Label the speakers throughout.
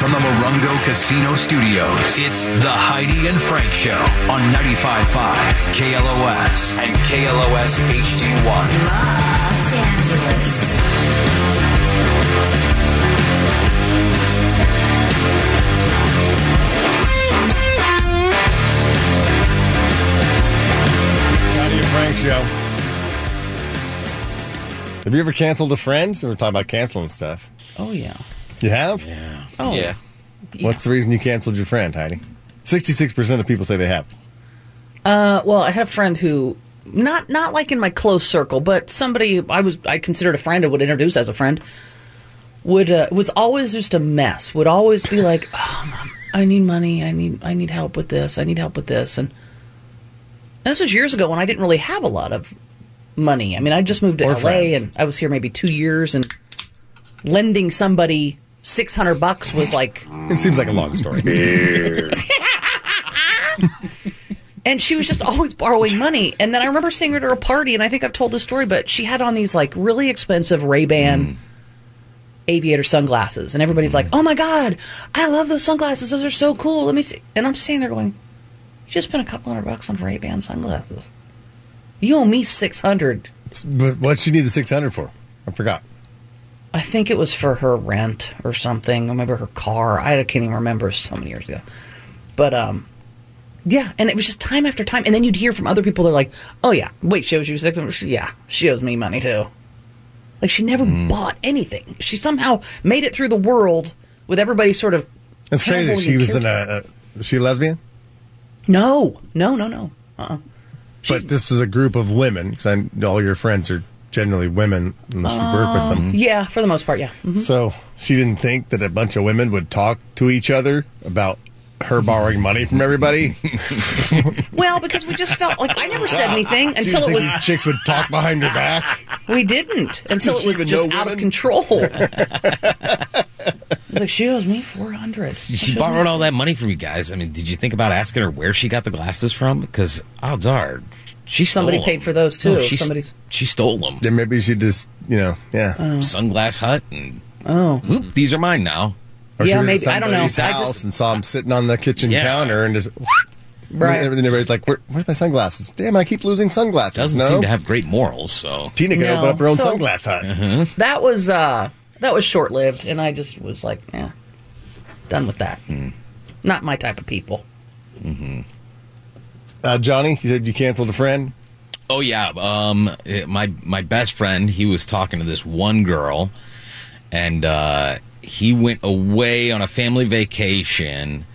Speaker 1: From the Morongo Casino Studios, it's the Heidi and Frank Show on 95.5 KLOS and KLOS HD1.
Speaker 2: Los Angeles.
Speaker 3: Howdy, Frank Show. Have you ever canceled a friend? We're talking about canceling stuff.
Speaker 4: Oh yeah.
Speaker 3: You have?
Speaker 4: Oh
Speaker 5: Yeah.
Speaker 3: What's the reason you canceled your friend, Heidi? 66% of people say they have.
Speaker 4: Uh, well, I had a friend who not not like in my close circle, but somebody I was I considered a friend and would introduce as a friend would uh, was always just a mess. Would always be like, oh, Mom, I need money. I need I need help with this. I need help with this. And this was years ago when I didn't really have a lot of money. I mean, I just moved to
Speaker 3: Or
Speaker 4: LA
Speaker 3: friends.
Speaker 4: and I was here maybe two years and lending somebody. Six hundred bucks was like
Speaker 3: It seems like a long story.
Speaker 4: and she was just always borrowing money. And then I remember seeing her to a party, and I think I've told this story, but she had on these like really expensive Ray Ban aviator sunglasses, and everybody's like, "Oh my god, I love those sunglasses! Those are so cool! Let me see." And I'm sitting there going, "You just spent a couple hundred bucks on Ray Ban sunglasses. You owe me six hundred.
Speaker 3: but what'd she need the 600 for? I forgot.
Speaker 4: I think it was for her rent or something. I remember her car. I can't even remember so many years ago. But um yeah, and it was just time after time. And then you'd hear from other people they're like, Oh yeah, wait, she owes you six hundred yeah, she owes me money too. Like she never
Speaker 3: Hmm.
Speaker 4: bought anything. She somehow made it through the world with everybody sort of
Speaker 3: That's crazy.
Speaker 4: handling
Speaker 3: She
Speaker 4: the
Speaker 3: was in
Speaker 4: care-
Speaker 3: a, a. She a lesbian?
Speaker 4: No, no, no, no. Uh-uh.
Speaker 3: But this is a group of women, because all your friends are generally women, unless you work with them.
Speaker 4: Uh, Yeah, for the most part, yeah. Mhm.
Speaker 3: So she didn't think that a bunch of women would talk to each other about her borrowing money from everybody.
Speaker 4: Well, because we just felt like I never said anything
Speaker 3: She
Speaker 4: until
Speaker 3: didn't
Speaker 4: it
Speaker 3: Ah, think
Speaker 4: was
Speaker 3: these chicks would talk behind her back.
Speaker 4: We didn't until
Speaker 3: Does
Speaker 4: it
Speaker 3: she
Speaker 4: was
Speaker 3: even
Speaker 4: just
Speaker 3: know
Speaker 4: out of
Speaker 3: women?
Speaker 4: control. It's like she owes me four hundred.
Speaker 5: She borrowed all that money from you guys. I mean, did you think about asking her where she got the glasses from? Because odds are, she stole
Speaker 4: Somebody
Speaker 5: them.
Speaker 4: paid for those, too.
Speaker 5: No, she,
Speaker 4: Somebody's-
Speaker 5: she stole them.
Speaker 3: Then maybe she just, you know, yeah.
Speaker 4: Oh.
Speaker 5: Sunglass Hut and oh, whoop, these are mine now.
Speaker 3: she
Speaker 4: Yeah,
Speaker 3: was at
Speaker 4: maybe. I don't know.
Speaker 3: somebody's
Speaker 4: I
Speaker 3: House
Speaker 4: just-
Speaker 3: and saw him sitting on the kitchen
Speaker 5: Yeah.
Speaker 3: counter and just.
Speaker 4: Right.
Speaker 3: And everybody's like, Where, "Where's my sunglasses? Damn, it, I keep losing sunglasses."
Speaker 5: Doesn't
Speaker 3: no,
Speaker 5: seem to have great Uh-huh. morals. So
Speaker 3: Tina can
Speaker 4: No.
Speaker 3: open up her own
Speaker 4: So-
Speaker 3: sunglass hut.
Speaker 4: That was uh, that was short lived, and I just was like, yeah, done with that. Not my type of people.
Speaker 5: Hmm, mm-hmm.
Speaker 3: Uh, Johnny, you said you canceled a friend.
Speaker 5: Oh yeah, um, it- my my best friend, he was talking to this one girl, and uh, he went away on a family vacation,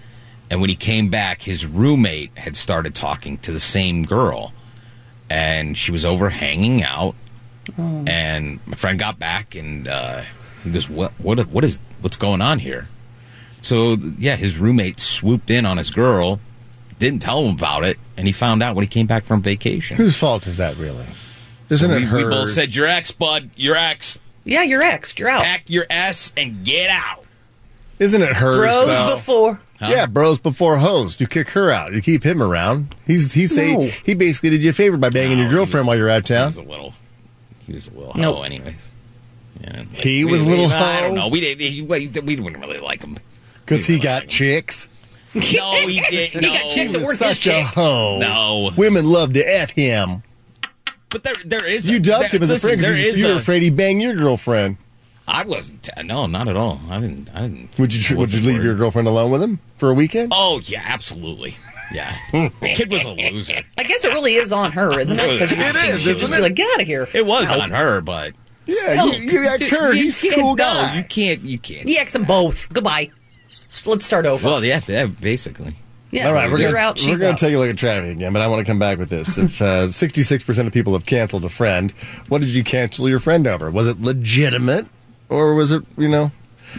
Speaker 5: and when he came back, his roommate had started talking to the same girl, and she was over hanging out,
Speaker 4: Oh.
Speaker 5: and my friend got back, and uh, he goes, "What what what is what's going on here?" So yeah, his roommate swooped in on his girl, didn't tell him about it, and he found out when he came back from vacation.
Speaker 3: Whose fault is that, really? Isn't it
Speaker 5: We,
Speaker 3: hers?
Speaker 5: we both said your ex, bud, your ex,
Speaker 4: Yeah, you're exed. You're out.
Speaker 5: pack your ass and get out.
Speaker 3: Isn't it hers?
Speaker 4: Bros
Speaker 3: though?
Speaker 4: before.
Speaker 3: Yeah, bros before hoes. You kick her out. You keep him around. He's he say
Speaker 4: No.
Speaker 3: he basically did you a favor by banging your girlfriend while you're out of
Speaker 5: He
Speaker 3: town.
Speaker 5: was a little, he was a little
Speaker 4: Nope.
Speaker 5: hoe, anyways. Yeah.
Speaker 3: He
Speaker 5: We-
Speaker 3: was a little
Speaker 5: we- I
Speaker 3: hoe?
Speaker 5: don't know. We didn't. He, we, we didn't really like him.
Speaker 3: Because he got chicks.
Speaker 5: No, he did.
Speaker 4: He
Speaker 5: No,
Speaker 4: got chicks
Speaker 3: He
Speaker 4: that
Speaker 3: was
Speaker 4: weren't his
Speaker 3: such a
Speaker 4: chick.
Speaker 3: hoe.
Speaker 5: No.
Speaker 3: Women love to F him.
Speaker 5: But there, there is.
Speaker 3: You
Speaker 5: a,
Speaker 3: dubbed
Speaker 5: there-
Speaker 3: him as a
Speaker 5: listen,
Speaker 3: friend
Speaker 5: There
Speaker 3: because
Speaker 5: is
Speaker 3: you were
Speaker 5: a-
Speaker 3: afraid he banged your girlfriend.
Speaker 5: I wasn't. No, not at all. I didn't. I didn't.
Speaker 3: Would you
Speaker 5: I
Speaker 3: tr- would you
Speaker 5: wasn't
Speaker 3: leave
Speaker 5: worried.
Speaker 3: your girlfriend alone with him for a weekend? Hmm.
Speaker 5: Oh yeah, absolutely. Yeah, the kid was a loser.
Speaker 4: I guess it really is on her, isn't it? 'Cause you
Speaker 5: It
Speaker 4: think
Speaker 3: is,
Speaker 4: she would
Speaker 3: isn't
Speaker 4: be
Speaker 3: it?
Speaker 4: Like, get out of here.
Speaker 5: It was on her, but
Speaker 3: yeah, you, you act
Speaker 5: Dude,
Speaker 3: her.
Speaker 5: you
Speaker 3: He's a
Speaker 5: can't-
Speaker 3: cool
Speaker 5: No,
Speaker 3: guy.
Speaker 5: you can't. You can't.
Speaker 4: He exed them both. Goodbye. S- Let's start over.
Speaker 5: Well, yeah, yeah, basically.
Speaker 4: yeah,
Speaker 3: All right, we're
Speaker 4: you're
Speaker 3: gonna,
Speaker 4: out.
Speaker 3: we're
Speaker 4: She's
Speaker 3: gonna
Speaker 4: out.
Speaker 3: take a look at traffic again, but I want to come back with this. If uh, 66% of people have canceled a friend, what did you cancel your friend over? Was it legitimate, or was it you know?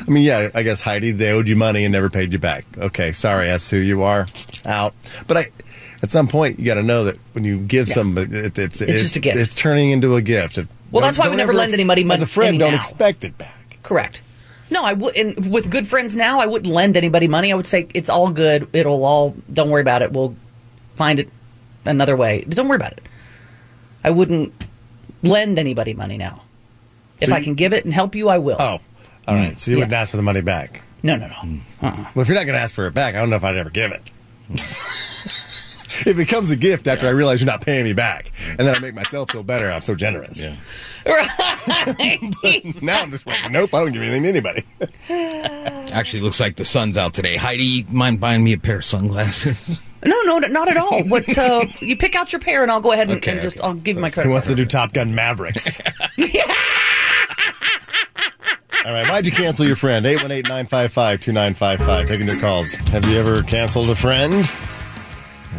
Speaker 3: I mean, yeah, I guess Heidi, they owed you money and never paid you back. Okay, sorry, that's who you are. Out, but I. At some point, you got to know that when you give
Speaker 4: Yeah.
Speaker 3: somebody, it, it's,
Speaker 4: just a gift.
Speaker 3: It's turning into a gift. If-
Speaker 4: Well, that's
Speaker 3: don't-
Speaker 4: why we
Speaker 3: don't
Speaker 4: never
Speaker 3: ever
Speaker 4: lend anybody
Speaker 3: As
Speaker 4: money
Speaker 3: a friend, don't
Speaker 4: anyhow.
Speaker 3: expect it back.
Speaker 4: Correct. No, I would. And with good friends now, I wouldn't lend anybody money. I would say it's all good. It'll all. Don't worry about it. We'll find it another way. Don't worry about it. I wouldn't lend anybody money now. If
Speaker 3: So
Speaker 4: I
Speaker 3: you-
Speaker 4: can give it and help you, I will.
Speaker 3: Oh, all right. So you
Speaker 4: Mm, Yeah.
Speaker 3: wouldn't ask for the money back.
Speaker 4: No, no, no.
Speaker 3: Well, if you're not going to ask for it back, I don't know if I'd ever give it. it becomes a gift after I realize you're not paying me back, and then I make myself feel better. I'm so generous.
Speaker 5: Yeah.
Speaker 4: Right.
Speaker 3: Now I'm just like, nope, I don't give anything to anybody.
Speaker 5: Actually, looks like the sun's out today. Heidi, mind buying me a pair of sunglasses?
Speaker 4: no, no, not at all. What uh, you pick out your pair, and I'll go ahead and,
Speaker 5: Okay,
Speaker 4: and just
Speaker 5: okay.
Speaker 4: I'll give you my
Speaker 3: Who
Speaker 4: credit.
Speaker 3: wants
Speaker 4: card.
Speaker 3: to do Top Gun Mavericks? All right, why'd you cancel your friend? 818 955 2955. Taking your calls. Have you ever canceled a friend?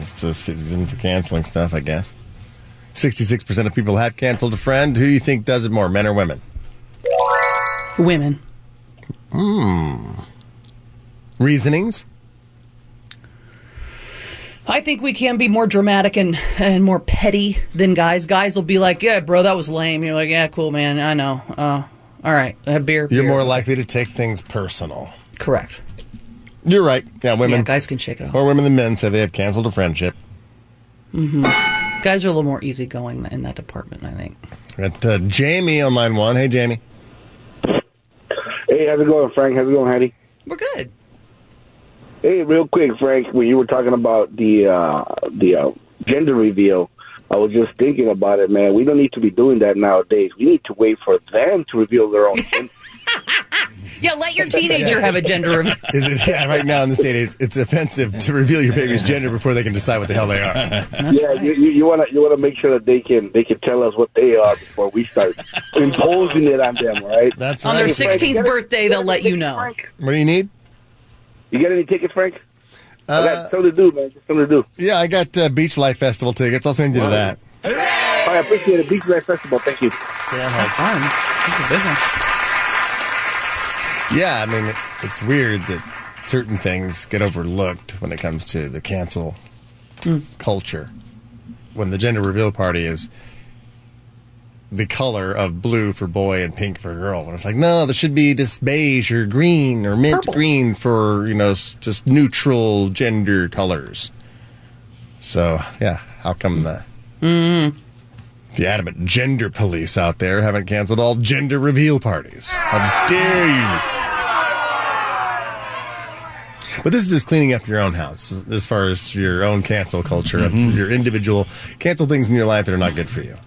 Speaker 3: It's the season for canceling stuff, I guess. 66% of people have canceled a friend. Who do you think does it more, men or women?
Speaker 4: Women.
Speaker 3: Hmm. Reasonings?
Speaker 4: I think we can be more dramatic and, and more petty than guys. Guys will be like, "Yeah, bro, that was lame." You're like, "Yeah, cool, man. I know. Uh, all right, have beer."
Speaker 3: You're
Speaker 4: beer."
Speaker 3: more likely to take things personal.
Speaker 4: correct.
Speaker 3: You're right. Yeah, women.
Speaker 4: Yeah, guys can shake it off.
Speaker 3: More women than men say they have canceled a friendship.
Speaker 4: Mm-hmm. Guys are a little more easygoing in that department, I think.
Speaker 3: Got uh, Jamie on line one. Hey, Jamie.
Speaker 6: Hey, how's it going, Frank? How's it going, Hattie?
Speaker 4: We're good.
Speaker 6: Hey, real quick, Frank, when you were talking about the uh, the uh, gender reveal, I was just thinking about it, man. We don't need to be doing that nowadays. We need to wait for them to reveal their own gender.
Speaker 4: Yeah, let your teenager have a gender reveal.
Speaker 3: Is it, yeah, right now in this day and age, it's offensive to reveal your baby's gender before they can decide what the hell they are.
Speaker 6: yeah, you, you, you wanna you wanna make sure that they can they can tell us what they are before we start imposing it on them, right?
Speaker 3: That's
Speaker 4: On
Speaker 3: right.
Speaker 4: their
Speaker 6: Frank, you
Speaker 4: 16th
Speaker 6: got any-
Speaker 4: birthday, they'll let you know.
Speaker 6: Frank,
Speaker 3: what do you need? Uh,
Speaker 6: you got any tickets, Frank? I got something to do, man. Just something to do.
Speaker 3: Yeah, I got uh, Beach Life Festival tickets. I'll send you to that.
Speaker 6: All right, I appreciate it. Beach Life Festival. Thank you.
Speaker 4: Fun. That's a big one.
Speaker 3: Yeah, I mean, it, it's weird that certain things get overlooked when it comes to the cancel
Speaker 7: Hmm.
Speaker 3: culture. When the gender reveal party is the color of blue for boy and pink for girl, and it's like, no, there should be just beige or green or mint
Speaker 4: Purple.
Speaker 3: green for you know s- just neutral gender colors. So yeah, how come the
Speaker 8: Mm-hmm.
Speaker 3: the adamant gender police out there haven't canceled all gender reveal parties? How dare you! But this is just cleaning up your own house as far as your own cancel culture, of your individual cancel things in your life that are not good for you.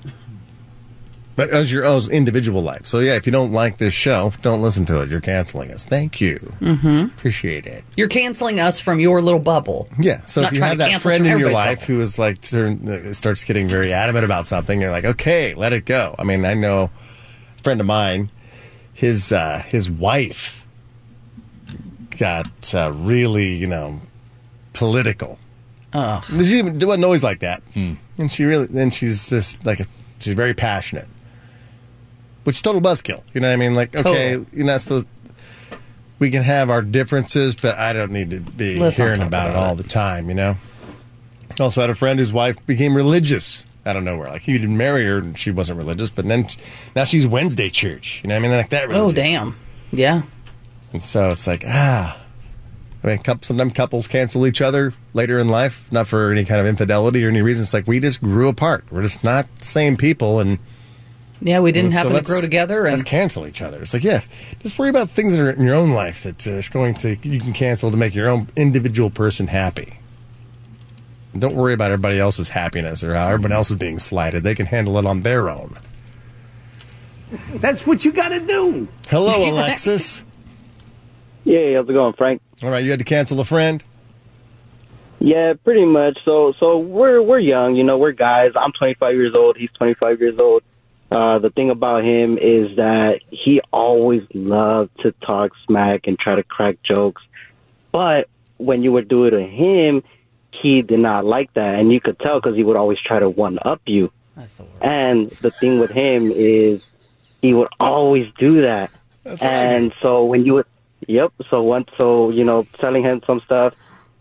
Speaker 3: But as your own individual life. So yeah, if you don't like this show, don't listen to it. You're canceling us. Thank you. Mm-hmm. Appreciate it.
Speaker 4: You're canceling us from your little bubble.
Speaker 3: Yeah. So
Speaker 4: Not
Speaker 3: if you
Speaker 4: trying
Speaker 3: have
Speaker 4: to
Speaker 3: that
Speaker 4: cancel
Speaker 3: friend
Speaker 4: from
Speaker 3: in your
Speaker 4: everybody's
Speaker 3: life who is like turn, uh, starts getting very adamant about something, you're like, okay, let it go. I mean, I know a friend of mine, his uh, his wife got uh, really, you know, political.
Speaker 4: Ugh.
Speaker 3: She wasn't always like that, and she really, and she's just like a, she's very passionate, which is total buzzkill. You know what I mean? Like, okay,
Speaker 4: Total.
Speaker 3: you're not supposed. We can have our differences, but I don't need to be
Speaker 4: Let's not
Speaker 3: hearing
Speaker 4: talk
Speaker 3: about, it
Speaker 4: about
Speaker 3: all
Speaker 4: it.
Speaker 3: the time. You know. Also had a friend whose wife became religious out of nowhere. Like he didn't marry her, and she wasn't religious, but then now she's Wednesday church. You know what I mean? Like that.
Speaker 4: Oh,
Speaker 3: Religious.
Speaker 4: damn. Yeah.
Speaker 3: And so it's like, ah. I mean, coup- sometimes couples cancel each other later in life, not for any kind of infidelity or any reason. It's like we just grew apart. We're just not the same people, and
Speaker 4: Yeah, we didn't
Speaker 3: so
Speaker 4: happen to
Speaker 3: let's-
Speaker 4: grow together.
Speaker 3: Let's
Speaker 4: And
Speaker 3: cancel each other. It's like, yeah, just worry about things that are in your own life that uh, is going to you can cancel to make your own individual person happy. And don't worry about everybody else's happiness or how everyone else is being slighted. They can handle it on their own.
Speaker 9: That's what you gotta do.
Speaker 3: Hello, Alexis.
Speaker 10: Yeah, how's it going, Frank?
Speaker 3: All right, you had to cancel a friend.
Speaker 10: Yeah, pretty much. So, so we're we're young, you know. We're guys. I'm 25 years old. He's 25 years old. Uh, the thing about him is that he always loved to talk smack and try to crack jokes. But when you would do it to him, he did not like that, and you could tell because he would always try to one up you.
Speaker 4: That's the word.
Speaker 10: And the thing with him is he would always do that.
Speaker 3: what I
Speaker 10: and so when you would, yep. So once, so you know, selling him some stuff,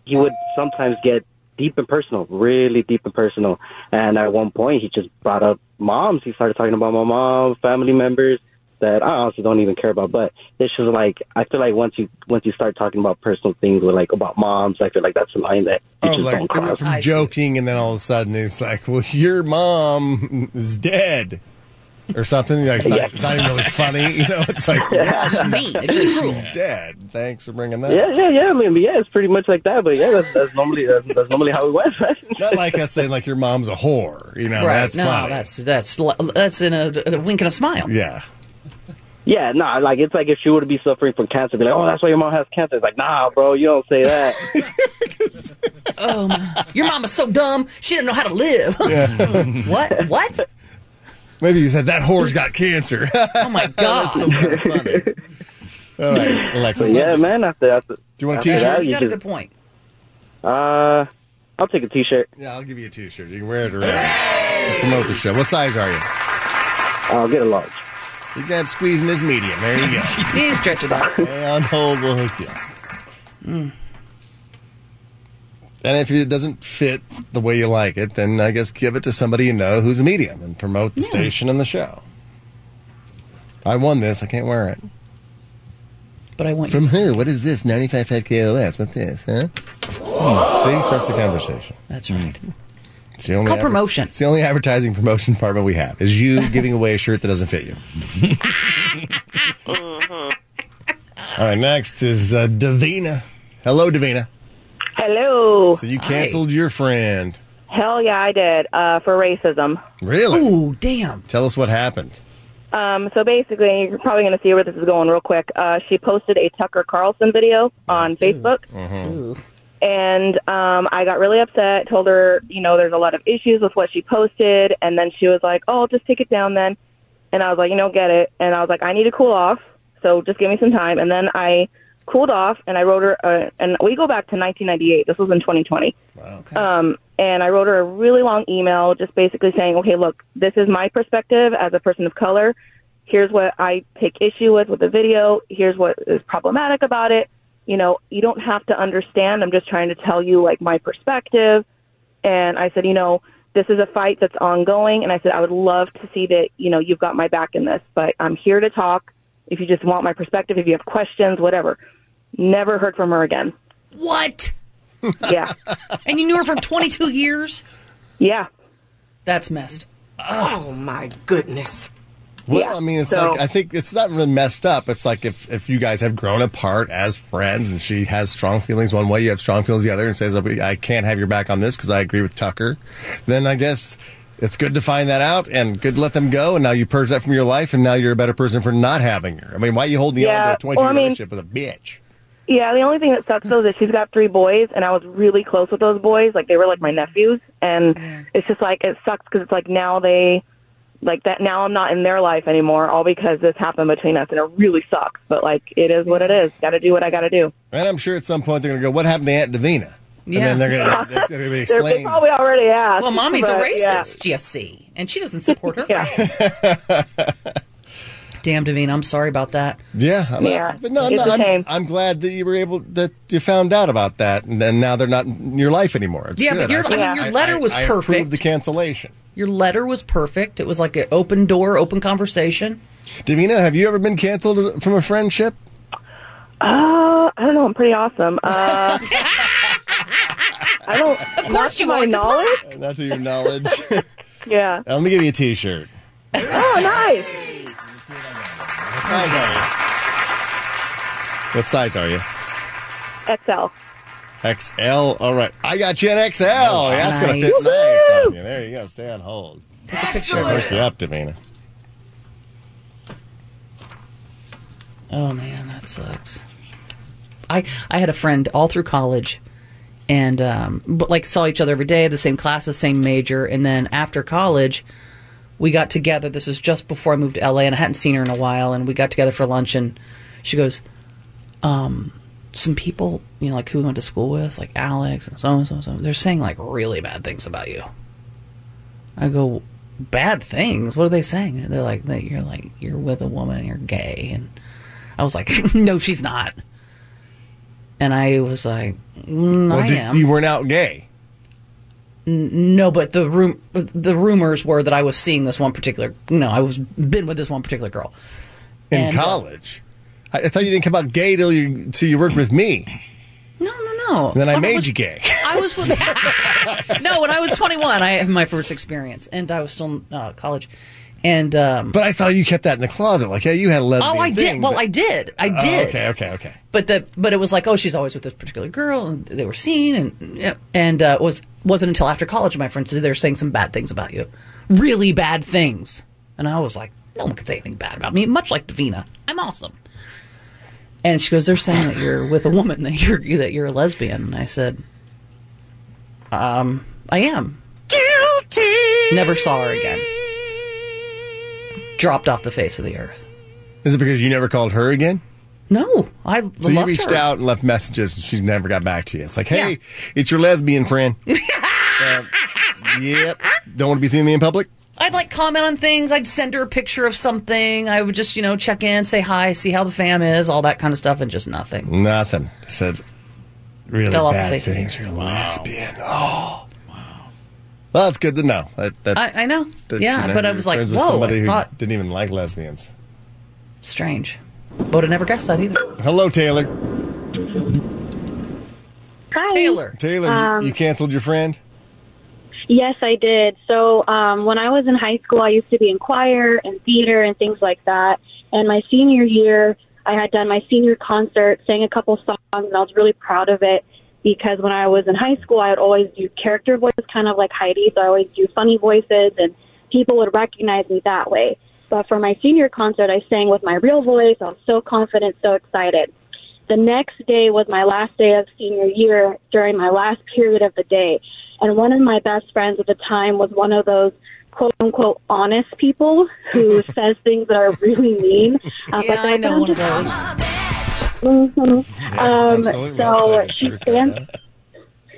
Speaker 10: he would sometimes get deep and personal, really deep and personal. And at one point, he just brought up moms. He started talking about my mom, family members that I honestly don't even care about. But it's just like I feel like once you once you start talking about personal things with like about moms, I feel like that's a line that you
Speaker 3: Oh,
Speaker 10: just
Speaker 3: like
Speaker 10: don't
Speaker 3: it went
Speaker 10: cross.
Speaker 3: from
Speaker 4: I see.
Speaker 3: joking, and then all of a sudden he's like, "Well, your mom is dead." or something. Like, it's, not,
Speaker 10: Yeah.
Speaker 3: it's not even really funny. You know, it's like, yeah,
Speaker 4: It's mean. It's just cruel.
Speaker 3: she's dead. Thanks for bringing that.
Speaker 10: Yeah,
Speaker 3: up.
Speaker 10: yeah, yeah. I mean, yeah, it's pretty much like that. But yeah, that's, that's normally that's, that's normally how it was, right?
Speaker 3: Not like us saying like your mom's a whore. You know,
Speaker 4: right?
Speaker 3: that's
Speaker 4: no,
Speaker 3: funny.
Speaker 4: that's that's l- that's in a, a wink and a smile.
Speaker 3: yeah.
Speaker 10: yeah, no, like it's like if she were to be suffering from cancer, be like, oh, that's why your mom has cancer. It's like, nah, bro, you don't say that.
Speaker 4: Oh, my- your mama's so dumb. She didn't know how to live. what? What?
Speaker 3: Maybe you said that whore's got cancer.
Speaker 4: Oh my god!
Speaker 3: Still kind of funny. All right, Alexis.
Speaker 10: yeah, man. After, after do
Speaker 3: you want a
Speaker 10: after
Speaker 3: t-shirt?
Speaker 10: that,
Speaker 4: you got a
Speaker 10: just-
Speaker 4: good point.
Speaker 10: Uh, I'll take a T-shirt.
Speaker 3: Yeah, I'll give you a T-shirt. You can wear it around. Promote the show. What size are you?
Speaker 10: I'll get a large.
Speaker 3: You can have squeezing this medium. There you go.
Speaker 4: You stretch it out.
Speaker 3: Hey, on hold, we'll hook you up. And if it doesn't fit the way you like it, then I guess give it to somebody you know who's a medium and promote the station and the show. I won this. I can't wear it.
Speaker 4: But I want you.
Speaker 3: From who? What is this? 95.5 KLS. What's this, huh? Hmm. See? Starts the conversation. Mm.
Speaker 4: That's right.
Speaker 3: It's the only
Speaker 4: called promotion.
Speaker 3: It's the only advertising promotion department we have is you giving away a shirt that doesn't fit you.
Speaker 4: Mm-hmm.
Speaker 3: All right, next is uh, Davina. Hello, Davina.
Speaker 11: Hello.
Speaker 3: So you canceled your friend.
Speaker 11: Hell yeah, I did uh, for racism.
Speaker 3: Really?
Speaker 4: Ooh, damn.
Speaker 3: Tell us what happened.
Speaker 11: Um, so basically, you're probably going to see where this is going real quick. Uh, she posted a Tucker Carlson video on Facebook. And um, I got really upset, told her, you know, there's a lot of issues with what she posted. And then she was like, oh, I'll just take it down then. And I was like, you know, get it. And I was like, I need to cool off. So just give me some time. And then I cooled off and I wrote her, uh, and we go back to 1998. This was in 2020. Um, and I wrote her a really long email just basically saying, okay, look, this is my perspective as a person of color. Here's what I take issue with with the video. Here's what is problematic about it. You know, you don't have to understand. I'm just trying to tell you, like, my perspective. And I said, you know, this is a fight that's ongoing. And I said, I would love to see that, you know, you've got my back in this, but I'm here to talk. If you just want my perspective, if you have questions, whatever. Never heard from her again.
Speaker 4: What?
Speaker 11: Yeah.
Speaker 4: And you knew her from 22 years?
Speaker 11: yeah.
Speaker 4: That's messed.
Speaker 6: Oh my goodness.
Speaker 3: Well,
Speaker 11: Yeah,
Speaker 3: I mean, it's
Speaker 11: so-
Speaker 3: like I think it's not really messed up. It's like if if you guys have grown apart as friends, and she has strong feelings one way, you have strong feelings the other, and says, "Oh, "I can't have your back on this because I agree with Tucker," then I guess it's good to find that out and good to let them go. And now you purge that from your life, and now you're a better person for not having her. I mean, why are you holding on
Speaker 11: Yeah,
Speaker 3: to a 20 year
Speaker 11: well, I mean-
Speaker 3: relationship with a bitch?
Speaker 11: Yeah, the only thing that sucks though is that she's got three boys, and I was really close with those boys. Like they were like my nephews, and it's just like it sucks because it's like now they, like that now I'm not in their life anymore, all because this happened between us, and it really sucks. But like it is what it is. Got to do what I got to do.
Speaker 3: And I'm sure at some point they're going to go, "What happened to Aunt Davina?"
Speaker 4: Yeah.
Speaker 3: And then they're going to, it's going to be
Speaker 11: They're, they
Speaker 3: explained.
Speaker 11: probably Oh, already asked.
Speaker 4: Well, mommy's a
Speaker 11: but, yeah.
Speaker 4: racist, you see. And she doesn't support her.
Speaker 11: Yeah.
Speaker 4: Damn, Devine, I'm sorry about that.
Speaker 3: Yeah, I'm-
Speaker 11: Yeah,
Speaker 3: But no, I'm,
Speaker 11: it's
Speaker 3: not,
Speaker 11: a
Speaker 3: I'm,
Speaker 11: shame.
Speaker 3: I'm glad that you were able that you found out about that, and then now they're not in your life anymore. It's
Speaker 4: Yeah, but
Speaker 3: good.
Speaker 4: your- I mean, your letter was
Speaker 3: I approve
Speaker 4: perfect.
Speaker 3: the cancellation.
Speaker 4: Your letter was perfect. It was like an open door, open conversation.
Speaker 3: Davina, have you ever been canceled from a friendship?
Speaker 11: Uh, I don't know. I'm pretty awesome. Uh, I don't. Of
Speaker 4: course you
Speaker 11: my
Speaker 4: are, the
Speaker 11: knowledge.
Speaker 3: Uh, Not to your knowledge.
Speaker 11: Yeah.
Speaker 3: Let me give you a T-shirt.
Speaker 4: Mm-hmm.
Speaker 11: Oh, nice.
Speaker 3: What size are you? What size are you?
Speaker 11: XL.
Speaker 3: XL. All right, I got you an XL. Oh, yeah, that's gonna fit
Speaker 4: Nice.
Speaker 3: nice on you. There you go. Stay on hold. Push you up, Davina.
Speaker 4: Oh man, that sucks. I I had a friend all through college, and um, but like saw each other every day, the same classes, same major, and then after college, we got together. This was just before I moved to LA, and I hadn't seen her in a while, and we got together for lunch, and she goes, um, some people, you know, like who we went to school with, like Alex and so and so and so, they're saying like really bad things about you. I go, bad things. What are they saying? And they're like that. You're like you're with a woman. You're gay and. I was like, no, she's not. And I was like, mm, I
Speaker 3: did-
Speaker 4: am.
Speaker 3: you weren't out gay.
Speaker 4: no, but the room, the rumors were that I was seeing this one particular. You know, I was been with this one particular girl.
Speaker 3: in
Speaker 4: And, uh,
Speaker 3: college. I, I thought you didn't come out gay till you till you worked with me.
Speaker 4: No, no, no.
Speaker 3: And then I
Speaker 4: When
Speaker 3: made
Speaker 4: was-
Speaker 3: you gay.
Speaker 4: I was with. no, when I was 21, I had my first experience, and I was still in uh, college, And um,
Speaker 3: But I thought you kept that in the closet. Like, yeah, you had a lesbian.
Speaker 4: oh, I
Speaker 3: thing,
Speaker 4: did. Well,
Speaker 3: but-
Speaker 4: I did. I
Speaker 3: Oh,
Speaker 4: did.
Speaker 3: okay, okay, okay.
Speaker 4: But the but it was like, oh, she's always with this particular girl, and they were seen, and yeah, and uh, it was wasn't until after college my friends they were saying some bad things about you, really bad things, and I was like, no one could say anything bad about me, much like Davina, I'm awesome. And she goes, they're saying that you're with a woman, that you're that you're a lesbian, and I said, um, I am. Guilty. Never saw her again. Dropped off the face of the earth.
Speaker 3: Is it because you never called her again?
Speaker 4: No, I loved
Speaker 3: So you reached
Speaker 4: her.
Speaker 3: out and left messages, and she's never got back to you. It's like, hey,
Speaker 4: Yeah.
Speaker 3: it's your lesbian friend. Uh, yep. Don't want to be seeing me in public.
Speaker 4: I'd like comment on things. I'd send her a picture of something. I would just, you know, check in, say hi, see how the fam is, all that kind of stuff, and just nothing.
Speaker 3: Nothing. Said really
Speaker 4: Fell off the
Speaker 3: bad
Speaker 4: face of the
Speaker 3: things. You're a lesbian. Oh. Well, that's good to know. That, that,
Speaker 4: I, I know.
Speaker 3: that,
Speaker 4: yeah,
Speaker 3: you know,
Speaker 4: but I
Speaker 3: you're
Speaker 4: was like,
Speaker 3: friends with
Speaker 4: whoa,
Speaker 3: somebody
Speaker 4: I
Speaker 3: who
Speaker 4: thought
Speaker 3: didn't even like lesbians.
Speaker 4: strange. Would have never guessed that either.
Speaker 3: Hello, Taylor.
Speaker 7: Hi. Um,
Speaker 4: Taylor.
Speaker 3: Taylor, you- you canceled your friend.
Speaker 7: Yes, I did. So um, when I was in high school, I used to be in choir and theater and things like that. And my senior year, I had done my senior concert, sang a couple songs, and I was really proud of it because when I was in high school, I would always do character voices, kind of like Heidi. So I always do funny voices, and people would recognize me that way. But for my senior concert, I sang with my real voice. I was so confident, so excited. The next day was my last day of senior year during my last period of the day. And one of my best friends at the time was one of those quote unquote honest people who says things that are really mean. Uh,
Speaker 4: Yeah, I
Speaker 7: they're-
Speaker 4: know
Speaker 7: I'm
Speaker 4: one of
Speaker 7: just-
Speaker 4: those.
Speaker 7: Mhm. um,
Speaker 3: Absolutely. Well, I'll tell you
Speaker 7: so
Speaker 3: the
Speaker 7: she
Speaker 3: truth
Speaker 7: stands
Speaker 3: about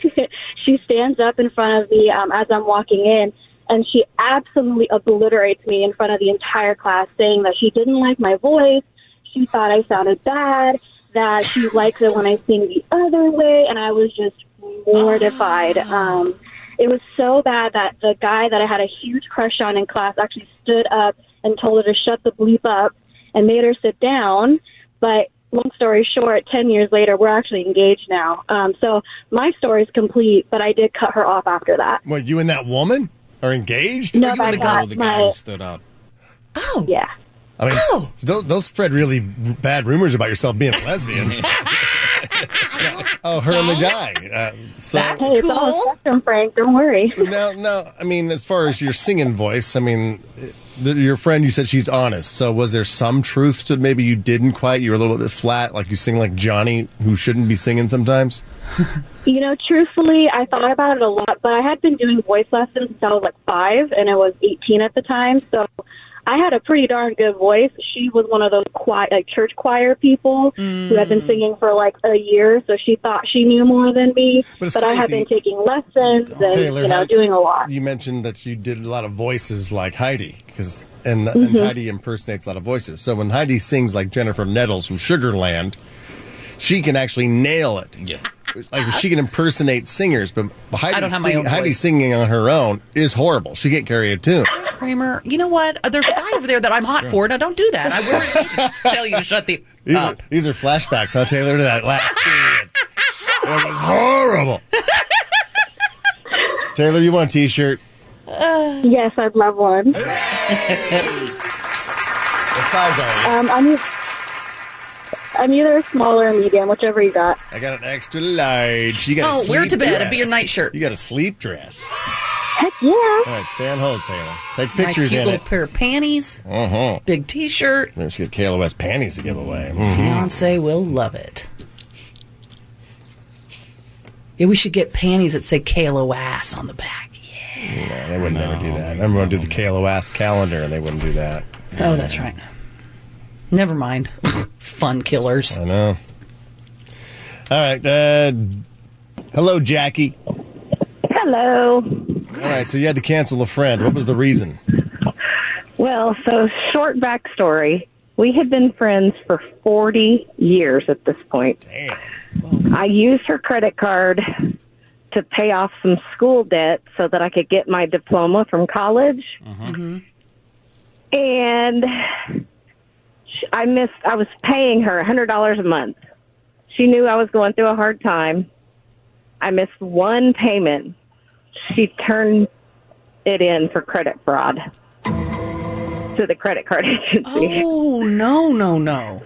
Speaker 3: that.
Speaker 7: she stands up in front of me um, as I'm walking in, and she absolutely obliterates me in front of the entire class, saying that she didn't like my voice, she thought I sounded bad, that she likes it when I sing the other way, and I was just mortified. Um, it was so bad that the guy that I had a huge crush on in class actually stood up and told her to shut the bleep up and made her sit down. But long story short, 10 years later, we're actually engaged now. Um, so my story is complete, but I did cut her off after that.
Speaker 3: What, you and that woman are engaged?
Speaker 7: No,
Speaker 5: You and
Speaker 7: but
Speaker 5: the
Speaker 7: got
Speaker 5: girl, the guy
Speaker 7: my,
Speaker 5: who stood up.
Speaker 4: Oh,
Speaker 7: yeah.
Speaker 3: I mean,
Speaker 4: Oh.
Speaker 3: s- don't, don't spread really bad rumors about yourself being a lesbian. Yeah. Oh, her and the guy. Uh, so
Speaker 4: That's
Speaker 7: Hey, it's all a
Speaker 4: cool.
Speaker 7: spectrum, Frank. Don't worry.
Speaker 3: now, now, I mean, as far as your singing voice, I mean, the, your friend, you said she's honest. So was there some truth to maybe you didn't quite? You were a little bit flat, like you sing like Johnny, who shouldn't be singing sometimes.
Speaker 7: You know, truthfully, I thought about it a lot, but I had been doing voice lessons since I was like five, and I was 18 at the time, so I had a pretty darn good voice. She was one of those choir, like church choir people who had
Speaker 3: Mm.
Speaker 7: been singing for like a year, so she thought she knew more than me.
Speaker 3: But it's
Speaker 7: But, I had
Speaker 3: crazy.
Speaker 7: been taking lessons and
Speaker 3: Taylor,
Speaker 7: you know
Speaker 3: how-
Speaker 7: doing a lot.
Speaker 3: You mentioned that you did a lot of voices like Heidi, because and, and
Speaker 7: Mm-hmm.
Speaker 3: Heidi impersonates a lot of voices. So when Heidi sings like Jennifer Nettles from Sugarland, she can actually nail it.
Speaker 5: Yeah.
Speaker 3: Like she can impersonate singers, but Heidi,
Speaker 4: I don't have my
Speaker 3: sing-
Speaker 4: own
Speaker 3: Heidi
Speaker 4: voice.
Speaker 3: singing on her own is horrible. She can't carry a tune.
Speaker 4: Kramer. You know what? Uh, There's a guy over there that I'm hot for. Now, don't do that. I wear it to tell you to shut the.
Speaker 3: These, are,
Speaker 4: up.
Speaker 3: these are flashbacks, huh, Taylor, to that last period. it was horrible. Taylor, you want a T-shirt?
Speaker 7: Yes, I'd love one.
Speaker 3: What size are you?
Speaker 7: Um, I'm, e- I'm either small or medium, whichever you got.
Speaker 3: I got an extra large. You got a
Speaker 4: Oh, wear it to
Speaker 3: sleep
Speaker 4: bed. It'd
Speaker 3: dress.
Speaker 4: be your nightshirt.
Speaker 3: You got a sleep dress.
Speaker 7: Heck yeah.
Speaker 3: All right, stay on hold, Taylor. Take
Speaker 4: Nice cute
Speaker 3: pictures in
Speaker 4: little
Speaker 3: it.
Speaker 4: pair of panties,
Speaker 3: Uh-huh.
Speaker 4: big T-shirt.
Speaker 3: Then she got KLOS panties to give away. Mm.
Speaker 4: Beyonce will love it. Yeah, we should get panties that say KLO ass on the back. Yeah.
Speaker 3: Yeah, they would never do that. I'm going to do the KLOS calendar, and they wouldn't do that.
Speaker 4: Oh, that's right. Never mind. Fun killers.
Speaker 3: I know. All right. Uh, hello, Jackie.
Speaker 8: Hello.
Speaker 3: All right, so you had to cancel a friend. What was the reason?
Speaker 8: Well, so short backstory. We had been friends for 40 years at this point.
Speaker 3: Damn.
Speaker 8: I used her credit card to pay off some school debt so that I could get my diploma from college.
Speaker 4: Mm-hmm.
Speaker 8: And sh- I missed, I was paying her $100 a month. She knew I was going through a hard time. I missed one payment. She turned it in for credit fraud.
Speaker 12: to the credit card agency.
Speaker 4: Oh no no no!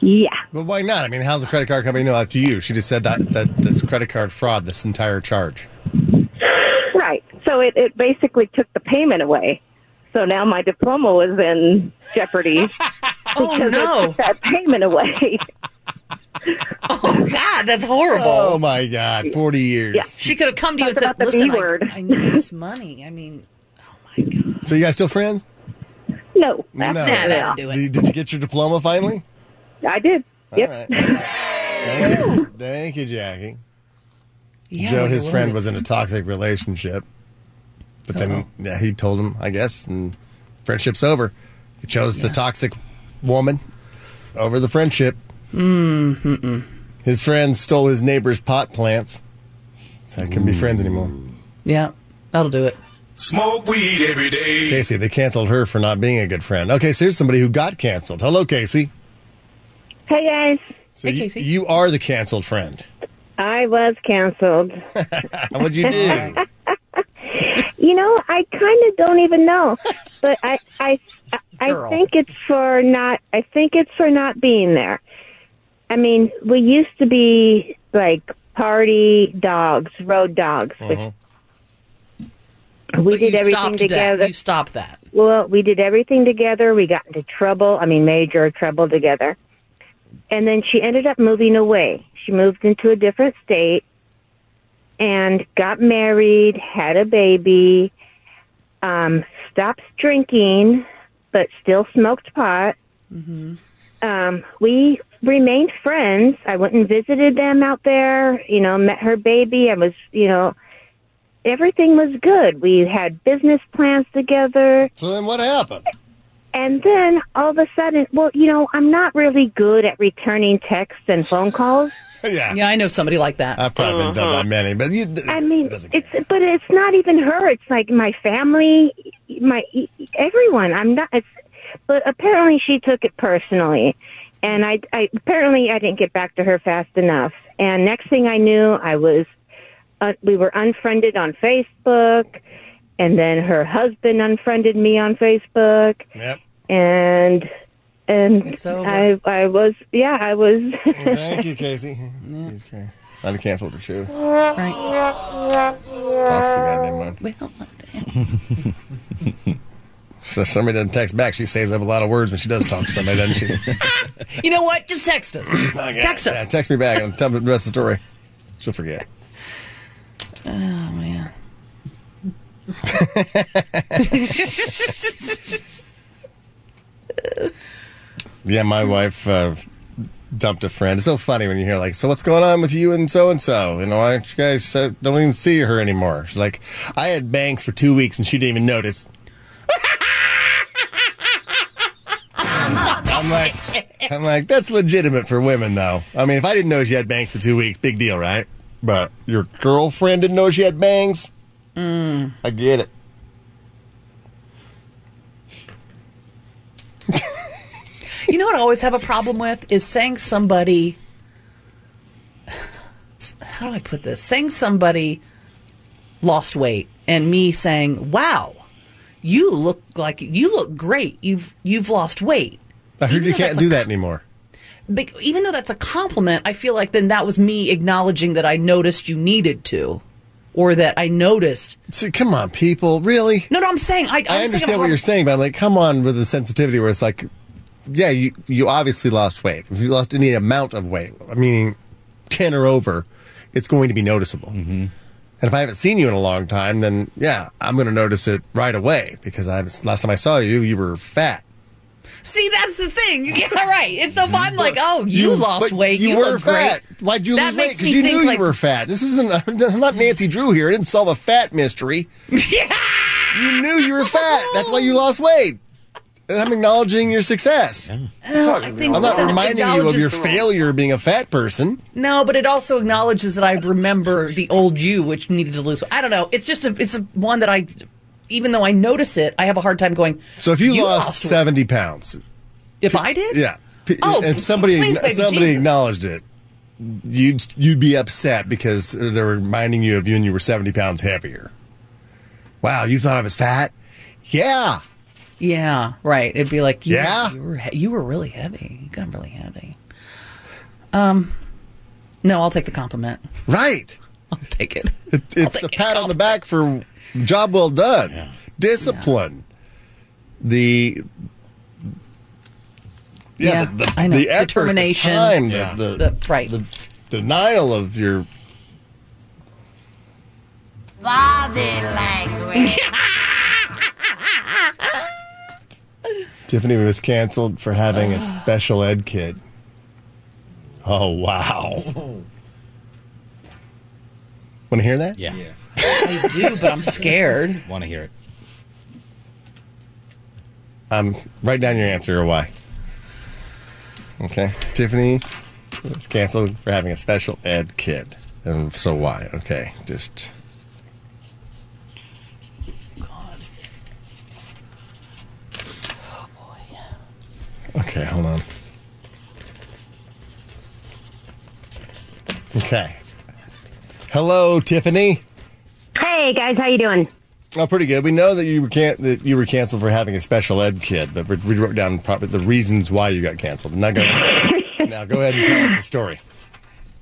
Speaker 12: Yeah.
Speaker 3: But why not? I mean, how's the credit card company know after you? She just said that, that that's credit card fraud. This entire charge.
Speaker 12: Right. So it, it basically took the payment away. So now my diploma was in jeopardy
Speaker 4: Oh
Speaker 12: because it
Speaker 4: no!
Speaker 12: took that payment away.
Speaker 4: Oh God, that's horrible.
Speaker 3: Oh my God! Forty years.
Speaker 12: Yeah.
Speaker 4: She could have come to you and
Speaker 12: Talk
Speaker 4: said,
Speaker 12: about the
Speaker 4: "Listen,
Speaker 12: B
Speaker 4: I,
Speaker 12: word."
Speaker 4: I need this money." I mean,
Speaker 3: So you guys still friends?
Speaker 12: No.
Speaker 3: No.
Speaker 4: nah,
Speaker 3: Yeah.
Speaker 4: that'll do
Speaker 3: Did
Speaker 4: it.
Speaker 3: you, did you get your diploma finally?
Speaker 12: I did. Yep.
Speaker 3: All right.
Speaker 4: Mm-hmm.
Speaker 3: Thank you, Thank you, Jackie.
Speaker 4: Yeah,
Speaker 3: Joe,
Speaker 4: like,
Speaker 3: his
Speaker 4: what
Speaker 3: friend,
Speaker 4: it-
Speaker 3: was in a toxic relationship, but
Speaker 4: Oh.
Speaker 3: then yeah, he told him, I guess, and friendship's over. He chose the toxic woman over the friendship. Mm-mm. His friend stole his neighbor's pot plants, so they couldn't be friends anymore.
Speaker 4: Yeah, that'll do it.
Speaker 13: Smoke weed every day.
Speaker 3: Casey, they canceled her for not being a good friend. Okay, so here's somebody who got canceled. Hello, Casey.
Speaker 12: Hey guys,
Speaker 3: So
Speaker 4: Hey,
Speaker 3: you,
Speaker 4: Casey.
Speaker 3: you are the canceled friend.
Speaker 12: I was canceled.
Speaker 3: What'd you do?
Speaker 12: You know, I kind of don't even know, but I I I-
Speaker 4: Girl.
Speaker 12: I think it's for not I think it's for not being there. I mean, we used to be like party dogs, road dogs.
Speaker 3: Uh-huh.
Speaker 12: which- We
Speaker 4: Uh-huh. But
Speaker 12: did
Speaker 4: you
Speaker 12: everything
Speaker 4: stopped
Speaker 12: together.
Speaker 4: That. You stopped that.
Speaker 12: Well, we did everything together. We got into trouble. I mean, major trouble together. And then she ended up moving away. She moved into a different state and got married, had a baby, um, stopped drinking, but still smoked pot. Um, we remained friends. I went and visited them out there, you know, met her baby. I was, you know, everything was good. We had business plans together.
Speaker 3: So then what happened?
Speaker 12: And then all of a sudden, well, you know, I'm not really good at returning texts and phone calls.
Speaker 3: yeah.
Speaker 4: Yeah, I know somebody like that.
Speaker 3: I've probably been done by
Speaker 4: Uh-huh.
Speaker 3: many, but you,
Speaker 12: I mean,
Speaker 3: it doesn't
Speaker 12: it's but it's not even her. It's like my family, my everyone. I'm not. It's, but apparently she took it personally, and I, I apparently I didn't get back to her fast enough. And next thing I knew, I was uh, we were unfriended on Facebook, and then her husband unfriended me on Facebook,
Speaker 3: Yep.
Speaker 12: and and
Speaker 4: It's over.
Speaker 12: I I was yeah I was
Speaker 3: Thank you, Casey. Jesus Christ. I'd have canceled her too.
Speaker 4: Right.
Speaker 3: Talks to goddamn much.
Speaker 4: Well,
Speaker 3: So if somebody doesn't text back. She saves up a lot of words when she does talk to somebody, doesn't she?
Speaker 4: you know what? Just text us. text
Speaker 3: Yeah,
Speaker 4: us.
Speaker 3: text me back and tell me the rest of the story. She'll forget.
Speaker 4: Oh man.
Speaker 3: Yeah, my wife uh, dumped a friend. It's so funny when you hear like, "So what's going on with you and so and so?" You know, why aren't you guys uh, don't even see her anymore? She's like, "I had bangs for two weeks and she didn't even notice." I'm like, I'm like, that's legitimate for women, though. I mean, if I didn't know she had bangs for two weeks, big deal, right? But your girlfriend didn't know she had bangs.
Speaker 4: Mm.
Speaker 3: I get it.
Speaker 4: You know what I always have a problem with is saying somebody. How do I put this? Saying somebody lost weight and me saying, "Wow, you look like you look great. You've you've lost weight."
Speaker 3: I heard
Speaker 4: Even
Speaker 3: you
Speaker 4: though
Speaker 3: can't
Speaker 4: that's a
Speaker 3: do that anymore.
Speaker 4: But even though that's a compliment, I feel like then that was me acknowledging that I noticed you needed to, or that I noticed.
Speaker 3: See, come on, people, really?
Speaker 4: No, no, I'm saying I.
Speaker 3: I
Speaker 4: I'm saying
Speaker 3: understand what you're saying, but I'm like, come on with the sensitivity where it's like, yeah, you you obviously lost weight. If you lost any amount of weight, meaning ten or over, it's going to be noticeable. And if I haven't seen you in a long time, then yeah, I'm going to notice it right away because I haven't- last time I saw you, you were fat.
Speaker 4: See, that's the thing. Yeah, right. It's so I'm like, oh, you, lost
Speaker 3: but
Speaker 4: weight. You,
Speaker 3: were
Speaker 4: look
Speaker 3: fat.
Speaker 4: great.
Speaker 3: Why'd you
Speaker 4: That
Speaker 3: lose weight?
Speaker 4: makes
Speaker 3: Because
Speaker 4: me
Speaker 3: you
Speaker 4: think
Speaker 3: knew
Speaker 4: like-
Speaker 3: you were fat. This isn't. I'm not Nancy Drew here. I didn't solve a fat mystery. You knew you were fat. That's why you lost weight. And I'm acknowledging your success.
Speaker 4: I think
Speaker 3: I'm not
Speaker 4: that
Speaker 3: reminding you of your
Speaker 4: acknowledges-
Speaker 3: failure being a fat person.
Speaker 4: No, but it also acknowledges that I remember the old you, which needed to lose. I don't know. It's just a, it's a one that I, even though I notice it, I have a hard time going.
Speaker 3: So if you, lost,
Speaker 4: weight."
Speaker 3: 70 pounds,
Speaker 4: if I did,
Speaker 3: yeah, P-
Speaker 4: Oh,
Speaker 3: and somebody
Speaker 4: please, baby
Speaker 3: somebody
Speaker 4: Jesus.
Speaker 3: acknowledged it, you'd you'd be upset because they're reminding you of you and you were 70 pounds heavier. Wow, you thought I was fat? Yeah.
Speaker 4: Yeah, right. It'd be like, yeah,
Speaker 3: Yeah?
Speaker 4: you were he- you were really heavy. You got really heavy. Um, no, I'll take the compliment.
Speaker 3: Right.
Speaker 4: I'll take it.
Speaker 3: It's a pat on the back for job well done. Discipline. The yeah,
Speaker 4: Yeah,
Speaker 3: the, the,
Speaker 4: I know.
Speaker 3: the effort, the
Speaker 4: Determination.
Speaker 3: time, the-
Speaker 5: Yeah.
Speaker 3: the,
Speaker 4: The- right.
Speaker 3: the denial of your
Speaker 14: Body language.
Speaker 3: Tiffany was canceled for having a special ed kid. Oh wow!
Speaker 4: Oh.
Speaker 3: Want to hear that?
Speaker 5: Yeah.
Speaker 4: I do, but I'm scared.
Speaker 5: Want to hear it.
Speaker 3: Um, write down your answer or why. Okay, Tiffany was canceled for having a special ed kid, and so why? Okay, just okay. Hold on. Okay. Hello, Tiffany.
Speaker 8: Hey guys, how you doing?
Speaker 3: Oh, pretty good. We know that you were can- that you were canceled for having a special ed kid, but we- we wrote down probably the reasons why you got canceled. Now go, now go ahead and tell us the story.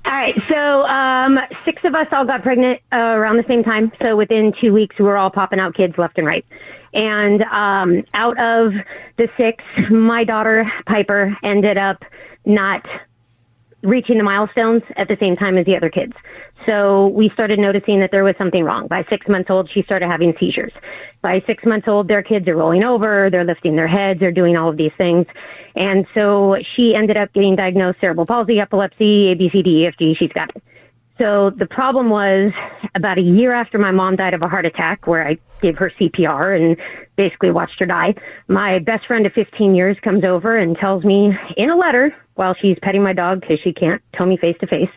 Speaker 8: All right, so um, six of us all got pregnant uh, around the same time. So within two weeks, we were all popping out kids left and right. And um, out of the six, my daughter Piper ended up not reaching the milestones at the same time as the other kids. So we started noticing that there was something wrong. By six months old, she started having seizures. By six months old, their kids are rolling over, they're lifting their heads, they're doing all of these things. And so she ended up getting diagnosed cerebral palsy, epilepsy, A, B, C, D, E, F, G. She's got it. So the problem was about a year after my mom died of a heart attack, where I gave her CPR and basically watched her die. My best friend of 15 years comes over and tells me in a letter while she's petting my dog because she can't tell me face to face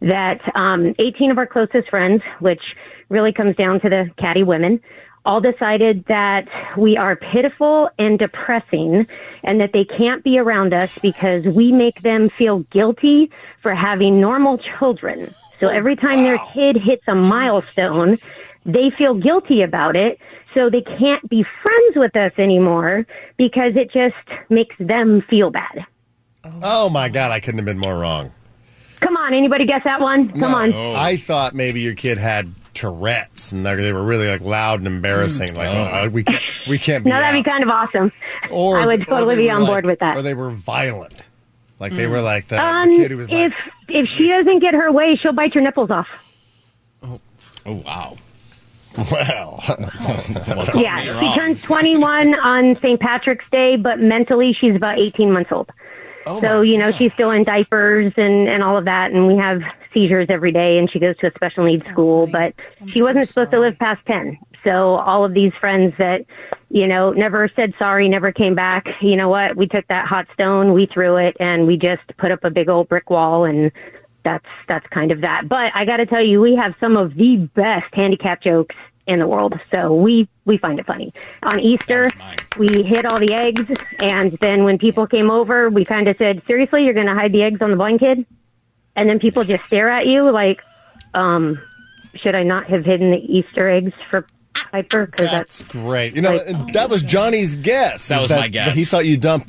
Speaker 8: that um, 18 of our closest friends, which really comes down to the catty women, all decided that we are pitiful and depressing and that they can't be around us because we make them feel guilty for having normal children. So every time their kid hits a milestone, they feel guilty about it. So they can't be friends with us anymore because it just makes them feel bad.
Speaker 3: Oh my God, I couldn't have been more wrong.
Speaker 8: Come on, anybody guess that one? Come on.
Speaker 3: I thought maybe your kid had Tourette's, and they they were really like loud and embarrassing.
Speaker 5: Mm.
Speaker 3: Like oh, we can't, we can't be.
Speaker 8: No, that'd be
Speaker 3: out.
Speaker 8: kind of awesome.
Speaker 3: Or
Speaker 8: I would
Speaker 3: or
Speaker 8: totally
Speaker 3: they
Speaker 8: be
Speaker 3: were,
Speaker 8: on board
Speaker 3: like-
Speaker 8: with that.
Speaker 3: Or they were violent, like they were like the,
Speaker 8: Um,
Speaker 3: the kid who was like,
Speaker 8: if if she doesn't get her way, she'll bite your nipples off.
Speaker 5: Oh wow.
Speaker 3: "Well,
Speaker 5: Well,
Speaker 3: Oh,
Speaker 5: don't
Speaker 8: yeah,
Speaker 5: get me
Speaker 8: she
Speaker 5: wrong.
Speaker 8: turns 21 on St. Patrick's Day, but mentally she's about 18 months old.
Speaker 3: oh
Speaker 8: so
Speaker 3: my
Speaker 8: you know she's still in diapers and and all of that, and we have seizures every day, and she goes to a special needs school, but she wasn't supposed to live past 10. So all of these friends that you know never said sorry, never came back. You know what? We took that hot stone, we threw it, and we just put up a big old brick wall and. That's that's kind of that, but I got to tell you, we have some of the best handicap jokes in the world. So we we find it funny. On Easter, we hid all the eggs, and then when people came over, we kind of said, "Seriously, you're going to hide the eggs on the blanket?" And then people just stare at you like, um, "Should I not have hidden the Easter eggs for Piper?" Because that's
Speaker 3: That's great. You know, and that was Johnny's guess.
Speaker 5: That
Speaker 3: is
Speaker 5: was my guess.
Speaker 3: He thought you dumped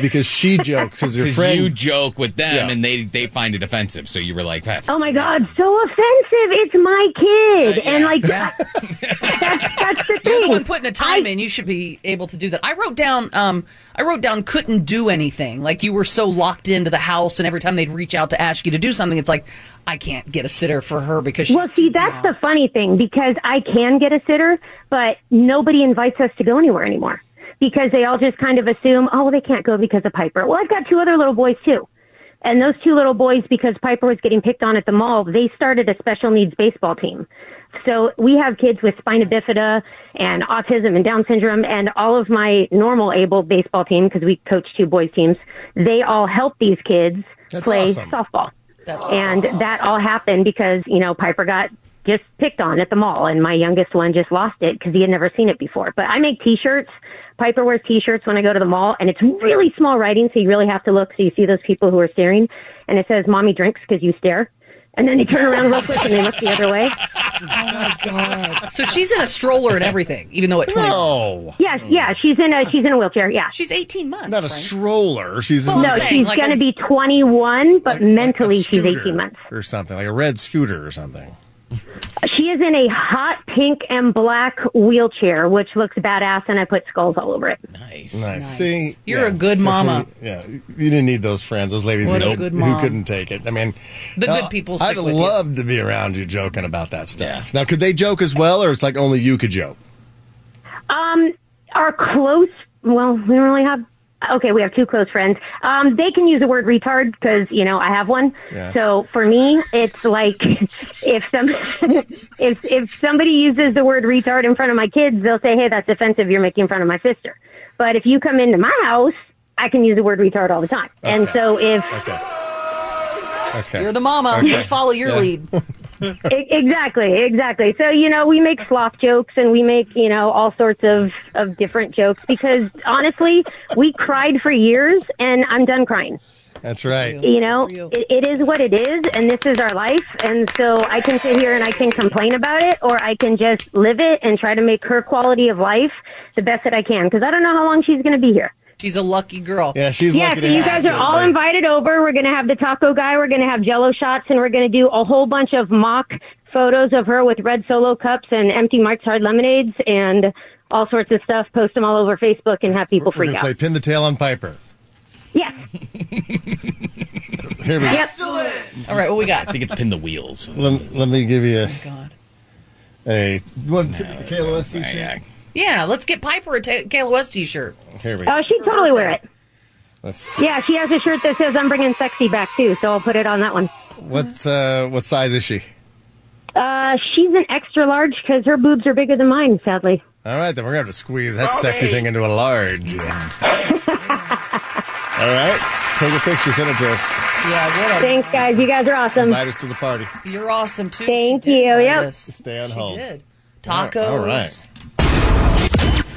Speaker 3: because she joked because your
Speaker 5: Because
Speaker 3: friend.
Speaker 5: you joke with them
Speaker 3: Yeah.
Speaker 5: and they they find it offensive, so you were like, "Ah, "Hey,
Speaker 8: oh my god, so offensive! It's my kid, and like that's that's the
Speaker 4: You're the
Speaker 8: thing.
Speaker 4: one putting the time in. You should be able to do that. I wrote down, um, I wrote down, couldn't do anything. Like you were so locked into the house, and every time they'd reach out to ask you to do something, it's like, I can't get a sitter for her because she's
Speaker 8: Well, see, that's the funny thing because I can get a sitter, but nobody invites us to go anywhere anymore because they all just kind of assume, oh, well, they can't go because of Piper. Well, I've got two other little boys too. And those two little boys, because Piper was getting picked on at the mall, they started a special needs baseball team. So we have kids with spina bifida and autism and Down syndrome and all of my normal able baseball team, because we coach two boys teams, they all help these kids
Speaker 3: That's
Speaker 8: play
Speaker 3: awesome.
Speaker 8: softball. and that all happened because, you know, Piper got just picked on at the mall and my youngest one just lost it because he had never seen it before. But I make t-shirts. Piper wears t-shirts when I go to the mall and it's really small writing. So you really have to look. So you see those people who are staring and it says mommy drinks because you stare. And then they turn around real quick and they look the other way.
Speaker 4: my god! So she's in a stroller and everything, even though at twenty.
Speaker 3: No.
Speaker 8: Yes, yeah, she's in a she's in a wheelchair. Yeah,
Speaker 4: she's eighteen months.
Speaker 3: Not a stroller. She's in
Speaker 8: no,
Speaker 3: like-
Speaker 8: she's
Speaker 3: like
Speaker 8: going
Speaker 3: a-
Speaker 8: to be 21, but mentally she's
Speaker 3: scooter
Speaker 8: 18 months.
Speaker 3: or something like a red scooter or something.
Speaker 8: She is in a hot pink and black wheelchair, which looks badass, and I put skulls all over it.
Speaker 3: Nice. See,
Speaker 4: You're a good
Speaker 3: so
Speaker 4: mama.
Speaker 3: she- yeah, you didn't need those friends, those ladies who,
Speaker 4: What a
Speaker 3: don't-
Speaker 4: good
Speaker 3: who
Speaker 4: mom.
Speaker 3: couldn't take it. I mean,
Speaker 4: The
Speaker 3: hell,
Speaker 4: good people stick
Speaker 3: I'd
Speaker 4: with you.
Speaker 3: love to be around you joking about that stuff. Now, could they joke as well, or it's like only you could joke?
Speaker 8: Um, our close, well, we don't really have. Okay, we have two close friends. Um, they can use the word retard because you know I have one.
Speaker 15: Yeah.
Speaker 8: So for me, it's like if some if if somebody uses the word retard in front of my kids, they'll say, "Hey, that's offensive. You're making fun of my sister." But if you come into my house, I can use the word retard all the time. And so if
Speaker 3: Okay.
Speaker 4: You're the mama.
Speaker 8: Okay.
Speaker 4: We follow your
Speaker 8: Yeah.
Speaker 4: lead.
Speaker 8: E- exactly, exactly. So you know, we make sloth jokes and we make you know all sorts of of different jokes because honestly, we cried for years and I'm done crying.
Speaker 3: That's right.
Speaker 8: You know, it, it is what it is, and this is our life. And so I can sit here and I can complain about it, or I can just live it and try to make her quality of life the best that I can because I don't know how long she's going to be here.
Speaker 4: She's a lucky girl.
Speaker 3: Yeah, she's
Speaker 8: yeah, so you guys are all invited over. We're going to have the taco guy. We're going to have jello shots, and we're going to do a whole bunch of mock photos of her with red solo cups and empty Mark's Hard Lemonades and all sorts of stuff. Post them all over Facebook and have people
Speaker 3: We're
Speaker 8: freak
Speaker 3: gonna
Speaker 8: out.
Speaker 3: play pin the tail on Piper.
Speaker 8: Yes.
Speaker 3: Here we go.
Speaker 4: All right, what we got? Oh
Speaker 5: I think it's pin the wheels.
Speaker 3: Let, let me give you a. A one, KLOS t-shirt.
Speaker 4: Yeah, let's get Piper a ta- KLOS t-shirt.
Speaker 3: Here we go.
Speaker 8: Oh, she'd totally wear it.
Speaker 3: Let's see.
Speaker 8: Yeah, she has a shirt that says "I'm bringing sexy back" too, so I'll put it on that one.
Speaker 3: What's uh, what size is she?
Speaker 8: Uh, she's an extra large because her boobs are bigger than mine, sadly.
Speaker 3: All right, then we're gonna have to squeeze that sexy thing into a large. All right, take a picture, send it to us.
Speaker 4: Yeah, what a-
Speaker 8: Thanks, guys. You guys are awesome.
Speaker 3: Invite us to the party.
Speaker 4: You're awesome too.
Speaker 8: Thank
Speaker 4: she did
Speaker 8: you.
Speaker 4: invite
Speaker 8: Yep.
Speaker 4: us.
Speaker 3: Stay on
Speaker 4: she
Speaker 3: hold.
Speaker 4: Did. Tacos.
Speaker 3: All right.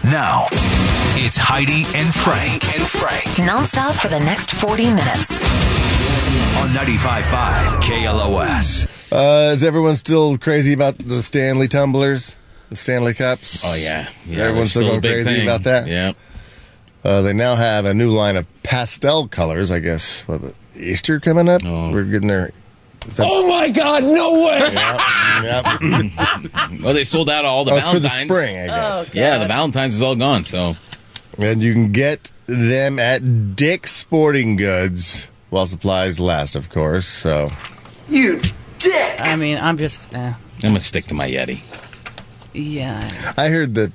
Speaker 1: Now, it's Heidi and Frank and Frank
Speaker 16: Nonstop for the next 40 minutes.
Speaker 1: on 95.5 KLOS.
Speaker 3: Uh, is everyone still crazy about the Stanley tumblers, the Stanley cups?
Speaker 5: Oh, yeah. Yeah,
Speaker 3: everyone's still
Speaker 5: they're still a
Speaker 3: going
Speaker 5: big
Speaker 3: crazy
Speaker 5: thing.
Speaker 3: about that.
Speaker 5: Yeah.
Speaker 3: Uh, they now have a new line of pastel colors. I guess what, Easter coming up. We're getting there. Is that-
Speaker 5: Oh my God! No way! well, they sold out all the
Speaker 3: Oh, it's for
Speaker 5: Valentines
Speaker 3: the spring, I guess. Oh,
Speaker 5: yeah,
Speaker 3: God.
Speaker 5: the Valentines is all gone. So
Speaker 3: And you can get them at Dick's Sporting Goods while supplies last, of course. So
Speaker 4: You dick. I mean, I'm just. Uh,
Speaker 5: I'm gonna stick to my Yeti.
Speaker 4: yeah.
Speaker 3: I heard that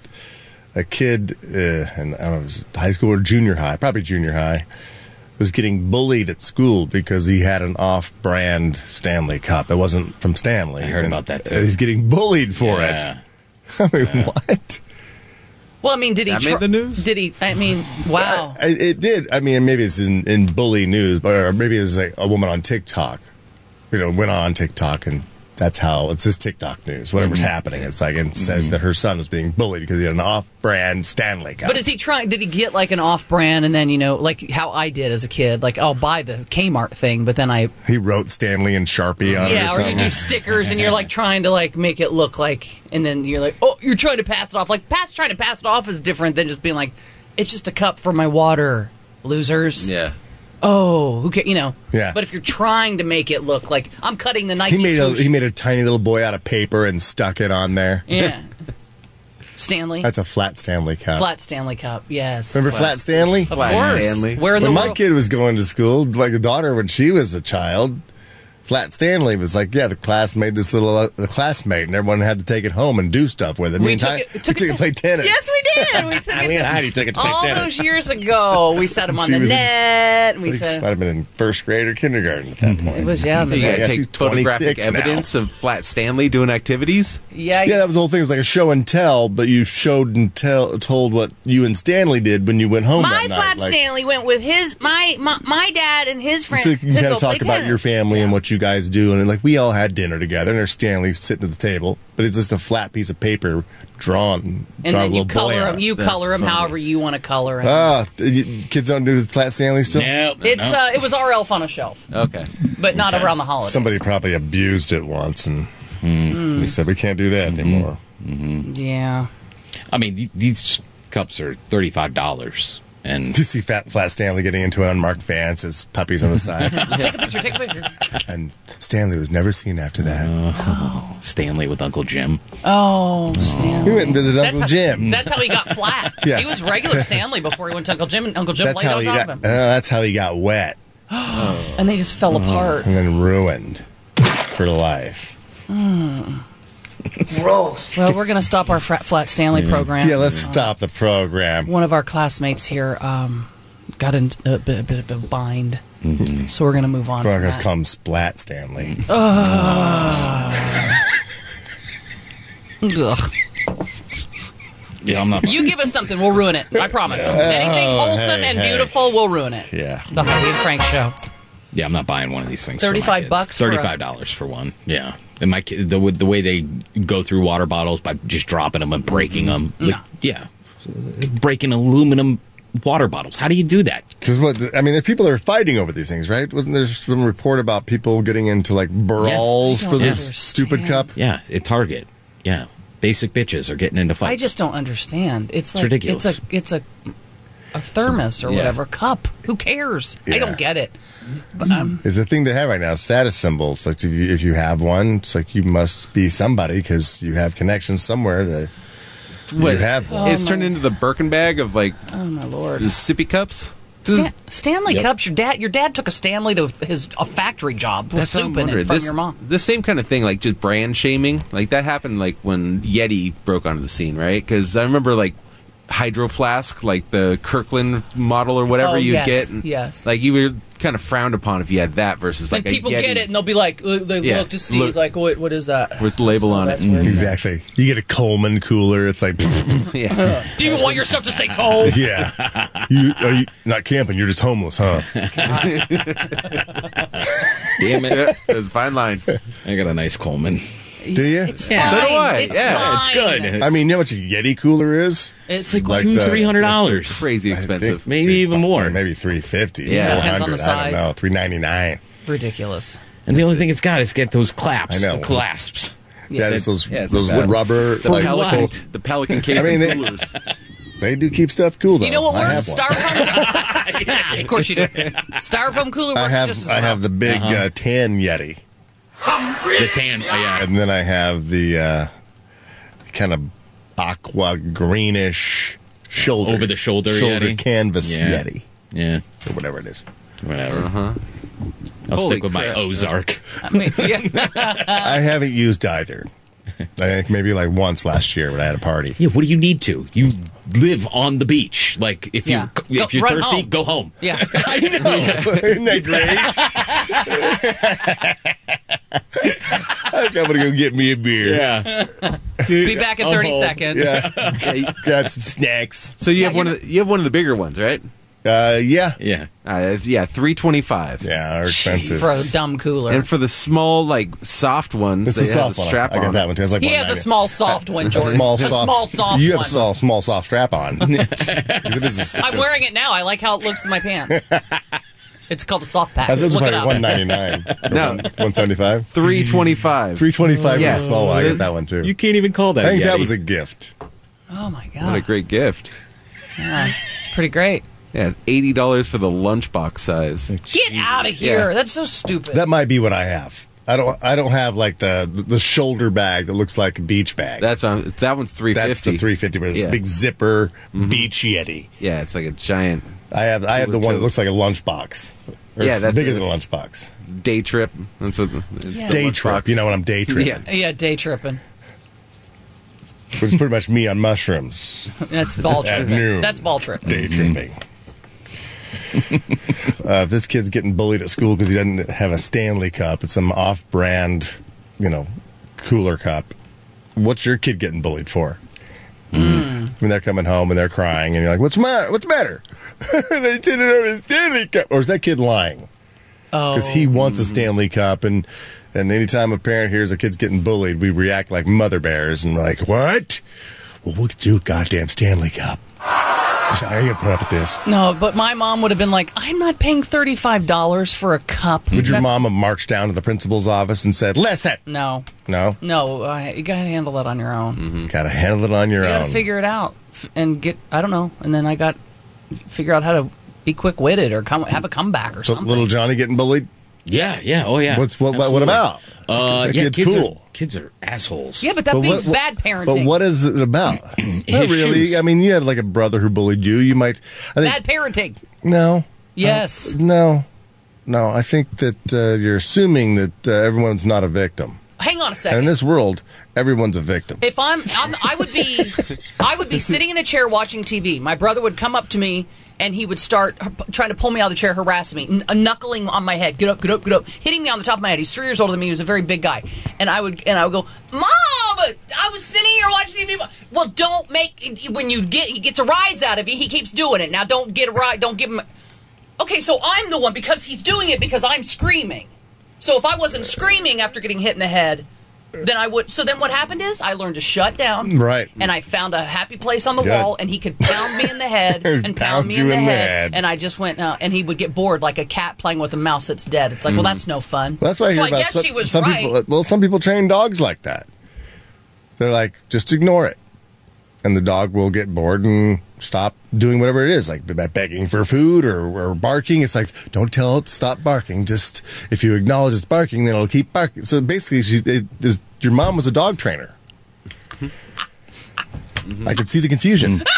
Speaker 3: a kid uh, in I don't know, it was high school or junior high, probably junior high, was getting bullied at school because he had an off-brand Stanley Cup. It wasn't from Stanley. I heard about that too. He's getting bullied for it. I mean, what?
Speaker 4: Well, I mean, did he?
Speaker 3: That made the
Speaker 4: news. Did he? I mean, wow.
Speaker 3: I, it did. I mean, maybe it's in, in bully news, but or maybe it was like a woman on TikTok, you know, went on TikTok and that's how it's just TikTok news. Whatever's
Speaker 4: Mm-hmm.
Speaker 3: happening, it's like and says that her son was being bullied because he had an off-brand Stanley Cup.
Speaker 4: But is he trying? Did he get like an off-brand, and then you know, like how I did as a kid, like I'll buy the Kmart thing, but then I
Speaker 3: he wrote Stanley and Sharpie on
Speaker 4: yeah,
Speaker 3: it or
Speaker 4: or
Speaker 3: something.
Speaker 4: you do stickers, and you're like trying to like make it look like, and then you're like, oh, you're trying to pass it off. Like pass trying to pass it off is different than just being like, it's just a cup for my water, losers.
Speaker 5: Yeah.
Speaker 4: Oh, who ca You know.
Speaker 3: Yeah.
Speaker 4: But if you're trying to make it look like I'm cutting the Nike
Speaker 3: he made a
Speaker 4: swoosh,
Speaker 3: he made a tiny little boy out of paper and stuck it on there.
Speaker 4: yeah, Stanley.
Speaker 3: that's a flat Stanley Cup.
Speaker 4: Flat Stanley Cup, yes.
Speaker 3: Remember Flat Stanley?
Speaker 4: Of course. Where in
Speaker 3: when
Speaker 4: the
Speaker 3: my
Speaker 4: world?
Speaker 3: kid was going to school, like a daughter when she was a child, Flat Stanley was like, yeah, the class made this little uh, the classmate, and everyone had to take it home and do stuff with it. Me
Speaker 4: We
Speaker 3: and
Speaker 4: took
Speaker 3: Ty-
Speaker 4: it- took
Speaker 3: we
Speaker 4: it
Speaker 3: took it to
Speaker 4: to-
Speaker 3: play tennis.
Speaker 4: Yes, we did. We took it
Speaker 3: Me and
Speaker 4: to-
Speaker 3: Heidi took it to play
Speaker 4: All
Speaker 3: tennis.
Speaker 4: those years ago, we set them on
Speaker 3: She
Speaker 4: the
Speaker 3: was in-
Speaker 4: net.
Speaker 3: I
Speaker 4: we
Speaker 3: think she
Speaker 4: said,
Speaker 3: might have been in first grade or kindergarten at that point.
Speaker 4: Mm-hmm. It was, yeah, in the
Speaker 17: You
Speaker 4: back.
Speaker 17: gotta
Speaker 3: Yeah, she's
Speaker 17: take photographic
Speaker 3: 26 now.
Speaker 17: evidence of Flat Stanley doing activities.
Speaker 4: Yeah,
Speaker 3: that was the whole thing. It was like a show and tell, but you showed and tell, told what you and Stanley did when you went home.
Speaker 4: my
Speaker 3: that night.
Speaker 4: flat
Speaker 3: Like,
Speaker 4: Stanley went with his my my, my dad and his friend
Speaker 3: So you
Speaker 4: to
Speaker 3: kind
Speaker 4: go
Speaker 3: of talk
Speaker 4: play
Speaker 3: about
Speaker 4: tennis.
Speaker 3: your family and what you guys do, and like we all had dinner together, and there's Stanley sitting at the table, but it's just a flat piece of paper drawn,
Speaker 4: and
Speaker 3: drawn
Speaker 4: then
Speaker 3: a little
Speaker 4: you
Speaker 3: boy
Speaker 4: color
Speaker 3: on
Speaker 4: them.
Speaker 3: it.
Speaker 4: You
Speaker 3: That's
Speaker 4: color them
Speaker 3: funny.
Speaker 4: however you want to color them.
Speaker 3: Ah, you- kids don't do the flat Stanley still.
Speaker 4: it's uh, it was RLF on a shelf,
Speaker 3: okay,
Speaker 4: but not around the holidays.
Speaker 3: Somebody probably abused it once, and
Speaker 5: Hmm.
Speaker 3: They said we can't do that anymore.
Speaker 4: Yeah.
Speaker 5: Mm-hmm. I mean, th- these cups are thirty-five dollars, and
Speaker 3: To see Fat Flat Stanley getting into an unmarked van says puppies on the side.
Speaker 4: Take a picture. Take a picture.
Speaker 3: and Stanley was never seen after that.
Speaker 5: Stanley with Uncle Jim.
Speaker 4: Oh, Stanley.
Speaker 3: We went and visited Uncle
Speaker 4: how,
Speaker 3: Jim.
Speaker 4: That's how he got flat.
Speaker 3: Yeah.
Speaker 4: He was regular Stanley before he went to Uncle Jim, and Uncle Jim
Speaker 3: That's
Speaker 4: laid
Speaker 3: how
Speaker 4: on
Speaker 3: he
Speaker 4: top
Speaker 3: got.
Speaker 4: of
Speaker 3: oh, that's how he got wet Uh,
Speaker 4: him. and they just fell apart.
Speaker 3: and then ruined for life.
Speaker 4: Mm.
Speaker 2: Gross.
Speaker 4: Well, we're going to stop our frat, Flat Stanley
Speaker 5: Mm-hmm.
Speaker 4: program.
Speaker 3: Yeah, let's stop the program.
Speaker 4: One of our classmates here um, got in a bit, a bit of a bind.
Speaker 5: Mm-hmm.
Speaker 4: So we're going to move on.
Speaker 3: We're
Speaker 4: From
Speaker 3: gonna
Speaker 4: that.
Speaker 3: call him Splat Stanley.
Speaker 4: Ugh. Ugh.
Speaker 5: Yeah, I'm not.
Speaker 4: You give us something, we'll ruin it. I promise.
Speaker 5: Yeah.
Speaker 4: Anything
Speaker 5: Oh,
Speaker 4: wholesome
Speaker 5: hey,
Speaker 4: and
Speaker 5: hey.
Speaker 4: beautiful, we'll ruin it.
Speaker 5: Yeah.
Speaker 4: The Heidi and Frank show.
Speaker 5: Yeah, I'm not buying one of these things. for my
Speaker 4: 35
Speaker 5: kids.
Speaker 4: bucks for a-
Speaker 5: Thirty-five dollars for one. Yeah, and my kid, the the way they go through water bottles by just dropping them and breaking them.
Speaker 4: Mm-hmm.
Speaker 5: Like, yeah, breaking aluminum water bottles. How do you do that?
Speaker 3: Because what I mean, there people are fighting over these things, right? Wasn't there some report about people getting into like
Speaker 4: I
Speaker 3: brawls
Speaker 4: don't
Speaker 3: for this
Speaker 4: understand.
Speaker 3: stupid cup?
Speaker 5: Yeah, at Target. Yeah, basic bitches are getting into fights.
Speaker 4: I just don't understand. It's,
Speaker 5: It's
Speaker 4: like
Speaker 5: ridiculous.
Speaker 4: it's a it's a a thermos or
Speaker 3: Yeah.
Speaker 4: whatever cup. Who cares? I
Speaker 3: Yeah.
Speaker 4: don't get it. But um,
Speaker 3: It's the thing to have right now. Status symbols. Like if you, if you have one, it's like you must be somebody because you have connections somewhere to
Speaker 17: What?
Speaker 3: you have one.
Speaker 17: it's turned into the Birkin bag of like
Speaker 4: oh my lord,
Speaker 17: sippy cups.
Speaker 4: Stan- Stanley
Speaker 17: Yep.
Speaker 4: cups. Your dad, your dad took a Stanley to his a factory job with
Speaker 17: what I'm
Speaker 4: soup in it
Speaker 17: wondering.
Speaker 4: from
Speaker 17: this,
Speaker 4: your mom.
Speaker 17: The same kind of thing, like just brand shaming. Like that happened, like when Yeti broke onto the scene, right? Because I remember like Hydro Flask, like the Kirkland model or whatever
Speaker 4: Oh,
Speaker 17: you
Speaker 4: yes,
Speaker 17: get. and,
Speaker 4: yes.
Speaker 17: Like you were kind of frowned upon if you had that versus like
Speaker 4: and people
Speaker 17: a Yeti.
Speaker 4: get it and they'll be like, uh, they
Speaker 17: Yeah,
Speaker 4: look to see
Speaker 17: look-
Speaker 4: like, what, what is that?
Speaker 17: Where's the label on it?
Speaker 4: that's weird.
Speaker 3: Exactly. You get a Coleman cooler. It's like
Speaker 17: yeah.
Speaker 4: Do you want your stuff to stay cold?
Speaker 3: yeah. You are you not camping? You're just homeless, huh?
Speaker 5: Damn it.
Speaker 17: It's a fine line.
Speaker 5: I got a nice Coleman.
Speaker 3: Do you?
Speaker 4: It's fine. So do I. It's Yeah. fine.
Speaker 5: it's good.
Speaker 3: I mean, you know what a Yeti cooler is?
Speaker 4: It's
Speaker 5: like two,
Speaker 3: the-
Speaker 5: $300.
Speaker 17: Crazy
Speaker 3: I think
Speaker 17: expensive.
Speaker 5: Maybe even more.
Speaker 3: Maybe three fifty.
Speaker 17: Yeah.
Speaker 4: Depends on the
Speaker 3: I
Speaker 4: size.
Speaker 3: don't know. Three ninety nine.
Speaker 4: Ridiculous.
Speaker 5: And the only thing it's got is get those claps.
Speaker 3: I know.
Speaker 5: the clasps.
Speaker 3: Yeah, it's those
Speaker 17: Yeah, it's
Speaker 3: those
Speaker 17: bad.
Speaker 3: rubber
Speaker 17: The
Speaker 3: like
Speaker 17: Pelican,
Speaker 3: little-
Speaker 17: the Pelican case
Speaker 3: I mean,
Speaker 17: of
Speaker 3: they-
Speaker 17: coolers.
Speaker 3: They do keep stuff cool though.
Speaker 4: You know what
Speaker 3: I
Speaker 4: works?
Speaker 3: have one.
Speaker 4: Styrofoam. of course you do. Styrofoam cooler
Speaker 3: I
Speaker 4: works
Speaker 3: have
Speaker 4: just as
Speaker 3: I
Speaker 4: well. Uh-huh.
Speaker 3: have the big uh
Speaker 5: Uh-huh.
Speaker 3: tan Yeti,
Speaker 5: The tan. oh, yeah.
Speaker 3: and then I have the uh, kind of aqua greenish shoulder
Speaker 5: Over the shoulder
Speaker 3: shoulder
Speaker 5: Yeti?
Speaker 3: canvas
Speaker 5: Yeah.
Speaker 3: Yeti
Speaker 5: Yeah.
Speaker 3: or whatever it is. Uh-huh.
Speaker 5: Whatever. I'll
Speaker 17: Holy
Speaker 5: stick with
Speaker 17: crap.
Speaker 5: my Ozark.
Speaker 4: I mean, yeah.
Speaker 3: I haven't used either. I think maybe like once last year when I had a party.
Speaker 5: Yeah, what do you need to? You live on the beach. Like if
Speaker 4: Yeah.
Speaker 5: you
Speaker 4: Go-
Speaker 5: if you're
Speaker 4: run
Speaker 5: thirsty,
Speaker 4: home.
Speaker 5: go home.
Speaker 4: yeah.
Speaker 5: I know.
Speaker 3: Isn't that great? I think I'm gonna go get me a beer.
Speaker 5: yeah.
Speaker 4: Be back in 30 seconds.
Speaker 3: Oh, Yeah, grab some snacks.
Speaker 17: So you have one of the, you have one of the bigger ones, right?
Speaker 3: Uh, yeah,
Speaker 5: Yeah.
Speaker 17: Uh, it's- yeah, three twenty five.
Speaker 3: yeah, are expensive.
Speaker 4: For a dumb cooler.
Speaker 17: And for the small, like soft ones,
Speaker 3: It's
Speaker 17: they
Speaker 3: a soft
Speaker 17: have the
Speaker 3: one.
Speaker 17: strap
Speaker 3: I got
Speaker 17: on.
Speaker 3: that one too. It's like
Speaker 4: he has a
Speaker 3: $1.90.
Speaker 4: small soft one,
Speaker 3: A
Speaker 4: Jordan.
Speaker 3: small
Speaker 4: a
Speaker 3: soft.
Speaker 4: small soft
Speaker 3: You have
Speaker 4: one.
Speaker 3: a soft, small soft strap on.
Speaker 4: I'm wearing it now. I like how it looks in my pants. It's called a soft pack.
Speaker 3: Uh, Those are
Speaker 4: Look it
Speaker 3: probably
Speaker 4: up.
Speaker 3: one ninety nine.
Speaker 17: No.
Speaker 3: one seventy five.
Speaker 17: Three twenty five.
Speaker 3: Three twenty five for
Speaker 17: Yeah.
Speaker 3: the small one. I got that one too.
Speaker 5: You can't even call that.
Speaker 3: I think that
Speaker 5: Yeti.
Speaker 3: was a gift.
Speaker 4: Oh my
Speaker 17: What a
Speaker 4: god!
Speaker 17: great gift.
Speaker 4: Yeah, it's pretty great.
Speaker 17: Yeah, eighty dollars for the lunchbox size.
Speaker 4: Get out of here! That's so stupid.
Speaker 3: That might be what I have. I don't. I don't have like the the shoulder bag that looks like a beach bag.
Speaker 17: That's on, that one's three fifty.
Speaker 3: That's the three fifty. But it's
Speaker 17: Yeah. Mm-hmm.
Speaker 3: a big zipper beach yeti.
Speaker 17: Yeah, it's like a giant
Speaker 3: I have. I have the one that looks like a lunchbox. Or
Speaker 17: Yeah,
Speaker 3: it's
Speaker 17: that's
Speaker 3: bigger
Speaker 17: it.
Speaker 3: than a lunchbox.
Speaker 17: day trip. That's what the
Speaker 4: Yeah.
Speaker 3: Day
Speaker 17: lunchbox.
Speaker 3: trip. You know when I'm day tripping,
Speaker 17: Yeah.
Speaker 4: yeah, day tripping.
Speaker 3: which is pretty much me on mushrooms.
Speaker 4: That's ball
Speaker 3: At
Speaker 4: tripping.
Speaker 3: noon.
Speaker 4: That's ball tripping.
Speaker 3: day
Speaker 17: Mm-hmm.
Speaker 3: tripping. uh, if this kid's getting bullied at school because he doesn't have a Stanley cup, it's some off-brand, you know, cooler cup. What's your kid getting bullied for?
Speaker 4: Hmm.
Speaker 3: When they're coming home and they're crying, and you're like, "What's my What's the matter?" they didn't have a Stanley cup, or is that kid lying?
Speaker 4: Oh,
Speaker 3: Because he wants a Stanley cup, and and anytime a parent hears a kid's getting bullied, we react like mother bears and we're like, "What? Well, we'll get you a goddamn Stanley cup." Sorry, I got put up with this.
Speaker 4: No, but my mom would have been like, I'm not paying $35 for a cup.
Speaker 3: Would your
Speaker 4: That's-
Speaker 3: mom have marched down to the principal's office and said, "Listen,
Speaker 4: No.
Speaker 3: no,
Speaker 4: No, uh, you got to handle that on your own.
Speaker 3: gotta handle it on Mm, your
Speaker 4: Mm-hmm. You got
Speaker 3: own."
Speaker 4: to figure it out f- and get, I don't know. And then I got, figure out how to be quick witted or come, have a comeback or
Speaker 3: So
Speaker 4: something.
Speaker 3: little Johnny getting bullied?
Speaker 5: Yeah, yeah, oh yeah.
Speaker 3: What's what? What,
Speaker 5: Absolutely.
Speaker 3: what about?
Speaker 5: Uh,
Speaker 3: That
Speaker 5: yeah,
Speaker 3: kid's
Speaker 5: kids are-
Speaker 3: cool.
Speaker 5: kids are assholes.
Speaker 4: Yeah, but that means bad parenting.
Speaker 3: But what is it about? Not really.
Speaker 5: Issues.
Speaker 3: I mean, you had like a brother who bullied you. You might. I think
Speaker 4: Bad parenting.
Speaker 3: no.
Speaker 4: Yes.
Speaker 3: Uh, no, no. I think that uh, you're assuming that uh, everyone's not a victim,
Speaker 4: Hang on a
Speaker 3: and in
Speaker 4: second.
Speaker 3: this world, everyone's a victim.
Speaker 4: If I'm, I'm, I would be, I would be sitting in a chair watching TV. My brother would come up to me and he would start h- trying to pull me out of the chair, harass me, kn- knuckling on my head. Get up, get up, get up, hitting me on the top of my head. He's three years older than me. He was a very big guy, and I would, and I would go, Mom, I was sitting here watching TV. Well, don't make when you get he gets a rise out of you. He keeps doing it. Now don't get a rise. Don't give him. Okay, so I'm the one because he's doing it because I'm screaming. So if I wasn't screaming after getting hit in the head, then I would. So then what happened is I learned to shut down.
Speaker 3: Right.
Speaker 4: And I found a happy place on the
Speaker 3: Good.
Speaker 4: wall, and he could pound me in the head and pound,
Speaker 3: Pound
Speaker 4: me
Speaker 3: you
Speaker 4: in the
Speaker 3: in the
Speaker 4: head,
Speaker 3: head.
Speaker 4: And I just went, uh, and he would get bored like a cat playing with a mouse that's dead. It's like, well, that's no fun.
Speaker 3: Mm. Well, that's why I
Speaker 4: so
Speaker 3: hear
Speaker 4: I
Speaker 3: about
Speaker 4: guess
Speaker 3: some,
Speaker 4: she was
Speaker 3: some
Speaker 4: right.
Speaker 3: people. Well, some people train dogs like that. They're like, just ignore it, and the dog will get bored and stop doing whatever it is, like be- begging for food or, or barking. It's like, don't tell it to stop barking. Just if you acknowledge it's barking, then it'll keep barking. So basically, she, it, is, your mom was a dog trainer. I could see the confusion.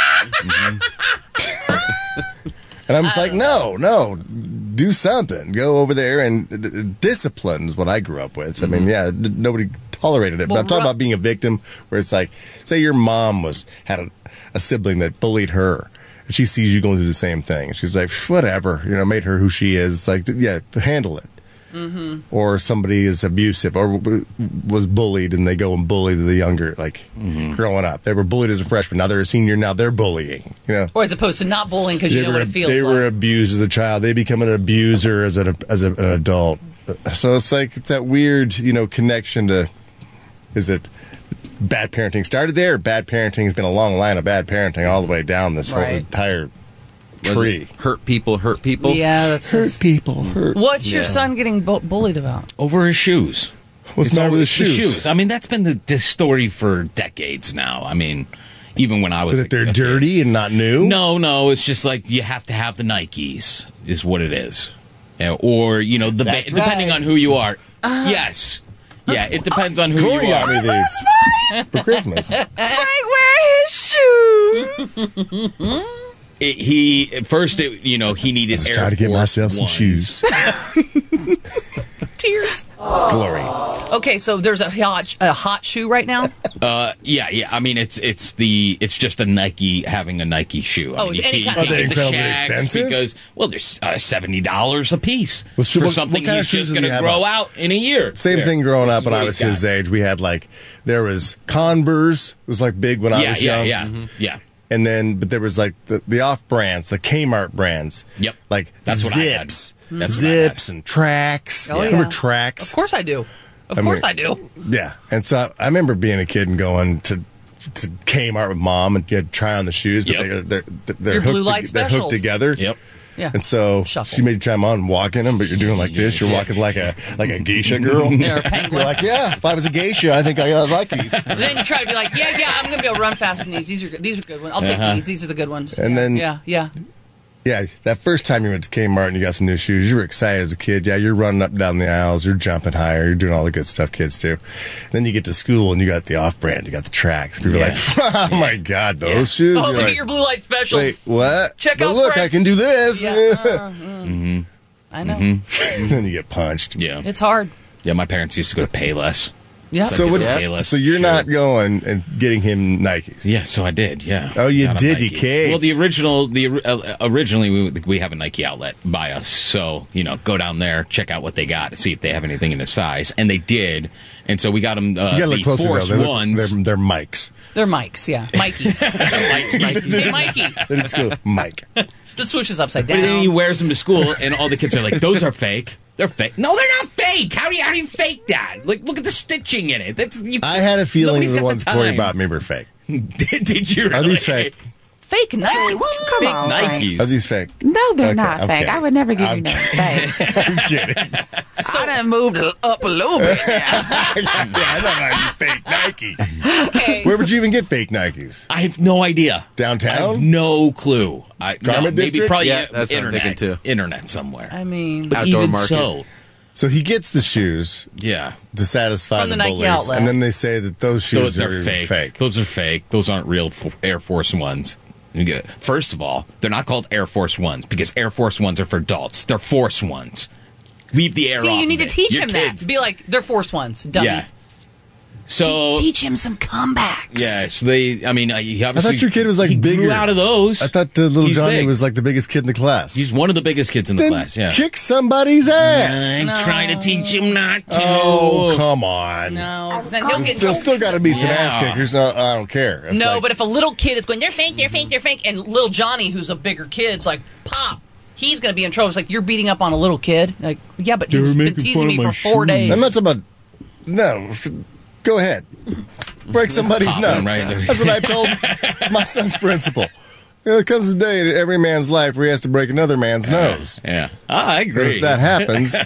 Speaker 3: And I'm just like, no, no, do something. Go over there and d- d- discipline is what I grew up with. I mean, yeah, d- nobody tolerated it.
Speaker 4: Well,
Speaker 3: but I'm talking
Speaker 4: ru-
Speaker 3: about being a victim, where it's like, say your mom was had a, a sibling that bullied her. And she sees you going through the same thing. She's like, whatever, you know, made her who she is. Like, yeah, handle it.
Speaker 15: Mm-hmm.
Speaker 3: Or somebody is abusive or w- was bullied and they go and bully the younger, like growing up. They were bullied as a freshman. Now they're a senior. Now they're bullying, you know
Speaker 4: or as opposed to not bullying because you know
Speaker 3: were,
Speaker 4: what it feels
Speaker 3: they
Speaker 4: like.
Speaker 3: were abused as a child. They become an abuser as an as a, an adult. So it's like it's that weird, you know, connection to is it bad parenting started there? Bad parenting has been a long line of bad parenting all the way down this whole
Speaker 4: Right.
Speaker 3: entire
Speaker 17: Was it
Speaker 3: tree.
Speaker 17: Hurt people, hurt people.
Speaker 4: Yeah, that's
Speaker 3: hurt people. Hurt.
Speaker 4: What's your
Speaker 5: Yeah.
Speaker 4: son getting bu- bullied about?
Speaker 5: Over his shoes.
Speaker 3: What's
Speaker 5: It's
Speaker 3: the matter with
Speaker 5: always
Speaker 3: his shoes?
Speaker 5: I mean, that's been the this story for decades now. I mean, even when I was
Speaker 3: That they're dirty and not new.
Speaker 5: No, no. It's just like you have to have the Nikes, is what it is, Yeah, or you know, the ba-
Speaker 3: That's
Speaker 5: depending
Speaker 3: right. Uh-huh.
Speaker 5: on who you are. yes, yeah. It depends on who
Speaker 3: Corey
Speaker 5: you are.
Speaker 3: got me these for Christmas.
Speaker 4: I
Speaker 5: wear his shoes. It, he at first, it, you know, he needed Air
Speaker 3: Try to get
Speaker 5: Force
Speaker 3: myself some
Speaker 5: Ones.
Speaker 3: shoes.
Speaker 4: Tears.
Speaker 3: Glory.
Speaker 4: Okay, so there's a hot, a hot shoe right now. Oh,
Speaker 5: Uh, yeah, yeah. I mean, it's it's the it's just a Nike having a Nike shoe. I
Speaker 4: Oh,
Speaker 5: mean, you
Speaker 4: any
Speaker 5: can't-
Speaker 4: kind-
Speaker 5: you
Speaker 4: Are they
Speaker 5: can't get the
Speaker 4: incredibly
Speaker 5: Shaqs
Speaker 4: expensive?
Speaker 5: Because well, there's uh, seventy dollars a piece
Speaker 3: Well, so
Speaker 5: for
Speaker 3: what-
Speaker 5: something
Speaker 3: what kind
Speaker 5: he's
Speaker 3: of shoes
Speaker 5: just
Speaker 3: does he
Speaker 5: going to
Speaker 3: have
Speaker 5: grow
Speaker 3: on?
Speaker 5: out in a year.
Speaker 3: Same
Speaker 5: There.
Speaker 3: thing growing
Speaker 5: This
Speaker 3: up
Speaker 5: is
Speaker 3: when
Speaker 5: what
Speaker 3: I
Speaker 5: he's
Speaker 3: was
Speaker 5: got.
Speaker 3: his age. We had like there was Converse was like big when I
Speaker 5: yeah,
Speaker 3: was
Speaker 5: yeah,
Speaker 3: young. Mm-hmm.
Speaker 5: yeah, yeah.
Speaker 3: and then but there was like the, the off brands, the Kmart brands.
Speaker 5: Yep.
Speaker 3: Like
Speaker 5: That's what I had.
Speaker 3: zips,
Speaker 5: That's what I had.
Speaker 3: zips and tracks.
Speaker 4: Oh,
Speaker 3: Remember
Speaker 4: yeah.
Speaker 3: tracks?
Speaker 4: Of course I do. Of
Speaker 3: I mean-
Speaker 4: course I do.
Speaker 3: Yeah. And so I remember being a kid and going to to Kmart with mom and you had to try on the shoes, but
Speaker 5: Yep.
Speaker 3: they're they're they're
Speaker 4: Your blue
Speaker 3: hooked,
Speaker 4: light
Speaker 3: to- they're hooked
Speaker 4: specials.
Speaker 3: together.
Speaker 5: Yep.
Speaker 4: Yeah.
Speaker 3: And so she made you try them on and walk in them, but you're doing like this. You're walking like a like a geisha girl.
Speaker 4: Yeah, or a
Speaker 3: you're like, yeah. If I was a geisha, I think I, I like these.
Speaker 4: And then you try to be like, yeah, yeah, I'm gonna be able to run fast in these. These are good. These are good ones. I'll take
Speaker 3: Uh-huh.
Speaker 4: these. These are the good ones.
Speaker 3: And
Speaker 4: yeah,
Speaker 3: then-
Speaker 4: yeah, yeah.
Speaker 3: Yeah, that first time you went to Kmart and you got some new shoes, you were excited as a kid. Yeah, you're running up and down the aisles, you're jumping higher, you're doing all the good stuff kids do. Then you get to school and you got the off brand, you got the tracks. People
Speaker 5: Yeah.
Speaker 3: are like, oh my God, those shoes.
Speaker 4: Oh,
Speaker 3: You're
Speaker 4: look at
Speaker 3: like,
Speaker 4: your blue light specials.
Speaker 3: Wait, what?
Speaker 4: Check
Speaker 3: but
Speaker 4: out
Speaker 3: look, I
Speaker 4: Frank's."
Speaker 3: can do this. Mm-hmm.
Speaker 4: Yeah, uh,
Speaker 5: Mm-hmm.
Speaker 4: I know.
Speaker 3: then you get punched.
Speaker 5: Yeah,
Speaker 4: It's hard.
Speaker 5: yeah. My parents used to go to Payless.
Speaker 4: Yeah.
Speaker 3: So, what, so you're not going and getting him Nikes.
Speaker 5: Yeah, so I did. Yeah.
Speaker 3: Oh, you
Speaker 5: Got a
Speaker 3: did. You
Speaker 5: Nikes.
Speaker 3: caved.
Speaker 5: Well, the original, the ori- uh, originally we we have a Nike outlet by us, so you know, go down there, check out what they got, see if they have anything in the size, and they did, and so we got them. Uh,
Speaker 3: you gotta look
Speaker 5: the
Speaker 3: closer
Speaker 5: Force
Speaker 3: though. They look-
Speaker 5: ones.
Speaker 3: They're, they're, mics.
Speaker 4: They're Mikes. Yeah, Mikey's. Hey, Mikey.
Speaker 3: They just go Mike.
Speaker 4: The swoosh is upside
Speaker 5: But then
Speaker 4: down.
Speaker 5: he wears them to school, and all the kids are like, "Those are fake. They're fake. No, they're not fake. How do you how do you fake that? Like, look at the stitching in it. That's you,
Speaker 3: I had a feeling
Speaker 5: nobody's
Speaker 3: the
Speaker 5: got
Speaker 3: ones Corey
Speaker 5: time.
Speaker 3: bought me were fake.
Speaker 5: did, did you?
Speaker 3: Are these fake?
Speaker 15: Fake Nike. Come on, Frank.
Speaker 3: Are these fake?
Speaker 15: No, they're
Speaker 3: Okay,
Speaker 15: not
Speaker 3: I'm
Speaker 15: fake.
Speaker 3: kidding.
Speaker 15: I would never give
Speaker 3: I'm
Speaker 15: you no fake.
Speaker 3: I'm kidding.
Speaker 15: So, I done moved up a little bit.
Speaker 3: yeah, I don't fake Nikes. Where would you even get fake Nikes?
Speaker 5: I have no idea.
Speaker 3: Downtown?
Speaker 5: I have no clue. I, no,
Speaker 3: Garment
Speaker 5: maybe
Speaker 3: district?
Speaker 5: probably
Speaker 3: Yeah, that's what I'm
Speaker 5: internet,
Speaker 3: thinking,
Speaker 5: internet somewhere.
Speaker 4: I mean,
Speaker 5: But even so,
Speaker 3: So he gets the shoes.
Speaker 5: Yeah.
Speaker 3: To satisfy
Speaker 4: From
Speaker 3: the,
Speaker 4: the Nike
Speaker 3: bullies.
Speaker 4: outlet.
Speaker 3: And then they say that those shoes
Speaker 5: those are
Speaker 3: are
Speaker 5: fake. Those are fake. Those aren't real fo- Air Force Ones. You get- First of all, they're not called Air Force Ones because Air Force Ones are for adults. They're Force Ones. Leave the air off
Speaker 4: See, you need to
Speaker 5: of it.
Speaker 4: teach
Speaker 5: Your
Speaker 4: him
Speaker 5: kids-
Speaker 4: that. Be like, they're Force Ones, dummy.
Speaker 5: Yeah. So
Speaker 4: Teach him some comeback.
Speaker 5: yeah, so they. I mean, uh, he
Speaker 3: I
Speaker 5: obviously.
Speaker 3: thought your kid was like
Speaker 5: he
Speaker 3: bigger.
Speaker 5: Grew out of those.
Speaker 3: I thought uh, little
Speaker 5: He's
Speaker 3: Johnny
Speaker 5: big.
Speaker 3: was like the biggest kid in the class.
Speaker 5: He's one of the biggest kids in the
Speaker 3: Then
Speaker 5: class. Yeah.
Speaker 3: Kick somebody's ass.
Speaker 5: I'm trying to teach him not to.
Speaker 3: Oh, come on.
Speaker 4: No, 'cause then he'll get
Speaker 3: There's still got to be some
Speaker 5: Yeah.
Speaker 3: ass kickers. Uh, I don't care. If,
Speaker 4: no,
Speaker 3: like,
Speaker 4: but if a little kid is going, they're fake, they're fake, they're fake, and little Johnny, who's a bigger kid's like, pop, he's gonna be in trouble. It's like you're beating up on a little kid. Like, yeah, but he's been teasing me for four days.
Speaker 3: I'm not talking about. No, f- go ahead. Break somebody's
Speaker 5: Pop
Speaker 3: nuts.
Speaker 5: him right there.
Speaker 3: That's what I told my son's principal. You know, there comes a day in every man's life where he has to break another man's nose.
Speaker 5: Yeah, I agree.
Speaker 3: If that happens,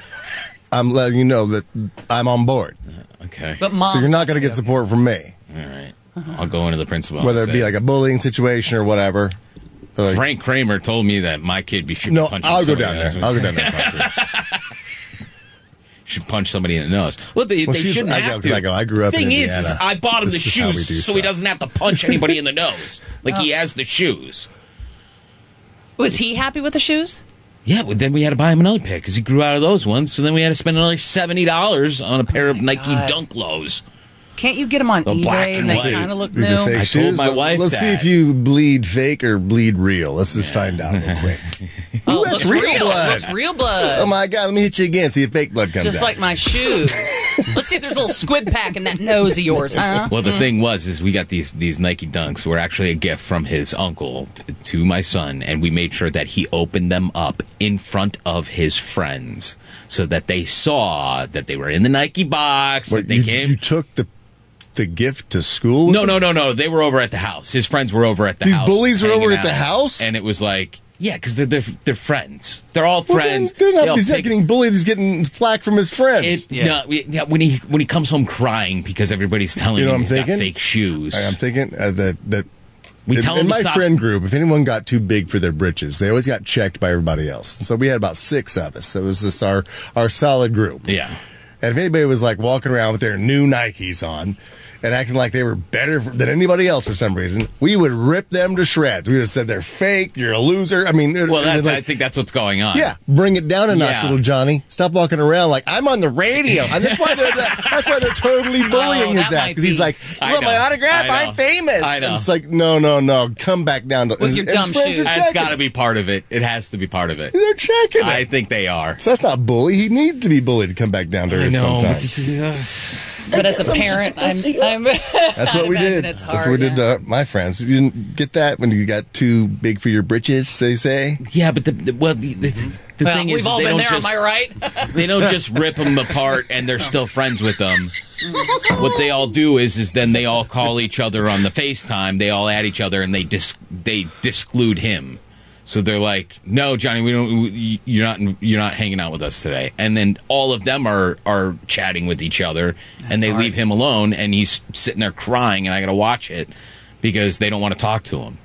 Speaker 3: I'm letting you know that I'm on board.
Speaker 5: Uh, Okay.
Speaker 4: But
Speaker 3: so you're not going to get support from me,
Speaker 5: All right. I'll go into the principal. and
Speaker 3: whether it be
Speaker 5: say,
Speaker 3: like a bullying situation or whatever. Like,
Speaker 5: Frank Kramer told me that my kid be should
Speaker 3: No,
Speaker 5: punch
Speaker 3: I'll go
Speaker 5: somebody
Speaker 3: down
Speaker 5: in the
Speaker 3: there.
Speaker 5: nose.
Speaker 3: I'll go down there.
Speaker 5: should punch somebody in the nose. Well, they,
Speaker 3: Well,
Speaker 5: they
Speaker 3: she's-
Speaker 5: shouldn't
Speaker 3: I go-
Speaker 5: have
Speaker 3: 'cause
Speaker 5: to.
Speaker 3: I go, I grew up in
Speaker 5: Thing is, is
Speaker 3: Indiana.
Speaker 5: I bought him the
Speaker 3: This is how we
Speaker 5: shoes
Speaker 3: do
Speaker 5: so he
Speaker 3: stuff.
Speaker 5: doesn't have to punch anybody in the nose. Like
Speaker 4: Oh.
Speaker 9: Oh.
Speaker 5: he has the shoes.
Speaker 4: Was he happy with the shoes?
Speaker 5: Yeah, but then we had to buy him another pair because he grew out of those ones. So then we had to spend another seventy dollars on a pair of Nike
Speaker 4: God.
Speaker 5: Dunk Lows.
Speaker 4: Can't you get him on
Speaker 5: The
Speaker 4: eBay
Speaker 5: black
Speaker 4: and
Speaker 5: and
Speaker 4: they
Speaker 5: white.
Speaker 4: kind of look
Speaker 3: These
Speaker 4: new?
Speaker 3: are fake
Speaker 5: I told
Speaker 3: shoes.
Speaker 5: my wife
Speaker 3: Let's see
Speaker 5: that.
Speaker 3: if you bleed fake or bleed real. Let's just find out real quick.
Speaker 4: Oh,
Speaker 3: Ooh,
Speaker 4: looks
Speaker 3: that's real, blood.
Speaker 4: Looks real blood.
Speaker 3: Oh my god, let me hit you again. See if fake blood comes
Speaker 4: Just
Speaker 3: out.
Speaker 4: like my shoes. Let's see if there's a little squid pack in that nose of yours, huh?
Speaker 5: Well, the
Speaker 4: Mm.
Speaker 5: thing was, is we got these these Nike Dunks were actually a gift from his uncle t- to my son, and we made sure that he opened them up in front of his friends so that they saw that they were in the Nike box.
Speaker 3: Wait,
Speaker 5: that they
Speaker 3: you,
Speaker 5: came.
Speaker 3: you took the the gift to school? with
Speaker 5: No,
Speaker 3: it?
Speaker 5: no, no, no. They were over at the house. His friends were over at the
Speaker 3: These
Speaker 5: house.
Speaker 3: bullies were
Speaker 5: hanging
Speaker 3: over at the house?
Speaker 5: and it was like, yeah, because they're, they're they're friends. They're all
Speaker 3: Well, then
Speaker 5: friends.
Speaker 3: They're
Speaker 5: They all
Speaker 3: not, he's not
Speaker 5: pick-
Speaker 3: getting bullied. He's getting flack from his friends.
Speaker 5: It, no, we- yeah, when he when he comes home crying because everybody's telling
Speaker 3: You know
Speaker 5: him
Speaker 3: what I'm
Speaker 5: he's got
Speaker 3: thinking?
Speaker 5: fake shoes.
Speaker 3: I- I'm thinking uh, that that
Speaker 5: We
Speaker 3: in,
Speaker 5: tell
Speaker 3: in
Speaker 5: them to
Speaker 3: my
Speaker 5: stop-
Speaker 3: friend group, if anyone got too big for their britches, they always got checked by everybody else. And so we had about six of us. That was just our our solid group.
Speaker 5: yeah.
Speaker 3: And if anybody was like walking around with their new Nikes on and acting like they were better for, than anybody else for some reason, we would rip them to shreds. We would have said they're fake. You're a loser. I mean, it-
Speaker 5: Well,
Speaker 3: and then,
Speaker 5: that's, I
Speaker 3: like,
Speaker 5: think that's what's going on.
Speaker 3: yeah, bring it down a notch,
Speaker 5: Yeah.
Speaker 3: little Johnny. Stop walking around like I'm on the radio, and that's why they're that's why they're totally bullying
Speaker 5: Oh,
Speaker 3: his
Speaker 5: that
Speaker 3: ass
Speaker 5: might
Speaker 3: because he's
Speaker 5: be.
Speaker 3: like,
Speaker 5: I
Speaker 3: "You want my
Speaker 5: know.
Speaker 3: autograph?
Speaker 5: I know.
Speaker 3: I'm famous."
Speaker 5: I know.
Speaker 3: And it's like, no, no, no, come back down to
Speaker 4: With your
Speaker 3: and his
Speaker 4: dumb
Speaker 3: friends
Speaker 4: shoes.
Speaker 3: are
Speaker 5: That's
Speaker 3: checking
Speaker 5: got to be part of it. It has to be part of it.
Speaker 3: They're checking it.
Speaker 5: I think they are.
Speaker 3: so that's not bully. He needs to be bullied to come back down to
Speaker 5: I
Speaker 3: earth
Speaker 5: know. But
Speaker 3: sometimes.
Speaker 5: this is,
Speaker 4: But as a parent, I'm. I'm
Speaker 3: That's what we did.
Speaker 4: It's hard,
Speaker 3: That's what we did
Speaker 4: yeah.
Speaker 3: to my friends. You didn't get that when you got too big for your britches, they say.
Speaker 5: yeah, but the, the well, the, the, the
Speaker 4: Well,
Speaker 5: thing is,
Speaker 4: we've all
Speaker 5: they
Speaker 4: been
Speaker 5: don't
Speaker 4: there.
Speaker 5: just
Speaker 4: Am I right?
Speaker 5: they don't just rip them apart and they're still friends with them. What they all do is, is then they all call each other on the FaceTime. They all add each other and they dis they disclude him. So they're like, "No, Johnny, we don't. We, you're not. You're not hanging out with us today." And then all of them are are chatting with each other, and they leave him alone, and he's sitting there crying, and I got to watch it because they don't want to talk to him.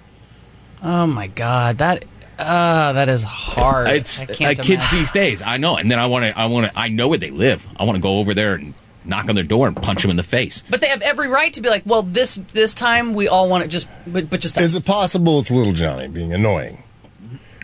Speaker 4: Oh my god, that uh that is hard.
Speaker 5: It's
Speaker 4: I
Speaker 5: uh,
Speaker 4: can't
Speaker 5: kids
Speaker 4: imagine.
Speaker 5: these days. I know, and then I want to. I want to. I know where they live. I want to go over there and knock on their door and punch them in the face.
Speaker 4: But they have every right to be like, well, this this time we all want it just, but, but just
Speaker 3: Is it possible it's little Johnny being annoying?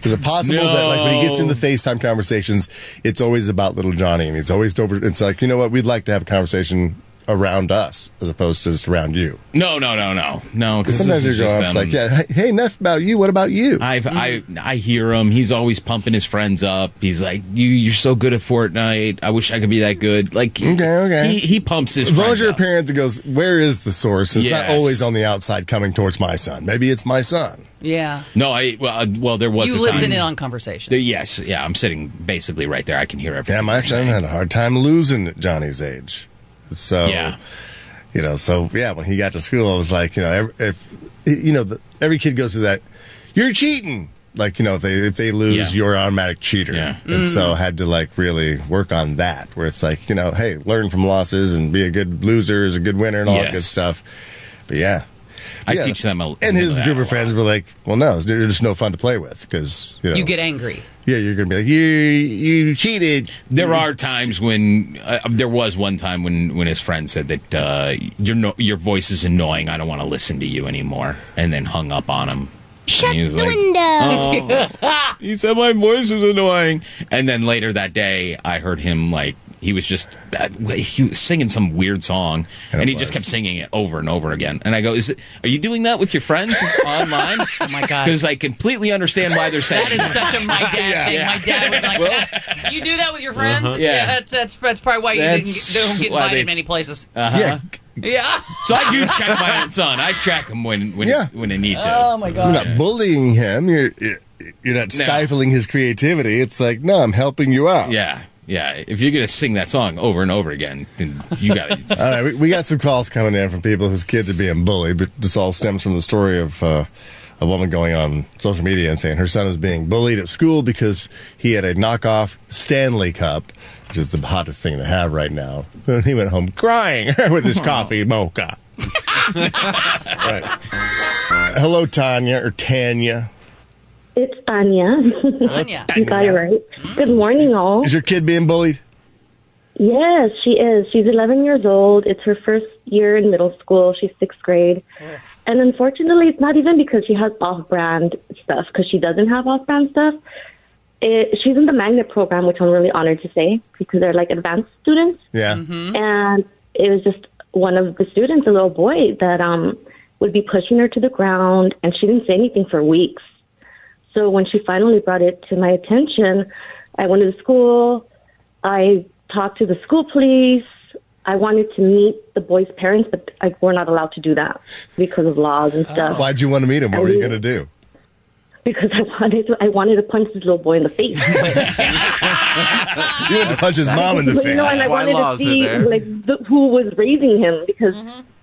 Speaker 3: Is it possible that like when he gets in the FaceTime conversations, it's always about little Johnny and he's always over it's like, you know what, we'd like to have a conversation around us as opposed to just around you.
Speaker 5: No, no, no, no, no.
Speaker 3: Because
Speaker 5: 'cause
Speaker 3: sometimes
Speaker 5: this
Speaker 3: you're
Speaker 5: is
Speaker 3: going,
Speaker 5: just um,
Speaker 3: it's
Speaker 5: them.
Speaker 3: like, yeah, hey, enough about you. What about you?
Speaker 5: I've, I I hear him. He's always pumping his friends up. He's like, "You you're so good at Fortnite. I wish I could be that good." Like,
Speaker 3: Okay, okay.
Speaker 5: He, he pumps his.
Speaker 3: as long
Speaker 5: friends
Speaker 3: as you're a
Speaker 5: up.
Speaker 3: parent that goes, where is the source? It's not
Speaker 5: Yes.
Speaker 3: always on the outside coming towards my son. Maybe it's my son.
Speaker 4: yeah.
Speaker 5: No, I well, uh, well there was.
Speaker 4: You
Speaker 5: a
Speaker 4: listen
Speaker 5: time-
Speaker 4: in on conversations.
Speaker 5: There- yes, yeah. I'm sitting basically right there. I can hear everything.
Speaker 3: Yeah, my son had a hard time losing at Johnny's age. So
Speaker 5: Yeah.
Speaker 3: You know, so yeah, when he got to school, I was like, you know, every, if you know, the, every kid goes through that. You're cheating. Like you know, if they if they lose,
Speaker 5: Yeah.
Speaker 3: you're an automatic cheater. And
Speaker 5: Mm.
Speaker 3: so I had to like really work on that, where it's like you know, hey, learn from losses and be a good loser, is a good winner, and all that good
Speaker 5: Yes.
Speaker 3: stuff. But yeah,
Speaker 5: I
Speaker 3: Yeah.
Speaker 5: teach them a
Speaker 3: And his
Speaker 5: that
Speaker 3: group
Speaker 5: a
Speaker 3: of friends were like, "Well, no, it's- they're just no fun to play with because you know
Speaker 4: You get angry.
Speaker 3: yeah, you're gonna be like, you you cheated.
Speaker 5: There are times when uh, there was one time when when his friend said that uh, your no, your voice is annoying. I don't want to listen to you anymore, and then hung up on him. Shut the
Speaker 14: window.
Speaker 5: "Oh." he said my voice is annoying, and then later that day, I heard him like he was just uh, he was singing some weird song, and, he just kept singing it over and over again. And I go, "Is it, are you doing that with your friends online? oh my
Speaker 4: god!
Speaker 5: Because I completely understand why they're saying
Speaker 4: That is such a my dad thing.
Speaker 5: Yeah.
Speaker 4: My dad would like that. You do that with your friends?
Speaker 5: Uh-huh.
Speaker 4: Yeah,
Speaker 5: Yeah.
Speaker 4: that, that's that's probably why you
Speaker 5: That's
Speaker 4: didn't get, don't get
Speaker 5: why
Speaker 4: invited
Speaker 5: they-
Speaker 4: many places.
Speaker 5: Uh-huh. Yeah.
Speaker 4: Yeah.
Speaker 5: So I do check my own son. I check him when when
Speaker 3: Yeah.
Speaker 5: when I need to.
Speaker 4: Oh my
Speaker 3: You're not bullying him. You're you're, you're not
Speaker 5: No.
Speaker 3: stifling his creativity. It's like, no, I'm helping you out.
Speaker 5: Yeah, yeah. If you're gonna sing that song over and over again, then you got to
Speaker 3: All right, we, we got some calls coming in from people whose kids are being bullied, but this all stems from the story of uh, a woman going on social media and saying her son is being bullied at school because he had a knockoff Stanley Cup, which is the hottest thing to have right now. And he went home crying with his coffee mocha. right. Hello, Tanya or Tanya.
Speaker 18: It's Anya.
Speaker 4: Anya. Hmm?
Speaker 18: you got it right. Good morning, all.
Speaker 3: Is your kid being bullied?
Speaker 18: Yes, she is. She's 11 years old. It's her first year in middle school. She's sixth grade.
Speaker 4: Oh.
Speaker 18: And unfortunately, it's not even because she has off brand stuff, because she doesn't have off brand stuff. It, she's in the magnet program, which I'm really honored to say, because they're like advanced students.
Speaker 3: Yeah.
Speaker 18: And it was just one of the students, a little boy, that um would be pushing her to the ground, and she didn't say anything for weeks. So when she finally brought it to my attention, I went to the school. I talked to the school police. I wanted to meet the boy's parents, but I, we're not allowed to do that because of laws and stuff.
Speaker 3: Why'd you want to meet him? What were you going to do?
Speaker 18: Because I wanted, to, I wanted to punch this little boy in the face.
Speaker 3: You wanted to punch his mom in the
Speaker 18: But,
Speaker 3: face.
Speaker 18: You know, and I wanted to see like the, who was raising him because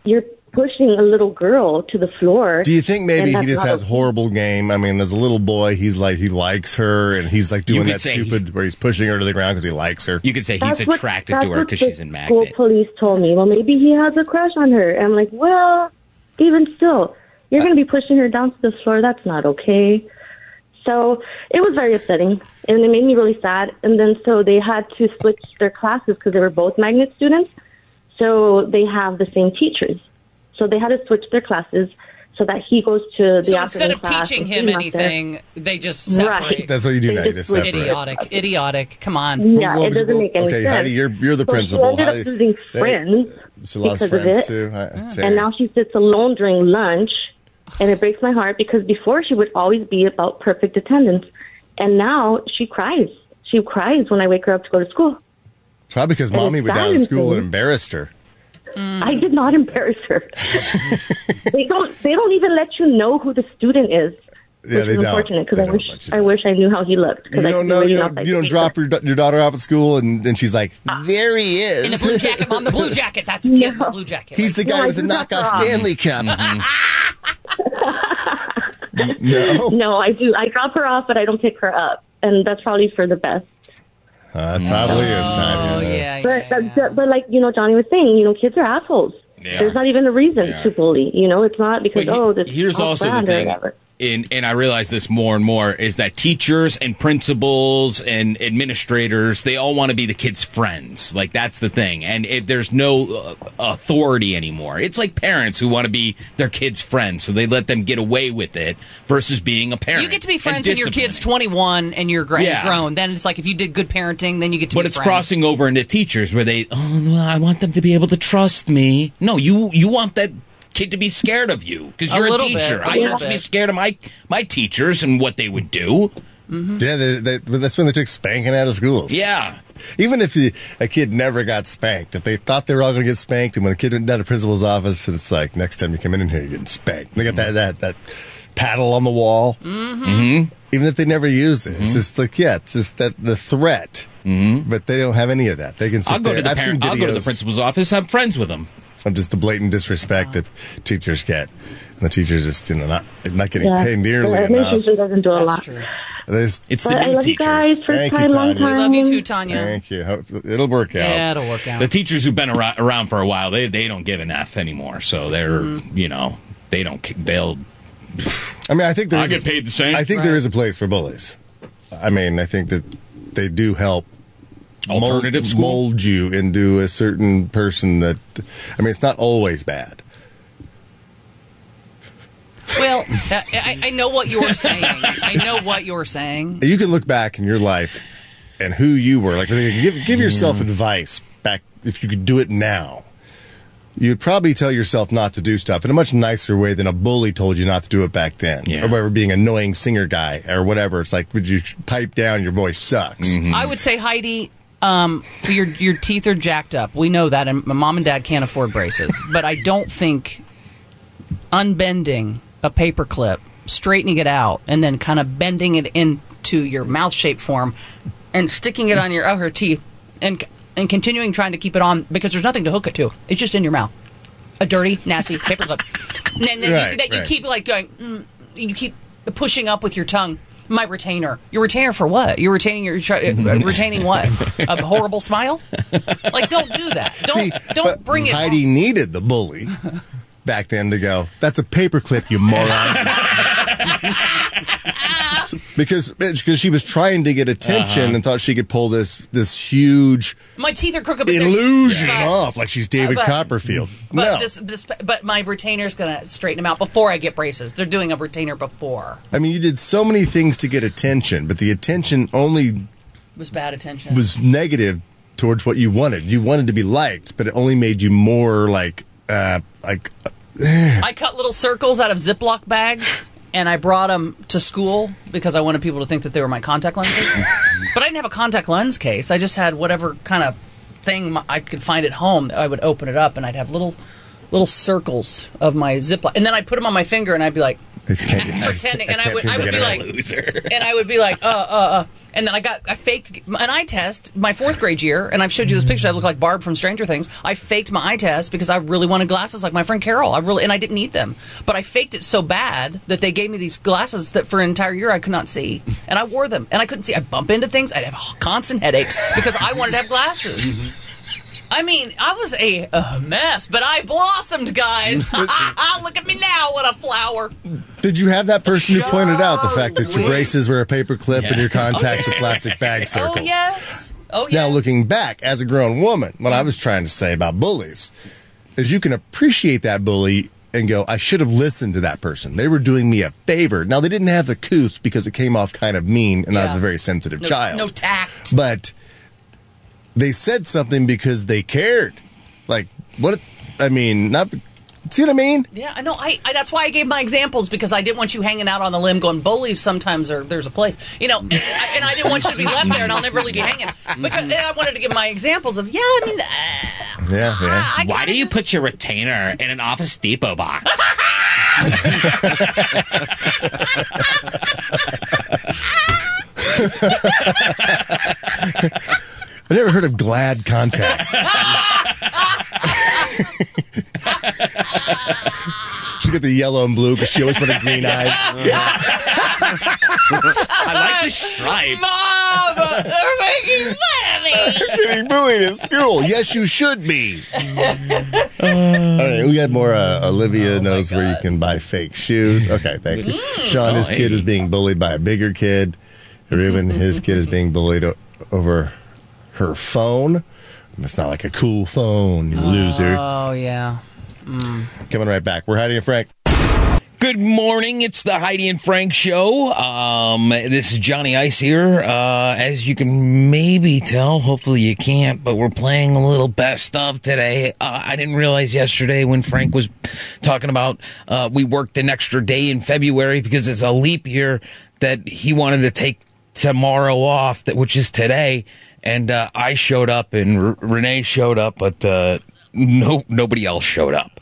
Speaker 18: you're pushing a little girl to the floor.
Speaker 3: Do you think maybe
Speaker 18: and
Speaker 3: he
Speaker 18: that's
Speaker 3: just
Speaker 18: not
Speaker 3: has horrible game? I mean, as a little boy, he's like he likes her, and he's like doing
Speaker 5: could
Speaker 3: that
Speaker 5: say
Speaker 3: stupid where he's pushing her to the ground because he likes her.
Speaker 5: You could say
Speaker 18: That's what- that's what the School police told me, well, maybe he has a crush on her. And I'm like, well, even still, you're going to be pushing her down to the floor. That's not okay. So it was very upsetting, and it made me really sad. And then so they had to switch their classes because they were both magnet students. So they have the same teachers. So they had to switch their classes so that he goes to the
Speaker 4: So instead
Speaker 18: afternoon
Speaker 4: of
Speaker 18: class
Speaker 4: teaching
Speaker 18: and
Speaker 4: him
Speaker 18: she's not there.
Speaker 4: anything, they just separate.
Speaker 18: Right.
Speaker 3: That's what you do now. You just separate.
Speaker 4: Idiotic. Idiotic. Come on.
Speaker 18: Yeah, it doesn't make any
Speaker 3: okay,
Speaker 18: sense.
Speaker 3: Heidi, you're you're the
Speaker 18: So
Speaker 3: principal.
Speaker 18: She ended
Speaker 3: Heidi-
Speaker 18: up losing
Speaker 3: they-
Speaker 18: friends.
Speaker 3: she lost
Speaker 18: because of
Speaker 3: friends
Speaker 18: it.
Speaker 3: too. I- I tell
Speaker 18: and
Speaker 3: you.
Speaker 18: now she sits alone during lunch, and it breaks my heart because before she would always be about perfect attendance, and now she cries. She cries when I wake her up to go to school.
Speaker 3: probably because
Speaker 18: and
Speaker 3: mommy
Speaker 18: it's
Speaker 3: went down to school and
Speaker 18: silencing.
Speaker 3: embarrassed her.
Speaker 4: Mm.
Speaker 18: I did not embarrass her. they don't. They don't even let you know who the student is.
Speaker 3: Yeah,
Speaker 18: which
Speaker 3: they
Speaker 18: is
Speaker 3: don't.
Speaker 18: unfortunate because I wish I wish I knew how he looked. 'cause
Speaker 3: You
Speaker 18: I
Speaker 3: don't
Speaker 18: could
Speaker 3: know.
Speaker 18: really
Speaker 3: You
Speaker 18: not
Speaker 3: don't,
Speaker 18: like
Speaker 3: you don't
Speaker 18: speak
Speaker 3: drop your, your daughter off at school, and, and she's like, "There he is in
Speaker 4: the blue jacket, mom. The blue jacket. That's a kid. in The blue jacket.
Speaker 3: he's the guy with the knockoff Stanley Cup."
Speaker 4: Oh.
Speaker 3: no,
Speaker 18: no, I do. I drop her off, but I don't pick her up, and that's probably for the best.
Speaker 3: Uh, it probably is time. Oh yeah.
Speaker 18: But but- but like you know, Johnny was saying, you know, kids are assholes. There's not even a reason to bully. You know, it's not because oh, this
Speaker 5: Here's
Speaker 18: off
Speaker 5: also the
Speaker 18: brand or
Speaker 5: thing,
Speaker 18: whatever.
Speaker 5: and and I realize this more and more is that teachers and principals and administrators they all want to be the kids' friends. Like that's the thing, and it, there's no uh, authority anymore. It's like parents who want to be their kids' friends, so they let them get away with it versus being a parent.
Speaker 4: You get to be
Speaker 5: and
Speaker 4: friends when your
Speaker 5: discipline.
Speaker 4: kid's 21 and you're gra-
Speaker 5: Yeah.
Speaker 4: grown. Then it's like if you did good parenting, then you get to
Speaker 5: But
Speaker 4: be
Speaker 5: it's
Speaker 4: friends.
Speaker 5: crossing over into teachers where they, oh, well, I want them to be able to trust me. No, you you want that kid to be scared of you because
Speaker 4: A
Speaker 5: you're a,
Speaker 4: little bit,
Speaker 5: teacher.
Speaker 4: a
Speaker 5: I
Speaker 4: little
Speaker 5: used to be
Speaker 4: bit.
Speaker 5: scared of my my teachers and what they would do.
Speaker 4: Mm-hmm.
Speaker 3: Yeah, they, they, but that's when they took spanking out of schools.
Speaker 5: Yeah.
Speaker 3: Even if you, a kid never got spanked, if they thought they were all going to get spanked, and when a kid went down to principal's office, it's like, next time you come in here, you're getting spanked. They got that, that, that paddle on the wall. Mm-hmm. Even if they never use it,
Speaker 5: Mm-hmm.
Speaker 3: it's just like, yeah, it's just that the threat. Mm-hmm. But they don't have any of that. They can sit
Speaker 5: I'll go
Speaker 3: there.
Speaker 5: to the
Speaker 3: I've seen
Speaker 5: parent, I'll go to the
Speaker 3: videos.
Speaker 5: principal's office. I'm friends with them.
Speaker 3: Of just the blatant disrespect that teachers get, and the teachers just you know not not getting
Speaker 18: yeah.
Speaker 3: paid nearly
Speaker 18: But my
Speaker 3: enough.
Speaker 18: teacher doesn't do a lot.
Speaker 3: There's- it's
Speaker 18: But I love you guys. First
Speaker 3: Thank
Speaker 18: time,
Speaker 3: you,
Speaker 18: long
Speaker 3: Tanya.
Speaker 18: time. Love you too,
Speaker 4: Tanya.
Speaker 3: Thank you. Hope- It'll work out.
Speaker 4: Yeah, it'll work out.
Speaker 5: The teachers who've been ar- around for a while, they they don't give an f anymore. So they're
Speaker 4: Mm-hmm.
Speaker 5: you know they don't kick bail.
Speaker 3: I mean, I think there
Speaker 5: I
Speaker 3: is
Speaker 5: get paid the same.
Speaker 3: I think there is a place for bullies. I mean, I think that they do help
Speaker 5: Alternative
Speaker 3: mold,
Speaker 5: school?
Speaker 3: mold you into a certain person that. I mean, it's not always bad.
Speaker 4: Well, I, I- I know what you're saying. I know what you're saying.
Speaker 3: You can look back in your life and who you were. Like, give give yourself advice back if you could do it now. You'd probably tell yourself not to do stuff in a much nicer way than a bully told you not to do it back then, yeah. or whatever. Being an annoying singer guy or whatever. It's like, would you pipe down? Your voice sucks.
Speaker 4: I would say, Heidi, um, your your teeth are jacked up. We know that, and my mom and dad can't afford braces. But I don't think unbending a paperclip, straightening it out, and then kind of bending it into your mouth shape form, and sticking it on your upper teeth, and and continuing trying to keep it on because there's nothing to hook it to. It's just in your mouth. A dirty, nasty paperclip. And then, then you,
Speaker 15: Right,
Speaker 4: that you
Speaker 15: right.
Speaker 4: keep like going. Mm, you keep pushing up with your tongue. My retainer. Your retainer for what? You're retaining your tri- uh, retaining what? A horrible smile? Like don't do that. Don't don't bring it.
Speaker 3: Heidi needed the bully back then to go. That's a paperclip, you moron. because because she was trying to get attention
Speaker 4: Uh-huh.
Speaker 3: and thought she could pull this this huge
Speaker 4: My teeth are crooked. But they're-
Speaker 3: illusion
Speaker 4: but-
Speaker 3: off like she's David
Speaker 4: but-
Speaker 3: Copperfield.
Speaker 4: But
Speaker 3: no,
Speaker 4: this, this, but my retainer's gonna straighten them out before I get braces. They're doing a retainer before.
Speaker 3: I mean you did so many things to get attention, but the attention only
Speaker 4: It was bad attention.
Speaker 3: was negative towards what you wanted. You wanted to be liked, but it only made you more like uh like eh,
Speaker 4: I cut little circles out of Ziploc bags and I brought them to school because I wanted people to think that they were my contact lenses. but I didn't have a contact lens case. I just had whatever kind of thing my- I could find at home. I would open it up and I'd have little little circles of my Ziploc. And then I'd put them on my finger and I'd be like, pretending. And I would, I would be like, and I would be like, uh, uh, uh. And then I got, I faked an eye test my fourth grade year, and I've showed you this picture. I look like Barb from Stranger Things. I faked my eye test because I really wanted glasses like my friend Carol. I really, and I didn't need them, but I faked it so bad that they gave me these glasses that for an entire year I could not see, and I wore them, and I couldn't see. I would bump into things. I'd have constant headaches because I wanted to have glasses. I mean, I was a, a mess, but I blossomed, guys. Look at me now, what a flower.
Speaker 3: Did you have that person who pointed out the fact that your braces were a paperclip and your contacts
Speaker 4: Oh,
Speaker 3: were plastic bag circles?
Speaker 4: Oh yes. Oh yes.
Speaker 3: Now, looking back as a grown woman, what I was trying to say about bullies is you can appreciate that bully and go, I should have listened to that person. They were doing me a favor. Now, they didn't have the couth because it came off kind of mean, and I was
Speaker 4: Yeah.
Speaker 3: a very sensitive
Speaker 4: no,
Speaker 3: child.
Speaker 4: No tact.
Speaker 3: But they said something because they cared. Like, what? I mean, not. See what I mean?
Speaker 4: Yeah, I know. I, I that's why I gave my examples because I didn't want you hanging out on the limb going bullies. Sometimes or there's a place, you know, and, I- and I didn't want you to be left there, and I'll never leave you hanging. Because and I wanted to give my examples of yeah. I mean, uh,
Speaker 3: Yeah, yeah.
Speaker 4: Ah,
Speaker 5: Why do you put your retainer in an Office Depot box?
Speaker 3: I never heard of glad contacts. she got the yellow and blue because she always wanted green eyes.
Speaker 5: I like the stripes.
Speaker 4: Mom, they're making fun of me.
Speaker 3: Getting bullied at school. Yes, you should be. All right, we got more. Uh,
Speaker 5: Oh
Speaker 3: Olivia knows where you can buy fake shoes. Okay, thank you. Sean, his
Speaker 5: Oh,
Speaker 3: kid
Speaker 5: hey.
Speaker 3: is being bullied by a bigger kid. Ruben, his kid is being bullied o- over her phone. It's not like a cool phone, you loser.
Speaker 4: Oh yeah. Mm.
Speaker 3: Coming right back. We're Heidi and Frank.
Speaker 5: Good morning. It's the Heidi and Frank show. Um, this is Johnny Ice here. Uh, as you can maybe tell, hopefully you can't, but we're playing a little best of today. Uh, I didn't realize yesterday when Frank was talking about uh, we worked an extra day in February because it's a leap year that he wanted to take tomorrow off, that which is today. And uh, I showed up and R- Renee showed up, but uh, no nobody else showed up.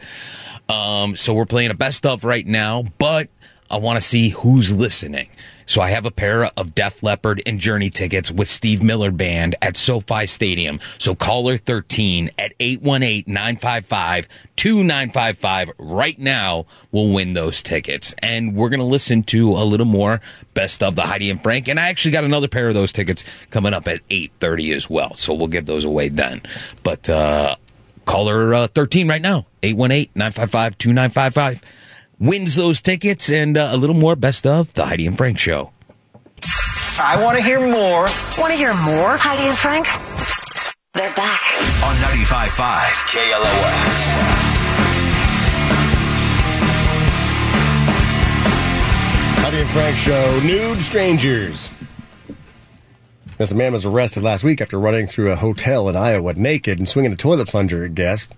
Speaker 5: Um, so we're playing a best of right now, but I want to see who's listening. So I have a pair of Def Leppard and Journey tickets with Steve Miller Band at SoFi Stadium. So caller 13 at 818-955-2955 right now will win those tickets. And we're going to listen to a little more best of the Heidi and Frank. And I actually got another pair of those tickets coming up at 830 as well. So we'll give those away then. But, uh, caller uh, 13 right now 818-955-2955 wins those tickets and uh, a little more best of the heidi and frank show
Speaker 16: I want to hear more. Want to hear more? Heidi and Frank? They're back.
Speaker 1: on 95.5 KLOS.
Speaker 3: Howdy and Frank Show, Nude Strangers. Yes, a man was arrested last week after running through a hotel in Iowa naked and swinging a toilet plunger at guests.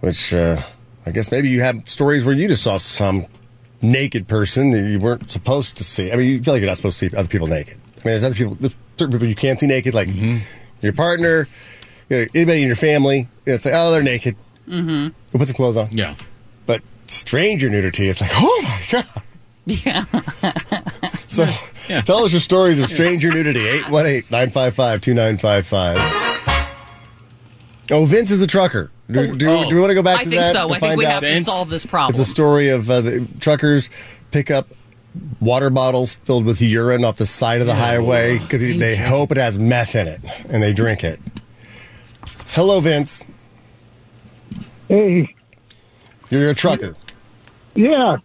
Speaker 3: Which, uh, I guess maybe you have stories where you just saw some naked person that you weren't supposed to see. I mean, you feel like you're not supposed to see other people naked. I mean, there's other people, there's certain people you can't see naked, like your partner, you know, anybody in your family. It's like, oh, they're naked.
Speaker 4: Mm-hmm.
Speaker 3: Go put some clothes on.
Speaker 5: Yeah.
Speaker 3: But stranger nudity, it's like, oh my God. Yeah. so tell us your stories of stranger nudity. 818 955 2955. Oh, Vince is a trucker. Do, do, do we want to go back
Speaker 4: Oh, I
Speaker 3: to
Speaker 4: think
Speaker 3: that?
Speaker 4: so.
Speaker 3: to
Speaker 4: I think
Speaker 3: find
Speaker 4: we
Speaker 3: out?
Speaker 4: have to solve this
Speaker 3: It's
Speaker 4: problem.
Speaker 3: the story of uh, the truckers pick up water bottles filled with urine off the side of the highway because they hope it has meth in it and they drink it. Hello, Vince.
Speaker 19: Hey.
Speaker 3: You're a trucker.
Speaker 19: Yeah,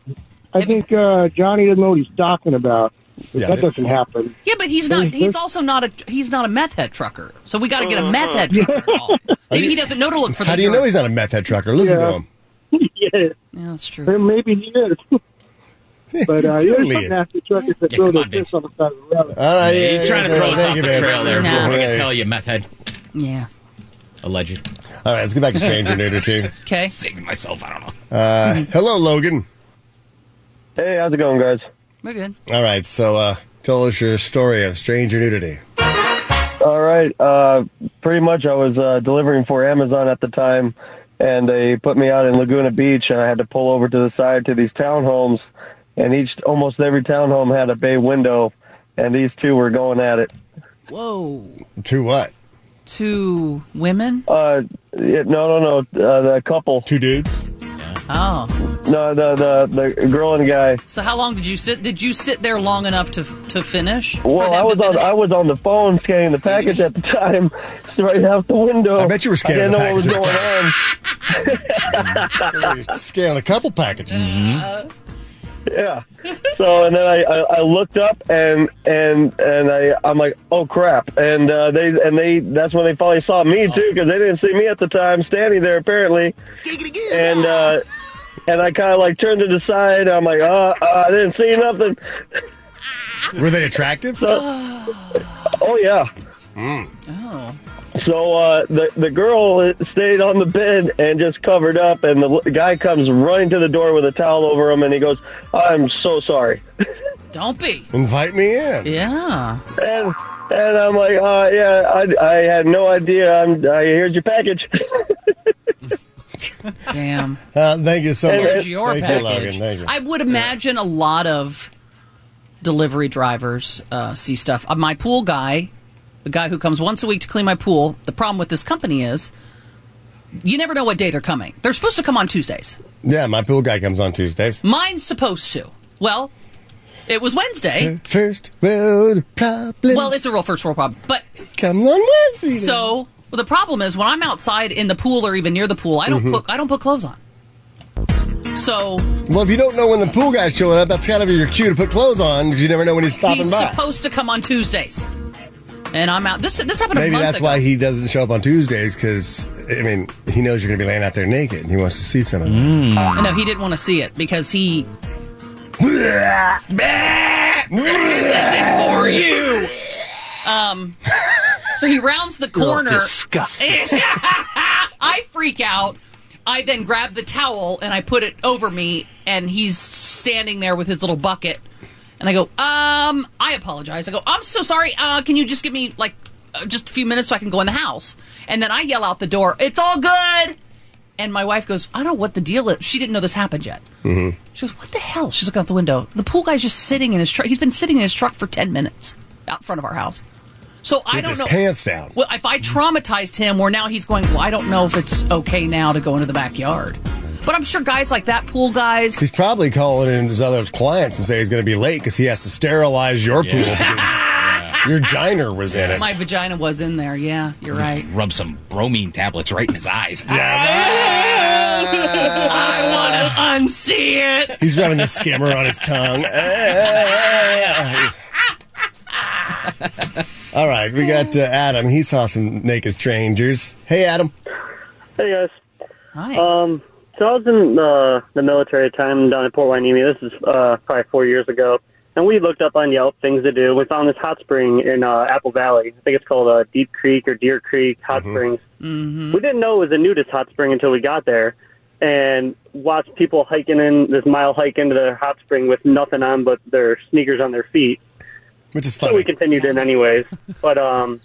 Speaker 19: I think uh, Johnny doesn't know what he's talking about. But
Speaker 3: Yeah,
Speaker 19: that
Speaker 3: they-
Speaker 19: doesn't happen.
Speaker 4: Yeah, but he's not.
Speaker 19: There's-
Speaker 4: He's also not a. He's not a meth head trucker. So we got to get a meth head trucker. involved. Maybe he doesn't know to look for.
Speaker 3: How
Speaker 4: the
Speaker 3: do you
Speaker 4: urine.
Speaker 3: know he's not a meth head trucker? Listen
Speaker 19: Yeah.
Speaker 3: to him.
Speaker 19: yeah.
Speaker 4: that's true.
Speaker 19: maybe he is. but uh,
Speaker 3: He
Speaker 19: there's
Speaker 3: totally
Speaker 19: some
Speaker 3: is.
Speaker 19: nasty truckers that throw their fists on the side of the road.
Speaker 3: All right,
Speaker 5: Yeah,
Speaker 3: yeah,
Speaker 5: you're trying
Speaker 3: yeah,
Speaker 5: to throw
Speaker 3: yeah,
Speaker 5: us
Speaker 3: thank
Speaker 5: off
Speaker 3: you,
Speaker 5: the
Speaker 3: Vince.
Speaker 5: trail there.
Speaker 3: No.
Speaker 5: I
Speaker 3: Yeah.
Speaker 5: can tell you, meth head,
Speaker 4: Yeah.
Speaker 5: a legend.
Speaker 3: All right, let's get back to stranger nudity.
Speaker 4: Okay.
Speaker 5: Saving myself, I don't know.
Speaker 3: Uh, hello, Logan.
Speaker 20: Hey, how's it going, guys?
Speaker 4: We're good.
Speaker 3: All right, so uh, tell us your story of stranger nudity.
Speaker 20: All right. Uh, pretty much, I was uh, delivering for Amazon at the time, and they put me out in Laguna Beach, and I had to pull over to the side to these townhomes, and each almost every townhome had a bay window, and these two were going at it.
Speaker 4: Whoa.
Speaker 3: To what?
Speaker 4: To women?
Speaker 20: Uh, yeah, no, no, no. Uh, the couple.
Speaker 3: Two dudes.
Speaker 4: Oh.
Speaker 20: No, the the the girl and guy.
Speaker 4: So how long did you sit? Did you sit there long enough to to finish?
Speaker 20: Well, I was on I was on the phone scanning the package at the time, right out the window. I bet
Speaker 3: you were scanning
Speaker 20: I didn't
Speaker 3: the
Speaker 20: know what was
Speaker 3: package at
Speaker 20: going
Speaker 3: the
Speaker 20: on.
Speaker 3: Scanning a couple packages.
Speaker 20: Mm-hmm. Yeah. So and then I, I, I looked up and and and I I'm like oh crap and uh, they and they that's when they probably saw me too because they didn't see me at the time standing there apparently and uh, and I kind of like turned to the side and I'm like uh, uh, I didn't see nothing
Speaker 3: Were they attractive? Mm.
Speaker 20: oh yeah
Speaker 4: Oh.
Speaker 20: So uh, the the girl stayed on the bed and just covered up, and the l- guy comes running to the door with a towel over him, and he goes, "I'm so sorry."
Speaker 4: Don't be.
Speaker 3: Invite me in.
Speaker 4: Yeah.
Speaker 20: And and I'm like, uh, "Yeah, I, I had no idea. I'm, I, here's your package."
Speaker 4: Damn.
Speaker 3: Uh, thank you so
Speaker 20: And
Speaker 3: much.
Speaker 20: there's your
Speaker 3: thank you, Logan.
Speaker 4: package.
Speaker 3: Thank you.
Speaker 4: I would imagine a lot of delivery drivers uh, see stuff. Uh, my pool guy, the guy who comes once a week to clean my pool. The problem with this company is, you never know what day they're coming. They're supposed to come on Tuesdays.
Speaker 3: yeah, my pool guy comes on Tuesdays.
Speaker 4: Mine's supposed to. Well, it was Wednesday.
Speaker 3: First world problem.
Speaker 4: Well, it's a real first world problem, but
Speaker 3: Come on Wednesday.
Speaker 4: So well, the problem is when I'm outside in the pool or even near the pool, I don't
Speaker 3: Mhm.
Speaker 4: put I don't put clothes on. So
Speaker 3: Well, if you don't know when the pool guy's showing up, that's gotta be your cue to put clothes on because you never know when he's stopping
Speaker 4: he's
Speaker 3: by.
Speaker 4: supposed to come on Tuesdays, and I'm out. This this happened a
Speaker 3: Maybe
Speaker 4: month
Speaker 3: that's
Speaker 4: ago.
Speaker 3: why he doesn't show up on Tuesdays because I mean he knows you're gonna be laying out there naked and he wants to see some of that.
Speaker 4: No, he didn't want to see it because he.
Speaker 3: this
Speaker 4: isn't for you. Um. So he rounds the
Speaker 15: Little
Speaker 4: corner.
Speaker 15: disgusting.
Speaker 4: I freak out. I then grab the towel and I put it over me, and he's standing there with his little bucket. And I go, um, I apologize. I go, I'm so sorry. Uh, can you just give me like uh, just a few minutes so I can go in the house? And then I yell out the door, "It's all good." And my wife goes, I don't know what the deal is. She didn't know this happened yet.
Speaker 3: Mm-hmm.
Speaker 4: She goes, What the hell? She's looking out the window. The pool guy's just sitting in his truck. He's been sitting in his truck for 10 minutes out front of our house. So I
Speaker 3: With
Speaker 4: don't
Speaker 3: his
Speaker 4: know.
Speaker 3: pants down.
Speaker 4: Well, if I traumatized him, where now he's going, Well, I don't know if it's okay now to go into the backyard. But I'm sure guys like that, pool guys,
Speaker 3: He's probably calling in his other clients and say he's going to be late because he has to sterilize your pool because your giner was in it.
Speaker 4: my vagina was in there. Yeah, you're right.
Speaker 5: Rub some bromine tablets right in his eyes.
Speaker 4: I want to unsee it.
Speaker 3: He's rubbing the skimmer on his tongue. All right, we got uh, Adam. He saw some naked strangers. Hey, Adam.
Speaker 21: Hey guys. Um, so I was in uh, the military at the time down in Port Wainimi. This is uh, probably four years ago, and we looked up on Yelp things to do. We found this hot spring in uh, Apple Valley. I think it's called uh, Deep Creek or Deer Creek Hot Springs.
Speaker 4: Mm-hmm.
Speaker 21: We didn't know it was a nudist hot spring until we got there and watched people hiking in this mile hike into the hot spring with nothing on but their sneakers on their feet.
Speaker 3: Which is
Speaker 21: So we continued in anyways, but um,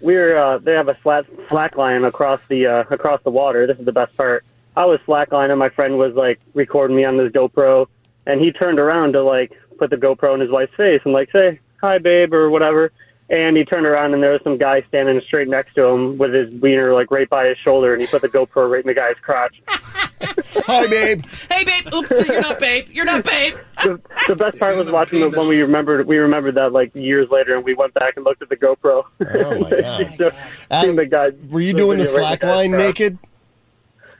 Speaker 21: we're uh, they have a flat slack line across the uh, across the water. This is the best part. I was slacklining. My friend was like recording me on this GoPro, and he turned around to like put the GoPro in his wife's face and like say hi, babe, or whatever. And he turned around, and there was some guy standing straight next to him with his wiener like right by his shoulder, and he put the GoPro right in the guy's crotch.
Speaker 3: Hi, babe.
Speaker 4: Hey, babe. Oops, you're not babe. You're not babe.
Speaker 21: the, the best part was watching the one we remembered. We remembered that like years later, and we went back and looked at the GoPro. Oh my god! the guy,
Speaker 3: Were you doing the slack line naked?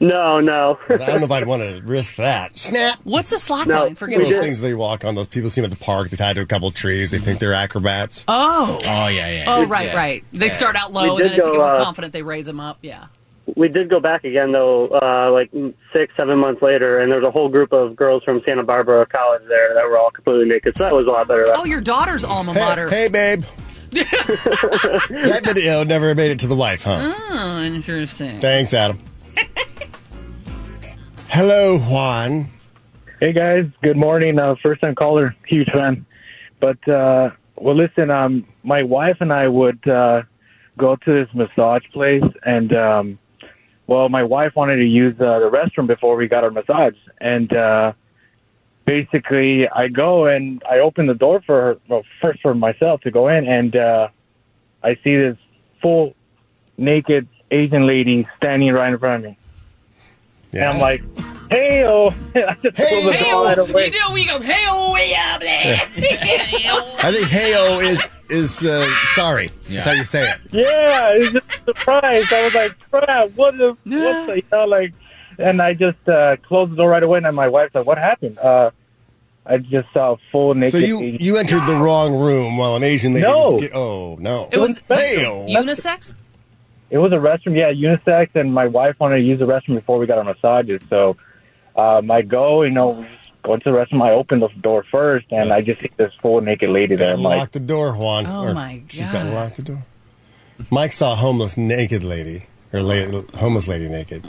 Speaker 21: No, no.
Speaker 3: I don't know if I'd want to risk that. Snap.
Speaker 4: What's a slack line? Forget
Speaker 3: those
Speaker 4: me.
Speaker 3: things they walk on. Those people see them at the park. They tie to a couple of trees. They think they're acrobats.
Speaker 4: Oh.
Speaker 5: Oh yeah, yeah.
Speaker 4: Oh, right, right. They start out low,
Speaker 21: We
Speaker 4: and then
Speaker 21: did
Speaker 4: as they get
Speaker 21: go,
Speaker 4: more
Speaker 21: uh,
Speaker 4: confident, they raise them up. Yeah.
Speaker 21: We did go back again though, uh, like six, seven months later, and there was a whole group of girls from Santa Barbara College there that were all completely naked. So that was a lot better.
Speaker 4: Oh, your daughter's alma mater.
Speaker 3: Hey, babe. that video never made it to the wife, huh?
Speaker 4: Oh, interesting.
Speaker 3: Thanks, Adam. Hello, Juan.
Speaker 22: Hey guys, good morning. Uh, first time caller, huge fan. But uh, well, listen, um, my wife and I would uh, go to this massage place, and um, well, my wife wanted to use uh, the restroom before we got our massage, and uh, basically, I go and I open the door for her, well, first for myself to go in, and uh, I see this full naked Asian lady standing right in front of me. And I'm like, hey, oh. I just pulled the door right away.
Speaker 4: You do. We go. Hey, oh, yeah,
Speaker 3: I think "heyo" is is uh, sorry. That's how you say it.
Speaker 22: Yeah, it was just a surprise. I was like, crap, what the, what the, you know, like, and I just uh, closed the door right away, and then my wife's like, what happened? Uh, I just saw a full naked.
Speaker 3: So you you entered the wrong room while an Asian lady.
Speaker 22: No.
Speaker 3: was get- oh no.
Speaker 22: It was-
Speaker 3: "Heyo."
Speaker 4: unisex.
Speaker 22: It was a restroom, yeah, unisex, and my wife wanted to use the restroom before we got our massages. So um, I go, you know, we just go into the restroom. I open the door first, and I just see this full naked lady there. I'm
Speaker 3: Lock
Speaker 22: like,
Speaker 3: the door, Juan.
Speaker 22: Oh, my
Speaker 3: She's got to lock the door. Mike saw a homeless naked lady or la- homeless lady naked.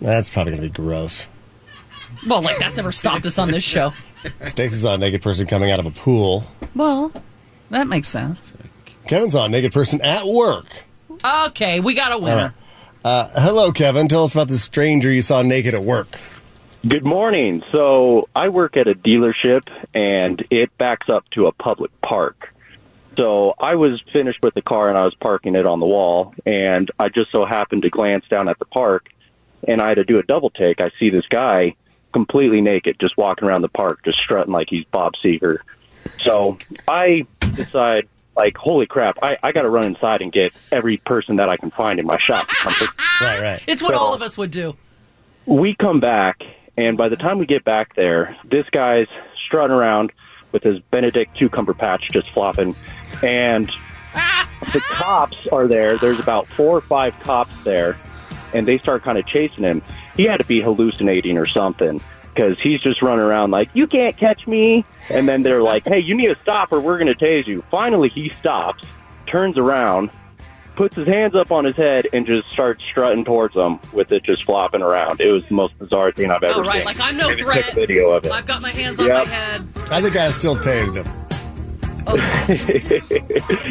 Speaker 3: That's probably gonna be gross.
Speaker 4: Well, like that's never stopped us on this show.
Speaker 3: Stacy saw a naked person coming out of a pool.
Speaker 4: Well, that makes sense.
Speaker 3: Kevin saw a naked person at work.
Speaker 4: Okay, we got a
Speaker 3: All right.
Speaker 4: winner.
Speaker 3: Uh, hello, Kevin. Tell us about the stranger you saw naked at work.
Speaker 23: Good morning. So I work at a dealership and it backs up to a public park. So I was finished with the car and I was parking it on the wall and I just so happened to glance down at the park and I had to do a double take. I see this guy completely naked just walking around the park just strutting like he's Bob Seeger. So I decide like holy crap, I, I gotta run inside and get every person that I can find in my shop.
Speaker 3: Right, right.
Speaker 4: It's what all of us would do.
Speaker 23: we come back, and by the time we get back there, this guy's strutting around with his Benedict cucumber patch just flopping, and the cops are there. There's about four or five cops there, and they start kind of chasing him. He had to be hallucinating or something because he's just running around like, "You can't catch me!" And then they're like, "Hey, you need to stop, or we're going to tase you." Finally, he stops, turns around, puts his hands up on his head and just starts strutting towards them with it just flopping around. It was the most bizarre thing I've ever
Speaker 4: Oh, right.
Speaker 23: seen.
Speaker 4: Like I'm no
Speaker 23: And it took
Speaker 4: threat.
Speaker 23: a video of it.
Speaker 4: I've got my hands on
Speaker 23: Yep.
Speaker 4: my head.
Speaker 3: I think I still tased him.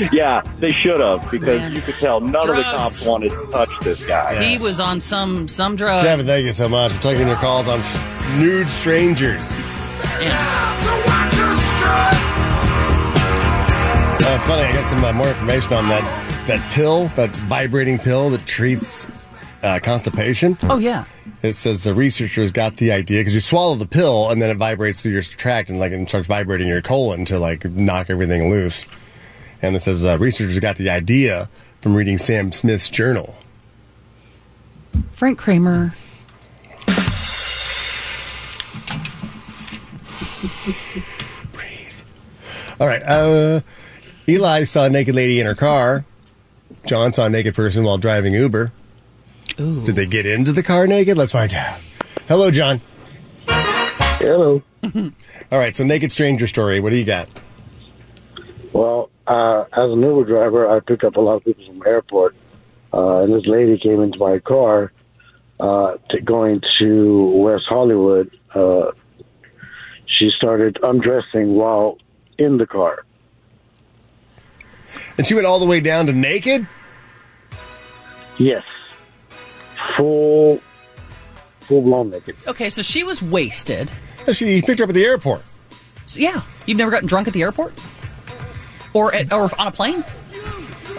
Speaker 23: yeah, they should have because you could tell none of the
Speaker 4: Drugs.
Speaker 23: cops wanted to touch this guy.
Speaker 4: He was on some some drug.
Speaker 3: Kevin, thank you so much for taking your calls on s- nude strangers. Uh, it's funny. I got some uh, more information on that that pill, that vibrating pill that treats uh, constipation.
Speaker 4: Oh yeah.
Speaker 3: It says the researchers got the idea because you swallow the pill and then it vibrates through your tract and like it starts vibrating your colon to like knock everything loose. And it says uh, researchers got the idea from reading Sam Smith's journal.
Speaker 4: Frank Kramer.
Speaker 3: All right. Uh, Eli saw a naked lady in her car. John saw a naked person while driving Uber. Did they get into the car naked? Let's find out. Hello, John.
Speaker 24: Hello.
Speaker 3: All right. So, naked stranger story. What do you got?
Speaker 24: Well, uh, as an Uber driver, I picked up a lot of people from the airport, uh, and this lady came into my car uh, to, going to West Hollywood. Uh, she started undressing while in the car.
Speaker 3: And she went all the way down to naked?
Speaker 24: Yes, full, full blown naked.
Speaker 4: Okay, so she was wasted.
Speaker 3: She picked her up at the airport.
Speaker 4: So, yeah, you've never gotten drunk at the airport, or at, or on a plane.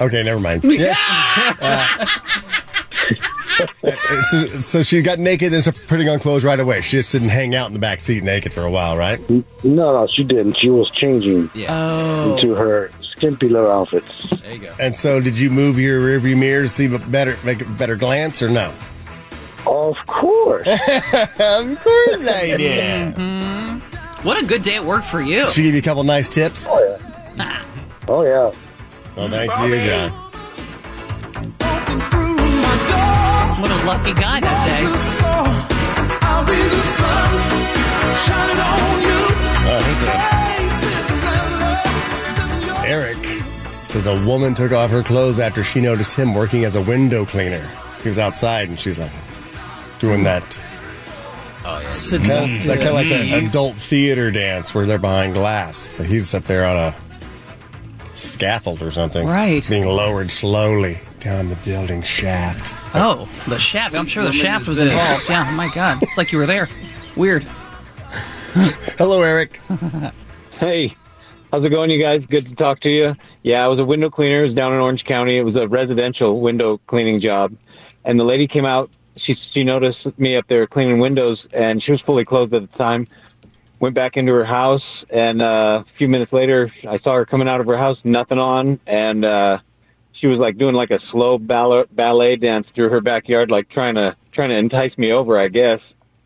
Speaker 3: Okay, never mind. Yeah. Uh, so, so she got naked and started putting on clothes right away. She just didn't hang out in the back seat naked for a while, right?
Speaker 24: No, no, she didn't. She was changing
Speaker 9: Oh.
Speaker 4: Oh.
Speaker 24: into her skimpy little outfits.
Speaker 3: There you go. And so, did you move your rearview mirror to see a better, make a better glance, or no?
Speaker 24: Of course,
Speaker 3: of course I did.
Speaker 4: Mm-hmm. What a good day at work for you. Ah.
Speaker 3: She give you a couple nice tips. Oh
Speaker 24: yeah. Oh yeah.
Speaker 3: Well, thank you, John.
Speaker 4: What a lucky guy that day.
Speaker 3: Uh, here's a- Eric says a woman took off her clothes after she noticed him working as a window cleaner. He was outside and she's like doing that.
Speaker 5: Oh, yeah.
Speaker 3: Kind of, that kind of like an adult theater dance where they're behind glass, but he's up there on a scaffold or something.
Speaker 4: Right.
Speaker 3: Being lowered slowly down the building shaft.
Speaker 4: Oh, the shaft. I'm sure the
Speaker 3: Woman
Speaker 4: shaft
Speaker 3: is
Speaker 4: was
Speaker 3: dead.
Speaker 4: involved. Yeah, oh my God. It's like you were there. Weird.
Speaker 3: Hello, Eric.
Speaker 25: hey, how's it going, you guys? Good to talk to you. Yeah, I was a window cleaner. It was down in Orange County. It was a residential window cleaning job, and the lady came out. She she noticed me up there cleaning windows, and she was fully clothed at the time. Went back into her house, and uh, a few minutes later, I saw her coming out of her house, nothing on, and uh, she was like doing like a slow ballet ballet dance through her backyard, like trying to trying to entice me over. I guess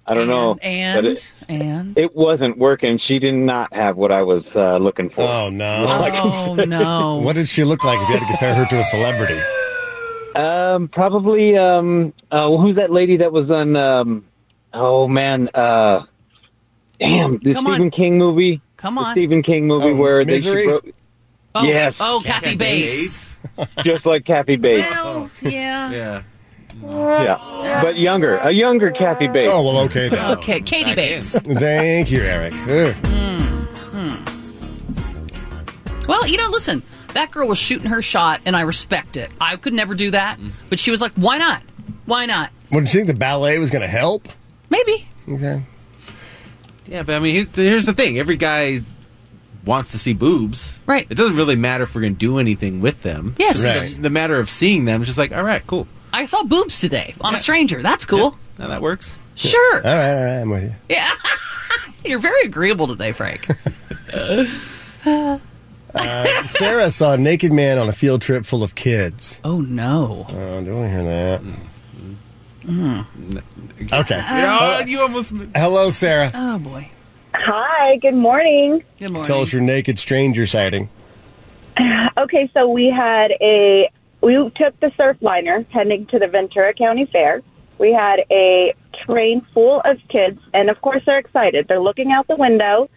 Speaker 25: I don't know,
Speaker 4: And,
Speaker 25: but it,
Speaker 4: and.
Speaker 25: it wasn't working. She did not have what I was uh, looking for.
Speaker 3: Oh no!
Speaker 4: Oh, no.
Speaker 3: What did she look like if you had to compare her to a celebrity?
Speaker 25: Um, probably. Um, uh, who's that lady that was on? Um, oh man, uh, damn the
Speaker 4: Come on.
Speaker 25: Stephen King movie.
Speaker 4: Come
Speaker 25: The
Speaker 4: on.
Speaker 25: Stephen King movie where they
Speaker 4: Misery?
Speaker 25: she broke.
Speaker 4: Oh,
Speaker 25: yes,
Speaker 4: oh Kathy Bates.
Speaker 25: just like Kathy Bates.
Speaker 4: Yeah.
Speaker 25: Yeah. Yeah, but younger, a younger Kathy Bates.
Speaker 3: Oh well, okay then.
Speaker 4: Okay, Katie Bates. Hmm.
Speaker 3: Thank you, Eric. Ugh.
Speaker 4: Well, you know, listen, that girl was shooting her shot, and I respect it. I could never do that, but she was like, why not? Why not?
Speaker 3: What did you think the ballet was going to help?
Speaker 4: Maybe.
Speaker 3: Okay.
Speaker 17: Yeah, but I mean, here- here's the thing: every guy wants to see boobs,
Speaker 4: right?
Speaker 17: It doesn't really matter if we're going to do anything with them.
Speaker 4: Yes.
Speaker 17: It's
Speaker 4: Right.
Speaker 17: just the matter of seeing them is just like, all right, cool.
Speaker 4: I saw boobs today on a stranger. That's cool.
Speaker 17: Now that works.
Speaker 4: Sure.
Speaker 3: All right, all right, I'm with you.
Speaker 4: Yeah. You're very agreeable today, Frank.
Speaker 3: Uh, Sarah saw a naked man on a field trip full of kids.
Speaker 4: Oh no!
Speaker 3: Oh, do I hear that?
Speaker 4: Mm-hmm.
Speaker 3: Okay.
Speaker 17: Yeah, you almost.
Speaker 3: Hello, Sarah.
Speaker 4: Oh boy.
Speaker 6: Hi, good morning.
Speaker 4: Good
Speaker 3: Tell us your naked stranger sighting.
Speaker 6: Okay, so we had a we took the surf liner heading to the Ventura County Fair. We had a train full of kids and of course they're excited. They're looking out the window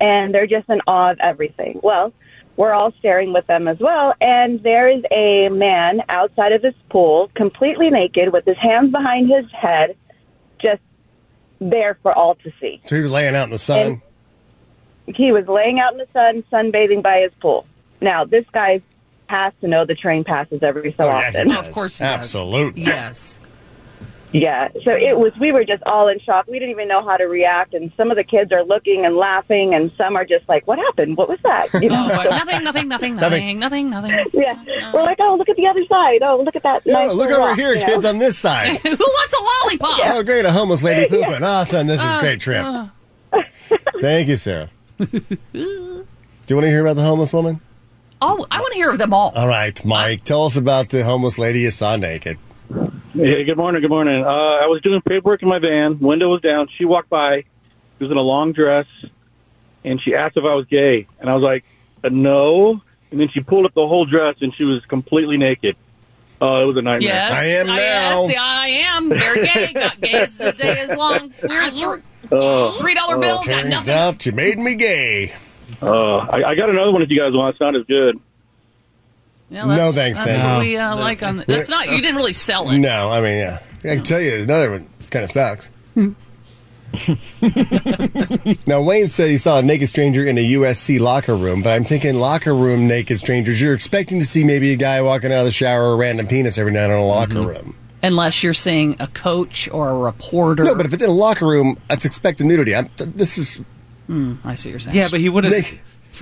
Speaker 6: and they're just in awe of everything. Well, we're all staring with them as well and there is a man outside of this pool completely naked with his hands behind his head just there for all to see.
Speaker 3: So he was laying out in the sun.
Speaker 6: he was laying out in the sun, sunbathing by his pool. Now, this guy has to know the train passes every so often.
Speaker 4: of course, Oh, he does.
Speaker 3: Absolutely.
Speaker 4: Yes.
Speaker 6: Yeah. So it was, we were just all in shock. We didn't even know how to react. And some of the kids are looking and laughing, and some are just like, what happened? What was that? You
Speaker 4: Oh,
Speaker 6: know?
Speaker 4: nothing, nothing, nothing, nothing, nothing, nothing. Uh,
Speaker 6: yeah. We're like, oh, look at the other side. Oh, look at that.
Speaker 3: Yeah,
Speaker 6: nice
Speaker 3: look
Speaker 6: little
Speaker 3: over
Speaker 6: rock,"
Speaker 3: here,
Speaker 6: you know?
Speaker 3: kids, on this side.
Speaker 4: Who wants a lollipop?
Speaker 3: Oh, great, a homeless lady pooping. Awesome, this is a
Speaker 4: Uh,
Speaker 3: great trip.
Speaker 4: uh.
Speaker 6: Uh-huh.
Speaker 3: Thank you, Sarah. Do you want to hear about the homeless woman?
Speaker 4: Oh, I want to hear them all.
Speaker 3: All right, Mike, tell us about the homeless lady you saw naked.
Speaker 26: Hey, good morning. Good morning. Uh, I was doing paperwork in my van. Window was down. She walked by. She was in a long dress, and she asked if I was gay, and I was like, uh, "No." And then she pulled up the whole dress, and she was completely naked. Uh, it was a nightmare.
Speaker 4: Yes, Yes, I am. Very gay. Got gay as the day is long. We're three
Speaker 20: uh,
Speaker 26: Oh.
Speaker 4: dollar bill. Got
Speaker 26: turns
Speaker 4: nothing.
Speaker 3: out you made me gay.
Speaker 26: Uh, I, I got another one if you guys want. It's not as good.
Speaker 4: Yeah, that's-
Speaker 3: No, thanks,
Speaker 4: That's
Speaker 3: thank
Speaker 4: what
Speaker 3: you.
Speaker 4: we uh,
Speaker 3: No.
Speaker 4: like on. That's not. You didn't really sell it.
Speaker 3: No, I mean, yeah. I can tell you another one kind of sucks. now, Wayne said he saw a naked stranger in a USC locker room, but I'm thinking locker room naked strangers. You're expecting to see maybe a guy walking out of the shower or a random penis every night in a locker room.
Speaker 4: Unless you're seeing a coach or a reporter.
Speaker 3: No, but if it's in a locker room, that's expected nudity. I'm, th- this is.
Speaker 4: Hmm, I see what you're saying.
Speaker 17: Yeah, but he would have.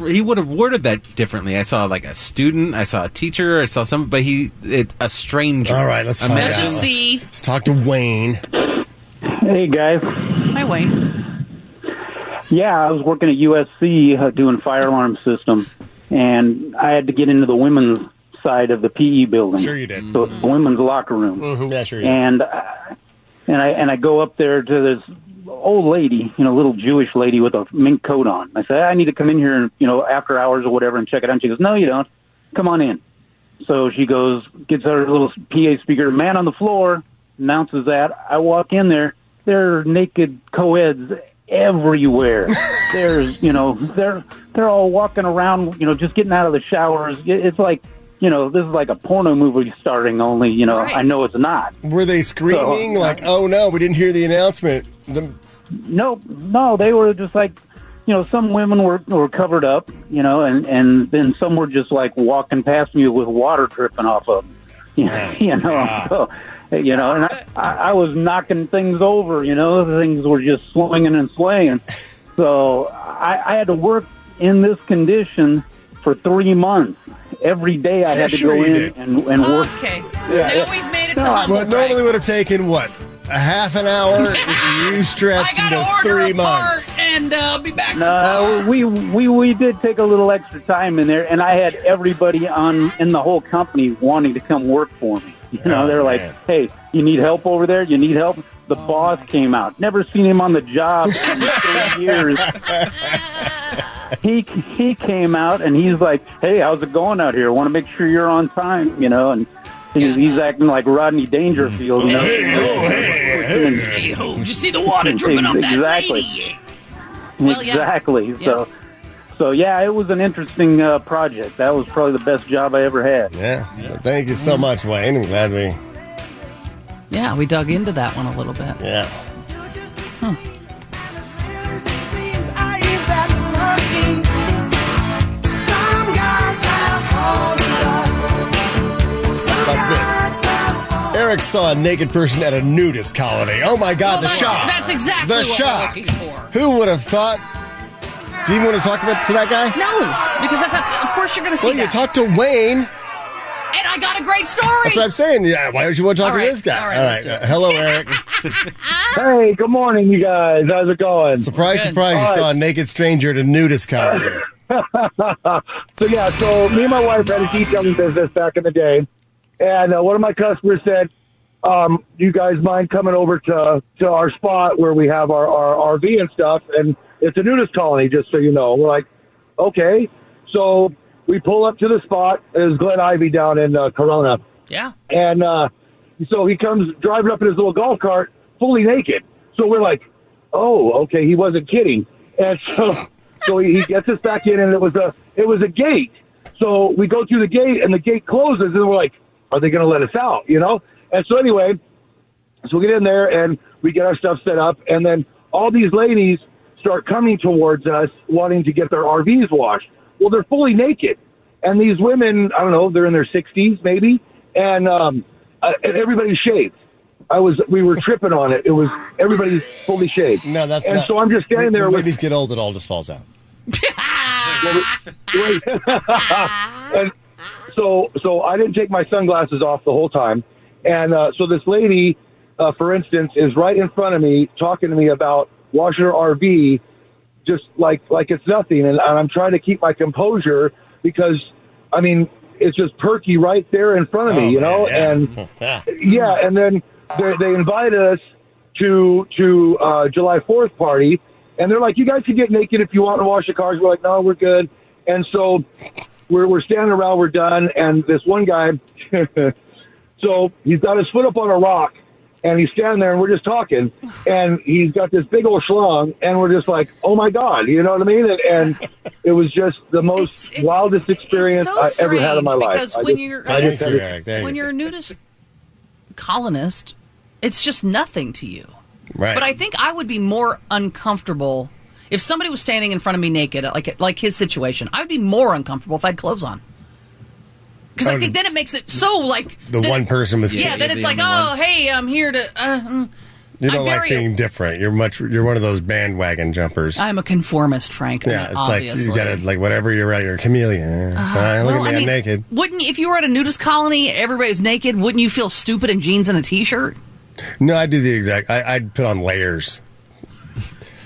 Speaker 17: He would have worded that differently. I saw like a student, I saw a teacher, I saw some, but he it, a stranger.
Speaker 3: All right, let's find
Speaker 17: Imagine-
Speaker 3: out.
Speaker 4: Let's see.
Speaker 3: Let's talk to Wayne.
Speaker 27: Hey guys.
Speaker 4: Hi Wayne.
Speaker 27: Yeah, I was working at USC uh, doing fire alarm system, and I had to get into the women's side of the PE building.
Speaker 3: Sure you did.
Speaker 27: So it's the women's locker room.
Speaker 3: Mhm, yeah, sure. yeah.
Speaker 27: and I- and I and I go up there to this old lady, you know, little Jewish lady with a mink coat on. I say, I need to come in here, and you know, after hours or whatever, and check it out. And she goes, No, you don't. Come on in. So she goes, gets her little PA speaker, man on the floor, announces that. I walk in there. There are naked co-eds everywhere. There's, you know, they're they're all walking around, you know, just getting out of the showers. It- It's like, you know, this is like a porno movie starting. Only, you know, I know it's not.
Speaker 3: Were they screaming
Speaker 27: So-
Speaker 3: like, "Oh no, we didn't hear the announcement"? The,
Speaker 27: No, no, they were just like, you know, some women were were covered up, you know, and and then some were just like walking past me with water dripping off of them, you know, you know. So, you know, and I, I I was knocking things over, you know, things were just swinging and swaying. So I, I had to work in this condition for three months. Every day I
Speaker 3: Yeah,
Speaker 27: had to
Speaker 3: sure
Speaker 27: go
Speaker 3: you
Speaker 27: in
Speaker 3: did.
Speaker 27: and, and work.
Speaker 4: Okay.
Speaker 27: Yeah, yeah.
Speaker 4: Now we've made it to
Speaker 3: What
Speaker 4: humble brag.
Speaker 3: normally would have taken what a half an hour. you stretched into three months.
Speaker 4: and uh, be back.
Speaker 27: No, we, we we did take a little extra time in there, and I had everybody on in the whole company wanting to come work for me. You know, they're like, "Hey, you need help over there? You need help?" The
Speaker 4: Oh,
Speaker 27: boss came out. Never seen him on the job in three years. He he came out and he's like, "Hey, how's it going out here? Want to make sure you're on time?" You know, and he's, he's acting like Rodney Dangerfield. You know?
Speaker 4: Hey ho! Did you see the water dripping off that
Speaker 27: Exactly.
Speaker 4: lady? Well, yeah.
Speaker 27: exactly. So, so yeah, it was an interesting uh, project. That was probably the best job I ever had.
Speaker 3: Yeah. Well, thank you so much, Wayne. I'm glad we.
Speaker 4: Yeah, we dug into that one a little bit.
Speaker 3: Yeah. Eric saw a naked person at a nudist colony. Oh my
Speaker 4: Well,
Speaker 3: God, the
Speaker 4: that's,
Speaker 3: shock!
Speaker 4: That's exactly
Speaker 3: the
Speaker 4: what
Speaker 3: shock.
Speaker 4: we're looking for.
Speaker 3: Who would have thought? Do you want to talk about to that guy?
Speaker 4: No, because that's not, of course you're going to see
Speaker 3: Well, you
Speaker 4: that.
Speaker 3: talked to Wayne.
Speaker 4: and I got a great story.
Speaker 3: That's what I'm saying. Yeah, why don't you want to talk
Speaker 4: All
Speaker 3: to
Speaker 4: right,
Speaker 3: this guy?
Speaker 4: all right, let's
Speaker 3: Uh, hello, Eric.
Speaker 19: hey, good morning, you guys. How's it going?
Speaker 3: Surprise,
Speaker 19: Good.
Speaker 3: surprise! You
Speaker 19: All
Speaker 3: saw a naked stranger at a nudist colony.
Speaker 19: so yeah, so me and my wife had a detailing business back in the day, and uh, one of my customers said, um, "You guys mind coming over to to our spot where we have our, our RV and stuff?" And it's a nudist colony, just so you know. We're like, okay. So we pull up to the spot. It was Glen Ivy down in uh, Corona.
Speaker 4: Yeah.
Speaker 19: And uh, so he comes driving up in his little golf cart, fully naked. So we're like, oh, okay, he wasn't kidding. And so, so he, he gets us back in, and it was a it was a gate. So we go through the gate, and the gate closes, and we're like, are they going to let us out? You know. And so anyway, so we get in there and we get our stuff set up, and then all these ladies start coming towards us wanting to get their RVs washed. Well, they're fully naked. And these women, I don't know, they're in their 60s maybe, and um, uh, and everybody shaved. I was, we were tripping on it. It was everybody's fully shaved. No,
Speaker 3: That's
Speaker 19: and
Speaker 3: not-
Speaker 19: so I'm just standing
Speaker 3: when-
Speaker 19: there
Speaker 3: when
Speaker 19: with
Speaker 3: ladies get old, it all just falls out.
Speaker 19: Well, wait. and so, so I didn't take my sunglasses off the whole time. And uh, so this lady, uh, for instance, is right in front of me talking to me about washing her RV, just like like it's nothing. And, and I'm trying to keep my composure because, I mean, it's just perky right there in front of me, you know. And yeah, and then they, they invite us to to uh, July Fourth party, and they're like, "You guys can get naked if you want and wash your cars." We're like, "No, we're good." And so we're we're standing around, we're done, and this one guy, so he's got his foot up on a rock, and he's standing there, and we're just talking, and he's got this big old schlong, and we're just like, "Oh my god," you know what I mean? And, and it was just the most wildest experience
Speaker 4: so
Speaker 19: I ever had in my life.
Speaker 4: because
Speaker 19: I
Speaker 4: when
Speaker 19: just-
Speaker 4: you're
Speaker 19: I just-
Speaker 4: when you're a nudist colonist, it's just nothing to you.
Speaker 3: Right.
Speaker 4: But I think I would be more uncomfortable if somebody was standing in front of me naked, like like his situation. I would be more uncomfortable if I had clothes on. Because I
Speaker 3: Oh,
Speaker 4: think then it makes it so like
Speaker 3: The
Speaker 4: then
Speaker 3: one
Speaker 4: it-
Speaker 3: person with-
Speaker 4: yeah.
Speaker 3: Yeah,
Speaker 4: then
Speaker 3: you're
Speaker 4: it's
Speaker 3: the
Speaker 4: like,
Speaker 3: only
Speaker 4: oh, hey, I'm here to. Uh, mm.
Speaker 3: You
Speaker 4: I
Speaker 3: don't like
Speaker 4: very-
Speaker 3: being different. You're much. You're one of those bandwagon jumpers.
Speaker 4: I'm a conformist, Frank. I mean,
Speaker 3: yeah, it's
Speaker 4: obviously. Uh-huh.
Speaker 3: like you gotta like whatever you're at. You're a chameleon. Uh,
Speaker 4: well,
Speaker 3: look
Speaker 4: I
Speaker 3: at me, I am
Speaker 4: mean-
Speaker 3: naked.
Speaker 4: Wouldn't if you were at a nudist colony, everybody's naked. Wouldn't you feel stupid in jeans and a t-shirt?
Speaker 3: No, I do the exact. I, I'd put on layers.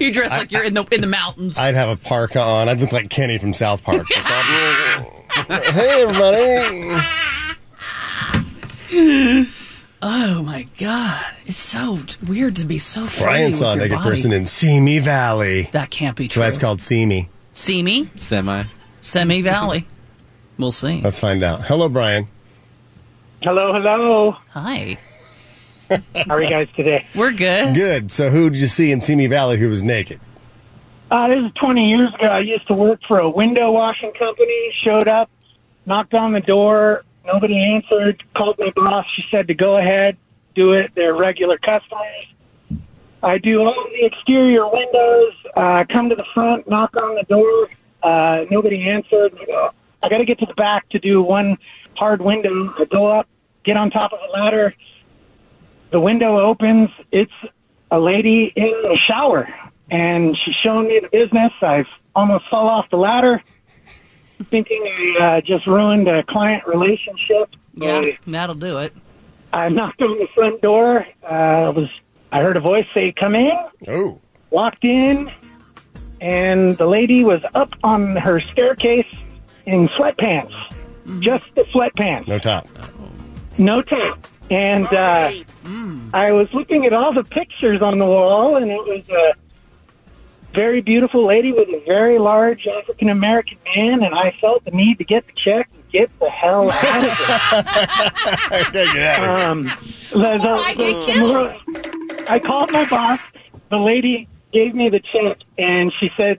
Speaker 4: You dress like you're in the in the mountains.
Speaker 3: I'd have a parka on. I'd look like Kenny from South Park.
Speaker 4: hey, everybody. oh my god, it's so weird to be so free.
Speaker 3: Brian
Speaker 4: with
Speaker 3: saw a
Speaker 4: your
Speaker 3: naked
Speaker 4: body.
Speaker 3: person in Simi Valley.
Speaker 4: That can't be
Speaker 3: That's why it's
Speaker 4: true.
Speaker 3: called Simi.
Speaker 4: Simi,
Speaker 3: Semi.
Speaker 4: Semi Valley. We'll see.
Speaker 3: Let's find out. Hello, Brian.
Speaker 9: Hello, hello.
Speaker 4: Hi.
Speaker 9: How are you guys today?
Speaker 4: We're good.
Speaker 3: Good. So, who did you see in Simi Valley who was naked?
Speaker 9: Uh, this is 20 years ago. I used to work for a window washing company. Showed up, knocked on the door. Nobody answered. Called my boss. She said to go ahead, do it. They're regular customers. I do all the exterior windows. Uh, come to the front, knock on the door. Uh, nobody answered. I got to get to the back to do one hard window. I go up, get on top of the ladder. The window opens. It's a lady in the shower, and she's showing me the business. I've almost fell off the ladder, thinking I uh, just ruined a client relationship.
Speaker 4: Yeah, that'll do it.
Speaker 9: I knocked on the front door. Uh, was I heard a voice say, "Come in."
Speaker 3: Oh.
Speaker 9: Walked in, and the lady was up on her staircase in sweatpants, Mm-hmm. just the sweatpants.
Speaker 3: No top.
Speaker 9: No tape. And uh, I was looking at all the pictures on the wall, and it was a very beautiful lady with a very large African American man, and I felt the need to get the check and get the hell out of here. um, the, the, the- I called my boss. The lady gave me the check, and she said,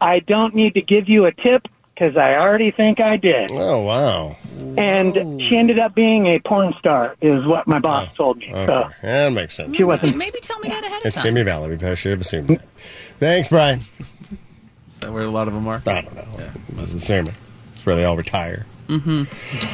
Speaker 9: I don't need to give you a tip because I already think I did.
Speaker 3: Oh, wow.
Speaker 9: And she ended up being a porn star, is what my boss told me.
Speaker 3: Oh, Okay.
Speaker 9: So
Speaker 3: Yeah, that makes sense.
Speaker 9: she wasn't.
Speaker 4: Maybe tell me that ahead
Speaker 3: It's Simi Valley. We probably should have assumed that. Thanks, Brian.
Speaker 17: Is that where a lot of them are?
Speaker 3: I don't know. It's a sermon. It's where they all retire.
Speaker 5: Mm-hmm.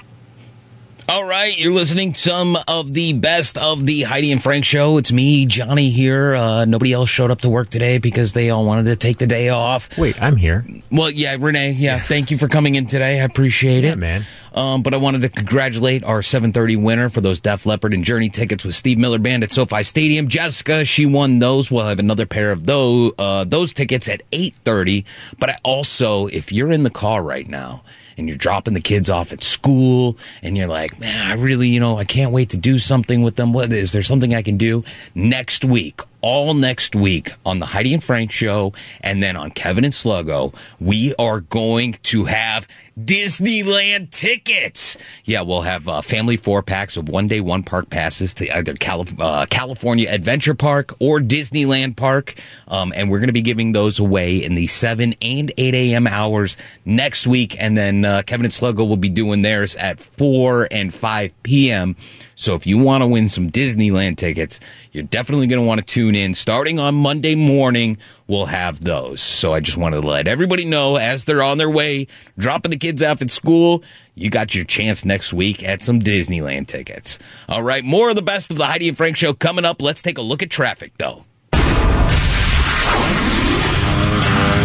Speaker 5: All right, you're listening to some of the best of the Heidi and Frank show. It's me, Johnny here. Uh, nobody else showed up to work today because they all wanted to take the day off.
Speaker 7: Wait, I'm here.
Speaker 5: Well, yeah, Renee. Yeah, thank you for coming in today. I appreciate it, man. Um, but I wanted to congratulate our 7:30 winner for those Def Leppard and Journey tickets with Steve Miller Band at SoFi Stadium. Jessica, she won those. We'll have another pair of those uh, those tickets at 8:30. But I also, if you're in the car right now and you're dropping the kids off at school and you're like, man, I really, you know, I can't wait to do something with them. What is there something I can do next week? All next week on the Heidi and Frank show and then on Kevin and Sluggo, we are going to have Disneyland tickets. Yeah, we'll have uh, family four packs of one day, one park passes to either Calif- uh, California Adventure Park or Disneyland Park. Um, and we're going to be giving those away in the 7 and 8 a.m. hours next week. And then uh, Kevin and Sluggo will be doing theirs at 4 and 5 p.m. So if you want to win some Disneyland tickets, you're definitely going to want to tune tune in starting on Monday morning. We'll have those. So I just wanted to let everybody know as they're on their way, dropping the kids off at school, you got your chance next week at some Disneyland tickets. All right, more of the best of the Heidi and Frank show coming up. Let's take a look at traffic, though.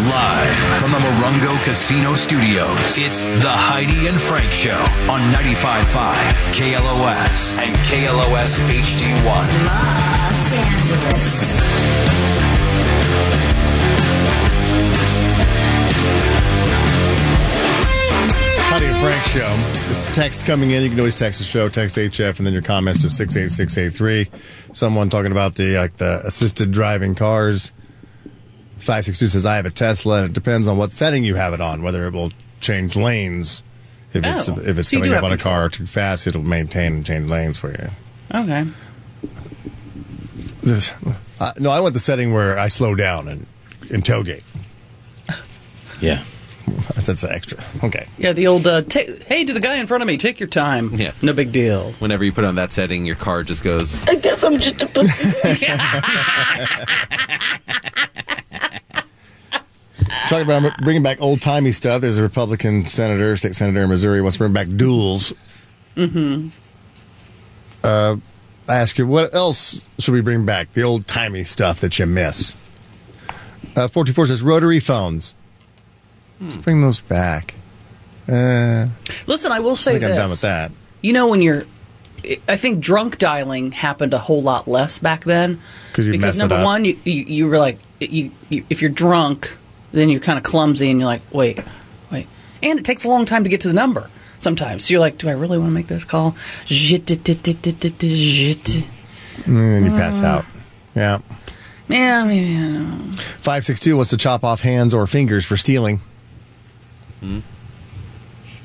Speaker 1: Live from the Morongo Casino Studios, it's the Heidi and Frank Show on 95.5 KLOS and KLOS HD1.
Speaker 3: Honey and Frank Show. It's text coming in. You can always text the show, text HF, and then your comments to 68683. Someone talking about the like the assisted driving cars. 562 says, I have a Tesla, and it depends on what setting you have it on, whether it will change lanes. If it's,
Speaker 4: Oh,
Speaker 3: if it's
Speaker 4: so you
Speaker 3: coming
Speaker 4: do have
Speaker 3: up on a
Speaker 4: control.
Speaker 3: car too fast, it'll maintain and change lanes for you.
Speaker 4: Okay.
Speaker 3: This, uh, no, I want the setting where I slow down and, and tailgate.
Speaker 5: Yeah.
Speaker 3: That's an extra. Okay.
Speaker 4: Yeah, the old uh, ta hey to the guy in front of me, take your time.
Speaker 17: Yeah.
Speaker 4: No big deal.
Speaker 17: Whenever you put on that setting, your car just goes.
Speaker 4: I guess I'm just a
Speaker 3: Talking about bringing back old timey stuff. There's a Republican senator, state senator in Missouri, wants to bring back duels.
Speaker 4: Mm-hmm.
Speaker 3: Uh, I ask you, what else should we bring back? The old timey stuff that you miss. Uh, 44 says rotary phones. Let's bring those back. Uh,
Speaker 4: Listen, I will
Speaker 3: I
Speaker 4: say
Speaker 3: think
Speaker 4: this.
Speaker 3: I'm done with that.
Speaker 4: You know when you're, I think drunk dialing happened a whole lot less back then.
Speaker 3: 'Cause you'd
Speaker 4: because
Speaker 3: mess it
Speaker 4: number
Speaker 3: up.
Speaker 4: one, you, you you were like, you, you if you're drunk, then you're kind of clumsy and you're like, wait, wait, and it takes a long time to get to the number. Sometimes so you're like, do I really want to make this call? Zhit-dit-dit-dit-dit-dit-zit.
Speaker 3: And then Mm, you
Speaker 4: Uh.
Speaker 3: pass out. Yeah.
Speaker 4: Yeah, maybe. I don't know.
Speaker 3: 562 wants to chop off hands or fingers for stealing.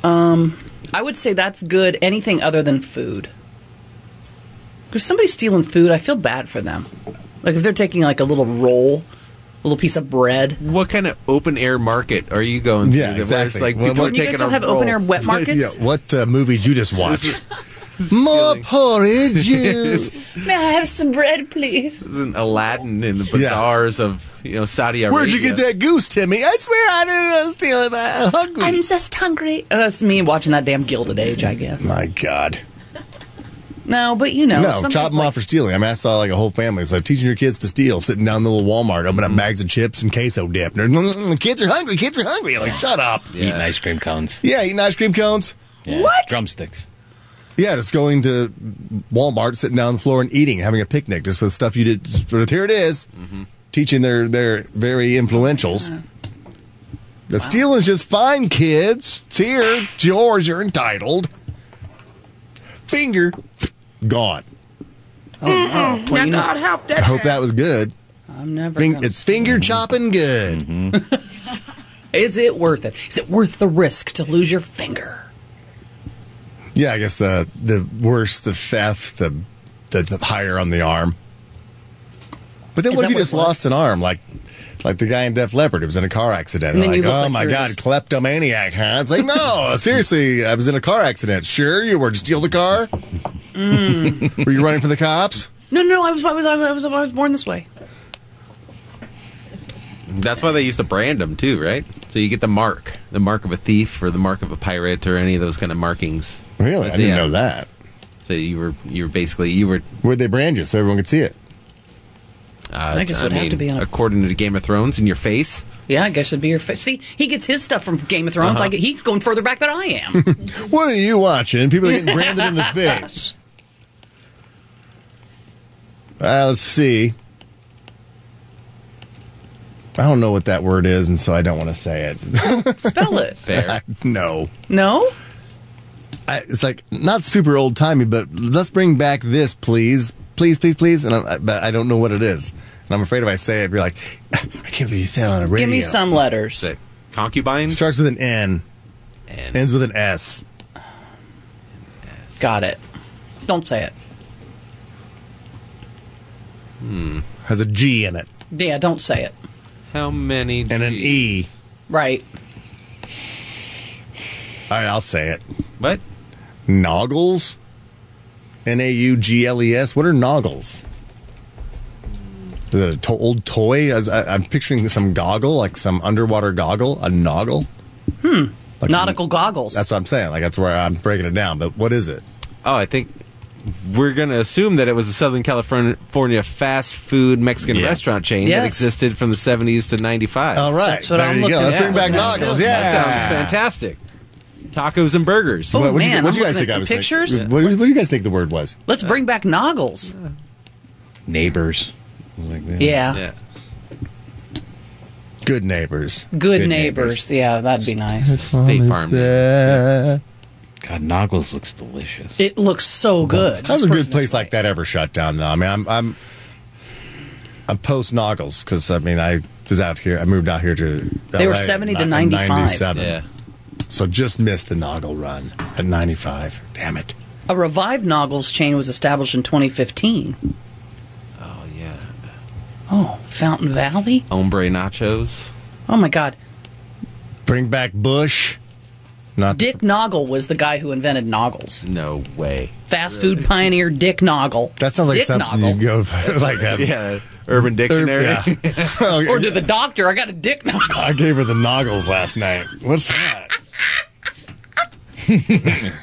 Speaker 4: Um, I would say that's good. Anything other than food, because somebody's stealing food, I feel bad for them. Like if they're taking like a little roll, a little piece of bread.
Speaker 17: What kind of open air market are you going to?
Speaker 3: Yeah, exactly.
Speaker 17: It's like
Speaker 3: Well,
Speaker 17: people
Speaker 3: what-
Speaker 17: are
Speaker 3: You guys
Speaker 17: taking
Speaker 4: don't
Speaker 17: a
Speaker 4: have
Speaker 17: roll.
Speaker 4: open-air wet markets?
Speaker 3: Yeah, what uh, movie did you just watch? More porridge.
Speaker 17: This
Speaker 4: May I have some bread, please?
Speaker 17: is an Aladdin in the bazaars of you know Saudi Arabia.
Speaker 3: Where'd you get that goose, Timmy? I swear I didn't steal it, but I'm hungry.
Speaker 4: I'm just hungry. Uh, that's me watching that damn Gilded Age, I guess.
Speaker 3: My God.
Speaker 4: No, but you know,
Speaker 3: no,
Speaker 4: sometimes,
Speaker 3: chop them
Speaker 4: like,
Speaker 3: off for stealing. I mean, I saw like a whole family. It's like teaching your kids to steal, sitting down in the little Walmart, opening
Speaker 5: Mm.
Speaker 3: up bags of chips and queso dip. And they're, "Mm, kids are hungry. Kids are hungry. I'm like, shut up.
Speaker 5: Eating ice cream cones.
Speaker 3: Yeah, eating ice cream cones.
Speaker 4: What?
Speaker 5: Drumsticks.
Speaker 3: Yeah, just going to Walmart, sitting down on the floor and eating, having a picnic, just with stuff you did. Just, but here it is. Teaching their their very influentials. The stealing's just fine, kids. It's here. It's yours. You're entitled. Finger gone.
Speaker 4: Oh, no. Well, you know-
Speaker 15: help
Speaker 3: I hope that was good.
Speaker 4: I'm never.
Speaker 3: Fing-
Speaker 4: gonna-
Speaker 3: it's finger chopping good.
Speaker 4: Is it worth it? Is it worth the risk to lose your finger?
Speaker 3: Yeah, I guess the the worse the theft, the the, the higher on the arm. But then
Speaker 4: Is
Speaker 3: what
Speaker 4: that
Speaker 3: if you
Speaker 4: what
Speaker 3: just
Speaker 4: it was?
Speaker 3: lost an arm, like like the guy in Def Leppard who was in a car accident?
Speaker 4: And
Speaker 3: And
Speaker 4: then you
Speaker 3: like,
Speaker 4: look
Speaker 3: oh
Speaker 4: like
Speaker 3: my
Speaker 4: you're
Speaker 3: god,
Speaker 4: just-
Speaker 3: kleptomaniac, huh? It's like, no, seriously, I was in a car accident. Sure, you were. Did you steal the car?
Speaker 4: Mm.
Speaker 3: were you running from the cops?
Speaker 4: No, no, I was, I was, I was, I was born this way.
Speaker 17: That's why they used to brand them too, right? So you get the mark, the mark of a thief or the mark of a pirate or any of those kind of markings.
Speaker 3: Really, I
Speaker 17: So,
Speaker 3: didn't
Speaker 17: yeah.
Speaker 3: know that.
Speaker 17: So you were you were basically you were.
Speaker 3: Where'd they brand you so everyone could see it?
Speaker 17: Uh,
Speaker 4: I guess it would have to be on a-
Speaker 17: according to Game of Thrones in your face.
Speaker 4: Yeah, I guess it'd be your face. See, he gets his stuff from Game of Thrones.
Speaker 17: Uh-huh.
Speaker 4: I get, he's going further back than I am.
Speaker 3: What are you watching? People are getting branded in the face. Uh, let's see. I don't know what that word is, and so I don't want to say it.
Speaker 4: Spell it.
Speaker 17: Fair.
Speaker 3: no.
Speaker 4: No?
Speaker 3: I, it's like not super old timey, but let's bring back this, please, please, please, please. And I, but I don't know what it is, and I'm afraid if I say it, you're like, "Ah, I can't believe you said it on a radio.
Speaker 4: Give me some letters.
Speaker 17: Concubine
Speaker 3: starts with an N, ends with an S.
Speaker 4: Got it. Don't say it.
Speaker 17: Hmm.
Speaker 3: Has a G in it
Speaker 4: Yeah, don't say it.
Speaker 17: How many?
Speaker 3: and an E.
Speaker 4: Right.
Speaker 3: All right, I'll say it.
Speaker 17: What?
Speaker 3: Noggles? N A U G L E S. What are noggles? Is it a to- old toy? As I, I'm picturing some goggle, like some underwater goggle, a noggle.
Speaker 4: Hmm. Nautical goggles.
Speaker 3: That's what I'm saying. Like that's where I'm breaking it down. But what is it?
Speaker 17: Oh, I think we're going to assume that it was a Southern California fast food Mexican
Speaker 3: Yeah.
Speaker 17: restaurant chain
Speaker 3: Yes.
Speaker 17: that existed from the 70s to 95.
Speaker 3: All right. That's what There I'm you go. looking Let's at. bring back
Speaker 17: That
Speaker 3: Noggles.
Speaker 17: sounds- That
Speaker 3: Yeah.
Speaker 17: sounds fantastic. Tacos and burgers.
Speaker 4: Oh, What- what'd you- man, what'd you I'm guys looking think at I was some thinking? pictures.
Speaker 3: What, what do you guys think the word was?
Speaker 4: Let's bring back noggles.
Speaker 5: Neighbors.
Speaker 4: Yeah.
Speaker 3: Good neighbors.
Speaker 4: Good, neighbors. Yeah, that'd be nice.
Speaker 5: State Farm.
Speaker 3: Yeah.
Speaker 5: God, Noggles looks delicious.
Speaker 4: It looks so good.
Speaker 3: How's a good place like that ever shut down though? I mean, I'm I'm I'm post Noggles because I mean I was out here. I moved out here to
Speaker 4: They were
Speaker 3: LA at
Speaker 4: 70 to
Speaker 3: ni-
Speaker 4: 95.
Speaker 3: 97.
Speaker 4: Yeah.
Speaker 3: So just missed the Noggle run at 95. Damn it.
Speaker 4: A revived noggles chain was established in 2015. Oh
Speaker 17: Oh,
Speaker 4: yeah. Oh, Fountain Valley.
Speaker 17: Ombre nachos.
Speaker 4: Oh my God.
Speaker 3: Bring back Bush. Not
Speaker 4: Dick Noggle was the guy who invented noggles.
Speaker 17: No way.
Speaker 4: Fast food pioneer Dick Noggle.
Speaker 3: That sounds like
Speaker 4: Dick
Speaker 3: something
Speaker 4: Noggle.
Speaker 3: you go like a,
Speaker 17: yeah, Urban
Speaker 3: Dictionary.
Speaker 4: or to the doctor, I got a dick noggle.
Speaker 3: I gave her the noggles last night. What's that?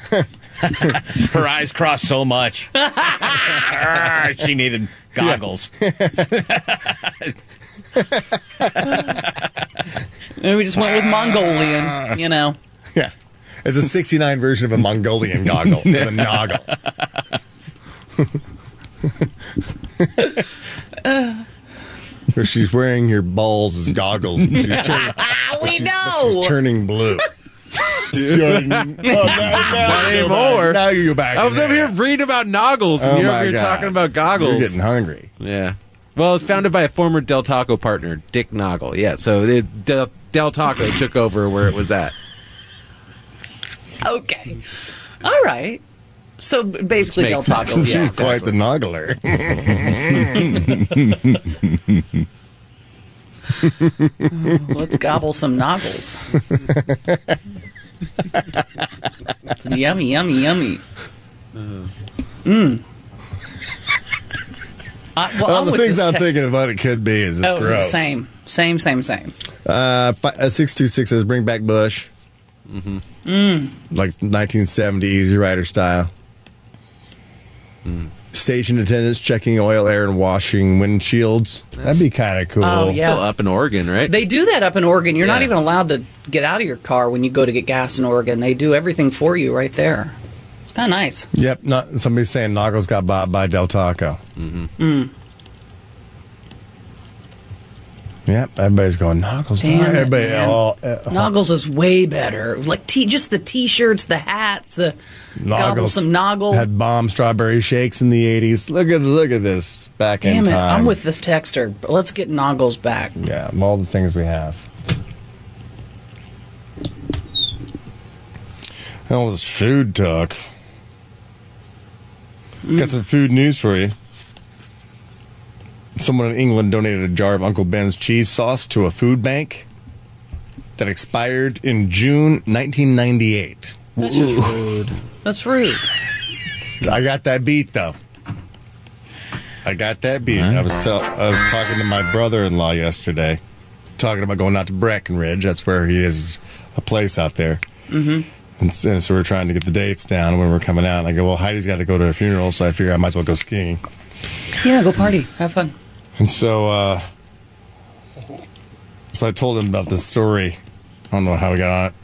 Speaker 5: Her eyes crossed so much. Arr, she needed goggles.
Speaker 4: And we just went with Mongolian, you know.
Speaker 3: Yeah. It's a 69 version of a Mongolian goggle. It's a noggle.
Speaker 4: Uh,
Speaker 3: Where she's wearing your balls as goggles. And she's turning,
Speaker 4: we
Speaker 3: she's turning blue. Jordan. Oh, now, now
Speaker 17: Not
Speaker 3: you go
Speaker 17: anymore.
Speaker 3: back. Now you go back.
Speaker 17: I was
Speaker 3: in
Speaker 17: over
Speaker 3: there.
Speaker 17: here reading about noggles, and
Speaker 3: Oh
Speaker 17: you're
Speaker 3: my
Speaker 17: over here
Speaker 3: God.
Speaker 17: talking about goggles.
Speaker 3: You're getting hungry.
Speaker 17: Yeah. Well, it's founded by a former Del Taco partner, Dick Noggle. Yeah, so it, Del, Del Taco took over where it was at.
Speaker 4: okay. All right. So b- basically, Del
Speaker 17: Makes
Speaker 4: Taco.
Speaker 17: sense.
Speaker 4: Yeah.
Speaker 3: She's quite the noggler.
Speaker 4: Mm-hmm. Let's gobble some noggles. It's yummy, yummy, yummy. Mmm. I, well,
Speaker 3: All
Speaker 4: I'm
Speaker 3: the
Speaker 4: with
Speaker 3: things
Speaker 4: this
Speaker 3: I'm
Speaker 4: ca-
Speaker 3: thinking of what it could be is just
Speaker 4: Oh,
Speaker 3: gross.
Speaker 4: same, same, same, same.
Speaker 3: Uh, fi- uh, 626 says bring back Bush. Mm-hmm.
Speaker 4: Mm.
Speaker 3: Like 1970 Easy Rider style. Station attendants checking oil, air, and washing windshields. That'd be kind of cool.
Speaker 4: Oh, yeah. Still
Speaker 17: up in Oregon, right?
Speaker 4: They do that up in Oregon. You're not
Speaker 3: Yeah.
Speaker 4: even allowed to get out of your car when you go to get gas in Oregon. They do everything for you right there. It's kind of nice.
Speaker 3: Yep. Not, somebody's saying Noggles got bought by Del Taco. Mm-hmm.
Speaker 4: Mm.
Speaker 3: Yep. Everybody's going Noggles.
Speaker 4: Damn it,
Speaker 3: everybody,
Speaker 4: man.
Speaker 3: all, uh,
Speaker 4: Noggles is way better. Like t- just the t-shirts, the hats, the gobble
Speaker 3: Noggles
Speaker 4: some noggle.
Speaker 3: had bomb strawberry shakes in the 80s. Look at look at this back in
Speaker 4: Damn it!
Speaker 3: time.
Speaker 4: I'm with this texter. But Let's get Noggles back.
Speaker 3: Yeah, of all the things we have. And all this food talk.
Speaker 4: Mm.
Speaker 3: Got some food news for you. Someone in England donated a jar of Uncle Ben's cheese sauce to a food bank that expired in June 1998.
Speaker 4: That's just rude. That's rude.
Speaker 3: I got that beat though. I got that beat. I was tell I was talking to my brother-in-law yesterday, talking about going out to Breckenridge. That's where he is, a place out there.
Speaker 2: Mm-hmm.
Speaker 3: And, s- and so we are trying to get the dates down when we're coming out. And I go, well, Heidi's got to go to her funeral, so I figure I might as well go skiing.
Speaker 4: Yeah, go party, have fun.
Speaker 3: And so, uh, so I told him about this story. I don't know how we got on it.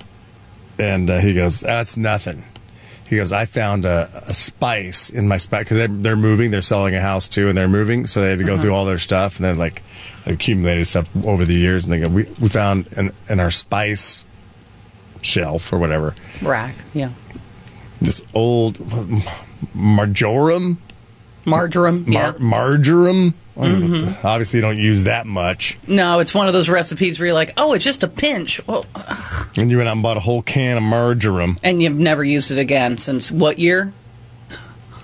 Speaker 3: And uh, he goes, "That's nothing." He goes, "I found a, a spice in my spice because they're, they're moving. They're selling a house too, and they're moving, so they had to go
Speaker 2: Uh-huh.
Speaker 3: through all their stuff and then like accumulated stuff over the years. And they go, we we found in, in our spice shelf or whatever
Speaker 4: Rack. Yeah.
Speaker 3: this old marjoram."
Speaker 4: Marjoram.
Speaker 3: Mar-
Speaker 4: yeah. Mm-hmm.
Speaker 3: marjoram. I don't know what the- Obviously, you don't use that much.
Speaker 4: No, it's one of those recipes where you're like, oh, it's just a pinch. Well, ugh,
Speaker 3: And you went out and bought a whole can of marjoram.
Speaker 4: and you've never used it again since what year?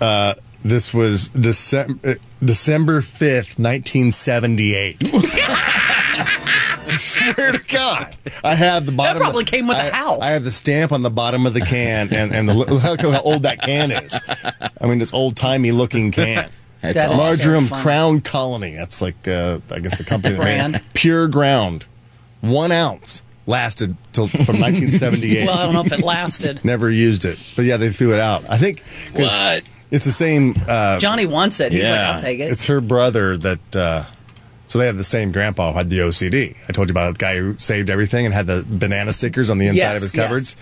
Speaker 3: Uh, this was December December fifth, nineteen seventy eight. I swear to God, I have the bottom.
Speaker 4: probably came with
Speaker 3: I,
Speaker 4: a house.
Speaker 3: I have the stamp on the bottom of the can, and and the, look how old that can is. I mean, this old timey looking can.
Speaker 4: That
Speaker 3: It's
Speaker 4: is so
Speaker 3: Marjoram
Speaker 4: funny.
Speaker 3: Crown Colony. That's like, uh, I guess the company that made it.
Speaker 4: Brand.
Speaker 3: Pure Ground, one ounce lasted till from 1978.
Speaker 4: well, I don't know if it lasted.
Speaker 3: Never used it, but yeah, they threw it out. I think 'cause it's the same. Uh,
Speaker 4: Johnny wants it. He's like, I'll take it.
Speaker 3: It's her brother that. Uh, so they have the same grandpa who had the OCD. I told you about the guy who saved everything and had the banana stickers on the inside
Speaker 4: Yes,
Speaker 3: of his
Speaker 4: yes.
Speaker 3: cupboards.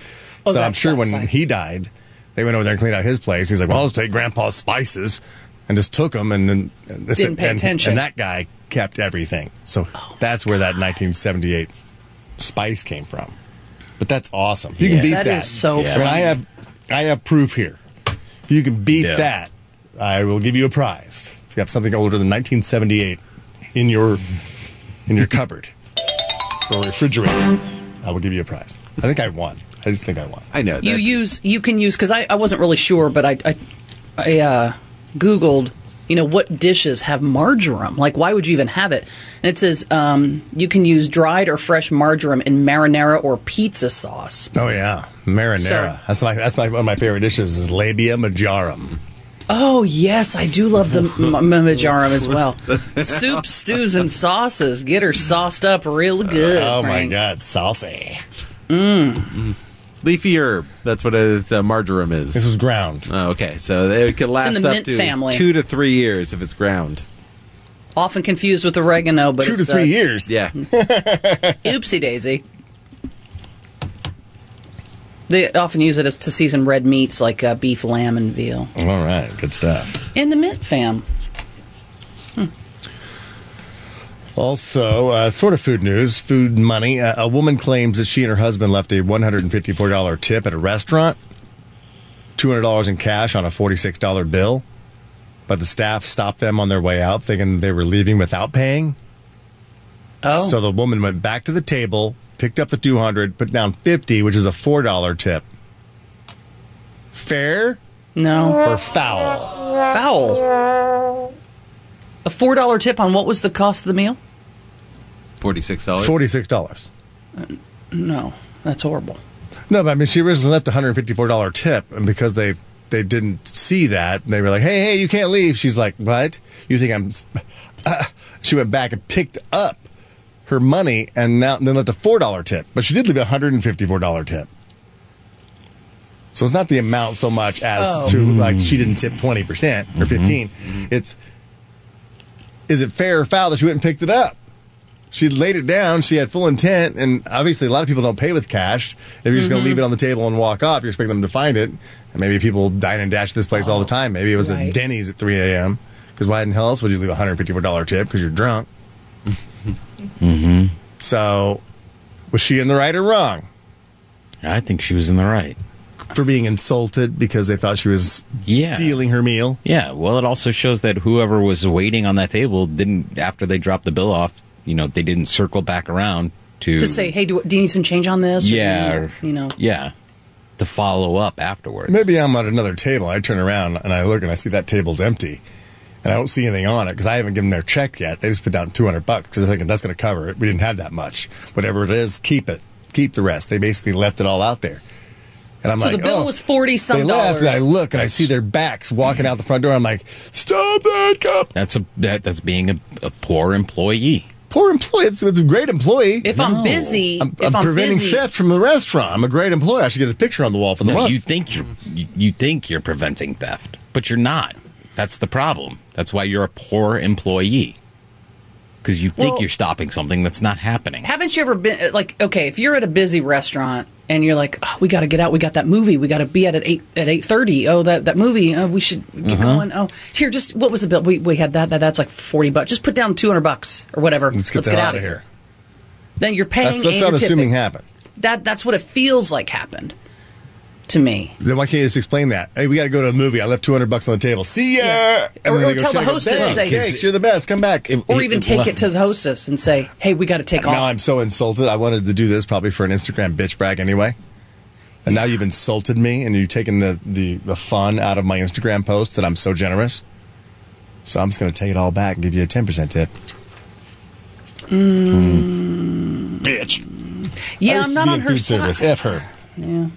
Speaker 4: Oh,
Speaker 3: so I'm
Speaker 4: that's
Speaker 3: sure
Speaker 4: that
Speaker 3: when
Speaker 4: side.
Speaker 3: he died, they went over there and cleaned out his place. He's like, "Well, I'll just take grandpa's spices," and just took them and, then and this-
Speaker 4: Didn't pay
Speaker 3: and-
Speaker 4: attention. Oh
Speaker 3: And that guy kept everything. So that's where that 1978 spice came from. But that's awesome. If you
Speaker 4: Yeah.
Speaker 3: can beat that.
Speaker 4: That is so
Speaker 3: I mean, I
Speaker 4: funny.
Speaker 3: have, I have proof here. If you can beat
Speaker 4: Yeah.
Speaker 3: that, I will give you a prize. If you have something older than 1978 in your in your cupboard or refrigerator, I will give you a prize. I think I won. I just think I won.
Speaker 17: I know.
Speaker 4: you use you can use because I, I wasn't really sure, but I I, I uh, googled you know what dishes have marjoram like why would you even have it and it says um, you can use dried or fresh marjoram in marinara or pizza sauce
Speaker 3: Oh yeah, marinara.
Speaker 4: Sorry.
Speaker 3: That's my that's my one of my favorite dishes is labia majorum.
Speaker 4: oh yes i do love the m- m- marjoram as well soup stews and sauces get her sauced up real good
Speaker 3: oh
Speaker 4: Frank.
Speaker 3: my god, saucy.
Speaker 4: mm.
Speaker 17: Leafy herb. That's what it, uh, marjoram is. This
Speaker 3: is ground.
Speaker 17: Oh, okay, so it could last
Speaker 4: the
Speaker 17: up
Speaker 4: mint
Speaker 17: to
Speaker 4: family.
Speaker 17: two to three years if it's ground.
Speaker 4: often confused with oregano but
Speaker 17: Two to
Speaker 4: it's, uh,
Speaker 17: three
Speaker 3: years
Speaker 17: Yeah.
Speaker 4: Oopsie daisy. They often use it as to season red meats like uh, beef, lamb, and veal.
Speaker 3: All right, good stuff.
Speaker 4: In the mint fam.
Speaker 3: Also, uh, sort of food news, food money. Uh, a woman claims that she and her husband left a $154 tip at a restaurant, $200 in cash on a $46 bill, but the staff stopped them on their way out thinking they were leaving without paying.
Speaker 4: Oh.
Speaker 3: So the woman went back to the table, picked up the 200, put down 50, which is a $4 tip. Fair?
Speaker 4: No.
Speaker 3: Or foul?
Speaker 4: Foul. A four dollar tip on what was the cost of the meal?
Speaker 17: Forty-six dollars.
Speaker 3: $46.
Speaker 4: No, that's horrible.
Speaker 3: No, but I mean, she originally left a hundred fifty four dollar tip, and because they they didn't see that, they were like, "Hey, hey, you can't leave." She's like, "What? You think I'm?" s- Uh, she went back and picked up her money, and now and then left a four dollar tip, but she did leave a hundred and fifty four dollar tip. So it's not the amount so much as
Speaker 4: Oh.
Speaker 3: to like
Speaker 5: Mm.
Speaker 3: she didn't tip twenty percent or 15
Speaker 5: Mm-hmm.
Speaker 3: It's is it fair or foul that she went and picked it up? She laid it down. She had full intent, and obviously, a lot of people don't pay with cash. If you're just going to leave it on the table and walk off, you're expecting them to find it. And maybe people dine and dash this place all the time. Maybe it was at Denny's at 3 a.m. Because why in hell else would you leave a $154 tip because you're drunk?
Speaker 5: Mm-hmm.
Speaker 3: So, was she in the right or wrong?
Speaker 5: I think she was in the right.
Speaker 3: For being insulted because they thought she was
Speaker 5: Yeah.
Speaker 3: stealing her meal?
Speaker 5: Yeah, well, it also shows that whoever was waiting on that table didn't, after they dropped the bill off, you know, they didn't circle back around to,
Speaker 4: To say, hey, do, do you need some change on this? Or do you
Speaker 5: yeah,
Speaker 4: need-
Speaker 5: or-
Speaker 4: you know.
Speaker 5: yeah, to follow up afterwards.
Speaker 3: Maybe I'm at another table. I turn around and I look and I see that table's empty, and I don't see anything on it because I haven't given their check yet. They just put down 200 bucks because they're thinking that's going to cover it. We didn't have that much. Whatever it is, keep it. Keep the rest. They basically left it all out there, and I'm
Speaker 4: so
Speaker 3: like,
Speaker 4: the bill
Speaker 3: oh.
Speaker 4: was forty
Speaker 3: they
Speaker 4: some dollars.
Speaker 3: left, and I look and I see their backs walking out the front door. I'm like, stop that cup.
Speaker 5: That's a that, that's being a, a poor employee.
Speaker 3: Poor employee. It's, it's a great employee.
Speaker 4: If I'm No. busy-
Speaker 3: Oh. I'm,
Speaker 4: if
Speaker 3: I'm
Speaker 4: I'm
Speaker 3: preventing
Speaker 4: busy-
Speaker 3: theft from the restaurant. I'm a great employee. I should get a picture on the wall for the
Speaker 5: No,
Speaker 3: month.
Speaker 5: you think you're you, you think you're preventing theft, but you're not. That's the problem. That's why you're a poor employee because you think
Speaker 4: Well-
Speaker 5: you're stopping something that's not happening.
Speaker 4: Haven't you ever been uh, like okay, if you're at a busy restaurant and you're like, oh, we got to get out, we got that movie, we got to be out at eight at eight thirty. Oh, that that movie, oh, we should get
Speaker 5: Uh-huh.
Speaker 4: going. Oh, here, just what was the bill? We we had that that that's like forty bucks. Just put down two hundred bucks or whatever.
Speaker 3: Let's get the hell out of here.
Speaker 4: Then you're paying.
Speaker 3: That's, that's
Speaker 4: and
Speaker 3: what I'm
Speaker 4: you're tipping.
Speaker 3: assuming happened.
Speaker 4: That that's what it feels like happened to me.
Speaker 3: Then why can't you just explain that? Hey, we got to go to a movie. I left two hundred bucks on the table. See ya.
Speaker 4: Or-
Speaker 3: then
Speaker 4: or
Speaker 3: they go
Speaker 4: tell the
Speaker 3: check out
Speaker 4: hostess,
Speaker 3: "Thanks,
Speaker 4: say-
Speaker 3: thanks, you're the best. Come back.
Speaker 4: Or even take it to the hostess and say, "Hey, we got to take
Speaker 3: Now
Speaker 4: off."
Speaker 3: I'm so insulted. I wanted to do this probably for an Instagram bitch brag anyway. And now you've insulted me, and you've taken the, the, the fun out of my Instagram post that I'm so generous. So I'm just going to take it all back and give you a ten percent tip.
Speaker 4: Mm,
Speaker 3: Bitch.
Speaker 4: Yeah,
Speaker 3: I
Speaker 4: I'm not
Speaker 3: used to
Speaker 4: on
Speaker 3: be in
Speaker 4: her
Speaker 3: food
Speaker 4: side.
Speaker 3: Service. F her.
Speaker 4: Yeah.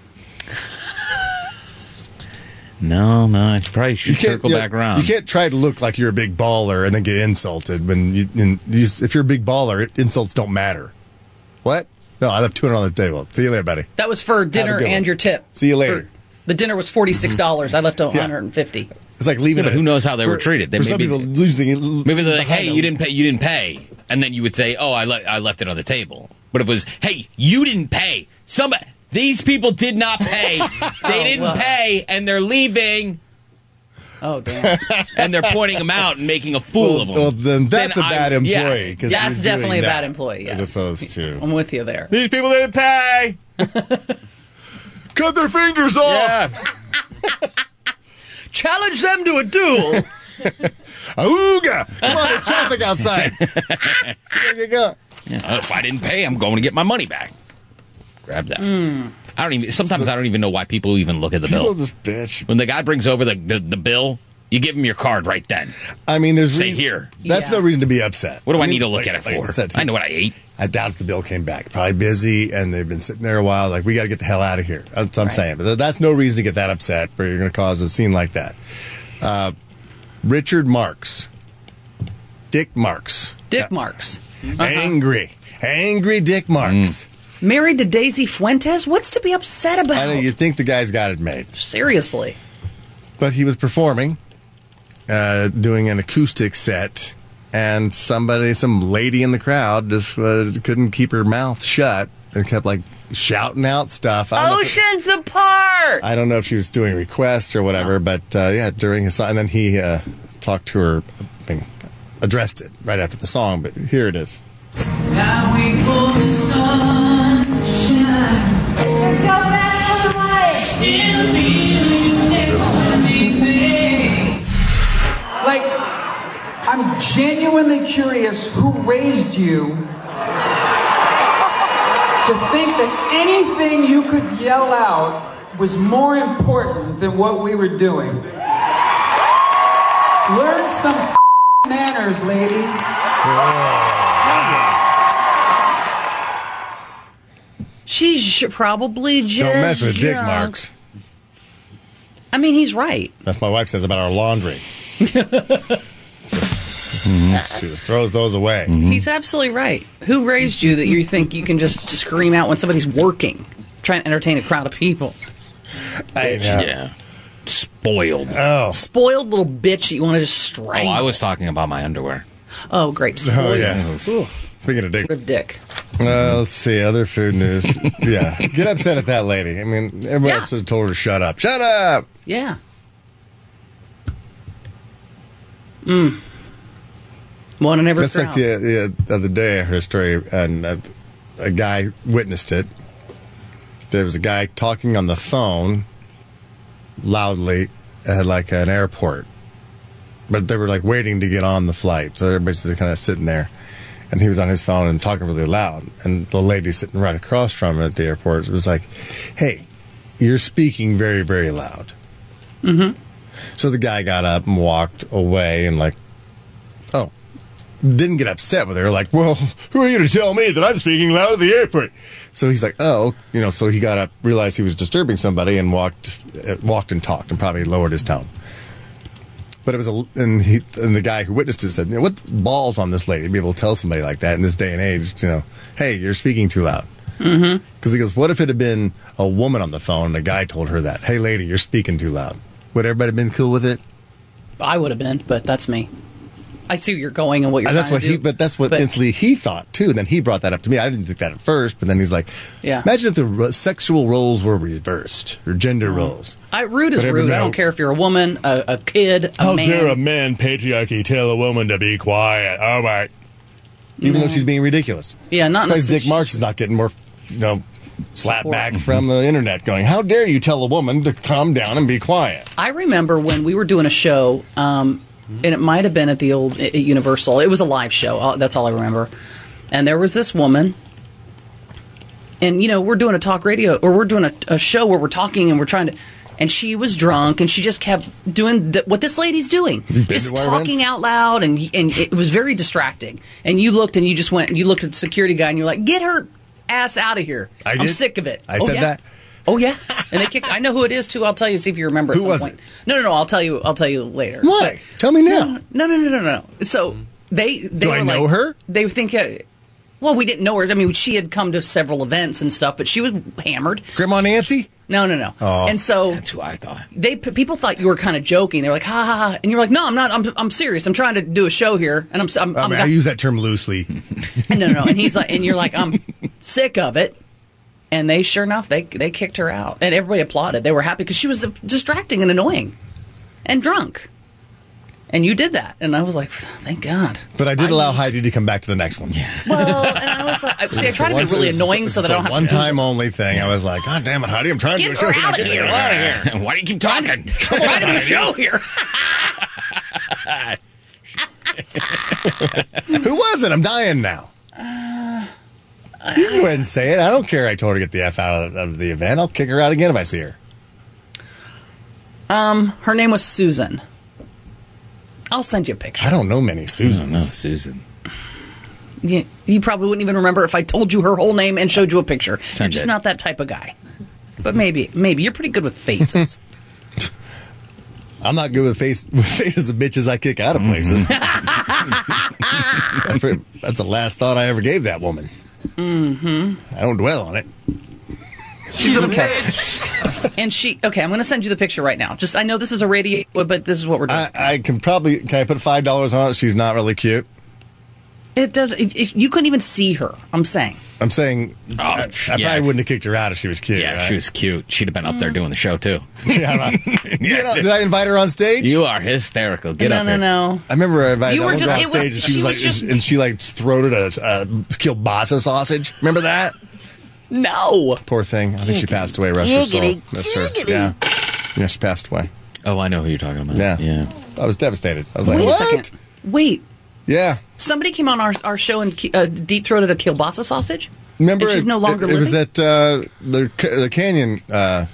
Speaker 5: No, no, I probably should circle
Speaker 3: yeah,
Speaker 5: back around.
Speaker 3: You can't try to look like you're a big baller and then get insulted when you, and you s- if you're a big baller, it, insults don't matter. What? No, I left two hundred on the table. See you later, buddy.
Speaker 4: That was for dinner
Speaker 3: good one.
Speaker 4: and your tip.
Speaker 3: See you later.
Speaker 4: The dinner was forty six dollars. I left one hundred and fifty.
Speaker 3: It's like leaving.
Speaker 5: Yeah, but
Speaker 3: it-
Speaker 5: who knows how they
Speaker 3: for-
Speaker 5: were treated? They
Speaker 3: for some
Speaker 5: maybe-
Speaker 3: people, losing it.
Speaker 5: Maybe they're like, "Hey, you didn't pay. You didn't pay," and then you would say, "Oh, I le- I left it on the table." But if it was, "Hey, you didn't pay. Some these people did not pay.
Speaker 3: Oh,
Speaker 5: they didn't
Speaker 4: wow.
Speaker 5: pay, and they're leaving."
Speaker 4: Oh damn!
Speaker 5: and they're pointing them out and making a fool
Speaker 3: Well-
Speaker 5: of them.
Speaker 3: well, then that's a bad
Speaker 5: yeah.
Speaker 3: employee, 'cause you're
Speaker 4: That's definitely
Speaker 3: doing
Speaker 4: a bad
Speaker 3: that
Speaker 4: employee. Yes.
Speaker 3: As opposed to
Speaker 4: I'm with you there.
Speaker 5: These people didn't pay.
Speaker 3: Cut their fingers off.
Speaker 4: Challenge them to a duel.
Speaker 3: Auga! Come on, there's traffic outside. there you go.
Speaker 5: Yeah, oh, if I didn't pay, I'm going to get my money back. Grab that. I don't even. Sometimes I don't even know why people even look at the
Speaker 3: Hmm. People
Speaker 5: bill.
Speaker 3: just bitch.
Speaker 5: when the guy brings over the, the the bill, you give him your card right then.
Speaker 3: I mean, there's
Speaker 5: Say
Speaker 3: reason-
Speaker 5: here.
Speaker 3: That's no reason to be upset.
Speaker 5: What do I
Speaker 3: mean,
Speaker 5: need to look at it for? I know what I ate.
Speaker 3: I doubt if the bill came back. Probably busy, and they've been sitting there a while. Like we got to get the hell out of here. That's what I'm saying. But th- that's no reason to get that upset. But you're going to cause a scene like that. Uh, Richard Marks, Dick Marks,
Speaker 4: Dick Marks, Uh-huh. Mm.
Speaker 3: angry, angry Dick Marks.
Speaker 4: married to Daisy Fuentes. What's to be upset about?
Speaker 3: I know you think the guy's got it made.
Speaker 4: Seriously.
Speaker 3: but he was performing, uh, doing an acoustic set, and somebody, some lady in the crowd, just uh, couldn't keep her mouth shut and kept like shouting out stuff. I don't,
Speaker 4: Oh,
Speaker 3: know, if,
Speaker 2: Oceans apart.
Speaker 3: I don't know if she was doing requests or whatever, but uh, yeah, during his song, and then he uh, talked to her, I think, addressed it right after the song. But here it is.
Speaker 2: Now we pull the sunshine. Go back to life. Still feeling everything.
Speaker 7: Like, I'm genuinely curious who raised you to think that anything you could yell out was more important than what we were doing. Learn some manners, lady.
Speaker 4: She's sh- probably just
Speaker 3: Don't mess with Dick
Speaker 4: drunk.
Speaker 3: Marks.
Speaker 4: I mean, he's right.
Speaker 3: That's what my wife says about our laundry. she just throws those away.
Speaker 4: He's absolutely right. Who raised you that you think you can just scream out when somebody's working, trying to entertain a crowd of people?
Speaker 3: I
Speaker 5: know. Yeah. Spoiled. Oh,
Speaker 3: Oh.
Speaker 4: Spoiled little bitch that you want to just strangle.
Speaker 5: I was talking about my underwear.
Speaker 4: Oh, great.
Speaker 3: Oh
Speaker 4: Spoiled.
Speaker 3: yeah.
Speaker 4: Ooh.
Speaker 3: Speaking of dick,
Speaker 4: of dick.
Speaker 3: Uh, let's see other food news. yeah, get upset at that lady. I mean, everyone else was told her to shut up. Shut up.
Speaker 4: Yeah. Mm. One in every
Speaker 3: That's
Speaker 4: crowd.
Speaker 3: like the, the other day I heard a story, and uh, a guy witnessed it. There was a guy talking on the phone loudly at like an airport, but they were like waiting to get on the flight, so everybody's just kind of sitting there. And he was on his phone and talking really loud. And the lady sitting right across from him at the airport was like, "Hey, you're speaking very, very loud."
Speaker 2: Mm-hmm.
Speaker 3: So the guy got up and walked away and like, oh, didn't get upset with her. Like, well, who are you to tell me that I'm speaking loud at the airport? So he's like, oh, you know. So he got up, realized he was disturbing somebody, and walked, uh, walked and talked, and probably lowered his tone. But it was a, and he and the guy who witnessed it said, you know, what balls on this lady to be able to tell somebody like that in this day and age, you know, hey, you're speaking too loud.
Speaker 4: Hmm?
Speaker 2: Mm-hmm.
Speaker 3: Because he goes, what if it had been a woman on the phone and a guy told her that, hey, lady, you're speaking too loud? Would everybody have been cool with it?
Speaker 4: I would have been, but that's me. I see where you're going and what you're
Speaker 3: And that's
Speaker 4: trying
Speaker 3: what
Speaker 4: to do.
Speaker 3: he, but that's what
Speaker 4: But-
Speaker 3: instantly he thought too. And then he brought that up to me. I didn't think that at first, but then he's like,
Speaker 4: Yeah.
Speaker 3: Imagine if the ro- sexual roles were reversed or
Speaker 4: Oh.
Speaker 3: gender roles.
Speaker 4: I, rude is
Speaker 3: But every
Speaker 4: rude. I
Speaker 3: now- Oh,
Speaker 4: don't care if you're a woman, a, a kid, a man.
Speaker 3: man patriarchy tell a woman to be quiet? Oh, All right, even though she's being ridiculous.
Speaker 4: Mm. Yeah, not
Speaker 3: because
Speaker 4: necessarily-
Speaker 3: Dick Marks is not getting more, you know, slap back from the internet going, "How dare you tell a woman to calm down and be quiet?"
Speaker 4: I remember when we were doing a show, um, and it might have been at the old at Universal. It was a live show. uh, That's all I remember. And there was this woman, and you know, we're doing a talk radio, or we're doing a, a show where we're talking and we're trying to. And she was drunk, and she just kept doing th- what this lady's doing,
Speaker 3: Mm-hmm.
Speaker 2: You've been
Speaker 4: just
Speaker 2: to our
Speaker 4: talking
Speaker 2: events?
Speaker 4: out loud, and and it was very distracting. And you looked, and you just went, and you looked at the security guy, and you're like, "Get her ass out of here!
Speaker 3: I
Speaker 4: am
Speaker 3: did.
Speaker 4: sick of it."
Speaker 3: I
Speaker 4: Oh,
Speaker 3: said
Speaker 4: yeah.
Speaker 3: that.
Speaker 4: Oh yeah, and they kicked. I know who it is too. I'll tell you. See if you remember. Who at some was point. it? No, no, no. I'll tell you. I'll tell you later.
Speaker 3: Why? Tell me now.
Speaker 4: No, no, no, no, no. no. So they. they
Speaker 3: Do I
Speaker 4: were
Speaker 3: know
Speaker 4: like-
Speaker 3: her?
Speaker 4: They think. Uh, well, we didn't know her. I mean, she had come to several events and stuff, but she was hammered.
Speaker 3: Grandma Nancy.
Speaker 4: No, no, no.
Speaker 3: Oh.
Speaker 4: and so
Speaker 5: that's who I thought.
Speaker 4: They p- people thought you were kind of joking. They were like, ha ha ha, and you were like, no, I'm not. I'm I'm serious. I'm trying to do a show here, and I'm s- I'm,
Speaker 3: I,
Speaker 4: I'm
Speaker 3: mean,
Speaker 4: not-
Speaker 3: I use that term loosely.
Speaker 4: no, no, no. And he's like, and you're like, I'm sick of it. And they, sure enough, they they kicked her out, and everybody applauded. They were happy because she was uh, distracting and annoying, and drunk. And you did that, and I was like, thank God.
Speaker 3: But I did allow Heidi to come back to the next one. Yeah.
Speaker 4: Well, and I was like, I, see, I try to be really annoying so that I don't have
Speaker 3: one
Speaker 4: to.
Speaker 3: time only thing. I was like, God damn it, Heidi, I'm trying
Speaker 4: Get
Speaker 3: to do a
Speaker 4: her
Speaker 3: show.
Speaker 4: out of here.
Speaker 3: out of
Speaker 4: Get
Speaker 5: Why do you keep talking? Come
Speaker 4: Trying to do a show here. Uh,
Speaker 3: Who was it? I'm dying now. you can go ahead and say it. I don't care. I told her to get the F out of, of the event. I'll kick her out again if I see her.
Speaker 4: Um, her name was Susan. I'll send you a picture.
Speaker 3: I don't know many Susans.
Speaker 5: Susan.
Speaker 4: Yeah, you probably wouldn't even remember if I told you her whole name and showed you a picture. You're
Speaker 5: Send
Speaker 4: just
Speaker 5: it.
Speaker 4: not that type of guy. But maybe, maybe you're pretty good with faces.
Speaker 3: I'm not good with face with faces of bitches I kick out of places. that's, pretty, that's the last thought I ever gave that woman.
Speaker 4: mm-hmm.
Speaker 3: I don't dwell on it.
Speaker 4: okay. and she. Okay, I'm going to send you the picture right now. Just I know this is a radio, but this is what we're doing.
Speaker 3: I, I can probably can I put five dollars on it? She's not really cute.
Speaker 4: it does. It, it- you couldn't even see her. I'm saying.
Speaker 3: I'm saying I, I
Speaker 5: Oh, yeah.
Speaker 3: probably wouldn't have kicked her out if she was cute.
Speaker 5: Yeah, if she was cute. She'd have been up there doing the show too.
Speaker 3: You know, did I invite her on stage?
Speaker 5: You are hysterical. Get
Speaker 4: no,
Speaker 5: up
Speaker 4: no,
Speaker 5: here.
Speaker 4: no.
Speaker 3: I remember I invited
Speaker 4: You
Speaker 3: that
Speaker 4: were
Speaker 3: one girl
Speaker 4: just-
Speaker 3: on
Speaker 4: it was-
Speaker 3: stage, and she,
Speaker 4: she
Speaker 3: was like,
Speaker 4: was just-
Speaker 3: and she like throated a uh, kielbasa sausage. Remember that?
Speaker 4: No.
Speaker 3: Poor thing. I think she passed away. Rest her soul.
Speaker 4: Giggity,
Speaker 3: That's her. Yeah. Yeah, she passed away.
Speaker 5: Oh, I know who you're talking about.
Speaker 3: Yeah.
Speaker 5: Yeah.
Speaker 3: I was devastated. I was like,
Speaker 4: Wait
Speaker 3: what?
Speaker 4: a second. Wait.
Speaker 3: Yeah.
Speaker 4: Somebody came on our, our show and ki- uh, deep throated a kielbasa sausage.
Speaker 3: Remember,
Speaker 4: And she's
Speaker 3: it,
Speaker 4: no longer
Speaker 3: It, it was
Speaker 4: living?
Speaker 3: at uh, the ca- the Canyon uh,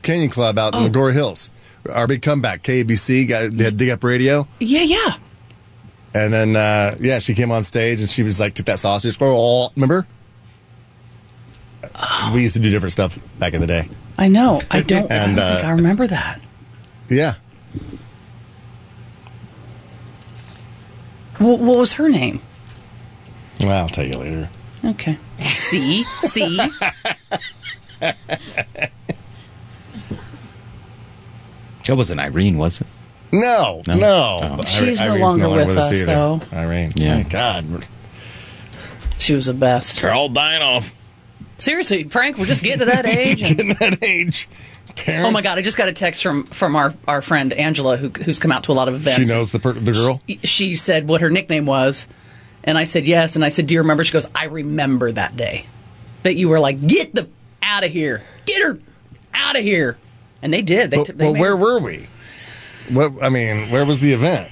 Speaker 3: Canyon Club out
Speaker 4: Oh.
Speaker 3: in Medora Hills. Our big comeback, KABC, got they had dig up radio,
Speaker 4: Yeah, yeah.
Speaker 3: and then uh, yeah, she came on stage and she was like, "Took that sausage." Oh, remember?
Speaker 4: Oh.
Speaker 3: We used to do different stuff back in the day.
Speaker 4: I know. I don't.
Speaker 3: And,
Speaker 4: I don't think
Speaker 3: uh,
Speaker 4: I remember that.
Speaker 3: Yeah,
Speaker 4: Wh- what was her name?
Speaker 3: well, I'll tell you later.
Speaker 4: Okay. See, see.
Speaker 5: That wasn't Irene, was it?
Speaker 3: No, no.
Speaker 5: No? Oh.
Speaker 3: But
Speaker 4: She's no
Speaker 3: Irene's
Speaker 4: longer with us,
Speaker 3: either.
Speaker 4: though.
Speaker 3: Irene.
Speaker 5: Yeah.
Speaker 3: My God.
Speaker 4: She was the best.
Speaker 5: They're all dying off.
Speaker 4: Seriously, Frank, we're just getting to that age.
Speaker 3: getting that age.
Speaker 4: Oh my God! I just got a text from from our, our friend Angela, who, who's come out to a lot of events.
Speaker 3: She knows the per- the girl.
Speaker 4: She said what her nickname was, and I said yes. And I said, "Do you remember?" She goes, "I remember that day that you were like, get the out of here, get her out of here," and they did. They, t-
Speaker 3: But,
Speaker 4: they
Speaker 3: well,
Speaker 4: made-
Speaker 3: where were we? What I mean, where was the event?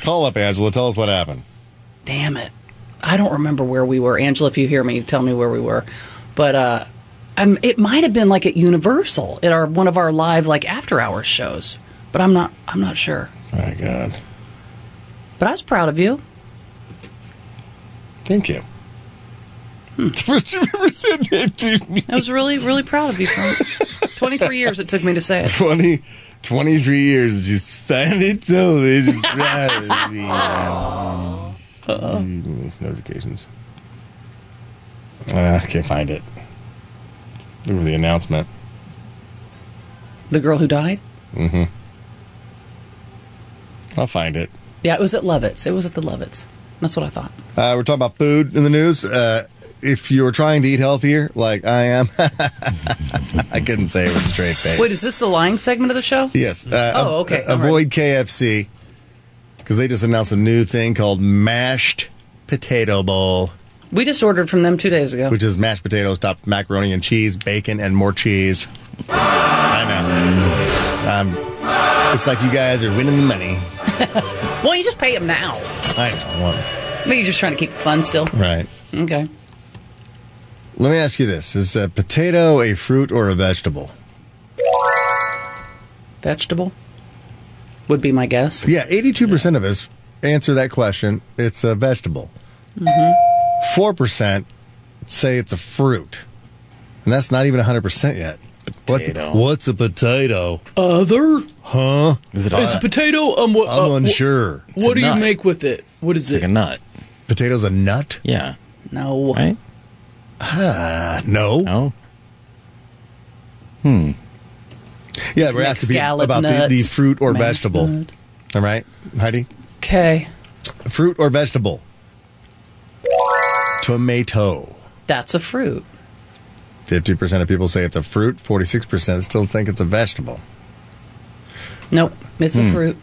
Speaker 3: Call up Angela. Tell us what happened.
Speaker 4: Damn it! I don't remember where we were. Angela, if you hear me, tell me where we were. But uh, um, it might have been like at Universal at our one of our live like after hours shows. But I'm not. I'm not sure.
Speaker 3: My God.
Speaker 4: But I was proud of you.
Speaker 3: Thank you. First you ever said that to me.
Speaker 4: Hmm. I was really, really proud of you. Frank. 23 years it took me to say it.
Speaker 3: 20, 23 years just finding television. just driving. Mm, Notifications. Uh, I can't find it. Look for the announcement.
Speaker 4: The girl who died?
Speaker 3: Mm-hmm. I'll find it.
Speaker 4: Yeah, it was at Lovitz. It was at the Lovitz. That's what I thought.
Speaker 3: Uh, we're talking about food in the news. Uh, if you're trying to eat healthier, like I am, I couldn't say it with a straight face.
Speaker 4: Wait, is this the lying segment of the show?
Speaker 3: yes. Uh,
Speaker 4: Oh,
Speaker 3: av-
Speaker 4: okay.
Speaker 3: uh,
Speaker 4: All right.
Speaker 3: avoid KFC because they just announced a new thing called mashed potato bowl,
Speaker 4: We just ordered from them two days ago.
Speaker 3: which is mashed potatoes topped with macaroni and cheese, bacon, and more cheese. I know. Um, it's like you guys are winning the money.
Speaker 4: Well, you just pay them now.
Speaker 3: I know. Well,
Speaker 4: But you're just trying to keep it fun still.
Speaker 3: right.
Speaker 4: Okay.
Speaker 3: Let me ask you this: Is a potato a fruit or a vegetable?
Speaker 4: Vegetable would be my guess.
Speaker 3: Yeah, 82% of us answer that question. It's a vegetable.
Speaker 4: Mm-hmm.
Speaker 3: 4% say it's a fruit. And that's not even 100% yet. But What's, what's a potato?
Speaker 8: Other?
Speaker 3: Huh? Is
Speaker 8: Is potato um what?
Speaker 3: I'm
Speaker 8: uh, wh-
Speaker 3: unsure. It's a
Speaker 8: What do you
Speaker 3: nut.
Speaker 8: make with it? What is it?
Speaker 5: nut.
Speaker 3: Potato's a nut?
Speaker 5: Yeah.
Speaker 8: No.
Speaker 5: Right?
Speaker 3: Uh, no.
Speaker 5: No. Hmm.
Speaker 3: Yeah, we're
Speaker 4: Like
Speaker 3: asking people
Speaker 4: scallop
Speaker 3: about the, the
Speaker 4: nuts,
Speaker 3: fruit or
Speaker 4: mashed
Speaker 3: vegetable.
Speaker 4: nut.
Speaker 3: All right, Heidi?
Speaker 4: Okay,
Speaker 3: Fruit or vegetable? Tomato.
Speaker 4: that's a fruit.
Speaker 3: 50% of people say it's a fruit, 46% still think it's a vegetable.
Speaker 4: Nope, it's
Speaker 3: Hmm.
Speaker 4: a fruit.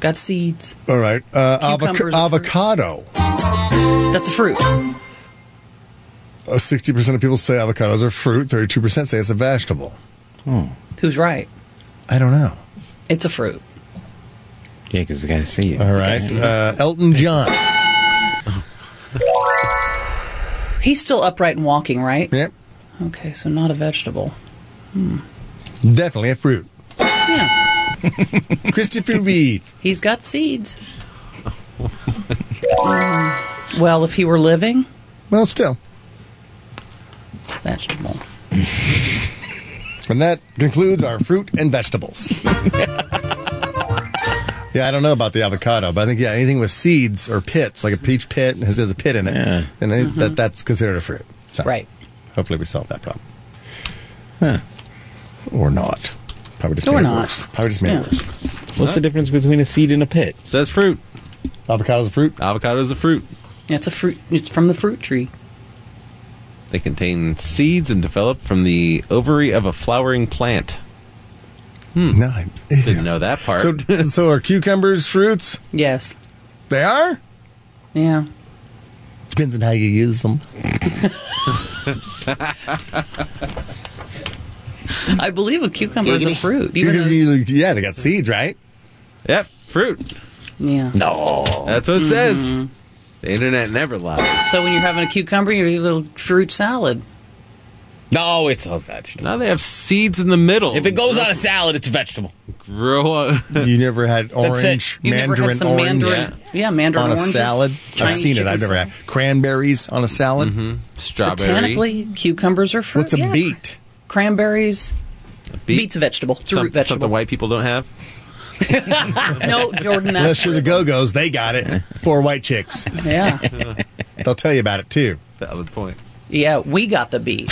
Speaker 4: Got seeds.
Speaker 3: All right. Uh,
Speaker 4: Cucumbers
Speaker 3: avoc-
Speaker 4: are fruit.
Speaker 3: avocado.
Speaker 4: That's a fruit.
Speaker 3: Uh, Sixty percent of people say avocados are fruit. Thirty-two percent say it's a vegetable.
Speaker 4: Who's right?
Speaker 3: I don't know.
Speaker 4: It's a fruit.
Speaker 5: Yeah, because I got to see you.
Speaker 3: All right. Uh, Elton John.
Speaker 4: He's still upright and walking, right?
Speaker 3: Yep.
Speaker 4: Okay, so not a vegetable.
Speaker 3: Definitely a fruit. Christopher Reeve.
Speaker 4: He's got seeds. Um, well, if he were living,
Speaker 3: well, still
Speaker 4: vegetable.
Speaker 3: And that concludes our fruit and vegetables. yeah, I don't know about the avocado, but I think yeah, anything with seeds or pits, like a peach pit, has, has a pit in it, and it-
Speaker 5: Mm-hmm.
Speaker 3: that that's considered a fruit. So
Speaker 4: right.
Speaker 3: Hopefully, we solved that problem. Or not. Probably just
Speaker 5: Or
Speaker 3: made it
Speaker 5: not.
Speaker 3: worse. Probably just made
Speaker 5: Yeah.
Speaker 3: it worse.
Speaker 5: What's the difference between a seed and a pit?
Speaker 17: Says fruit.
Speaker 3: Avocado's a fruit.
Speaker 17: Avocado's a fruit.
Speaker 4: Yeah, it's a fruit. It's from the fruit tree.
Speaker 17: They contain seeds and develop from the ovary of a flowering plant. Hmm.
Speaker 3: No, I
Speaker 17: didn't know that part.
Speaker 3: So, so are cucumbers fruits?
Speaker 4: Yes.
Speaker 3: They are?
Speaker 4: Yeah.
Speaker 3: Depends on how you use them.
Speaker 4: I believe a cucumber is a fruit. even
Speaker 3: Because
Speaker 4: though-
Speaker 3: you- yeah, they got seeds, right?
Speaker 17: Yep, fruit.
Speaker 4: yeah.
Speaker 17: No. That's what it says.
Speaker 4: Mhm.
Speaker 17: The internet never lies.
Speaker 4: So when you're having a cucumber, you're a little fruit salad.
Speaker 5: No, it's a vegetable.
Speaker 17: Now they have seeds in the middle.
Speaker 5: If it goes on a salad, it's a vegetable.
Speaker 17: Grow up.
Speaker 3: You never had orange,
Speaker 4: You never had
Speaker 3: mandarin
Speaker 4: some
Speaker 3: orange.
Speaker 4: mandarin- Yeah. yeah, mandarin
Speaker 3: on a
Speaker 4: oranges,
Speaker 3: salad. I've
Speaker 4: Chinese
Speaker 3: seen it.
Speaker 4: chicken
Speaker 3: I've never had cranberries on a salad. Mm-hmm.
Speaker 4: Botanically, cucumbers are fruit.
Speaker 3: What's a
Speaker 4: yeah.
Speaker 3: beet?
Speaker 4: Cranberries.
Speaker 17: beet?
Speaker 4: Beet's a vegetable. It's a root
Speaker 17: Some, something
Speaker 4: vegetable.
Speaker 17: white people don't have.
Speaker 4: no, Jordan. That's
Speaker 3: Unless you're the Go Go's, they got it. Four white chicks.
Speaker 4: Yeah.
Speaker 3: They'll tell you about it too.
Speaker 17: Valid point.
Speaker 4: Yeah, we got the beet.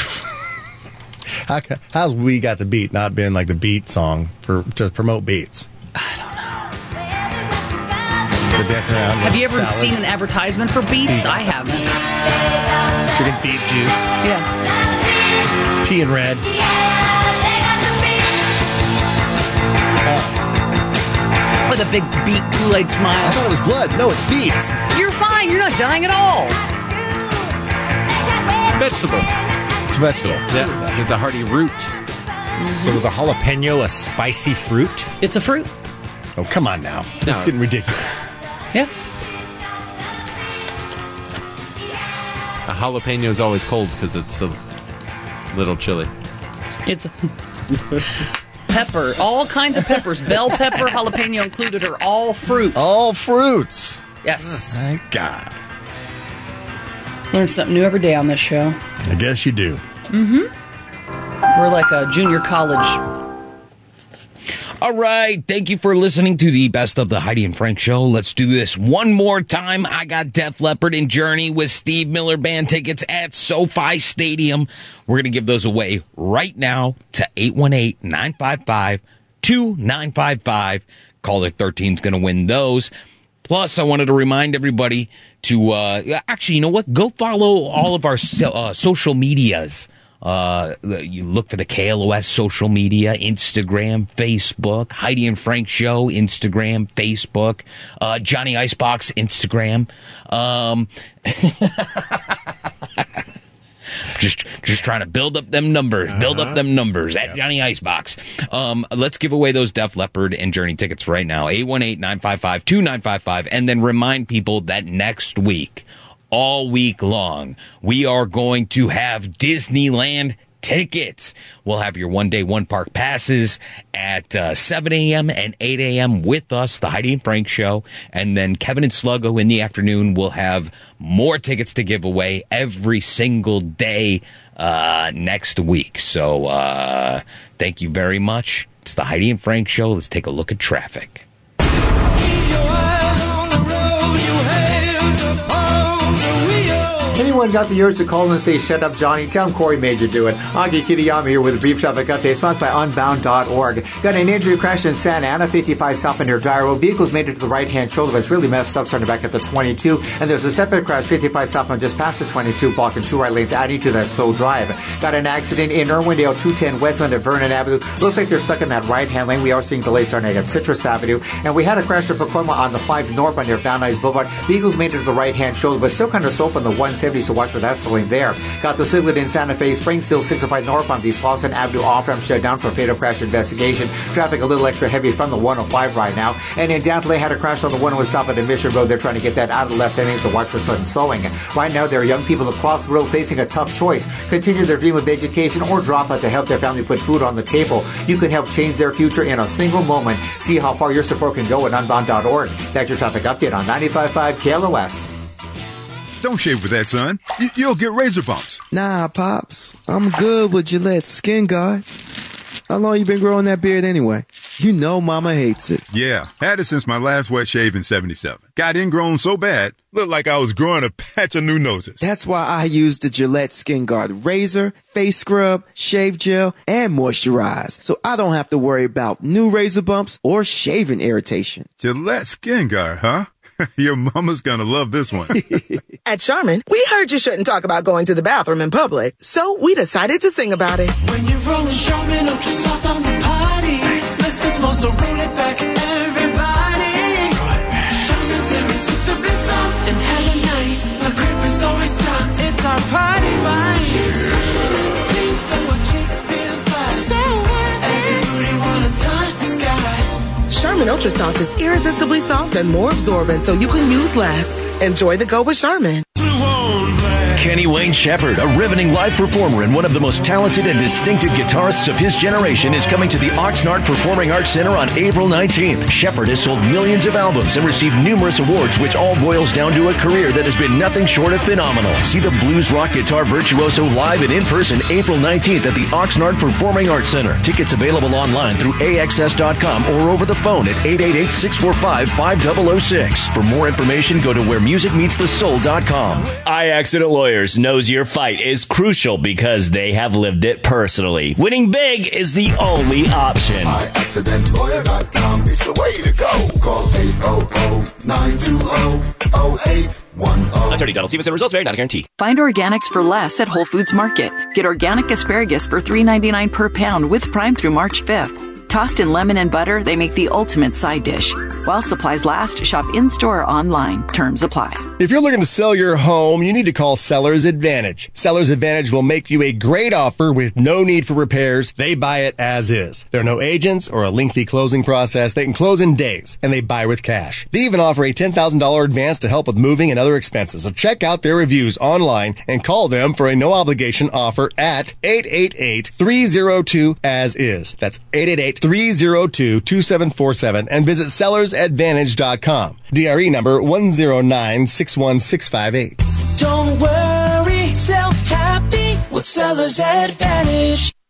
Speaker 3: How, ca- how's we got the beat not been like the beat song for to promote beats? I don't know. They're dancing around.
Speaker 4: Have
Speaker 3: with
Speaker 4: you ever
Speaker 3: salads,
Speaker 4: seen an advertisement for beets?
Speaker 3: Beet.
Speaker 4: I haven't.
Speaker 3: drinking beet juice?
Speaker 4: Yeah.
Speaker 3: Pea and red.
Speaker 4: With a big beet Kool-Aid smile. I
Speaker 3: thought it was blood. No, it's beets.
Speaker 4: You're fine. You're not dying at all.
Speaker 17: Vegetable.
Speaker 3: It's a vegetable.
Speaker 17: Yeah. It's a hearty root.
Speaker 14: So is a jalapeno a spicy fruit?
Speaker 4: It's a fruit.
Speaker 3: Oh, come on now. This is
Speaker 14: No.
Speaker 3: getting ridiculous.
Speaker 4: Yeah.
Speaker 17: A jalapeno is always cold because it's a little chili.
Speaker 4: It's a pepper. All kinds of peppers, bell pepper, jalapeno included, are all fruits.
Speaker 3: All fruits.
Speaker 4: Yes.
Speaker 3: Thank God.
Speaker 4: Learn something new every day on this show.
Speaker 3: I guess you do.
Speaker 4: Mm-hmm. We're like a junior college.
Speaker 5: All right. Thank you for listening to the best of the Heidi and Frank show. Let's do this one more time. I got Def Leppard and Journey with Steve Miller Band tickets at SoFi Stadium. We're going to give those away right now to 818 955 2955. Caller 13 is going to win those. Plus, I wanted to remind everybody to uh, actually, you know what? Go follow all of our so, uh, social medias. Uh, the- you look for the KLOS social media, Instagram, Facebook, Heidi and Frank Show, Instagram, Facebook, uh, Johnny Icebox, Instagram. Um, just just trying to build up them numbers, build up them numbers at Johnny Icebox. Um, let's give away those Def Leopard and Journey tickets right now. 818-955-2955 and then remind people that next week all week long we are going to have Disneyland tickets. We'll have your one day, one park passes at uh, 7 a.m. and 8 a.m. with us, the Heidi and Frank show. And then Kevin and Sluggo in the afternoon will have more tickets to give away every single day uh, next week. So uh, thank you very much. It's the Heidi and Frank show. Let's take a look at traffic.
Speaker 28: Anyone got the urge to call and say, Shut up, Johnny? Tell 'em Corey made you do it. Aki Kiriyama here with a brief traffic update sponsored by Unbound.org. Got an injury crash in Santa Ana, 55 south near Gyro. Vehicles made it to the right hand shoulder, but it's really messed up starting back at the 22. And there's a separate crash, 55 southbound just past the 22, blocking two right lanes, adding to that slow drive. Got an accident in Irwindale, 210 westbound at Vernon Avenue. Looks like they're stuck in that right hand lane. We are seeing delays starting at Citrus Avenue. And we had a crash at Pacoima on the 5 northbound near Van Nuys Boulevard. Vehicles made it to the right hand shoulder, but still kind of slow from the 170, so watch for that slowing there. Got the Siglet in Santa Fe, Springs still oh 65 northbound, the Slauson Avenue off ramp shut down for a fatal crash investigation. Traffic a little extra heavy from the 105 right now. And in Dantley had a crash on the 101 stop at Mission Road. They're trying to get that out of the left lane, so watch for sudden slowing. Right now, there are young people across the road facing a tough choice: continue their dream of education or drop out to help their family put food on the table. You can help change their future in a single moment. See how far your support can go at unbound.org. That's your traffic update on 95.5 KLOS.
Speaker 29: Don't shave with that, son. Y- you'll get razor bumps.
Speaker 30: Nah, Pops. I'm good with Gillette Skin Guard. How long you been growing that beard anyway? You know Mama hates it.
Speaker 29: Yeah, had it since my last wet shave in 77. Got ingrown so bad, looked like I was growing a patch of new noses.
Speaker 30: That's why I use the Gillette Skin Guard razor, face scrub, shave gel, and moisturize. So I don't have to worry about new razor bumps or shaving irritation.
Speaker 29: Gillette Skin Guard, huh? Your mama's gonna love this one.
Speaker 17: At Charmin, we heard you shouldn't talk about going to the bathroom in public, so we decided to sing about it.
Speaker 9: When you're rolling Charmin ultra soft on the potty, less is more, so roll it back, everybody. Charmin's irresistibly soft and hella nice. The grip is always tucked. It's our party vice. So our kicks feel fast. So Every booty wanna touch the sky.
Speaker 17: Charmin Ultra Soft is irresistibly soft and more absorbent, so you can use less. Enjoy the go with Charmin.
Speaker 31: Kenny Wayne Shepherd, a riveting live performer and one of the most talented and distinctive guitarists of his generation, is coming to the Oxnard Performing Arts Center on April 19th. Shepherd has sold millions of albums and received numerous awards, which all boils down to a career that has been nothing short of phenomenal. See the blues rock guitar virtuoso live and in person April 19th at the Oxnard Performing Arts Center. Tickets available online through AXS.com or over the phone at 888 645 5006. For more information, go to where music meets the soul.com.
Speaker 32: I Accident Lawyers knows your fight is crucial because they have lived it personally. Winning big is the only option.
Speaker 6: accidentlawyer.com is the way to go. Call
Speaker 5: oh,
Speaker 6: 800-920-0810.
Speaker 32: Attorney Donald Stevenson results vary, not a guarantee.
Speaker 4: Find organics for less at Whole Foods Market. Get organic asparagus for $3.99 per pound with Prime through March 5th. Tossed in lemon and butter, they make the ultimate side dish. While supplies last, shop in store or online. Terms apply.
Speaker 3: If you're looking to sell your home, you need to call Sellers Advantage. Sellers Advantage will make you a great offer with no need for repairs. They buy it as is. There are no agents or a lengthy closing process. They can close in days and they buy with cash. They even offer a $10,000 advance to help with moving and other expenses. So check out their reviews online and call them for a no obligation offer at 888-302 as is. That's 888-302-2747 and visit sellersadvantage.com. DRE E number 10961658.
Speaker 9: Don't worry, sell happy with Seller's Advantage.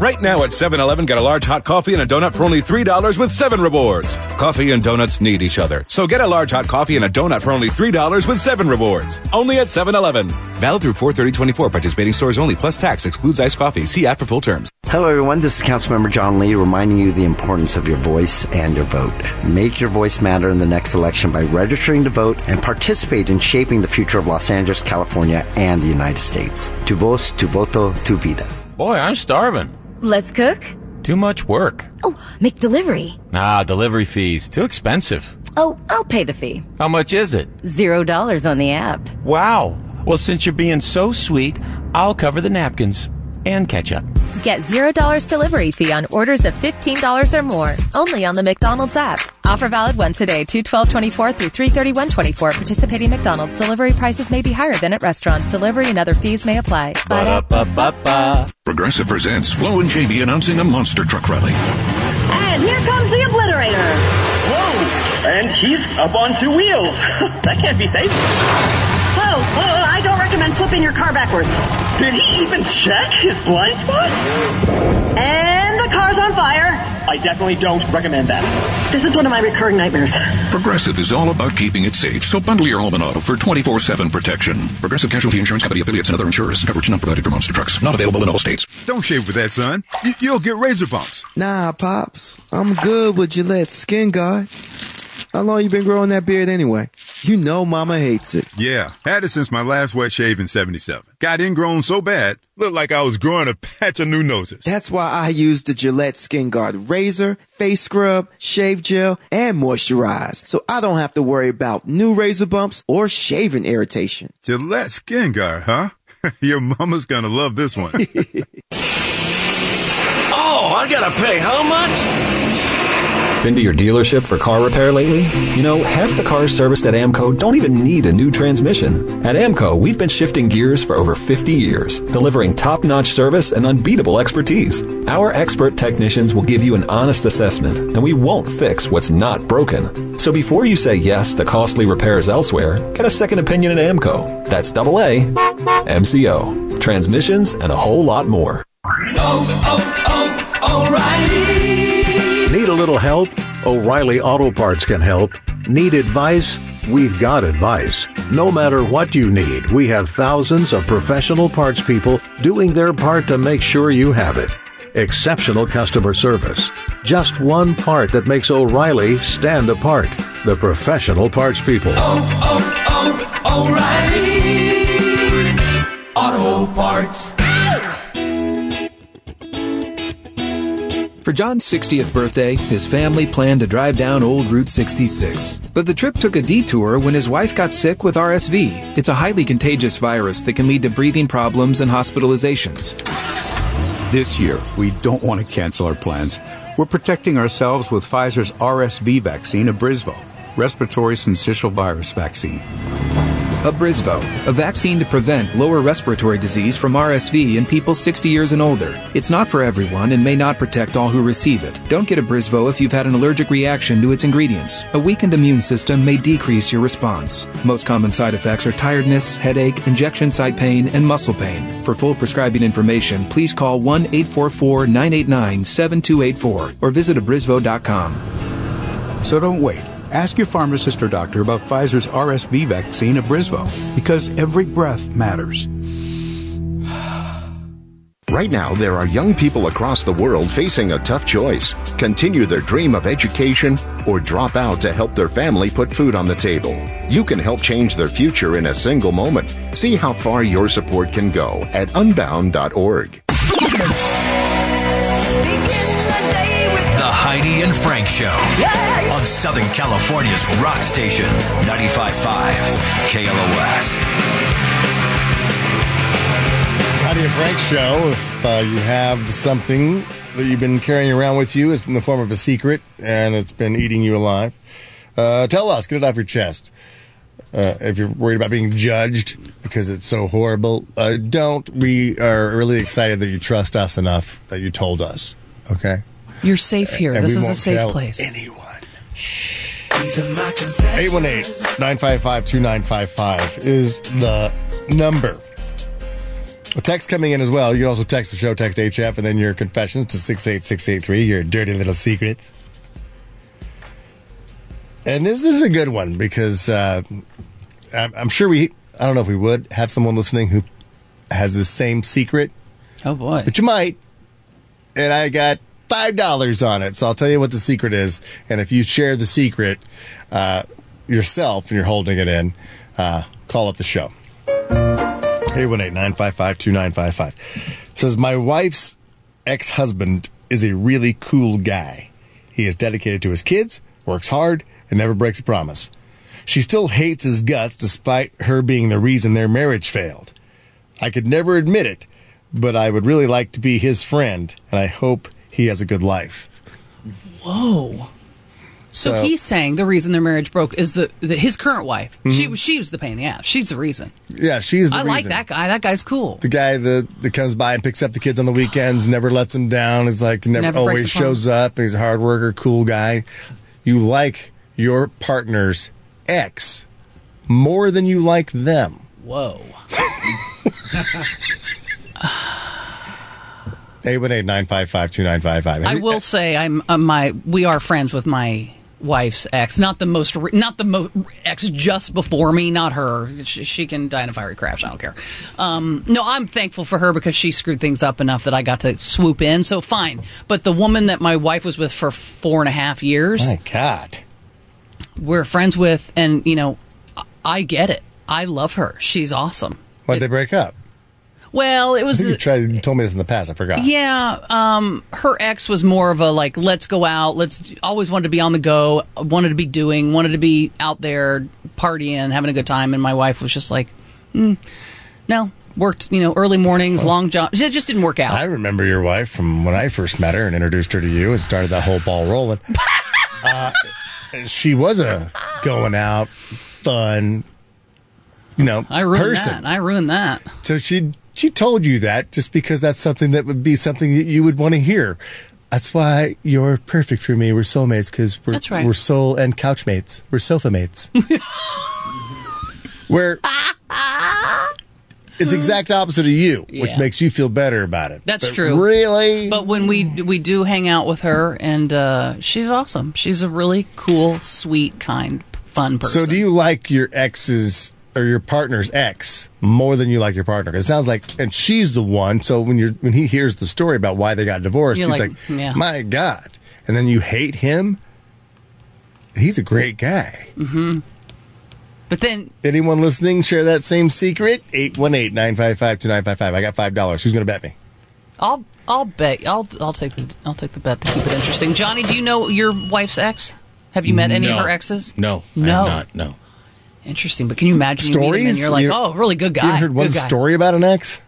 Speaker 33: Right now at 7 Eleven, get a large hot coffee and a donut for only $3 with 7 rewards. Coffee and donuts need each other. So get a large hot coffee and a donut for only $3 with 7 rewards. Only at 7 Eleven. Valid through 43024, participating stores only, plus tax excludes iced coffee. See app for full terms.
Speaker 34: Hello, everyone. This is Councilmember John Lee reminding you the importance of your voice and your vote. Make your voice matter in the next election by registering to vote and participate in shaping the future of Los Angeles, California, and the United States. Tu voz, tu voto, tu vida.
Speaker 5: Boy, I'm starving.
Speaker 8: Let's cook?
Speaker 5: Too much work.
Speaker 8: Make delivery.
Speaker 5: Ah, delivery fees. Too expensive.
Speaker 8: Oh, I'll pay the fee.
Speaker 5: How much is it?
Speaker 8: Zero dollars on the app.
Speaker 5: Wow. Well, since you're being so sweet, I'll cover the napkins and ketchup.
Speaker 35: Get $0 delivery fee on orders of $15 or more, only on the McDonald's app. Offer valid once a day, 21224 through 33124. Participating McDonald's delivery prices may be higher than at restaurants. Delivery and other fees may apply.
Speaker 5: Ba-da-ba-ba-ba.
Speaker 9: Progressive presents Flo and Jamie announcing a monster truck rally. And here comes the obliterator. Whoa! And he's up on two wheels. that can't be safe. Whoa! whoa, Oh, I don't recommend flipping your car backwards. Did he even check his blind spot? And the car's on fire. I definitely don't recommend that. This is one of my recurring nightmares. Progressive is all about keeping it safe, so bundle your home and auto for 24 7 protection. Progressive Casualty Insurance Company affiliates and other insurers. Coverage not provided for monster trucks. Not available in all states.
Speaker 29: Don't shave with that, son. Y- you'll get razor bumps.
Speaker 30: Nah, Pops. I'm good with Gillette Skin Guard. How long you been growing that beard anyway? You know mama hates it.
Speaker 29: Yeah, had it since my last wet shave in 77. Got ingrown so bad, looked like I was growing a patch of new noses.
Speaker 30: That's why I use the Gillette Skin Guard razor, face scrub, shave gel, and moisturize. So I don't have to worry about new razor bumps or shaving irritation.
Speaker 29: Gillette Skin Guard, huh? Your mama's gonna love this one.
Speaker 5: Oh, I gotta pay how much?
Speaker 15: Been to your dealership for car repair lately? You know, half the cars serviced at Amco don't even need a new transmission. At Amco, we've been shifting gears for over 50 years, delivering top notch service and unbeatable expertise. Our expert technicians will give you an honest assessment, and we won't fix what's not broken. So before you say yes to costly repairs elsewhere, get a second opinion at Amco. That's double A, MCO, transmissions, and a whole lot more.
Speaker 5: Oh, oh, O'Reilly.
Speaker 36: Need a little help? O'Reilly Auto Parts can help. Need advice? We've got advice. No matter what you need, we have thousands of professional parts people doing their part to make sure you have it. Exceptional customer service. Just one part that makes O'Reilly stand apart. The professional parts people.
Speaker 5: Oh, oh, O'Reilly. Auto Parts.
Speaker 37: For John's 60th birthday, his family planned to drive down Old Route 66. But the trip took a detour when his wife got sick with RSV. It's a highly contagious virus that can lead to breathing problems and hospitalizations.
Speaker 38: This year, we don't want to cancel our plans. We're protecting ourselves with Pfizer's RSV vaccine, Abrisvo, respiratory syncytial virus vaccine.
Speaker 37: Abrisvo, a vaccine to prevent lower respiratory disease from RSV in people 60 years and older. It's not for everyone and may not protect all who receive it. Don't get Abrisvo if you've had an allergic reaction to its ingredients. A weakened immune system may decrease your response. Most common side effects are tiredness, headache, injection site pain, and muscle pain. For full prescribing information, please call 1 844 989 7284 or visit abrisvo.com.
Speaker 38: So don't wait. Ask your pharmacist or doctor about Pfizer's RSV vaccine, Abrisvo, because every breath matters.
Speaker 31: Right now, there are young people across the world facing a tough choice continue their dream of education or drop out to help their family put food on the table. You can help change their future in a single moment. See how far your support can go at unbound.org.
Speaker 1: The Heidi and Frank Show on Southern California's rock station 95.5 KLOS.
Speaker 3: Howdy and Frank show. If uh, you have something that you've been carrying around with you, it's in the form of a secret and it's been eating you alive. Uh, tell us, get it off your chest. Uh, if you're worried about being judged because it's so horrible, uh, don't. We are really excited that you trust us enough that you told us. Okay.
Speaker 4: You're safe here.
Speaker 3: And
Speaker 4: this
Speaker 3: we
Speaker 4: is a
Speaker 3: won't
Speaker 4: safe
Speaker 3: tell
Speaker 4: place.
Speaker 3: Anyone. 818-955-2955 is the number. A text coming in as well. You can also text the show, text HF, and then your confessions to 68683, your dirty little secrets. And this, this is a good one because uh, I'm, I'm sure we, I don't know if we would have someone listening who has the same secret.
Speaker 4: Oh, boy.
Speaker 3: But you might. And I got $5 on it. So I'll tell you what the secret is. And if you share the secret uh, yourself and you're holding it in, uh, call up the show. 818 955 2955. Says, My wife's ex husband is a really cool guy. He is dedicated to his kids, works hard, and never breaks a promise. She still hates his guts despite her being the reason their marriage failed. I could never admit it, but I would really like to be his friend, and I hope he has a good life.
Speaker 4: Whoa. So,
Speaker 3: So-
Speaker 4: he's saying the reason their marriage broke is the, the his current wife. She
Speaker 3: Mhm.
Speaker 4: was she was the pain in the ass. She's the reason.
Speaker 3: Yeah, she's the
Speaker 4: I like
Speaker 3: reason.
Speaker 4: that guy. That guy's cool.
Speaker 3: The guy that, that comes by and picks up the kids on the weekends, never lets them down, is like never,
Speaker 4: Never breaks
Speaker 3: always
Speaker 4: a promise.
Speaker 3: shows up, and he's a hard worker, cool guy. You like your partner's ex more than you like them.
Speaker 4: Whoa.
Speaker 3: 818 955 2955.
Speaker 4: I will say I'm uh, my we are friends with my wife's ex. Not the most re- not the most ex just before me, not her. She, she can die in a fiery crash, I don't care. Um, no, I'm thankful for her because she screwed things up enough that I got to swoop in. So fine. But the woman that my wife was with for four and a half years,
Speaker 3: My God.
Speaker 4: we're friends with and you know, I- I get it. I love her. She's awesome.
Speaker 3: Why'd they break up?
Speaker 4: Well, it
Speaker 3: I
Speaker 4: was
Speaker 3: think you tried, you told me this in the past. I forgot.
Speaker 4: Yeah, um, her ex was more of a like, let's go out. Let's always wanted to be on the go, wanted to be doing, wanted to be out there partying, having a good time. And my wife was just like, mm, no, worked. You know, early
Speaker 3: Oh.
Speaker 4: mornings, long jobs. It just didn't work out.
Speaker 3: I remember your wife from when I first met her and introduced her to you and started that whole ball rolling. uh, she was a going out, fun, you know,
Speaker 4: I ruined
Speaker 3: person.
Speaker 4: that. I ruined that.
Speaker 3: So she she told you that just because that's something that would be something that you would want to hear. That's why you're perfect for me. We're soulmates because we're
Speaker 4: That's right.
Speaker 3: we're soul and couch mates. We're sofa mates. Where it's exact opposite of you, which
Speaker 4: Yeah.
Speaker 3: makes you feel better about it.
Speaker 4: That's
Speaker 3: But
Speaker 4: true.
Speaker 3: Really?
Speaker 4: But when we we do hang out with her, and uh, she's awesome. She's a really cool, sweet, kind, fun person.
Speaker 3: So do you like your ex's or your partner's ex more than you like your partner? 'Cause It sounds like, and she's the one. So when you're when he hears the story about why they got divorced,
Speaker 4: You're
Speaker 3: he's
Speaker 4: like,
Speaker 3: like,
Speaker 4: yeah.
Speaker 3: "My God!" And then you hate him. He's a great guy.
Speaker 4: hmm But then
Speaker 3: Anyone listening share that same secret? 818-955-2955. I got $5. Who's going to bet me?
Speaker 4: I'll I'll bet I'll I'll take the I'll take the bet to keep it interesting. Johnny, do you know your wife's ex? Have you met any of
Speaker 5: No.
Speaker 4: her exes?
Speaker 5: No, I have
Speaker 4: No.
Speaker 5: not. No.
Speaker 4: Interesting, but can you imagine you meet him and
Speaker 5: Stories?
Speaker 4: you're like,
Speaker 5: You-
Speaker 4: oh, really good guy.
Speaker 5: you heard
Speaker 4: good
Speaker 5: one
Speaker 4: guy.
Speaker 3: Story about an ex?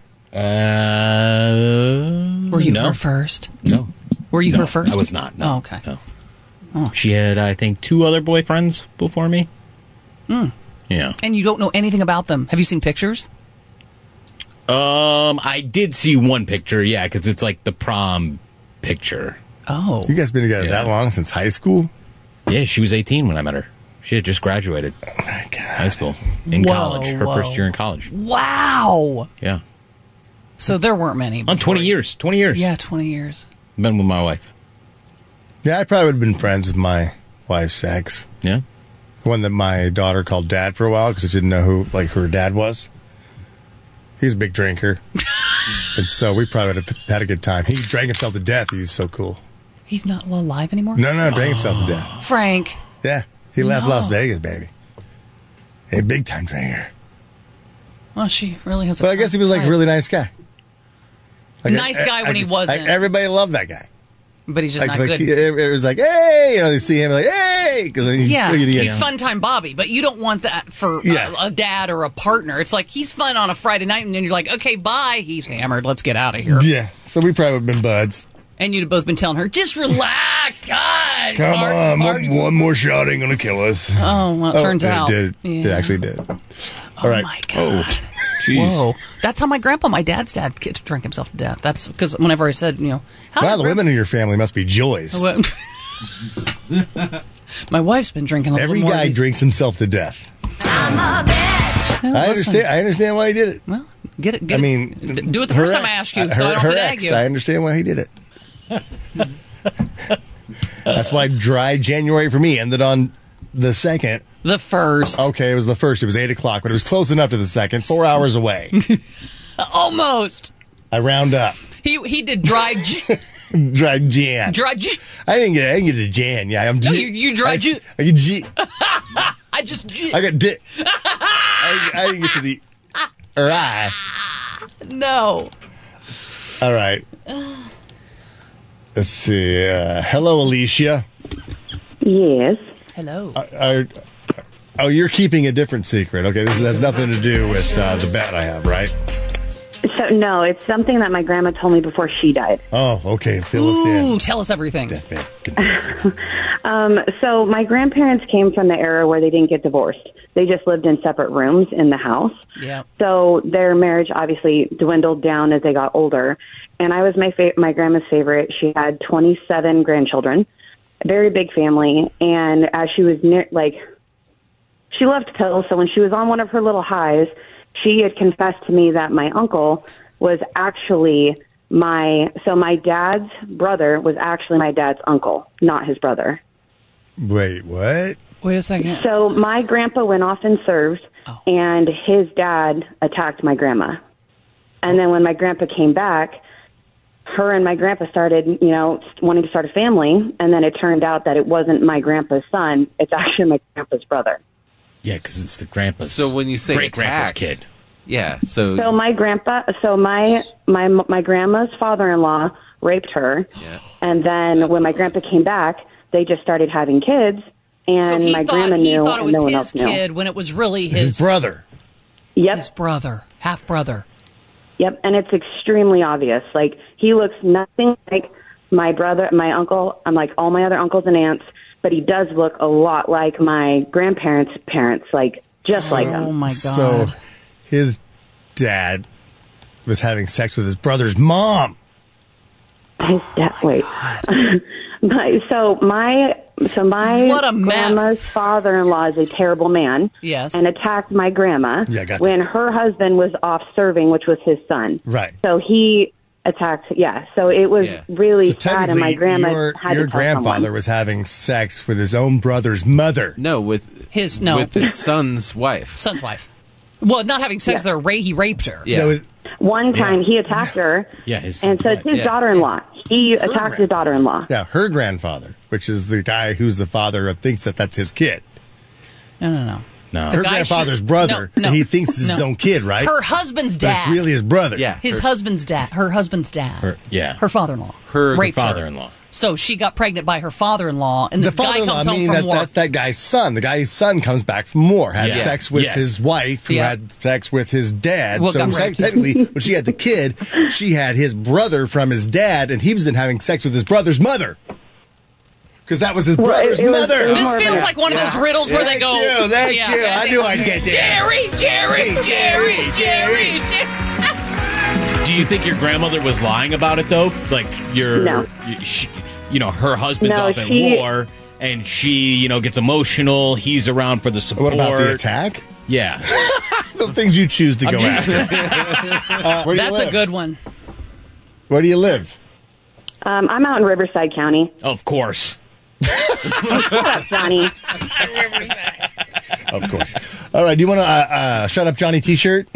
Speaker 5: Uh,
Speaker 4: Were you
Speaker 5: no.
Speaker 4: her first?
Speaker 5: No.
Speaker 4: Were you
Speaker 5: No,
Speaker 4: her first?
Speaker 5: I was not. No.
Speaker 4: Oh, okay.
Speaker 5: No.
Speaker 4: Oh.
Speaker 5: She had, I think, two other boyfriends before me.
Speaker 4: Mm.
Speaker 5: Yeah.
Speaker 4: And you don't know anything about them. Have you seen pictures?
Speaker 5: Um, I did see one picture. Yeah, because it's like the prom picture.
Speaker 4: Oh.
Speaker 3: You guys been together that long since high school?
Speaker 5: Yeah, she was 18 when I met her. She had just graduated
Speaker 3: Oh
Speaker 5: high school in
Speaker 4: Whoa,
Speaker 5: college, her
Speaker 4: whoa.
Speaker 5: first year in college.
Speaker 4: Wow.
Speaker 5: Yeah.
Speaker 4: So there weren't many.
Speaker 5: On 20 years. 20 years.
Speaker 4: Yeah, twenty years.
Speaker 5: Been with my wife.
Speaker 3: Yeah, I probably would have been friends with my wife's ex.
Speaker 5: Yeah.
Speaker 3: The one that my daughter called dad for a while because she didn't know who like who her dad was. He's a big drinker. and so we probably would have had a good time. He drank himself to death. He's so cool.
Speaker 4: He's not alive anymore.
Speaker 3: No, no, drank himself to death.
Speaker 4: Frank.
Speaker 3: Yeah. He left
Speaker 4: No.
Speaker 3: Las Vegas, baby. A big time drinker.
Speaker 4: Well, she really has. a
Speaker 3: But I guess he was like a really nice guy.
Speaker 4: Nice guy when he wasn't.
Speaker 3: everybody loved that guy.
Speaker 4: But he's just
Speaker 3: like,
Speaker 4: not
Speaker 3: like
Speaker 4: good.
Speaker 3: he- it it was like, hey, you know, they see him like, hey, 'cause when he-
Speaker 4: Yeah,
Speaker 3: you know,
Speaker 4: he's fun time Bobby, but you don't want that for a-
Speaker 3: Yeah.
Speaker 4: a, dad or a partner. It's like he's fun on a Friday night, and then you're like, okay, bye. He's hammered. Let's get out of here.
Speaker 3: Yeah, so we probably would have been buds.
Speaker 4: And you'd have both been telling her, just relax, God.
Speaker 3: Come
Speaker 4: Art-
Speaker 3: on,
Speaker 4: Art-
Speaker 3: one, one more shot ain't gonna kill us.
Speaker 4: Oh, well, it turns
Speaker 3: it
Speaker 4: out.
Speaker 3: did. It
Speaker 4: Yeah. Oh
Speaker 3: actually did. All right.
Speaker 4: my
Speaker 3: Oh,
Speaker 4: Whoa, that's how my grandpa, my dad's dad, kid, drank himself to death. That's because whenever I said, you know, how
Speaker 3: Wow,
Speaker 4: did
Speaker 3: the women in your family must be joys.
Speaker 4: grandpa- my wife's been drinking a
Speaker 3: Every
Speaker 4: little more.
Speaker 3: guy drinks himself to death. I understand. I understand why he did it.
Speaker 4: Well, get it.
Speaker 3: I mean,
Speaker 4: do it the first time I ask you, so I don't
Speaker 3: her
Speaker 4: have to nag
Speaker 3: ex,
Speaker 4: you.
Speaker 3: I understand why he did it. That's why dry January for me ended on the second.
Speaker 4: The first.
Speaker 3: Okay, it was the first. It was eight o'clock, but it was close enough to the second. Four hours away.
Speaker 4: Almost.
Speaker 3: I round up.
Speaker 4: He he did dry. J-
Speaker 3: Dry Jan.
Speaker 4: Dry Jan.
Speaker 3: I didn't get. I didn't get to Jan. Yeah, I'm.
Speaker 4: No,
Speaker 3: Jan.
Speaker 4: you- you dry
Speaker 3: I-
Speaker 4: Jan.
Speaker 3: I get J.
Speaker 4: I just.
Speaker 3: I got dick. I, I didn't get to the. or I.
Speaker 4: No.
Speaker 3: All right. Let's see. Uh, hello, Alicia.
Speaker 2: Yes.
Speaker 4: Hello.
Speaker 3: Are, oh, you're keeping a different secret. Okay, this has nothing to do with uh, the bat I have, right?
Speaker 2: So no, it's something that my grandma told me before she died.
Speaker 3: Oh, okay. Fill us in.
Speaker 4: Ooh, tell us everything.
Speaker 2: Um, so my grandparents came from the era where they didn't get divorced. They just lived in separate rooms in the house.
Speaker 4: Yeah.
Speaker 2: So their marriage obviously dwindled down as they got older. And I was my fa- my grandma's favorite. She had 27 grandchildren, very big family. And as she was near, like, she loved pills. So when she was on one of her little highs, she had confessed to me that my uncle was actually my so my dad's brother was actually my dad's uncle, not his brother.
Speaker 3: Wait, what?
Speaker 4: Wait a second. Oh.
Speaker 2: So my grandpa went off and served, and his dad attacked my grandma. And then when my grandpa came back, her and my grandpa started, you know, wanting to start a family. And then it turned out that it wasn't my grandpa's son; it's actually my grandpa's brother.
Speaker 5: Yeah, because it's the grandpa's.
Speaker 17: So when you say
Speaker 5: great grandpa's
Speaker 17: attacked,
Speaker 5: kid,
Speaker 17: yeah. So,
Speaker 2: So my grandpa, so my my my grandma's father-in-law raped her, and then when my grandpa came back, they just started having kids, and
Speaker 4: so he
Speaker 2: my
Speaker 4: thought
Speaker 2: grandma
Speaker 4: he
Speaker 2: knew,
Speaker 4: thought it
Speaker 2: and
Speaker 4: was
Speaker 2: no one
Speaker 4: his
Speaker 2: else knew.
Speaker 4: kid when it was really his,
Speaker 3: brother.
Speaker 2: Yep.
Speaker 4: His brother, half brother.
Speaker 2: Yep, and it's extremely obvious. Like he looks nothing like my brother, my uncle, I'm like all my other uncles and aunts, but he does look a lot like my grandparents' parents, like just like
Speaker 4: Oh
Speaker 2: them.
Speaker 3: So his dad was having sex with his brother's mom.
Speaker 2: His dad, Oh, wait. my, so my so my
Speaker 4: What a mess.
Speaker 2: grandma's father-in-law is a terrible man.
Speaker 4: Yes.
Speaker 2: and attacked my grandma.
Speaker 4: Yeah, I got
Speaker 2: when her husband was off serving, which was his son.
Speaker 3: Right.
Speaker 2: So he attacked. Yeah. So it was really sad, and my
Speaker 3: Technically,
Speaker 2: grandma
Speaker 3: your,
Speaker 2: had
Speaker 3: your
Speaker 2: to tell someone.
Speaker 3: grandfather was having sex with his own brother's mother.
Speaker 17: No, with
Speaker 4: his no
Speaker 17: with his son's wife.
Speaker 4: son's wife. Well, not having sex there, Ray he raped her.
Speaker 17: Yeah. That was-
Speaker 2: One time he attacked her.
Speaker 3: Yeah, his-
Speaker 2: and so it's his
Speaker 3: yeah.
Speaker 2: daughter-in-law. He attacked his daughter-in-law.
Speaker 3: Yeah, her grandfather, which is the guy who's the father of thinks that that's his kid.
Speaker 4: No, no, no.
Speaker 5: No.
Speaker 4: The
Speaker 3: Her
Speaker 4: guy
Speaker 3: grandfather's
Speaker 4: should-
Speaker 3: brother,
Speaker 4: no, no,
Speaker 3: he thinks it's his
Speaker 4: no.
Speaker 3: own kid, right?
Speaker 4: Her husband's
Speaker 3: But
Speaker 4: dad.
Speaker 3: It's really his brother. Yeah.
Speaker 4: his husband's dad. Her husband's dad. Her,
Speaker 5: yeah.
Speaker 4: father-in-law.
Speaker 5: Her
Speaker 4: raped
Speaker 5: father-in-law.
Speaker 4: So she got pregnant by her father-in-law, and
Speaker 3: the
Speaker 4: this guy
Speaker 3: father-in-law,
Speaker 4: comes
Speaker 3: I
Speaker 4: home
Speaker 3: mean,
Speaker 4: from
Speaker 3: that,
Speaker 4: work.
Speaker 3: that's that guy's son. The guy's son comes back from war, has
Speaker 5: Yeah.
Speaker 3: sex with
Speaker 5: Yes.
Speaker 3: his wife, who
Speaker 5: Yeah.
Speaker 3: had sex with his dad.
Speaker 5: Well,
Speaker 3: so
Speaker 5: got
Speaker 3: sec-
Speaker 5: raped.
Speaker 3: technically, when she had the kid, she had his brother from his dad, and he was in having sex with his brother's mother. Because that was his
Speaker 4: Well, it-
Speaker 3: brother's
Speaker 4: it was
Speaker 3: mother.
Speaker 4: This feels like one of those riddles where they go,
Speaker 3: Thank you, Oh, thank
Speaker 4: Yeah,
Speaker 3: you.
Speaker 4: yeah,
Speaker 3: I
Speaker 4: they
Speaker 3: knew
Speaker 4: go,
Speaker 3: I'd get that.
Speaker 4: Jerry, Jerry, Jerry, Jerry, Jerry.
Speaker 5: Do you think your grandmother was lying about it though? Like your,
Speaker 2: No.
Speaker 5: y- she, you know, her husband's
Speaker 2: No,
Speaker 5: off at
Speaker 2: she-
Speaker 5: war, and she, you know, gets emotional. He's around for the support.
Speaker 3: What about the attack?
Speaker 5: Yeah,
Speaker 3: the things you choose to
Speaker 5: I'm
Speaker 3: go
Speaker 5: just-
Speaker 3: after. Uh, Where do you
Speaker 4: That's a
Speaker 3: live?
Speaker 4: good one.
Speaker 3: Where do you live?
Speaker 2: Um, I'm out in Riverside County.
Speaker 5: Of course.
Speaker 2: Shut up, Johnny.
Speaker 3: Of course. All right. Do you want to uh, uh, shut up Johnny T-shirt?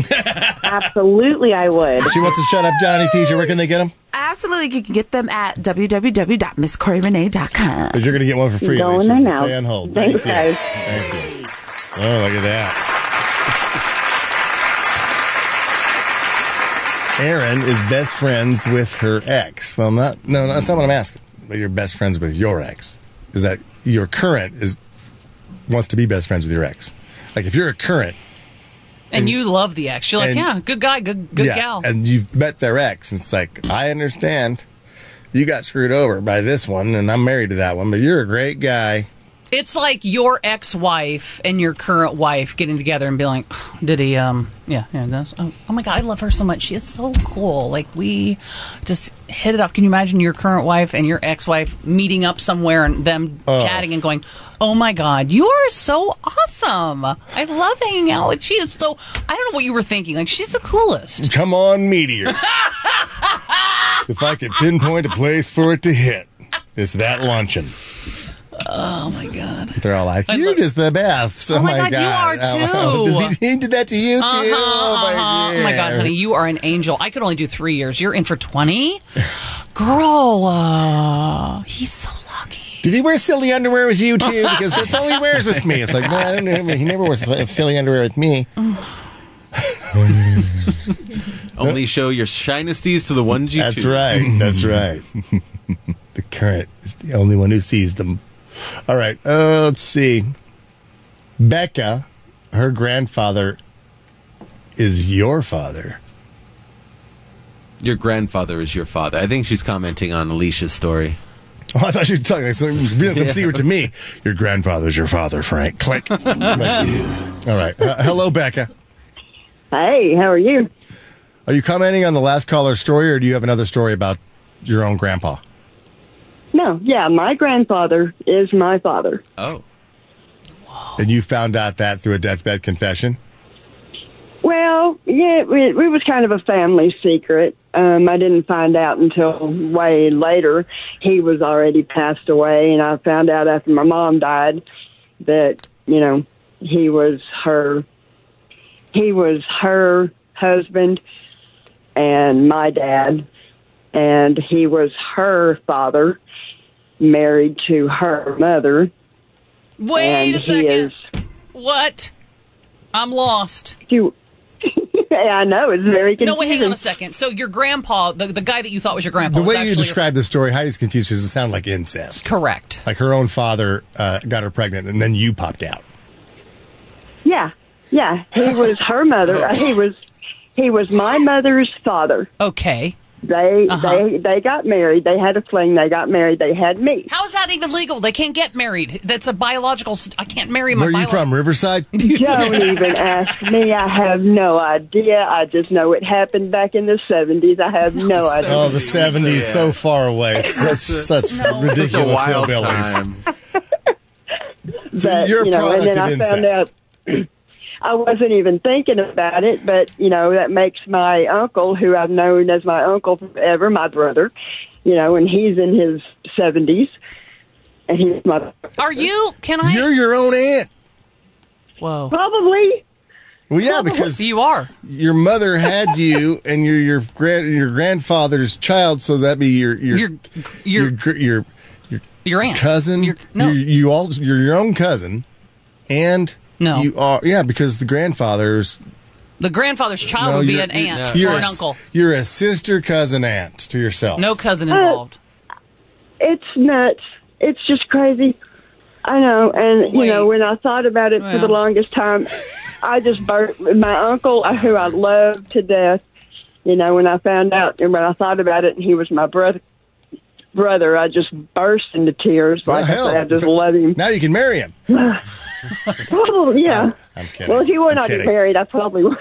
Speaker 2: Absolutely, I would.
Speaker 3: She wants a shut up Johnny T-shirt. Where can they get them?
Speaker 14: Absolutely, you can get them at www.misscoryrene.com.
Speaker 3: Because you're going to get one for free.
Speaker 14: Going
Speaker 3: Alicia,
Speaker 14: there
Speaker 3: so
Speaker 14: now.
Speaker 3: Stay on hold.
Speaker 14: Thanks,
Speaker 3: you.
Speaker 14: guys.
Speaker 3: Thank you. Oh, look at that. Aaron is best friends with her ex. Well, not no, no, that's not what I'm asking. But you're best friends with your ex. Is that your current is wants to be best friends with your ex? Like if you're a current,
Speaker 4: And you love the ex. You're like,
Speaker 3: and-
Speaker 4: yeah, good guy, good good gal.
Speaker 3: And you've met their ex, and it's like, I understand you got screwed over by this one, and I'm married to that one, but you're a great guy.
Speaker 4: It's like your ex-wife and your current wife getting together and being like, "Did he? Um, yeah, yeah. That's, oh, oh my god, I love her so much. She is so cool. Like we just hit it off. Can you imagine your current wife and your ex-wife meeting up somewhere and them
Speaker 9: Oh.
Speaker 4: chatting and going, "Oh my god, you are so awesome. I love hanging out with. She is so. I don't know what you were thinking. Like she's the coolest.
Speaker 3: Come on, meteor. if I could pinpoint a place for it to hit, it's that luncheon.
Speaker 4: Oh my god.
Speaker 3: They're all like, you're just the best. Oh,
Speaker 4: my God, you are
Speaker 3: Oh,
Speaker 4: too.
Speaker 3: does he, he did that to you, too?
Speaker 4: Uh-huh,
Speaker 3: Oh,
Speaker 4: uh-huh. Oh my god, honey, you are an angel. I could only do three years. You're in for twenty, girl. Uh, he's so lucky.
Speaker 3: Did he wear silly underwear with you, too? Because that's all he wears with me. It's like, no, I don't know. He never wears silly underwear with me.
Speaker 17: Only show your shinesties to the ones you
Speaker 3: That's
Speaker 17: choose.
Speaker 3: right. That's right. the current is the only one who sees them. All right. Uh, let's see. Becca, her grandfather is your father.
Speaker 17: Your grandfather is your father. I think she's commenting on Alicia's story.
Speaker 3: Oh, I thought you were talking like something real obscene to me. Your grandfather's your father, Frank. Click. Yes, he is. All right. Uh, hello, Becca.
Speaker 16: Hey, how are you?
Speaker 3: Are you commenting on the last caller's story, or do you have another story about your own grandpa?
Speaker 16: No, yeah, my grandfather is my father.
Speaker 17: Oh.
Speaker 3: And you found out that through a deathbed confession?
Speaker 16: Well, yeah, it, it was kind of a family secret. Um, I didn't find out until way later. He was already passed away, and I found out after my mom died that you know he was her, he was her husband, and my dad, and he was her father, married to her mother.
Speaker 4: Wait
Speaker 16: And he
Speaker 4: a second.
Speaker 16: is-
Speaker 4: What? I'm lost.
Speaker 16: You, I know it's very
Speaker 4: No,
Speaker 16: confusing.
Speaker 4: wait, hang on a second. So your grandpa, the, the guy that you thought was your grandpa,
Speaker 3: the
Speaker 4: was
Speaker 3: way you
Speaker 4: actually your-
Speaker 3: describe the story, Heidi's confused because it sounded like incest.
Speaker 4: Correct.
Speaker 3: Like her own father uh, got her pregnant, and then you popped out.
Speaker 16: Yeah, yeah. He was her mother. Uh, He was he was my mother's father.
Speaker 4: Okay.
Speaker 16: They they they got married. They had a fling. They got married. They had me.
Speaker 4: How is that even legal? They can't get married. That's a biological. s- I can't marry my.
Speaker 3: Where are you
Speaker 4: biolo-
Speaker 3: from, Riverside?
Speaker 16: Don't even ask me. I have no idea. I just know it happened back in the seventies. I have no idea.
Speaker 3: Oh, the seventies, so far away. Such, such ridiculous
Speaker 17: Such a wild
Speaker 3: hillbillies.
Speaker 17: time.
Speaker 3: So
Speaker 16: But,
Speaker 3: you're a
Speaker 16: you know, and
Speaker 3: product
Speaker 16: then
Speaker 3: of
Speaker 16: I
Speaker 3: incest.
Speaker 16: found out I wasn't even thinking about it, but you know that makes my uncle, who I've known as my uncle forever, my brother. You know, and he's in his seventies, and he's my
Speaker 4: Are you? Can I?
Speaker 3: You're your own aunt.
Speaker 4: Whoa.
Speaker 16: Probably.
Speaker 3: Well, yeah, because
Speaker 4: you are.
Speaker 3: Your mother had you, and you're your grand, your grandfather's child, so that'd be your your your your your, your,
Speaker 4: aunt.
Speaker 3: cousin. no, you, you all you're your own cousin, and
Speaker 4: No.
Speaker 3: you are yeah, because the grandfather's
Speaker 4: The grandfather's child
Speaker 3: no,
Speaker 4: would Oh, be
Speaker 3: you're-
Speaker 4: an aunt
Speaker 3: you're
Speaker 4: or
Speaker 3: a
Speaker 4: an
Speaker 3: s-
Speaker 4: uncle.
Speaker 3: You're a sister cousin aunt to yourself.
Speaker 4: No
Speaker 16: Uh,
Speaker 4: cousin involved.
Speaker 16: It's nuts. It's just crazy. I know. And, you know, when I thought about it for the longest time, I just burnt my uncle, uh, who I love to death. You know, when I found out and when I thought about it and he was my brother, brother I just burst into tears. Like I said, I just love him.
Speaker 3: Now you can marry him.
Speaker 16: Oh, yeah.
Speaker 3: I'm kidding.
Speaker 16: well, if you were
Speaker 3: I'm
Speaker 16: not
Speaker 3: kidding.
Speaker 16: married, I probably would.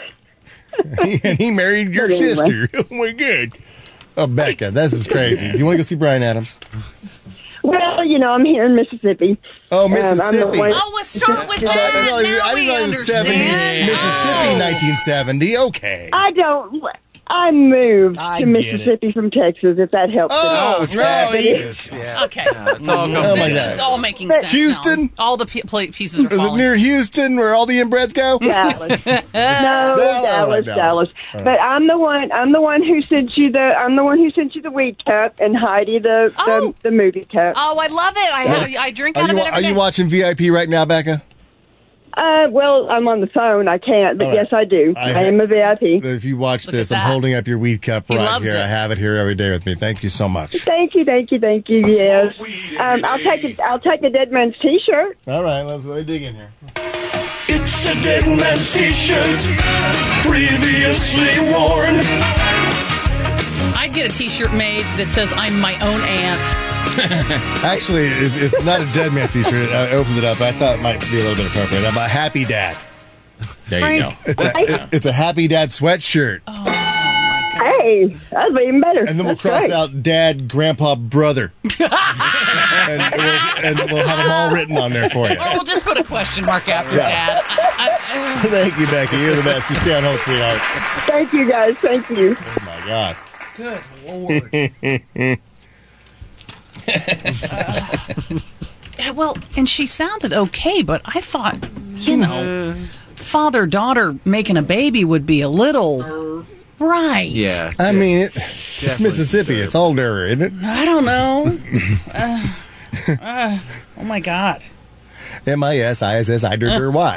Speaker 3: and he married your
Speaker 16: But anyway.
Speaker 3: sister. Oh my god. Oh, Becca, this is crazy. Do you want to go see Brian Adams?
Speaker 16: Well, you know, I'm here in Mississippi.
Speaker 3: Oh,
Speaker 16: Um, I'm the
Speaker 3: Mississippi.
Speaker 16: one-
Speaker 4: Oh, let's start with
Speaker 16: Yeah.
Speaker 4: that.
Speaker 3: I didn't
Speaker 4: Now we
Speaker 3: realize the 70s.
Speaker 4: understand.
Speaker 3: Mississippi, 1970. Okay.
Speaker 16: I don't. I moved
Speaker 3: I
Speaker 16: to
Speaker 3: get
Speaker 16: Mississippi from Texas. If that helps.
Speaker 3: Oh,
Speaker 16: at all.
Speaker 3: Texas.
Speaker 4: Okay.
Speaker 16: all
Speaker 3: Oh, my
Speaker 4: this
Speaker 3: God.
Speaker 4: is all making
Speaker 3: But-
Speaker 4: sense.
Speaker 3: Houston?
Speaker 4: now. All the pi pla- pieces are
Speaker 3: Is it
Speaker 4: falling.
Speaker 3: near Houston where all the inbreds go?
Speaker 16: Dallas. no,
Speaker 3: Dallas,
Speaker 16: Dallas, Dallas.
Speaker 3: Dallas. All right.
Speaker 16: But I'm the one. I'm the one who sent you the. I'm the one who sent you the weed cup and Heidi the the, the movie cup.
Speaker 4: Oh, I love it. I have, I drink
Speaker 3: Are
Speaker 4: out
Speaker 3: you,
Speaker 4: of it
Speaker 3: are
Speaker 4: every day.
Speaker 3: you watching VIP right now, Becca?
Speaker 16: Uh, well, I'm on the phone. I can't. But
Speaker 3: All right.
Speaker 16: yes, I do.
Speaker 3: I-
Speaker 16: I, am a VIP.
Speaker 3: If you watch this, I'm
Speaker 16: that.
Speaker 3: holding up your weed cup
Speaker 16: He
Speaker 3: right
Speaker 16: loves
Speaker 3: here.
Speaker 16: it.
Speaker 3: I have it here every day with me. Thank you so much.
Speaker 16: Thank you, thank you, thank you. Yes, um, I'll take a, I'll take a dead man's T-shirt.
Speaker 3: All right, let's let me dig in here.
Speaker 20: It's a dead man's t-shirt, previously worn.
Speaker 4: I'd get a T-shirt made that says "I'm my own aunt."
Speaker 3: Actually, it's, it's not a dead man's t-shirt. I opened it up. I thought it might be a little bit appropriate. I'm a happy dad.
Speaker 39: There
Speaker 16: you Frank. go.
Speaker 3: It's a,
Speaker 16: Frank.
Speaker 3: it- it's a happy dad sweatshirt.
Speaker 16: Hey, that's even better.
Speaker 3: And then we'll
Speaker 16: That's
Speaker 3: cross
Speaker 16: great.
Speaker 3: out dad, grandpa, brother. and, we'll, and we'll have them all written on there for you.
Speaker 4: Or we'll just put a question mark after
Speaker 3: Yeah.
Speaker 4: that. I- I-
Speaker 3: Thank you, Becky. You're the best. You stay on home, sweetheart.
Speaker 16: Thank you guys. Thank you.
Speaker 3: Oh, my God.
Speaker 4: I- good lord.
Speaker 3: Lord.
Speaker 4: Yeah, Well, and she sounded okay, but I thought,
Speaker 3: Hmm.
Speaker 4: you know, father daughter making a baby would be a little right.
Speaker 3: Yeah. I mean, it, it's Mississippi. It's all dirt, isn't it?
Speaker 4: I don't know. Uh, uh, oh my god.
Speaker 3: M I S I S S I D R Y.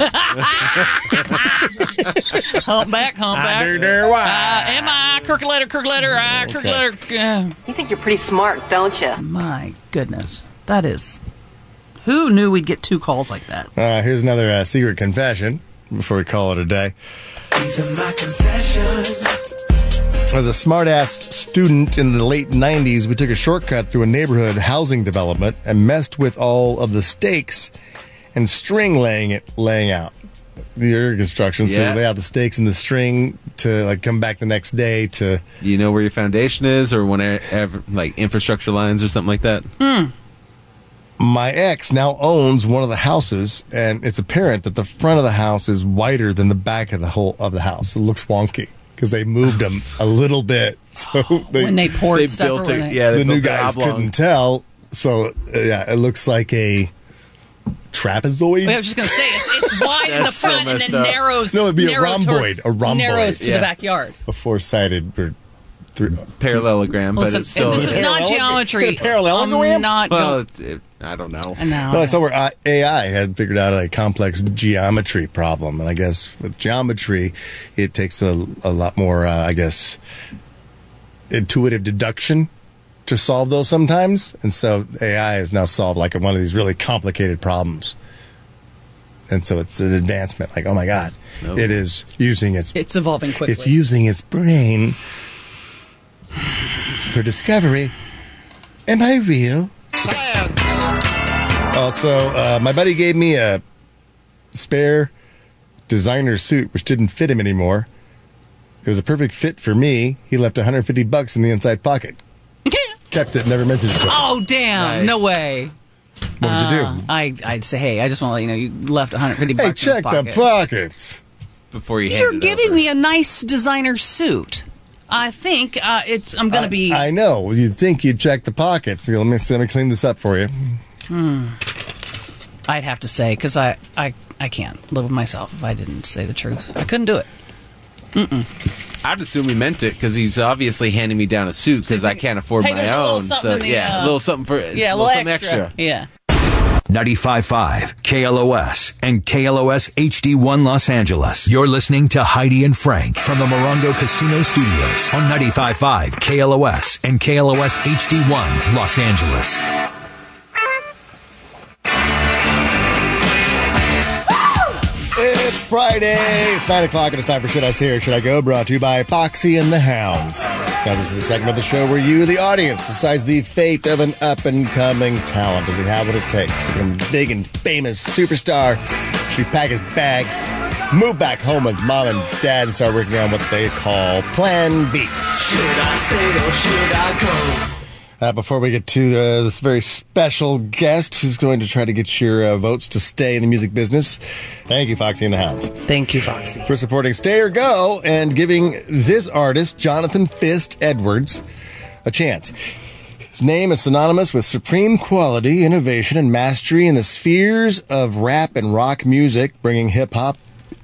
Speaker 4: humpback, humpback.
Speaker 40: I do there, why.
Speaker 4: Uh, am I Kirkletter, Kirkletter, I Kirkletter? Uh,
Speaker 40: You think you're pretty smart, don't you?
Speaker 4: my goodness, that is. Who knew we'd get two calls like that?
Speaker 3: Uh, here's another uh, secret confession before we call it a day. As a smart assed student in the late 90s, we took a shortcut through a neighborhood housing development and messed with all of the stakes and string laying it laying out. Your construction, so
Speaker 17: Yeah.
Speaker 3: you lay out the stakes and the string to like come back the next day to
Speaker 17: You know where your foundation is, or whenever, like infrastructure lines or something like that.
Speaker 3: Hmm. My ex now owns one of the houses, and it's apparent that the front of the house is wider than the back of the whole of the house. It looks wonky because they moved them a little bit. So they,
Speaker 4: When they poured They stuff built or it- when they- yeah, they
Speaker 3: the new
Speaker 4: built it
Speaker 3: guys
Speaker 4: oblong.
Speaker 3: couldn't tell. So uh, yeah, it looks like a trapezoid.
Speaker 4: Wait, I was just going to say, it's, it's wide in the
Speaker 3: That's so
Speaker 4: front and
Speaker 3: messed
Speaker 4: then
Speaker 3: up.
Speaker 4: narrows.
Speaker 3: No, it'd be a
Speaker 4: narrow
Speaker 3: rhomboid, a rhomboid,
Speaker 4: Narrows to
Speaker 3: yeah.
Speaker 4: the backyard.
Speaker 3: a four sided or three,
Speaker 17: parallelogram,
Speaker 4: Listen, if this is not geometry, I'm not
Speaker 17: Well,
Speaker 4: going.
Speaker 17: it- it- I don't know.
Speaker 4: I know.
Speaker 3: No, I saw where uh, AI had figured out a complex geometry problem, and I guess with geometry, it takes a, a lot more, uh, I guess, intuitive deduction to solve those sometimes, and so AI has now solved like one of these really complicated problems, and so it's an advancement. Like, oh my god,
Speaker 4: Oh.
Speaker 3: it is using its
Speaker 4: It's evolving quickly.
Speaker 3: it's using its brain for discovery. Am I real? Also, uh, my buddy gave me a spare designer suit which didn't fit him anymore. It was a perfect fit for me. He left 150 bucks in the inside pocket. Kept it, never mentioned it. to him.
Speaker 4: Oh, damn.
Speaker 3: Nice.
Speaker 4: No way. Uh,
Speaker 3: What would you do?
Speaker 4: I, I'd say, hey, I just want to let you know you left 150 bucks.
Speaker 3: Hey,
Speaker 4: in his
Speaker 3: check
Speaker 4: pocket.
Speaker 3: the pockets.
Speaker 17: Before you
Speaker 4: You're giving me a nice designer suit. I think uh, it's. I'm going to be.
Speaker 3: I know. You'd think you'd check the pockets. Let me, let me clean this up for you.
Speaker 4: hmm. I'd have to say because I, I, I can't live with myself if I didn't say the truth. I couldn't do it. Mm-mm.
Speaker 17: I'd assume he meant it because he's obviously handing me down a suit because I can't afford
Speaker 4: hey,
Speaker 17: my
Speaker 4: there's a little
Speaker 17: own.
Speaker 4: something
Speaker 17: So
Speaker 4: in the,
Speaker 17: yeah,
Speaker 4: uh,
Speaker 17: a little something for
Speaker 4: Yeah, a little,
Speaker 17: something
Speaker 4: extra. Yeah.
Speaker 1: 95.5 KLOS and KLOS HD1 Los Angeles. You're listening to Heidi and Frank from the Morongo Casino Studios on 95.5 KLOS and KLOS HD1 Los Angeles.
Speaker 3: It's Friday. It's 9 o'clock and it's time for Should I Say or Should I Go? Brought to you by Foxy and the Hounds. Now, this is the segment of the show where you, the audience, decides the fate of an up and coming talent. Does he have what it takes to become a big and famous superstar? Should he pack his bags, move back home with mom and dad, and start working on what they call Plan B?
Speaker 9: Should I stay or should I go?
Speaker 3: Uh, before we get to uh, this very special guest who's going to try to get your uh, votes to stay in the music business, thank you, Foxy and the Hounds.
Speaker 4: Thank you, Foxy.
Speaker 3: For supporting Stay or Go and giving this artist, Jonathan Fist Edwards, a chance. His name is synonymous with supreme quality, innovation, and mastery in the spheres of rap and rock music, bringing hip hop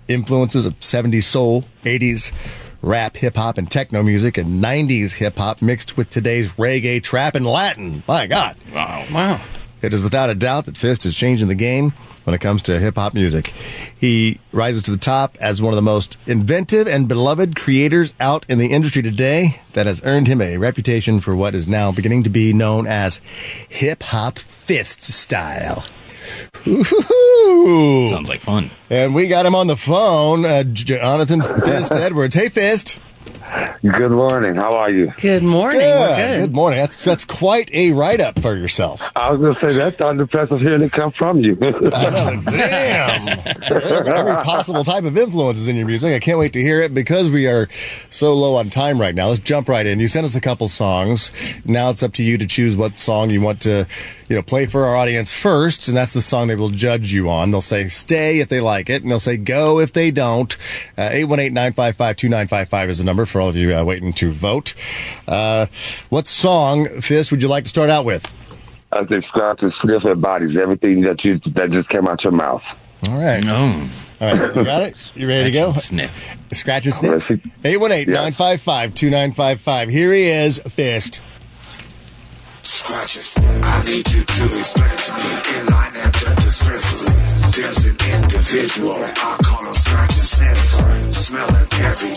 Speaker 3: influences of 70s soul, 80s rap, hip hop, and techno music, and 90s hip hop mixed with today's reggae, trap, and Latin. My God. Wow. Wow. It is without a doubt that Fist is changing the game when it comes to hip hop music. He rises to the top as one of the most inventive and beloved creators out in the industry today that has earned him a reputation for what is now beginning to be known as hip hop fist style. Ooh.
Speaker 41: Sounds like fun.
Speaker 3: And we got him on the phone, uh, Jonathan Fist Edwards. Hey, Fist.
Speaker 42: Good morning. How are you?
Speaker 4: Good morning.
Speaker 42: We're
Speaker 3: Good,
Speaker 42: good.
Speaker 3: morning. That's that's quite a write up for yourself.
Speaker 42: I was gonna say that's unimpressive hearing it come from you.
Speaker 3: Every every possible type of influence is in your music. I can't wait to hear it because we are so low on time right now. Let's jump right in. You sent us a couple songs. Now it's up to you to choose what song you want to, you know, play for our audience first, and that's the song they will judge you on. They'll say stay if they like it, and they'll say go if they don't. Uh, Eight one eight nine five five two nine five five is the number for all of you uh, waiting to vote. Uh, what song, Fist, would you like to start out with?
Speaker 42: I think Scott is skill and bodies, everything that you that just came out your mouth.
Speaker 3: All right. No. All right. You got it? You ready to go? Snip. Scratch and sniff. 818 955 2955. Here he is, Fist.
Speaker 6: Scratches. I need you to explain to me in line at the dispensary. There's an individual I call him Scratch and Sniffer.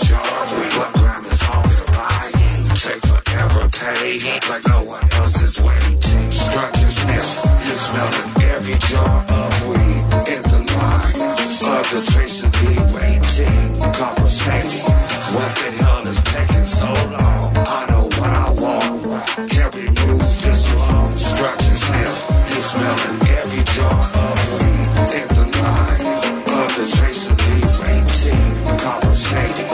Speaker 6: like no one else is waiting. Strut your sniff, you smell in every jar of weed in the line. Others patiently waiting, conversating. What the hell is taking so long? I know what I want. Can we move this along? Strut your sniff, you smell in every jar of weed in the line. Others patiently waiting, conversating.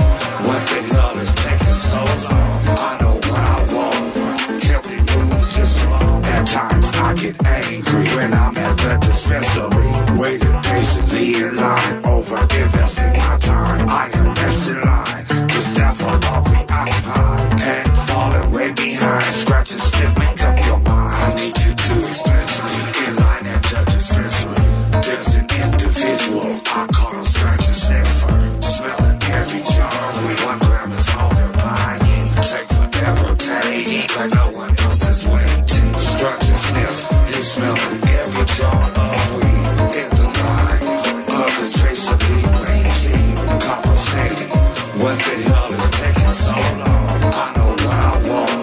Speaker 6: What the hell is taking so long? I know what I want. Can we move this along? At times I get angry when I'm at the dispensary, waiting patiently in line, over investing my time. I am best in line. The staff are all preoccupied and falling way behind. Scratch and sniff, make up your mind. I need you to explain to me in line at the dispensary. There's an individual I call a scratch and sniffer, smelling every jar. We one gram is all they're buying. Take forever paying, like no one else is waiting. Scratch and sniff, you smelling every jar of weed in the line. Others patiently waiting, conversating. What the hell is taking so long? I know what I want.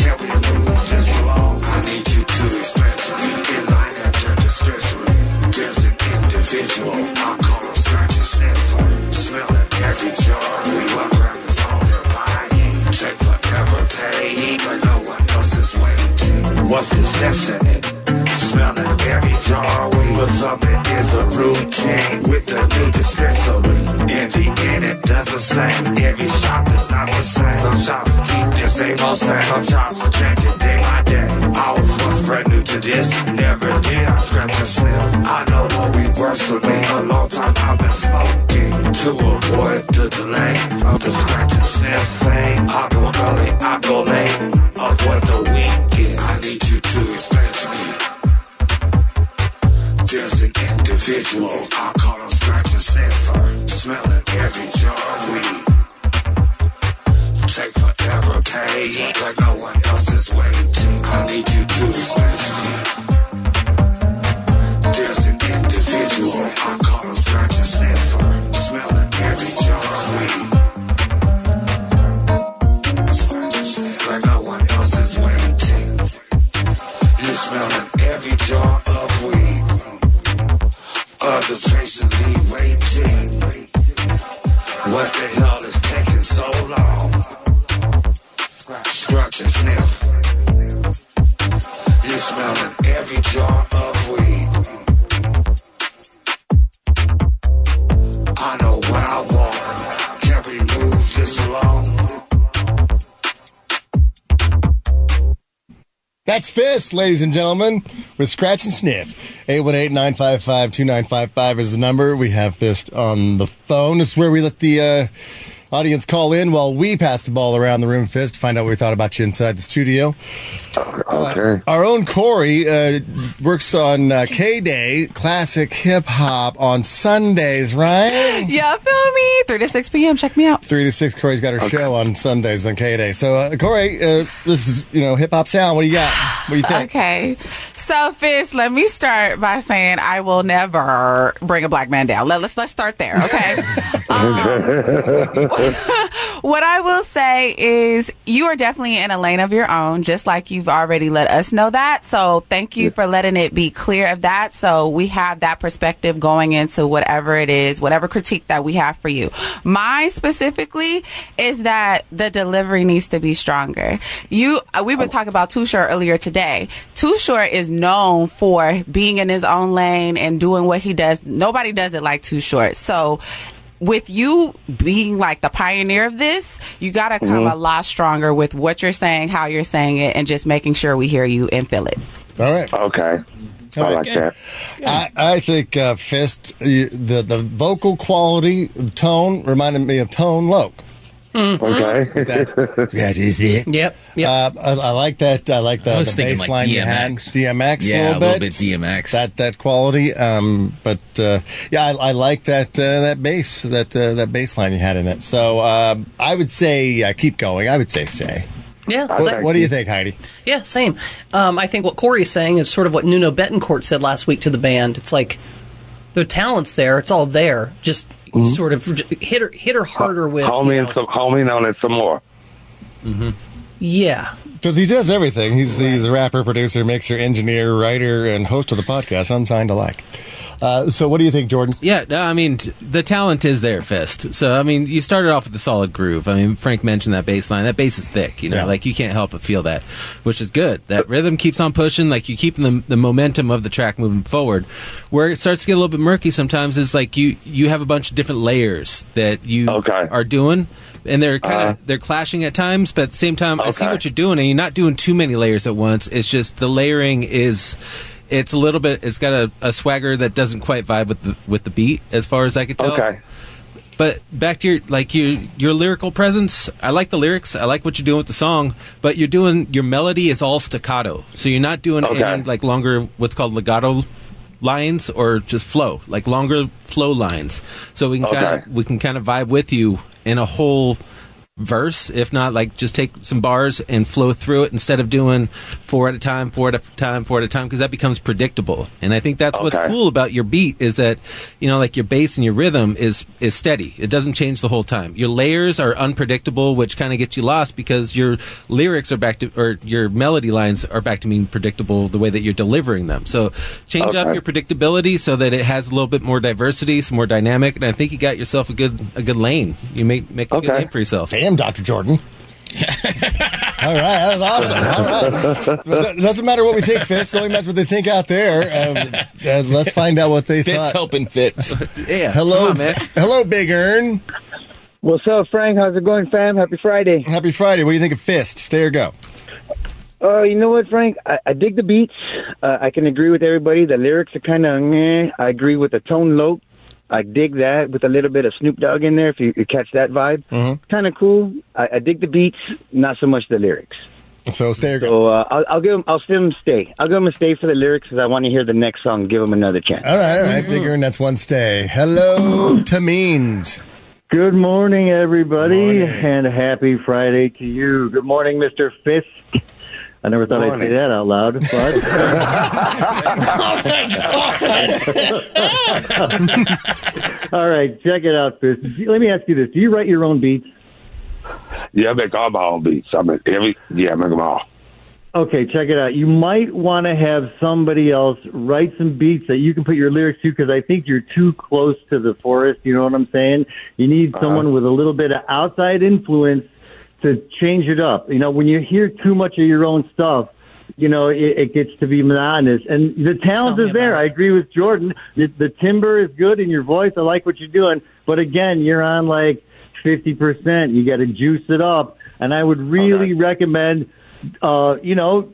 Speaker 6: Can we move this along? I need you to explain to me in line at the dispensary. There's an individual I call a scratch and sniffer, smelling every jar. We one gram is all they're buying. Take forever paying, but no one else is waiting. What's this sense in it? Smelling every jar we for something is a routine with the new dispensary. In the end, it does the same. Every shop is not the same. Some shops keep the same old same. Some shops change it day by day. I was once brand new to this, never did I scratch a sniff. I know what we worth to me. A long time I've been smoking to avoid the delay of the scratch and sniff thing. I go early, I go late, avoid the weekend. I need you to explain to me. There's an individual I call a scratch and sniffer, smelling every jar of weed. Take forever paying, like no one else is waiting. I need you to explain to me. There's an individual I call a scratch and sniffer, smelling every jar of weed. Like no one else is waiting. You smelling every jar of weed. Others patiently waiting. What the hell is taking so long? Scratch and sniff. You smelling every jar of weed. I know what I want. Can we move this along?
Speaker 3: That's Fist, ladies and gentlemen, with Scratch and Sniff. 818 955 2955 is the number. We have Fist on the phone. It's where we let the uh, audience call in while we pass the ball around the room, Fist, to find out what we thought about you inside the studio. Uh,
Speaker 25: Okay.
Speaker 3: Our own Corey uh, works on uh, K Day, classic hip hop, on Sundays, right?
Speaker 14: Yeah, feel me. 3 to 6 p.m. Check me out.
Speaker 3: 3 to 6, Corey's got her show on Sundays on K Day. So, uh, Corey, uh, this is, you know, hip hop sound. What do you got? What do you think?
Speaker 14: Okay. So, Fist, let me start by saying I will never bring a black man down. Let, us let's start there, okay? what I will say is you are definitely in a lane of your own, just like you've already let us know that. So, thank you for letting it be clear of that. So, we have that perspective going into whatever it is, whatever critique that we have for you. Mine specifically is that the delivery needs to be stronger. You, uh, we've been talking about Too Short earlier today. Too Short is known for being in his own lane and doing what he does. Nobody does it like Too Short. So, with you being like the pioneer of this, you got to come
Speaker 3: Mm-hmm.
Speaker 25: Mhm.
Speaker 14: a lot stronger with what you're saying, how you're saying it, and just making sure we hear you and feel it.
Speaker 3: All right.
Speaker 25: Okay. I like that.
Speaker 3: I, I think uh, Fist, you- the the vocal quality, tone reminded me of Tone Loke.
Speaker 25: Mm-hmm. Okay.
Speaker 3: With that, that is it.
Speaker 5: Yep.
Speaker 3: Uh, I, I like that. I like the,
Speaker 7: I was
Speaker 3: the
Speaker 7: thinking
Speaker 3: bass
Speaker 7: like
Speaker 3: line you had.
Speaker 7: DMX.
Speaker 3: DMX
Speaker 7: Yeah,
Speaker 3: a little bit.
Speaker 7: a little bit DMX.
Speaker 3: That that quality. Um, but uh, yeah, I, I like that uh, that bass that uh, that bass line you had in it. So uh, I would say uh, keep going. I would say stay.
Speaker 5: Yeah.
Speaker 3: What, what do you think, Heidi?
Speaker 5: Yeah, same. Um, I think what Corey's saying is sort of what Nuno Betancourt said last week to the band. It's like the talent's there; it's all there. Just
Speaker 25: Mhm.
Speaker 5: sort of hit her, hit her harder with.
Speaker 25: Call
Speaker 5: you
Speaker 25: me in
Speaker 5: know,
Speaker 7: Mm-hmm.
Speaker 25: some. Call me in on it some more.
Speaker 4: Yeah.
Speaker 3: Because he does everything. He's he's a rapper, producer, mixer, engineer, writer, and host of the podcast Unsigned Alike. Uh, so, what do you think, Jordan?
Speaker 17: Yeah, no, I mean t- the talent is there, Fist. So I mean, you started off with a solid groove. I mean, Frank mentioned that bass line. That bass is thick, you know, like you can't help but feel that, which is good. That rhythm keeps on pushing, like you keep the the momentum of the track moving forward. Where it starts to get a little bit murky sometimes is like you you have a bunch of different layers that you are doing. And they're kind of
Speaker 6: Uh-huh.
Speaker 17: they're clashing at times, but at the same time, I see
Speaker 6: Okay.
Speaker 17: what you're doing, and you're not doing too many layers at once. It's just the layering is it's a little bit it's got a, a swagger that doesn't quite vibe with the with the beat as far as I could tell.
Speaker 6: Okay.
Speaker 17: But back to your like your your lyrical presence. I like the lyrics. I like what you're doing with the song, but you're doing your melody is all staccato. So you're not doing
Speaker 6: Okay.
Speaker 17: any like longer what's called legato lines or just flow, like longer flow lines. So we can kind
Speaker 6: Okay.
Speaker 17: of we can kind of vibe with you in a whole verse, if not like just take some bars and flow through it instead of doing four at a time, four at a time, four at a time, because that becomes predictable. And I think that's what's
Speaker 6: Okay.
Speaker 17: cool about your beat is that you know like your bass and your rhythm is is steady. It doesn't change the whole time. Your layers are unpredictable, which kind of gets you lost because your lyrics are back to or your melody lines are back to being predictable the way that you're delivering them. So change up
Speaker 6: Okay.
Speaker 17: your predictability so that it has a little bit more diversity, some more dynamic, and I think you got yourself a good a good lane. You make make a good
Speaker 3: Okay.
Speaker 17: name for yourself.
Speaker 3: Damn, Doctor Jordan. All right, that was awesome. All right. But it doesn't matter what we think, Fist. It only matters what they think out there. Uh, uh, let's find out what they
Speaker 5: Fits
Speaker 3: thought.
Speaker 5: helping fits.
Speaker 17: yeah.
Speaker 3: Hello, hello, Big Earn.
Speaker 26: What's up, Frank? How's it going, fam? Happy Friday.
Speaker 3: Happy Friday. What do you think of Fist? Stay or go?
Speaker 26: Uh, you know what, Frank? I, I dig the beats. Uh, I can agree with everybody. The lyrics are kind of meh. I agree with the tone low. I dig that with a little bit of Snoop Dogg in there. If you, you catch that vibe,
Speaker 3: Mm-hmm.
Speaker 26: kind of cool. I, I dig the beats, not so much the lyrics.
Speaker 3: So stay or go.
Speaker 26: So uh, I'll, I'll give him. I'll still stay. I'll give him a stay for the lyrics because I want to hear the next song. Give him another chance.
Speaker 3: All right, all right, Big Earn. That's one stay. Hello, Tamines.
Speaker 26: Good morning, everybody, and happy Friday to you. Good morning, Mr. Fisk. I never thought I'd say
Speaker 24: Morning.
Speaker 26: that out loud,
Speaker 22: Oh,
Speaker 26: but. All right, check it out, Fisk. Let me ask you this Do you write your own beats?
Speaker 6: Yeah, I make all my own beats. I make every. Yeah, I make them all.
Speaker 26: Okay, check it out. You might want to have somebody else write some beats that you can put your lyrics to because I think you're too close to the forest. You know what I'm saying? You need someone with a little bit of outside influence to change it up. You know, when you hear too much of your own stuff, you know, it, it gets to be monotonous. And the talent is there. I agree with Jordan. The, the timbre is good in your voice. I like what you're doing. But again, you're on like 50%. You got to juice it up. And I would really recommend, uh, you know,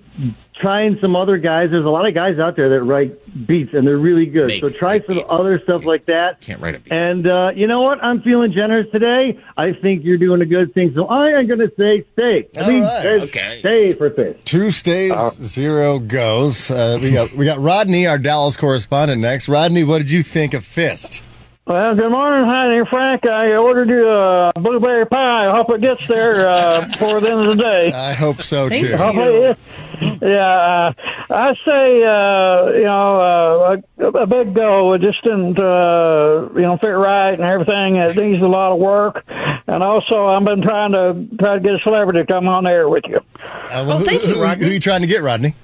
Speaker 26: trying some other guys. There's a lot of guys out there that write beats and they're really good. so try some other stuff like that.
Speaker 5: Can't write a beat.
Speaker 26: And uh, you know what? I'm feeling generous today. I think you're doing a good thing. So I am going to say stay. I mean, there's stay for Uh, fish.
Speaker 3: Two stays, zero goes. Uh, we got we got Rodney, our Dallas correspondent, next. Rodney, what did you think of Fist?
Speaker 24: Well, good morning, honey, Frank. I ordered you a blueberry pie. I hope it gets there uh, before the end of the day.
Speaker 3: I hope so
Speaker 24: Thank
Speaker 3: too.
Speaker 24: you. Yeah, uh, I say uh, you know uh, a, a big goal. It just didn't uh, you know fit right and everything. It needs a lot of work, and also I've been trying to try to get a celebrity to come on air with you.
Speaker 3: Uh, well, thank you, Rodney. Who are you trying to get, Rodney?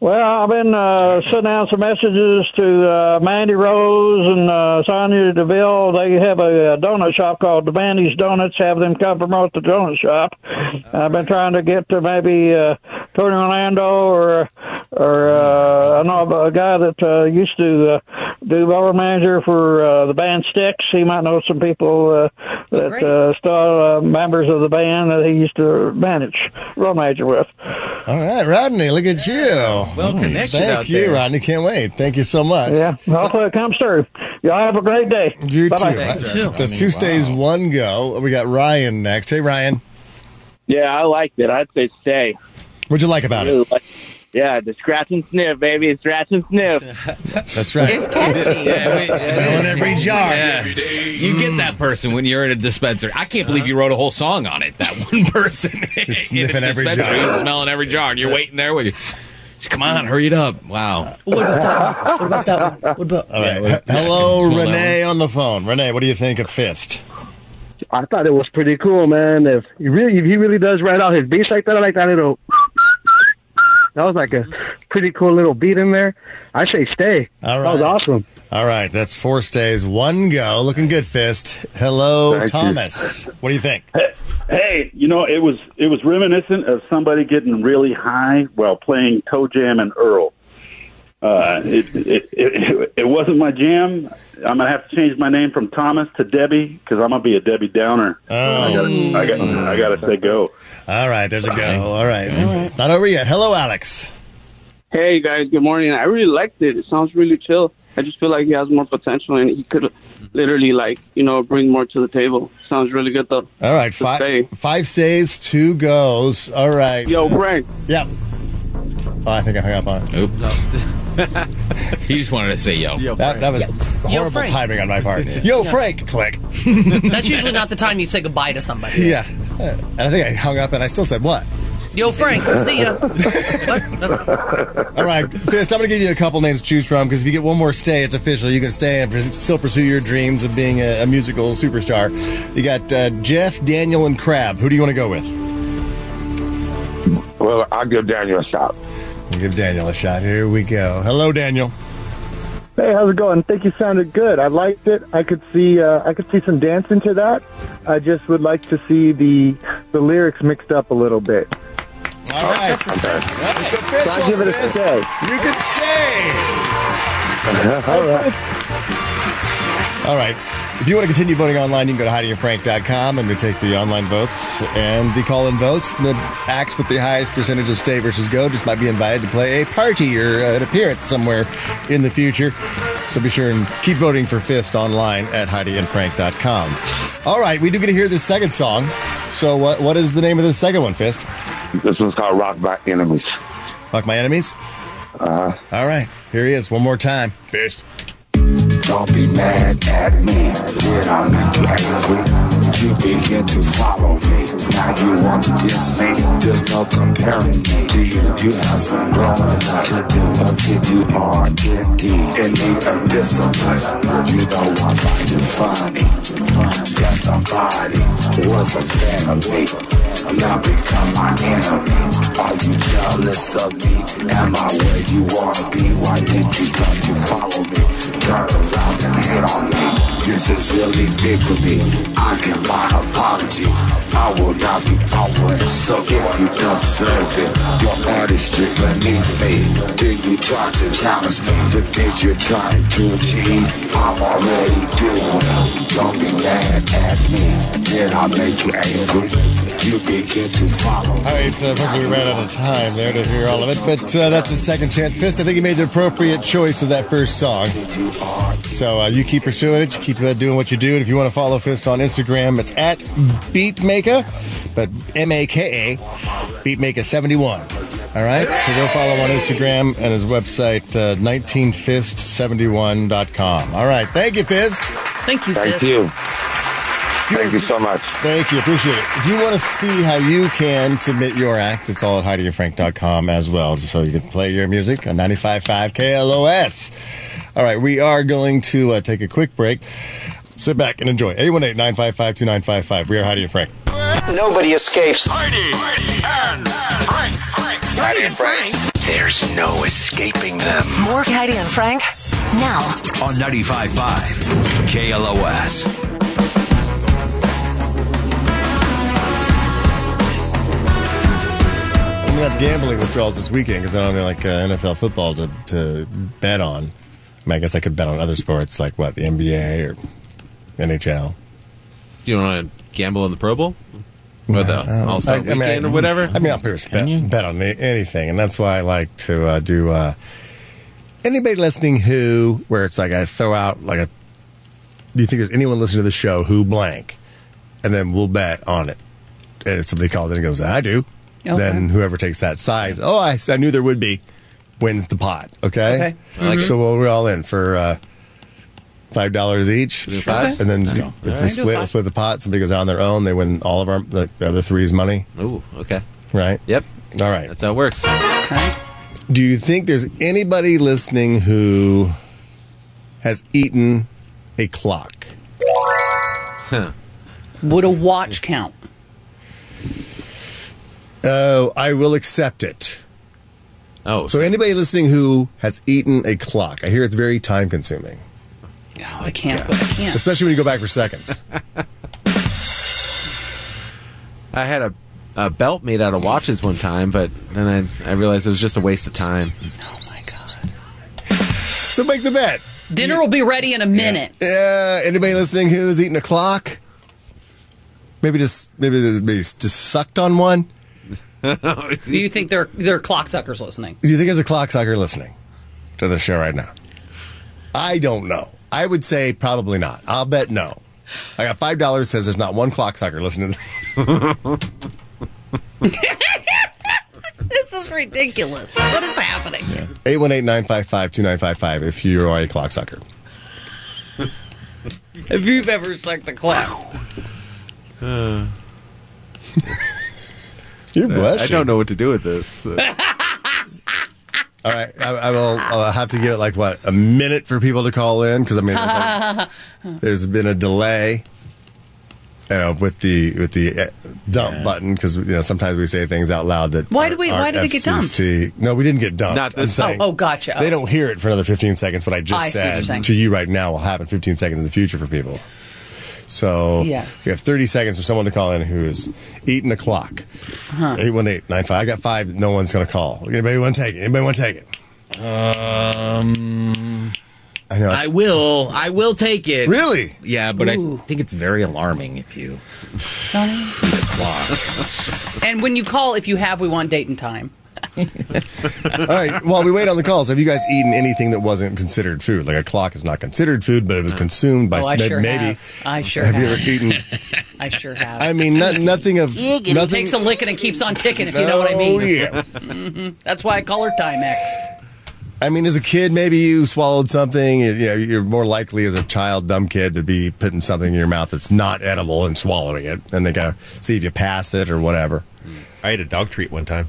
Speaker 24: Well, I've been uh, sending out some messages to uh, Mandy Rose and uh, Sonia Deville. They have a, uh donut shop called Devaney's Donuts. Have them come promote the donut shop. I've been trying to get to maybe uh, Tony Orlando or or uh, I know of a guy that uh, used to uh, do roller manager for uh, the band Sticks. He might know some people uh, that uh, still uh, members of the band that he used to manage roller manager with.
Speaker 3: All right, Rodney, look at you. Well
Speaker 24: connected
Speaker 3: Hmm. Thank
Speaker 24: out
Speaker 3: you,
Speaker 24: there.
Speaker 3: Rodney. Can't wait. Thank you so much.
Speaker 24: Yeah, hopefully it comes through. Y'all have a great day.
Speaker 3: You
Speaker 24: Bye-bye.
Speaker 3: too. That's, that's two stays, one go. We got Ryan next. Hey, Ryan.
Speaker 22: Yeah, I liked it. I'd say stay.
Speaker 3: What'd you like about it?
Speaker 22: Yeah, the scratch and sniff, baby. It's Scratch and sniff.
Speaker 3: That's right.
Speaker 22: It's catchy.
Speaker 5: Smelling
Speaker 3: every jar.
Speaker 5: You get that person when you're at a dispensary. I can't believe you wrote a whole song on it. That one person
Speaker 3: Uh-huh. sniffing every
Speaker 5: dispensary,
Speaker 3: jar. Uh-huh.
Speaker 5: who's smelling every jar, and you're waiting there with you. Just, come on, hurry it up! Wow.
Speaker 4: What about that one? What about that
Speaker 24: Uh,
Speaker 4: one? What about
Speaker 3: All right. Hello, Renee on the phone. Renee, what do you think of Fist?
Speaker 20: I thought it was pretty cool, man. If he really, if he really does write out his beats like that, I like that little. That was like a pretty cool little beat in there. I say stay.
Speaker 3: All right.
Speaker 20: That was awesome.
Speaker 3: All right, that's four stays, one go. Looking good, Fist. Hello, Thomas. What do you think?
Speaker 43: Hey, you know, it was it was reminiscent of somebody getting really high while playing Toe Jam and Earl. Uh, it, it, it it wasn't my jam. I'm gonna have to change my name from Thomas to Debbie because I'm gonna be a Debbie Downer. I gotta, I gotta, I gotta say go.
Speaker 3: All right, there's a go. All right. It's not over yet. Hello, Alex.
Speaker 2: Hey guys, good morning. I really liked it. It sounds really chill. I just feel like he has more potential and he could literally like, you know, bring more to the table. Sounds really good though.
Speaker 3: All right, five five stays, two goes. All right.
Speaker 2: Yo, Frank.
Speaker 3: Yeah. Oh, I think I hung up on it.
Speaker 44: Oop. he just wanted to say yo.
Speaker 3: That, that was horrible
Speaker 4: Frank.
Speaker 3: timing on my part. Yo,
Speaker 4: Yeah.
Speaker 3: Frank. Click.
Speaker 4: That's usually not the time you say goodbye to somebody.
Speaker 3: Yeah. And I think I hung up and I still said what?
Speaker 4: Yo, Frank, see ya.
Speaker 3: All right, Fist, I'm going to give you a couple names to choose from because if you get one more stay, it's official. You can stay and pres- still pursue your dreams of being a, a musical superstar. You got uh, Jeff, Daniel, and Crab. Who do you want to go with?
Speaker 9: Well, I'll give Daniel a shot.
Speaker 3: We'll give Daniel a shot. Here we go. Hello, Daniel.
Speaker 19: Hey, how's it going? Think you sounded good. I liked it. I could see uh, I could see some dancing to that. I just would like to see the the lyrics mixed up a little bit.
Speaker 3: All right. It's official.
Speaker 19: I'll give it a
Speaker 3: Fist.
Speaker 19: stay.
Speaker 3: You can stay.
Speaker 19: All right.
Speaker 3: All right. If you want to continue voting online, you can go to HeidiandFrank.com and we take the online votes and the call in votes. And the acts with the highest percentage of stay versus go just might be invited to play a party or uh, an appearance somewhere in the future. So be sure and keep voting for Fist online at HeidiandFrank.com. All right. We do get to hear this second song. So, what, what is the name of this second one, Fist?
Speaker 9: This one's called Rock by Enemies.
Speaker 3: Fuck My Enemies?
Speaker 9: Uh-huh.
Speaker 3: All right. Here he is one more time. Fist.
Speaker 6: Don't be mad at me when I'm not angry. You begin to follow me. Now you want to diss me. There's no comparing me to you. You have some growing up to do until you are indeed in need of discipline. You know I find it funny that somebody was a fan of me. Now become my enemy. Are you jealous of me? Am I where you wanna be? Why did you stop to follow me? Turn around and hit on me. This is really big for me. I give my apologies. I will not be offering support. You don't deserve it. Your artistry beneath me. Then you try to challenge me. The things you're trying to achieve, I'm already doing. Don't be mad at me. Then I'll make you angry. You begin to follow.
Speaker 3: All right, uh, unfortunately, we ran out of time there to hear all of it, but uh, that's a second chance fist. I think you made the appropriate choice of that first song. So uh, you keep pursuing it, you keep uh, doing what you do, and if you want to follow Fist on Instagram, it's at Beatmaker, but M A K A, Beatmaker71. All right, so go follow on Instagram and his website, uh, 19fist71.com. All right, thank you, Fist.
Speaker 4: Thank you,
Speaker 9: Thank you. Thank you so much.
Speaker 3: Thank you. Appreciate it. If you want to see how you can submit your act, it's all at HeidiandFrank.com as well, just so you can play your music on 95.5 KLOS. All right, we are going to uh, take a quick break. Sit back and enjoy. 818 955 2955. We are Heidi and Frank.
Speaker 8: Nobody escapes.
Speaker 6: Heidi, and Frank, Heidi and Frank.
Speaker 1: There's no escaping them.
Speaker 8: More Heidi and Frank now.
Speaker 1: On 95.5 KLOS.
Speaker 3: I'm going to have gambling withdrawals this weekend because I don't have like uh, NFL football to, to bet on. I, mean, I guess I could bet on other sports like what, the NBA or NHL.
Speaker 17: Do you want to gamble on the Pro Bowl? Or the
Speaker 3: Um,
Speaker 17: All Star Weekend or whatever?
Speaker 3: I mean, I'll bet, bet on a- anything, and that's why I like to uh, do. Uh, anybody listening who, where it's like I throw out like a, do you think there's anyone listening to the show who blank, and then we'll bet on it, and if somebody calls in and goes, I do,
Speaker 29: Okay.
Speaker 3: then whoever takes that size, oh, I, I knew there would be, wins the pot. Okay,
Speaker 29: Okay. I like
Speaker 3: so we're all in for. Uh, Five dollars each,
Speaker 17: fives?
Speaker 3: and then
Speaker 17: Okay.
Speaker 3: if we
Speaker 17: All right.
Speaker 3: split, we'll split the pot. Somebody goes out on their own; they win all of our the, the other three's money.
Speaker 17: Ooh, okay.
Speaker 3: Right.
Speaker 17: Yep.
Speaker 3: All right.
Speaker 17: That's how it works.
Speaker 3: Do you think there's anybody listening who has eaten a clock?
Speaker 17: Huh.
Speaker 4: Would a watch count?
Speaker 3: Oh, I will accept it.
Speaker 17: Oh.
Speaker 3: So anybody listening who has eaten a clock, I hear it's very time consuming.
Speaker 4: Oh, I can't. I can't.
Speaker 3: Especially when you go back for seconds.
Speaker 17: I had a, a belt made out of watches one time, but then I, I realized it was just a waste of time.
Speaker 3: So make the bet.
Speaker 4: Dinner will be ready in a minute.
Speaker 3: Uh, anybody listening who's eating a clock? Maybe just maybe, maybe just sucked on one.
Speaker 4: Do you think there there are clock suckers listening?
Speaker 3: Do you think there's a clock sucker listening to the show right now? I don't know. I would say probably not. I'll bet no. I got five dollars. Says there's not one clock sucker listening to this.
Speaker 45: This is ridiculous. What is happening?
Speaker 3: Eight one eight nine five five two nine five five. If you are a clock sucker,
Speaker 45: If you've ever sucked a clock,
Speaker 3: you're
Speaker 17: Uh,
Speaker 3: blessed.
Speaker 17: I don't know what to do with this.
Speaker 3: All right, I, I will. I'll have to give it like what a minute for people to call in because I mean, there's, like, there's been a delay. You know, with the with the eh, dump button because you know sometimes we say things out loud that
Speaker 4: Why do we- why did we get dumped?
Speaker 3: FCC No, we didn't get dumped.
Speaker 17: Not
Speaker 3: I'm
Speaker 17: this
Speaker 3: saying
Speaker 4: Oh, oh, gotcha.
Speaker 3: They don't hear it for another 15 seconds. What I just
Speaker 4: I see what you're
Speaker 3: said
Speaker 4: saying.
Speaker 3: to you right now will happen 15 seconds in the future for people. So
Speaker 4: Yes.
Speaker 3: we have 30 seconds for someone to call in who is eating a clock.
Speaker 4: Huh.
Speaker 3: 818-95. I got five. that No one's going to call. Anybody want to take it? Anybody want to take it?
Speaker 5: Um,
Speaker 3: I know.
Speaker 5: I will. I will take it.
Speaker 3: Really?
Speaker 5: Yeah, but
Speaker 4: Ooh.
Speaker 5: I think it's very alarming if you clock.
Speaker 4: And when you call, if you have, we want date and time.
Speaker 3: All right. While we wait on the calls, have you guys eaten anything that wasn't considered food? Like a clock is not considered food, but it was consumed by
Speaker 4: oh, I
Speaker 3: may-
Speaker 4: sure
Speaker 3: maybe.
Speaker 4: have. I sure
Speaker 3: have,
Speaker 4: have.
Speaker 3: you ever eaten?
Speaker 4: I sure have.
Speaker 3: I mean, not, nothing of
Speaker 4: It
Speaker 3: nothing.
Speaker 4: takes a licking and keeps on ticking, if you know what I mean.
Speaker 3: Oh, yeah.
Speaker 4: hmm That's why I call her Timex.
Speaker 3: I mean, as a kid, maybe you swallowed something. You know, you're more likely as a child, dumb kid, to be putting something in your mouth that's not edible and swallowing it, and they gotta see if you pass it or whatever.
Speaker 26: Mm. I ate a dog treat one time.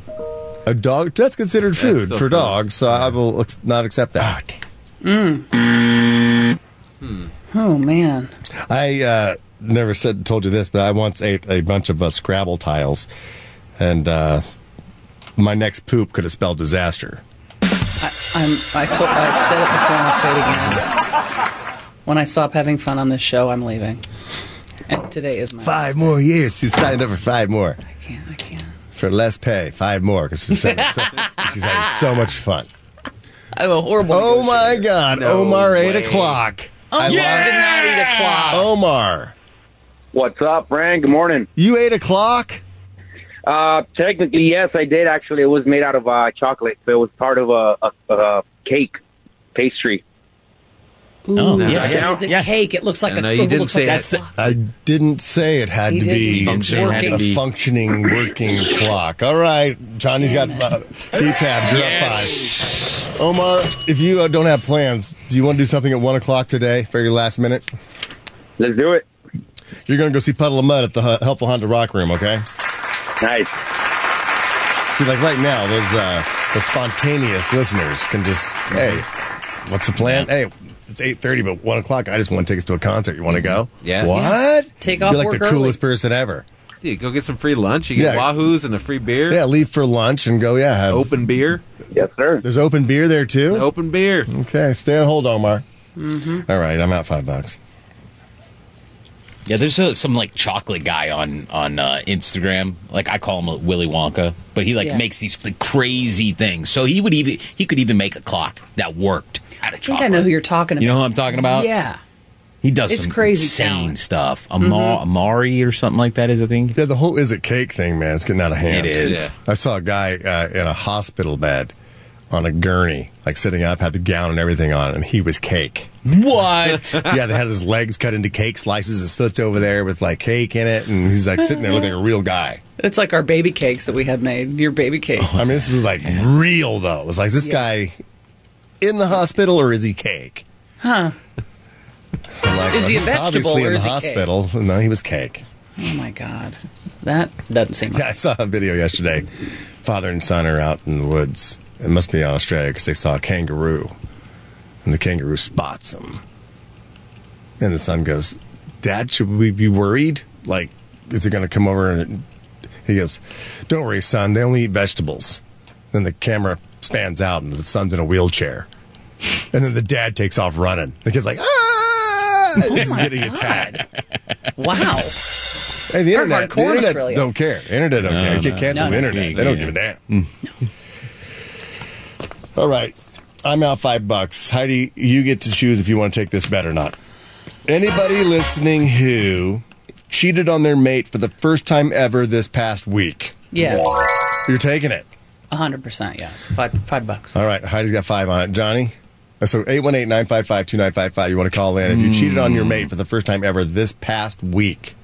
Speaker 3: A dog that's considered
Speaker 26: That's
Speaker 3: food
Speaker 26: still
Speaker 3: for
Speaker 26: food.
Speaker 3: dogs, so I will ex- not accept that.
Speaker 4: Mm.
Speaker 26: Ah,
Speaker 4: Oh man.
Speaker 3: I uh, never said told you this, but I once ate a bunch of uh, Scrabble tiles, and uh, my next poop could have spelled disaster.
Speaker 4: I'm, I to- I've said it before and I'll say it again. When I stop having fun on this show, I'm leaving. And today is my.
Speaker 3: Five more years. She's signed up for five more. I can't. I can't. For less pay, five more because she's, having so- she's having so much fun.
Speaker 4: I'm a horrible.
Speaker 3: Oh my God! Omar eight o'clock.
Speaker 4: Oh, yeah! did not eat a clock.
Speaker 3: Omar,
Speaker 9: What's up, Frank? Good morning.
Speaker 3: You ate a clock?
Speaker 9: Uh, technically, yes, I did. Actually, it was made out of uh, chocolate, so it was part of a, a, a cake pastry.
Speaker 4: Ooh,
Speaker 9: Oh,
Speaker 4: yeah,
Speaker 9: yeah, yeah,
Speaker 4: Is it
Speaker 9: yeah.
Speaker 4: cake? It looks like a. it looks like a clock.
Speaker 3: I didn't say it had
Speaker 4: He
Speaker 3: to be
Speaker 4: didn't. Functioning had to
Speaker 3: a
Speaker 4: be.
Speaker 3: functioning working clock. All right, Johnny's got uh, few tabs. You're up five. Omar, if you uh, don't have plans, do you want to do something at one o'clock today for your last minute?
Speaker 9: Let's do it.
Speaker 3: You're going to go see Puddle of Mud at the Hu- Helpful Honda Rock Room, okay?
Speaker 9: Nice.
Speaker 3: See, like right now, those uh, the spontaneous listeners can just
Speaker 17: Mm-hmm.
Speaker 3: hey, what's the plan? Hey, it's eight thirty, but one o'clock. I just want tickets to a concert. You want to go?
Speaker 17: Yeah.
Speaker 3: What?
Speaker 17: Take
Speaker 3: You're
Speaker 17: off
Speaker 3: like
Speaker 17: work
Speaker 3: the
Speaker 17: early.
Speaker 3: coolest person ever.
Speaker 17: Dude, go get some free lunch. You get
Speaker 3: Yeah.
Speaker 17: wahoos and a free beer.
Speaker 3: Yeah, leave for lunch and go. Yeah, have
Speaker 17: Open beer.
Speaker 9: Yes, sir.
Speaker 3: There's open beer there too.
Speaker 17: Open beer.
Speaker 3: Okay, stay on hold, Omar.
Speaker 9: Mm-hmm.
Speaker 3: All right, I'm out five bucks.
Speaker 5: Yeah, there's a, some like chocolate guy on on uh, Instagram. Like I call him uh, Willy Wonka, but he like
Speaker 45: Yeah.
Speaker 5: makes these like, crazy things. So he would even he could even make a clock that worked out of
Speaker 4: I think
Speaker 5: chocolate.
Speaker 4: I know who you're talking about.
Speaker 5: You know who I'm talking about?
Speaker 4: Yeah.
Speaker 5: He does
Speaker 4: It's
Speaker 5: some
Speaker 4: crazy
Speaker 5: insane
Speaker 4: talent.
Speaker 5: stuff. Ama-
Speaker 4: Mhm.
Speaker 5: Amari or something like that is a thing.
Speaker 3: Mm-hmm. Yeah, the whole is it cake thing, man. It's getting out of hand.
Speaker 5: It is. Yeah.
Speaker 3: I saw a guy uh, in a hospital bed on a gurney, like sitting up, had the gown and everything on, and he was cake.
Speaker 5: What?
Speaker 3: yeah, they had his legs cut into cake slices, his foot's over there with like cake in it, and he's like sitting there looking like a real guy.
Speaker 4: It's like our baby cakes that we had made. Your baby cake.
Speaker 3: I mean, this was like real though. It was like, is this guy in the hospital or is he cake?
Speaker 4: Huh.
Speaker 3: I'm like,
Speaker 4: Is he a
Speaker 3: he's
Speaker 4: vegetable
Speaker 3: Obviously
Speaker 4: or
Speaker 3: in
Speaker 4: is
Speaker 3: the
Speaker 4: he cake?
Speaker 3: hospital. No, he was cake.
Speaker 4: Oh my God. That doesn't seem.
Speaker 3: Yeah, I saw a video yesterday. Father and son are out in the woods. It must be in Australia because they saw a kangaroo, and the kangaroo spots him. And the son goes, "Dad, should we be worried?" like, is he going to come over? And he goes, "Don't worry, son. They only eat vegetables." Then the camera spans out, and the son's in a wheelchair. And then the dad takes off running. The kid's like, "Ah!"
Speaker 5: Oh
Speaker 3: He's getting attacked.
Speaker 4: Wow.
Speaker 3: Hey, the
Speaker 4: They're
Speaker 3: internet,
Speaker 4: hardcore
Speaker 3: the
Speaker 4: in
Speaker 3: internet
Speaker 4: Australia.
Speaker 3: don't care. The internet don't
Speaker 5: No,
Speaker 3: care. You
Speaker 5: no,
Speaker 3: can't cancel
Speaker 5: no,
Speaker 3: the
Speaker 5: no. Mm.
Speaker 3: internet. They don't
Speaker 5: Yeah.
Speaker 3: give a damn. All right. I'm out five bucks. Heidi, you get to choose if you want to take this bet or not. Anybody listening who cheated on their mate for the first time ever this past week?
Speaker 46: Yes.
Speaker 3: You're taking it.
Speaker 46: 100%, yes. Five, five bucks.
Speaker 3: All right. Heidi's got five on it. Johnny? Uh, So 818 955 2955. You want to call in. If
Speaker 5: Hmm.
Speaker 3: you cheated on your mate for the first time ever this past week.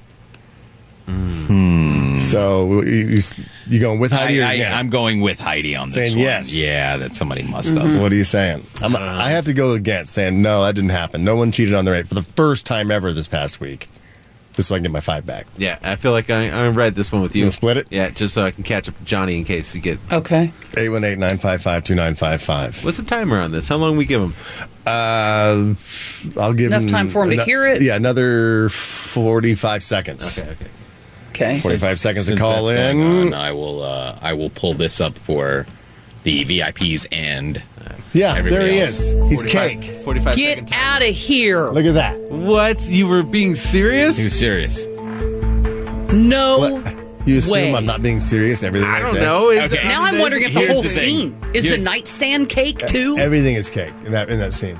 Speaker 3: So you, you, you going with Heidi or
Speaker 5: Hmm. I,
Speaker 3: again?
Speaker 5: am going with Heidi on this
Speaker 3: Saying
Speaker 5: one.
Speaker 3: yes. Mm-hmm.
Speaker 5: Yeah, that somebody must have. Uh,
Speaker 3: What are you saying? I'm, I have to go against saying no, that didn't happen. No one cheated on their mate for the first time ever this past week. Just so I can get my five back.
Speaker 17: Yeah, I feel like I, I read this one with you.
Speaker 3: You split it?
Speaker 17: Yeah, just so I can catch up with Johnny in case you get.
Speaker 46: Okay.
Speaker 3: 818 955 2955.
Speaker 17: What's the timer on this? How long we give him?
Speaker 3: Uh, I'll give
Speaker 4: Enough time for 'em to
Speaker 3: ano-
Speaker 4: hear it?
Speaker 3: Yeah, another 45 seconds. Okay, okay.
Speaker 4: Okay.
Speaker 3: 45 seconds to
Speaker 5: Since
Speaker 3: call
Speaker 5: that's
Speaker 3: in.
Speaker 5: going on, I will. Uh, I will pull this up for the VIPs and.
Speaker 3: Yeah,
Speaker 5: everybody
Speaker 3: there he
Speaker 5: else.
Speaker 3: is. He's cake.
Speaker 17: 45
Speaker 4: Get out of here.
Speaker 3: Look at that.
Speaker 17: What? You were being serious?
Speaker 5: You serious?
Speaker 4: No.
Speaker 3: You assume
Speaker 4: Way.
Speaker 3: I'm not being serious. Everything I
Speaker 17: don't
Speaker 3: say.
Speaker 17: know. Is
Speaker 4: Okay. Now I'm wondering if the whole scene is the nightstand cake too.
Speaker 3: Everything is cake in that in that scene.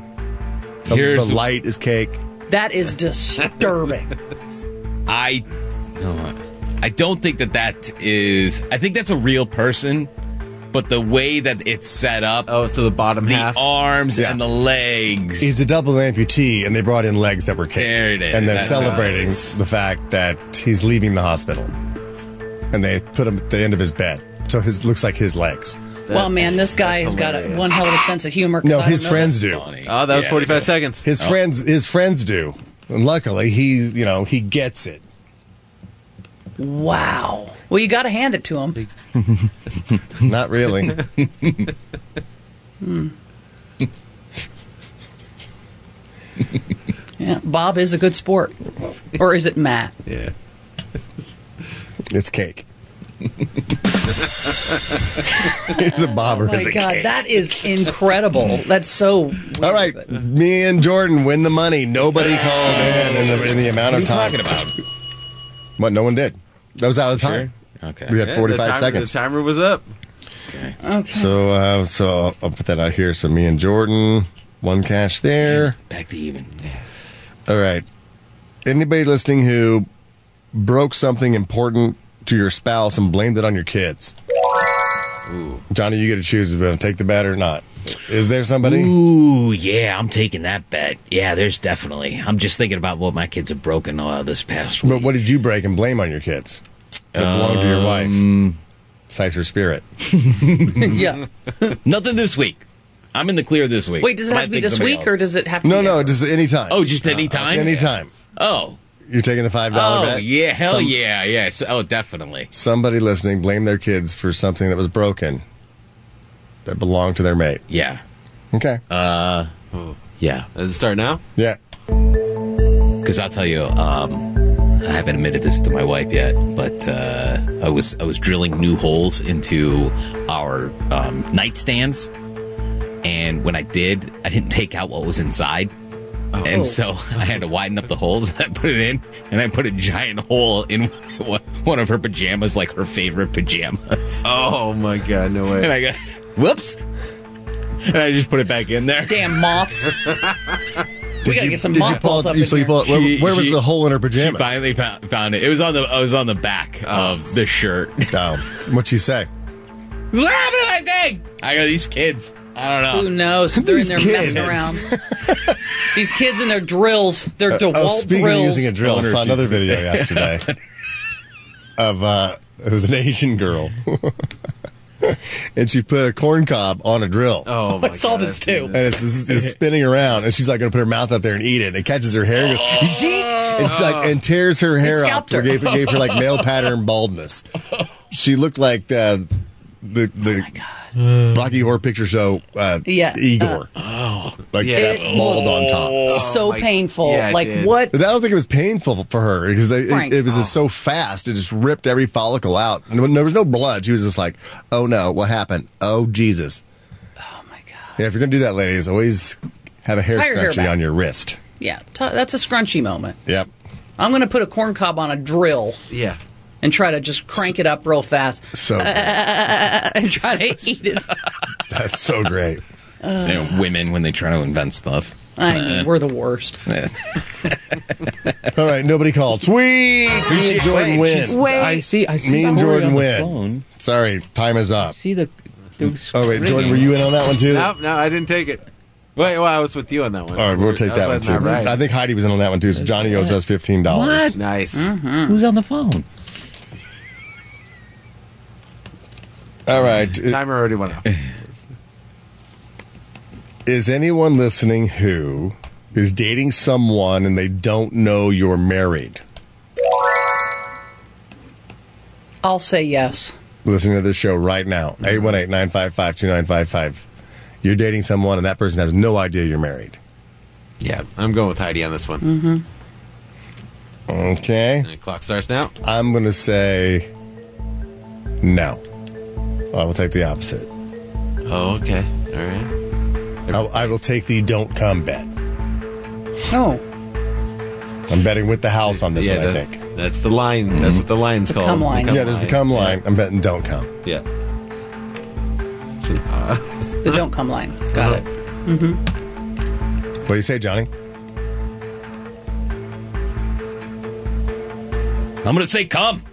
Speaker 3: The,
Speaker 5: Here's-
Speaker 3: the light is cake.
Speaker 4: That is disturbing.
Speaker 5: I I don't think that that is. I think that's a real person, but the way that it's set up.
Speaker 17: Oh, so the bottom
Speaker 5: the arms and the legs.
Speaker 3: He's a double amputee, and they brought in legs that were cake.
Speaker 5: There it is.
Speaker 3: And they're
Speaker 5: That's
Speaker 3: celebrating the fact that he's leaving the hospital, and they put him at the end of his bed, so his looks like his legs.
Speaker 4: well, man, this guy has got a, one hell of a sense of humor. 'cause
Speaker 3: No,
Speaker 4: I don't
Speaker 3: his
Speaker 4: know
Speaker 3: friends
Speaker 4: that.
Speaker 3: do.
Speaker 17: Oh, that was Yeah, 45 they do. seconds.
Speaker 3: His
Speaker 17: Oh.
Speaker 3: friends, his friends do, and luckily he, you know, he gets it.
Speaker 4: Wow. Well, you got to hand it to him.
Speaker 3: Not really.
Speaker 4: Hmm. yeah, Bob is a good sport, or is it Matt?
Speaker 17: Yeah.
Speaker 3: It's cake. He's a bobber.
Speaker 4: Oh my
Speaker 3: It's a
Speaker 4: God,
Speaker 3: cake.
Speaker 4: that is incredible. That's so. Weird,
Speaker 3: All right, me and Jordan win the money. Nobody called in in the, in the amount of
Speaker 5: What are
Speaker 3: time.
Speaker 5: you
Speaker 3: about? What? No one did. That was out of time.
Speaker 5: Okay.
Speaker 3: We had
Speaker 17: Yeah, the
Speaker 3: 45
Speaker 17: timer-
Speaker 3: seconds.
Speaker 17: The timer was up.
Speaker 4: Okay.
Speaker 3: So, uh, so I'll, I'll put that out here. So me and Jordan, one cash there.
Speaker 5: Back to even.
Speaker 3: All right. Anybody listening who broke something important to your spouse and blamed it on your kids? Johnny, you get to choose if you want to take the bet or not. Is there somebody?
Speaker 5: Ooh, yeah, I'm taking that bet. Yeah, there's definitely. I'm just thinking about what my kids have broken uh, this past week.
Speaker 3: But what did you break and blame on your kids? That belonged to your
Speaker 5: Um,
Speaker 3: wife. Size her spirit.
Speaker 4: yeah.
Speaker 5: Nothing this week. I'm in the clear this week.
Speaker 4: Wait, does it
Speaker 5: Might
Speaker 4: have to be
Speaker 5: think
Speaker 4: this
Speaker 5: somebody
Speaker 4: week,
Speaker 5: else.
Speaker 4: or does it have to?
Speaker 3: No,
Speaker 4: be
Speaker 3: no, just anytime. Uh,
Speaker 5: Oh, just anytime?
Speaker 3: Anytime.
Speaker 5: Oh.
Speaker 3: You're taking the $5
Speaker 5: Oh,
Speaker 3: bet?
Speaker 5: yeah. Hell
Speaker 3: Some-
Speaker 5: yeah. Yeah. So, oh, definitely.
Speaker 3: Somebody listening blamed their kids for something that was broken that belonged to their mate.
Speaker 5: Yeah.
Speaker 3: Okay.
Speaker 5: Uh, yeah.
Speaker 17: Hmm. Does it start now?
Speaker 3: Yeah.
Speaker 5: Because I'll tell you, um, I haven't admitted this to my wife yet, but uh, I was I was drilling new holes into our um, nightstands, and when I did, I didn't take out what was inside.
Speaker 17: Oh.
Speaker 5: And so I had to widen up the holes. and I put it in, and I put a giant hole in one one of her pajamas, like her favorite pajamas.
Speaker 17: Oh my god, no way!
Speaker 5: And I got, whoops, and I just put it back in there.
Speaker 4: Damn moths. we gotta get some
Speaker 3: did you pull
Speaker 4: mothballs
Speaker 3: out-
Speaker 4: up.
Speaker 3: you-
Speaker 4: in
Speaker 3: so you
Speaker 4: here.
Speaker 3: pull out- where,
Speaker 5: She-
Speaker 3: where was
Speaker 5: she-
Speaker 3: the hole in her
Speaker 5: She
Speaker 3: pajamas?
Speaker 5: finally found, found it. It was on the it was on the back of the shirt.
Speaker 3: Oh, what'd she say?
Speaker 5: What happened to my thing? I go, these kids. I don't know.
Speaker 4: Who knows? They're in there
Speaker 5: kids.
Speaker 4: messing around. These kids and their drills, their
Speaker 3: Uh,
Speaker 4: DeWalt
Speaker 3: oh, speaking
Speaker 4: drills.
Speaker 3: of using a drill, I
Speaker 5: Wonder
Speaker 3: saw
Speaker 5: if
Speaker 3: another
Speaker 5: she's-
Speaker 3: video yesterday of uh, it was an Asian girl, and she put a corn cob on a drill.
Speaker 17: Oh,
Speaker 4: I saw this too.
Speaker 3: And it's, it's, it's spinning around, and she's like going to put her mouth out there and eat it. And it catches her hair, and goes "Yeet!" and, it's like, and tears her hair up.
Speaker 4: scalped her.
Speaker 3: It gave, gave her like male pattern baldness. She looked like uh, the the Rocky Horror Picture Show uh,
Speaker 4: Oh, Yeah, uh,
Speaker 3: Igor.
Speaker 5: Oh,
Speaker 3: like
Speaker 4: It-
Speaker 3: that mold on top.
Speaker 4: So painful. like what?
Speaker 3: I don't think it was painful for her because it,
Speaker 4: Frank.
Speaker 3: it, was just so fast. It just ripped every follicle out, and when there was no blood, she was just like, "Oh no, what happened? Oh Jesus!" Oh my god! Yeah, if you're gonna do that, ladies, always have a hair
Speaker 4: Tie your hair
Speaker 3: scrunchie
Speaker 4: back.
Speaker 3: on your wrist.
Speaker 4: Yeah, t- that's a scrunchy moment.
Speaker 3: Yep.
Speaker 4: I'm going to put a corn cob on a drill.
Speaker 17: Yeah.
Speaker 4: And try to just crank it up real fast.
Speaker 3: So-
Speaker 4: and try to eat it.
Speaker 3: That's so great.
Speaker 5: You know, women when they try to invent stuff.
Speaker 4: I mean, we're the worst.
Speaker 3: All right, nobody called. Sweet. Me and Jordan win.
Speaker 5: I see. I see.
Speaker 3: Me and
Speaker 5: Corey
Speaker 3: Jordan
Speaker 5: on the
Speaker 3: win. Sorry, time is up. See
Speaker 5: the.
Speaker 3: Oh wait, Jordan, were you in on that one too?
Speaker 17: No, no, I didn't take it. Wait, well, I was with you on that one.
Speaker 3: All right, we'll take that one
Speaker 17: That's
Speaker 3: too.
Speaker 17: not right.
Speaker 3: I think Heidi was in on that one too. So Johnny owes us fifteen dollars.
Speaker 17: What? Nice.
Speaker 4: Mm-hmm.
Speaker 5: Who's on the phone?
Speaker 3: All right.
Speaker 17: Timer already went off.
Speaker 3: Is anyone listening who is dating someone and they don't know you're married?
Speaker 4: I'll say yes.
Speaker 3: Listening to this show right now,
Speaker 17: Mm-hmm.
Speaker 3: 818 955 2955. You're dating someone and that person has no idea you're married.
Speaker 17: Yeah, I'm going with Heidi on this one.
Speaker 3: Okay.
Speaker 17: The clock starts now.
Speaker 3: I'm going to say no. I will take the opposite.
Speaker 17: Oh, okay. All right.
Speaker 3: I, I will take the don't come bet.
Speaker 4: Oh,
Speaker 3: I'm betting with the house on this
Speaker 17: yeah,
Speaker 3: one, I
Speaker 17: that-
Speaker 3: think.
Speaker 17: That's the line. That's what the line's called.
Speaker 3: yeah, there's the come line. I'm betting don't come.
Speaker 17: Yeah.
Speaker 4: The don't come line. Got it. Mm-hmm.
Speaker 3: What do you say, Johnny?
Speaker 5: I'm gonna say come.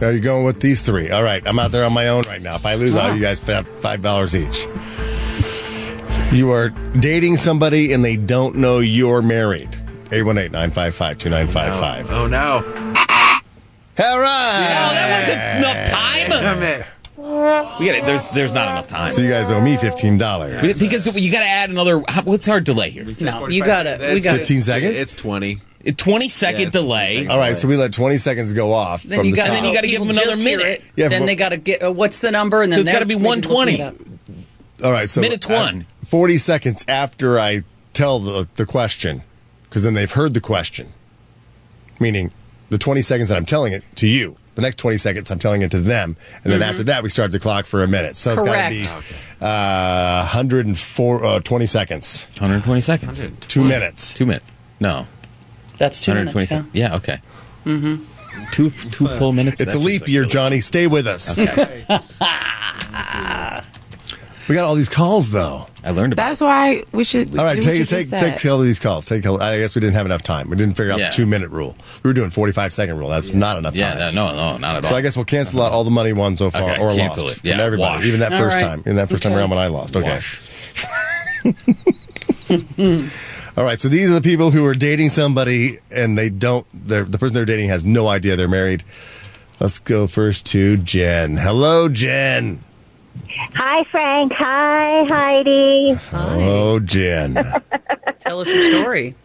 Speaker 3: Oh, you're going with these three. All right, I'm out there on my own right now. If I lose, all you guys have five dollars each. You are dating somebody and they don't know you're married. 818-955-2955.
Speaker 17: Oh no!
Speaker 3: All
Speaker 5: Oh,
Speaker 3: right.
Speaker 5: enough time. We got it. There's there's not enough time.
Speaker 3: So you guys owe me fifteen dollars.
Speaker 5: We- Because you got to add another. how- What's our delay here?
Speaker 4: No, you got it. We got it.
Speaker 3: 15 seconds?
Speaker 17: It's 20.
Speaker 5: A 20 second delay.
Speaker 3: All right, so we let twenty seconds go off
Speaker 4: Then
Speaker 3: from
Speaker 4: you
Speaker 3: the
Speaker 4: got
Speaker 3: top.
Speaker 4: to
Speaker 5: give them another minute.
Speaker 3: Yeah,
Speaker 4: then
Speaker 3: but-
Speaker 4: they got to get uh, what's the number, and then
Speaker 5: So it's
Speaker 4: got
Speaker 5: gotta be 120.
Speaker 3: All right, so
Speaker 5: Minute
Speaker 3: at
Speaker 5: one.
Speaker 3: Forty seconds after I tell the the question, because then they've heard the question. Meaning, the twenty seconds that I'm telling it to you, the next twenty seconds I'm telling it to them, and then
Speaker 4: Mhm.
Speaker 3: after that we start the clock for a minute. So it's got
Speaker 4: Correct.
Speaker 3: to be uh, 104 uh, 20 seconds.
Speaker 5: 120 seconds.
Speaker 3: Two minutes.
Speaker 5: Two minutes. No.
Speaker 4: That's two minutes.
Speaker 5: 120
Speaker 4: Yeah.
Speaker 5: sec- Yeah. Okay.
Speaker 4: Mm-hmm.
Speaker 5: Two two full minutes.
Speaker 3: It's a
Speaker 5: That
Speaker 3: leap
Speaker 5: seems
Speaker 3: year, Johnny. Stay with us.
Speaker 5: Okay.
Speaker 3: we got all these calls though.
Speaker 5: I learned
Speaker 14: That's why we should.
Speaker 3: All right,
Speaker 14: do what
Speaker 3: take
Speaker 14: you
Speaker 3: take
Speaker 14: just said.
Speaker 3: take all of these calls. Take. all- I guess we didn't have enough time. We didn't figure out
Speaker 5: Yeah.
Speaker 3: the two minute rule. We were doing forty five second rule. That's not enough
Speaker 5: Yeah.
Speaker 3: time.
Speaker 5: No. No. Not at all.
Speaker 3: So I guess we'll cancel out all the money won so far,
Speaker 5: Okay,
Speaker 3: or
Speaker 5: cancel
Speaker 3: lost.
Speaker 5: it. Yeah,
Speaker 3: from everybody,
Speaker 5: wash.
Speaker 3: even that
Speaker 5: All
Speaker 3: first
Speaker 5: right.
Speaker 3: time, in that first time
Speaker 5: Okay.
Speaker 3: around when I lost. Okay. all right. So these are the people who are dating somebody and they don't. They're, the person they're dating has no idea they're married. Let's go first to Jen. Hello, Jen.
Speaker 47: Hi, Frank. Hi, Heidi.
Speaker 3: Hello, Oh, Jen.
Speaker 4: Tell us your story.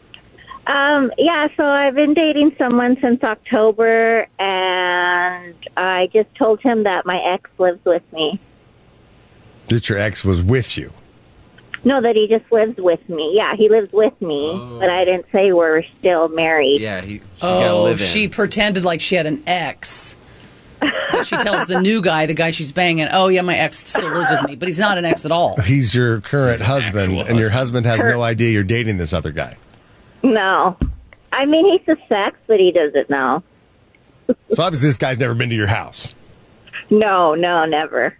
Speaker 47: Um, yeah, so I've been dating someone since October, and I just told him that my ex lives with me.
Speaker 3: that your ex was with you.
Speaker 47: No, that he just lives with me. Yeah, he lives with me, but I didn't say we're still married.
Speaker 17: Yeah, he,
Speaker 4: Oh, she pretended like she had an ex. But she tells the new guy, the guy she's banging, "Oh yeah, my ex still lives with me, but he's not an ex at all."
Speaker 3: He's your current husband, and your husband has no idea you're dating this other guy.
Speaker 47: No. I mean, he's a sex, but he doesn't know.
Speaker 3: So obviously, this guy's never been to your house.
Speaker 47: No, no, never.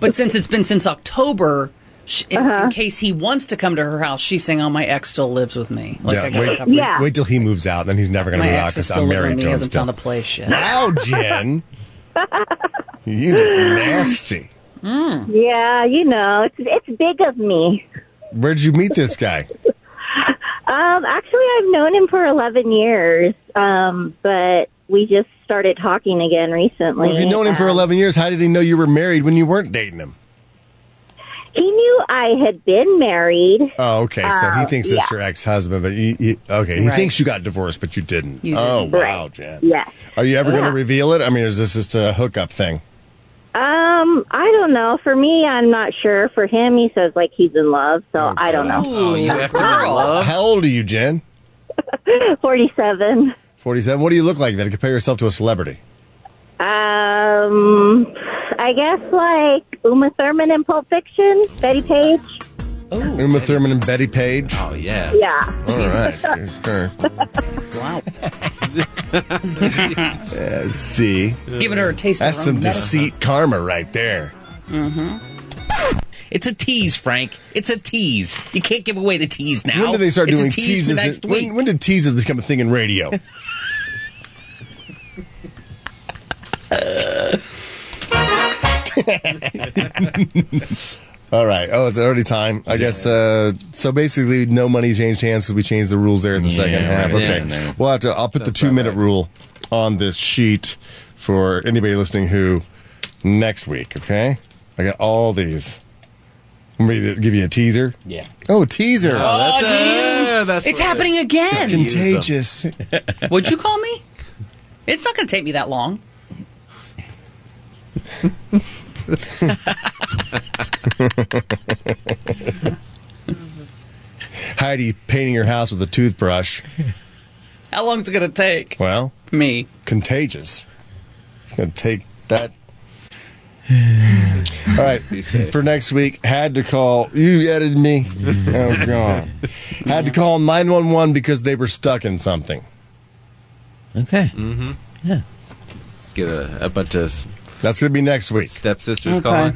Speaker 4: But since it's been since October, sh in, in case he wants to come to her house, she's saying, "Oh, my ex still lives with me." Like I
Speaker 3: yeah,
Speaker 4: got
Speaker 3: wait,
Speaker 4: covered.
Speaker 3: wait, wait till he moves out, then he's never going to
Speaker 4: My
Speaker 3: move out
Speaker 4: ex is
Speaker 3: because
Speaker 4: still
Speaker 3: I'm
Speaker 4: living with
Speaker 3: married
Speaker 4: me,
Speaker 3: to him.
Speaker 4: hasn't
Speaker 3: Still.
Speaker 4: found a place yet.
Speaker 3: Wow, Jen, you just nasty.
Speaker 47: Yeah, you know, it's it's big of me.
Speaker 3: Where did you meet this guy?
Speaker 47: Um, actually, I've known him for 11 years, um, but we just started talking again recently.
Speaker 3: Well, if you've known him for 11 years, how did he know you were married when you weren't dating him?
Speaker 47: He knew I had been married.
Speaker 3: Oh, okay. So he
Speaker 47: Uh,
Speaker 3: thinks
Speaker 47: yeah.
Speaker 3: it's your ex-husband, but you, you okay? He
Speaker 47: Right.
Speaker 3: thinks you got divorced, but you didn't.
Speaker 47: You
Speaker 3: oh,
Speaker 47: didn't.
Speaker 3: wow,
Speaker 47: Right.
Speaker 3: Jen.
Speaker 47: Yes.
Speaker 3: Are you ever going
Speaker 47: Yeah.
Speaker 3: to reveal it? I mean, is this just a hookup thing?
Speaker 47: Um, I don't know. For me, I'm not sure. For him, he says like he's in love, so I don't know.
Speaker 3: Oh, you have to love. How old are you, Jen?
Speaker 47: 47.
Speaker 3: 47. What do you look like then? Compare yourself to a celebrity.
Speaker 47: Um, I guess like Uma Thurman in Pulp Fiction, Betty Page.
Speaker 3: Uma Thurman and Betty Page.
Speaker 17: Oh, yeah.
Speaker 47: Yeah.
Speaker 3: All right. Sure.
Speaker 4: Wow.
Speaker 3: Yeah, see.
Speaker 4: Giving her a taste of
Speaker 3: That's
Speaker 4: her
Speaker 3: some
Speaker 4: own medicine.
Speaker 3: deceit karma right there.
Speaker 4: Mm-hmm.
Speaker 5: It's a tease, Frank. It's a tease. You can't give away the tease now.
Speaker 3: When did they start
Speaker 5: It's a
Speaker 3: doing
Speaker 5: tease
Speaker 3: teases?
Speaker 5: for next
Speaker 3: in-
Speaker 5: week?
Speaker 3: when, when did teases become a thing in radio?
Speaker 4: Uh,
Speaker 3: All right. Oh, it's already time. I guess. Uh, so basically, no money changed hands because we changed the rules there in the second half.
Speaker 5: right
Speaker 3: Okay.
Speaker 5: in there.
Speaker 3: We'll have to. I'll put the two minute rule on this sheet for anybody listening who next week. Okay. I got all these. Want me to give you a teaser?
Speaker 5: Yeah.
Speaker 3: Oh, teaser.
Speaker 17: that's, uh, that's
Speaker 4: it's happening again.
Speaker 3: It's contagious.
Speaker 4: Would you call me? It's not going to take me that long.
Speaker 3: Heidi painting your house with a toothbrush.
Speaker 4: How long is it going to take?
Speaker 3: Well,
Speaker 4: me
Speaker 3: contagious. It's going to take that. All right, for next week, had to call. You edited me. Oh god, had to call nine one one because they were stuck in something.
Speaker 5: Okay.
Speaker 17: Mm-hmm.
Speaker 5: Yeah.
Speaker 17: Get a, a bunch of
Speaker 3: That's going to be next week.
Speaker 17: stepsisters calling.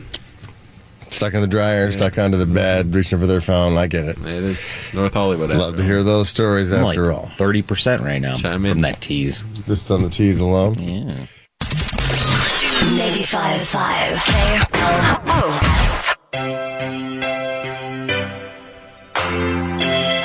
Speaker 3: Stuck in the dryer, stuck onto the bed, reaching for their phone. I get it.
Speaker 17: It is North Hollywood.
Speaker 3: Love to hear those stories
Speaker 17: I'm
Speaker 3: after
Speaker 17: like
Speaker 3: all.
Speaker 5: Thirty percent right now from that tease.
Speaker 3: Just on the tease alone.
Speaker 5: Yeah.
Speaker 48: 95.5
Speaker 47: oh,
Speaker 48: KLOS.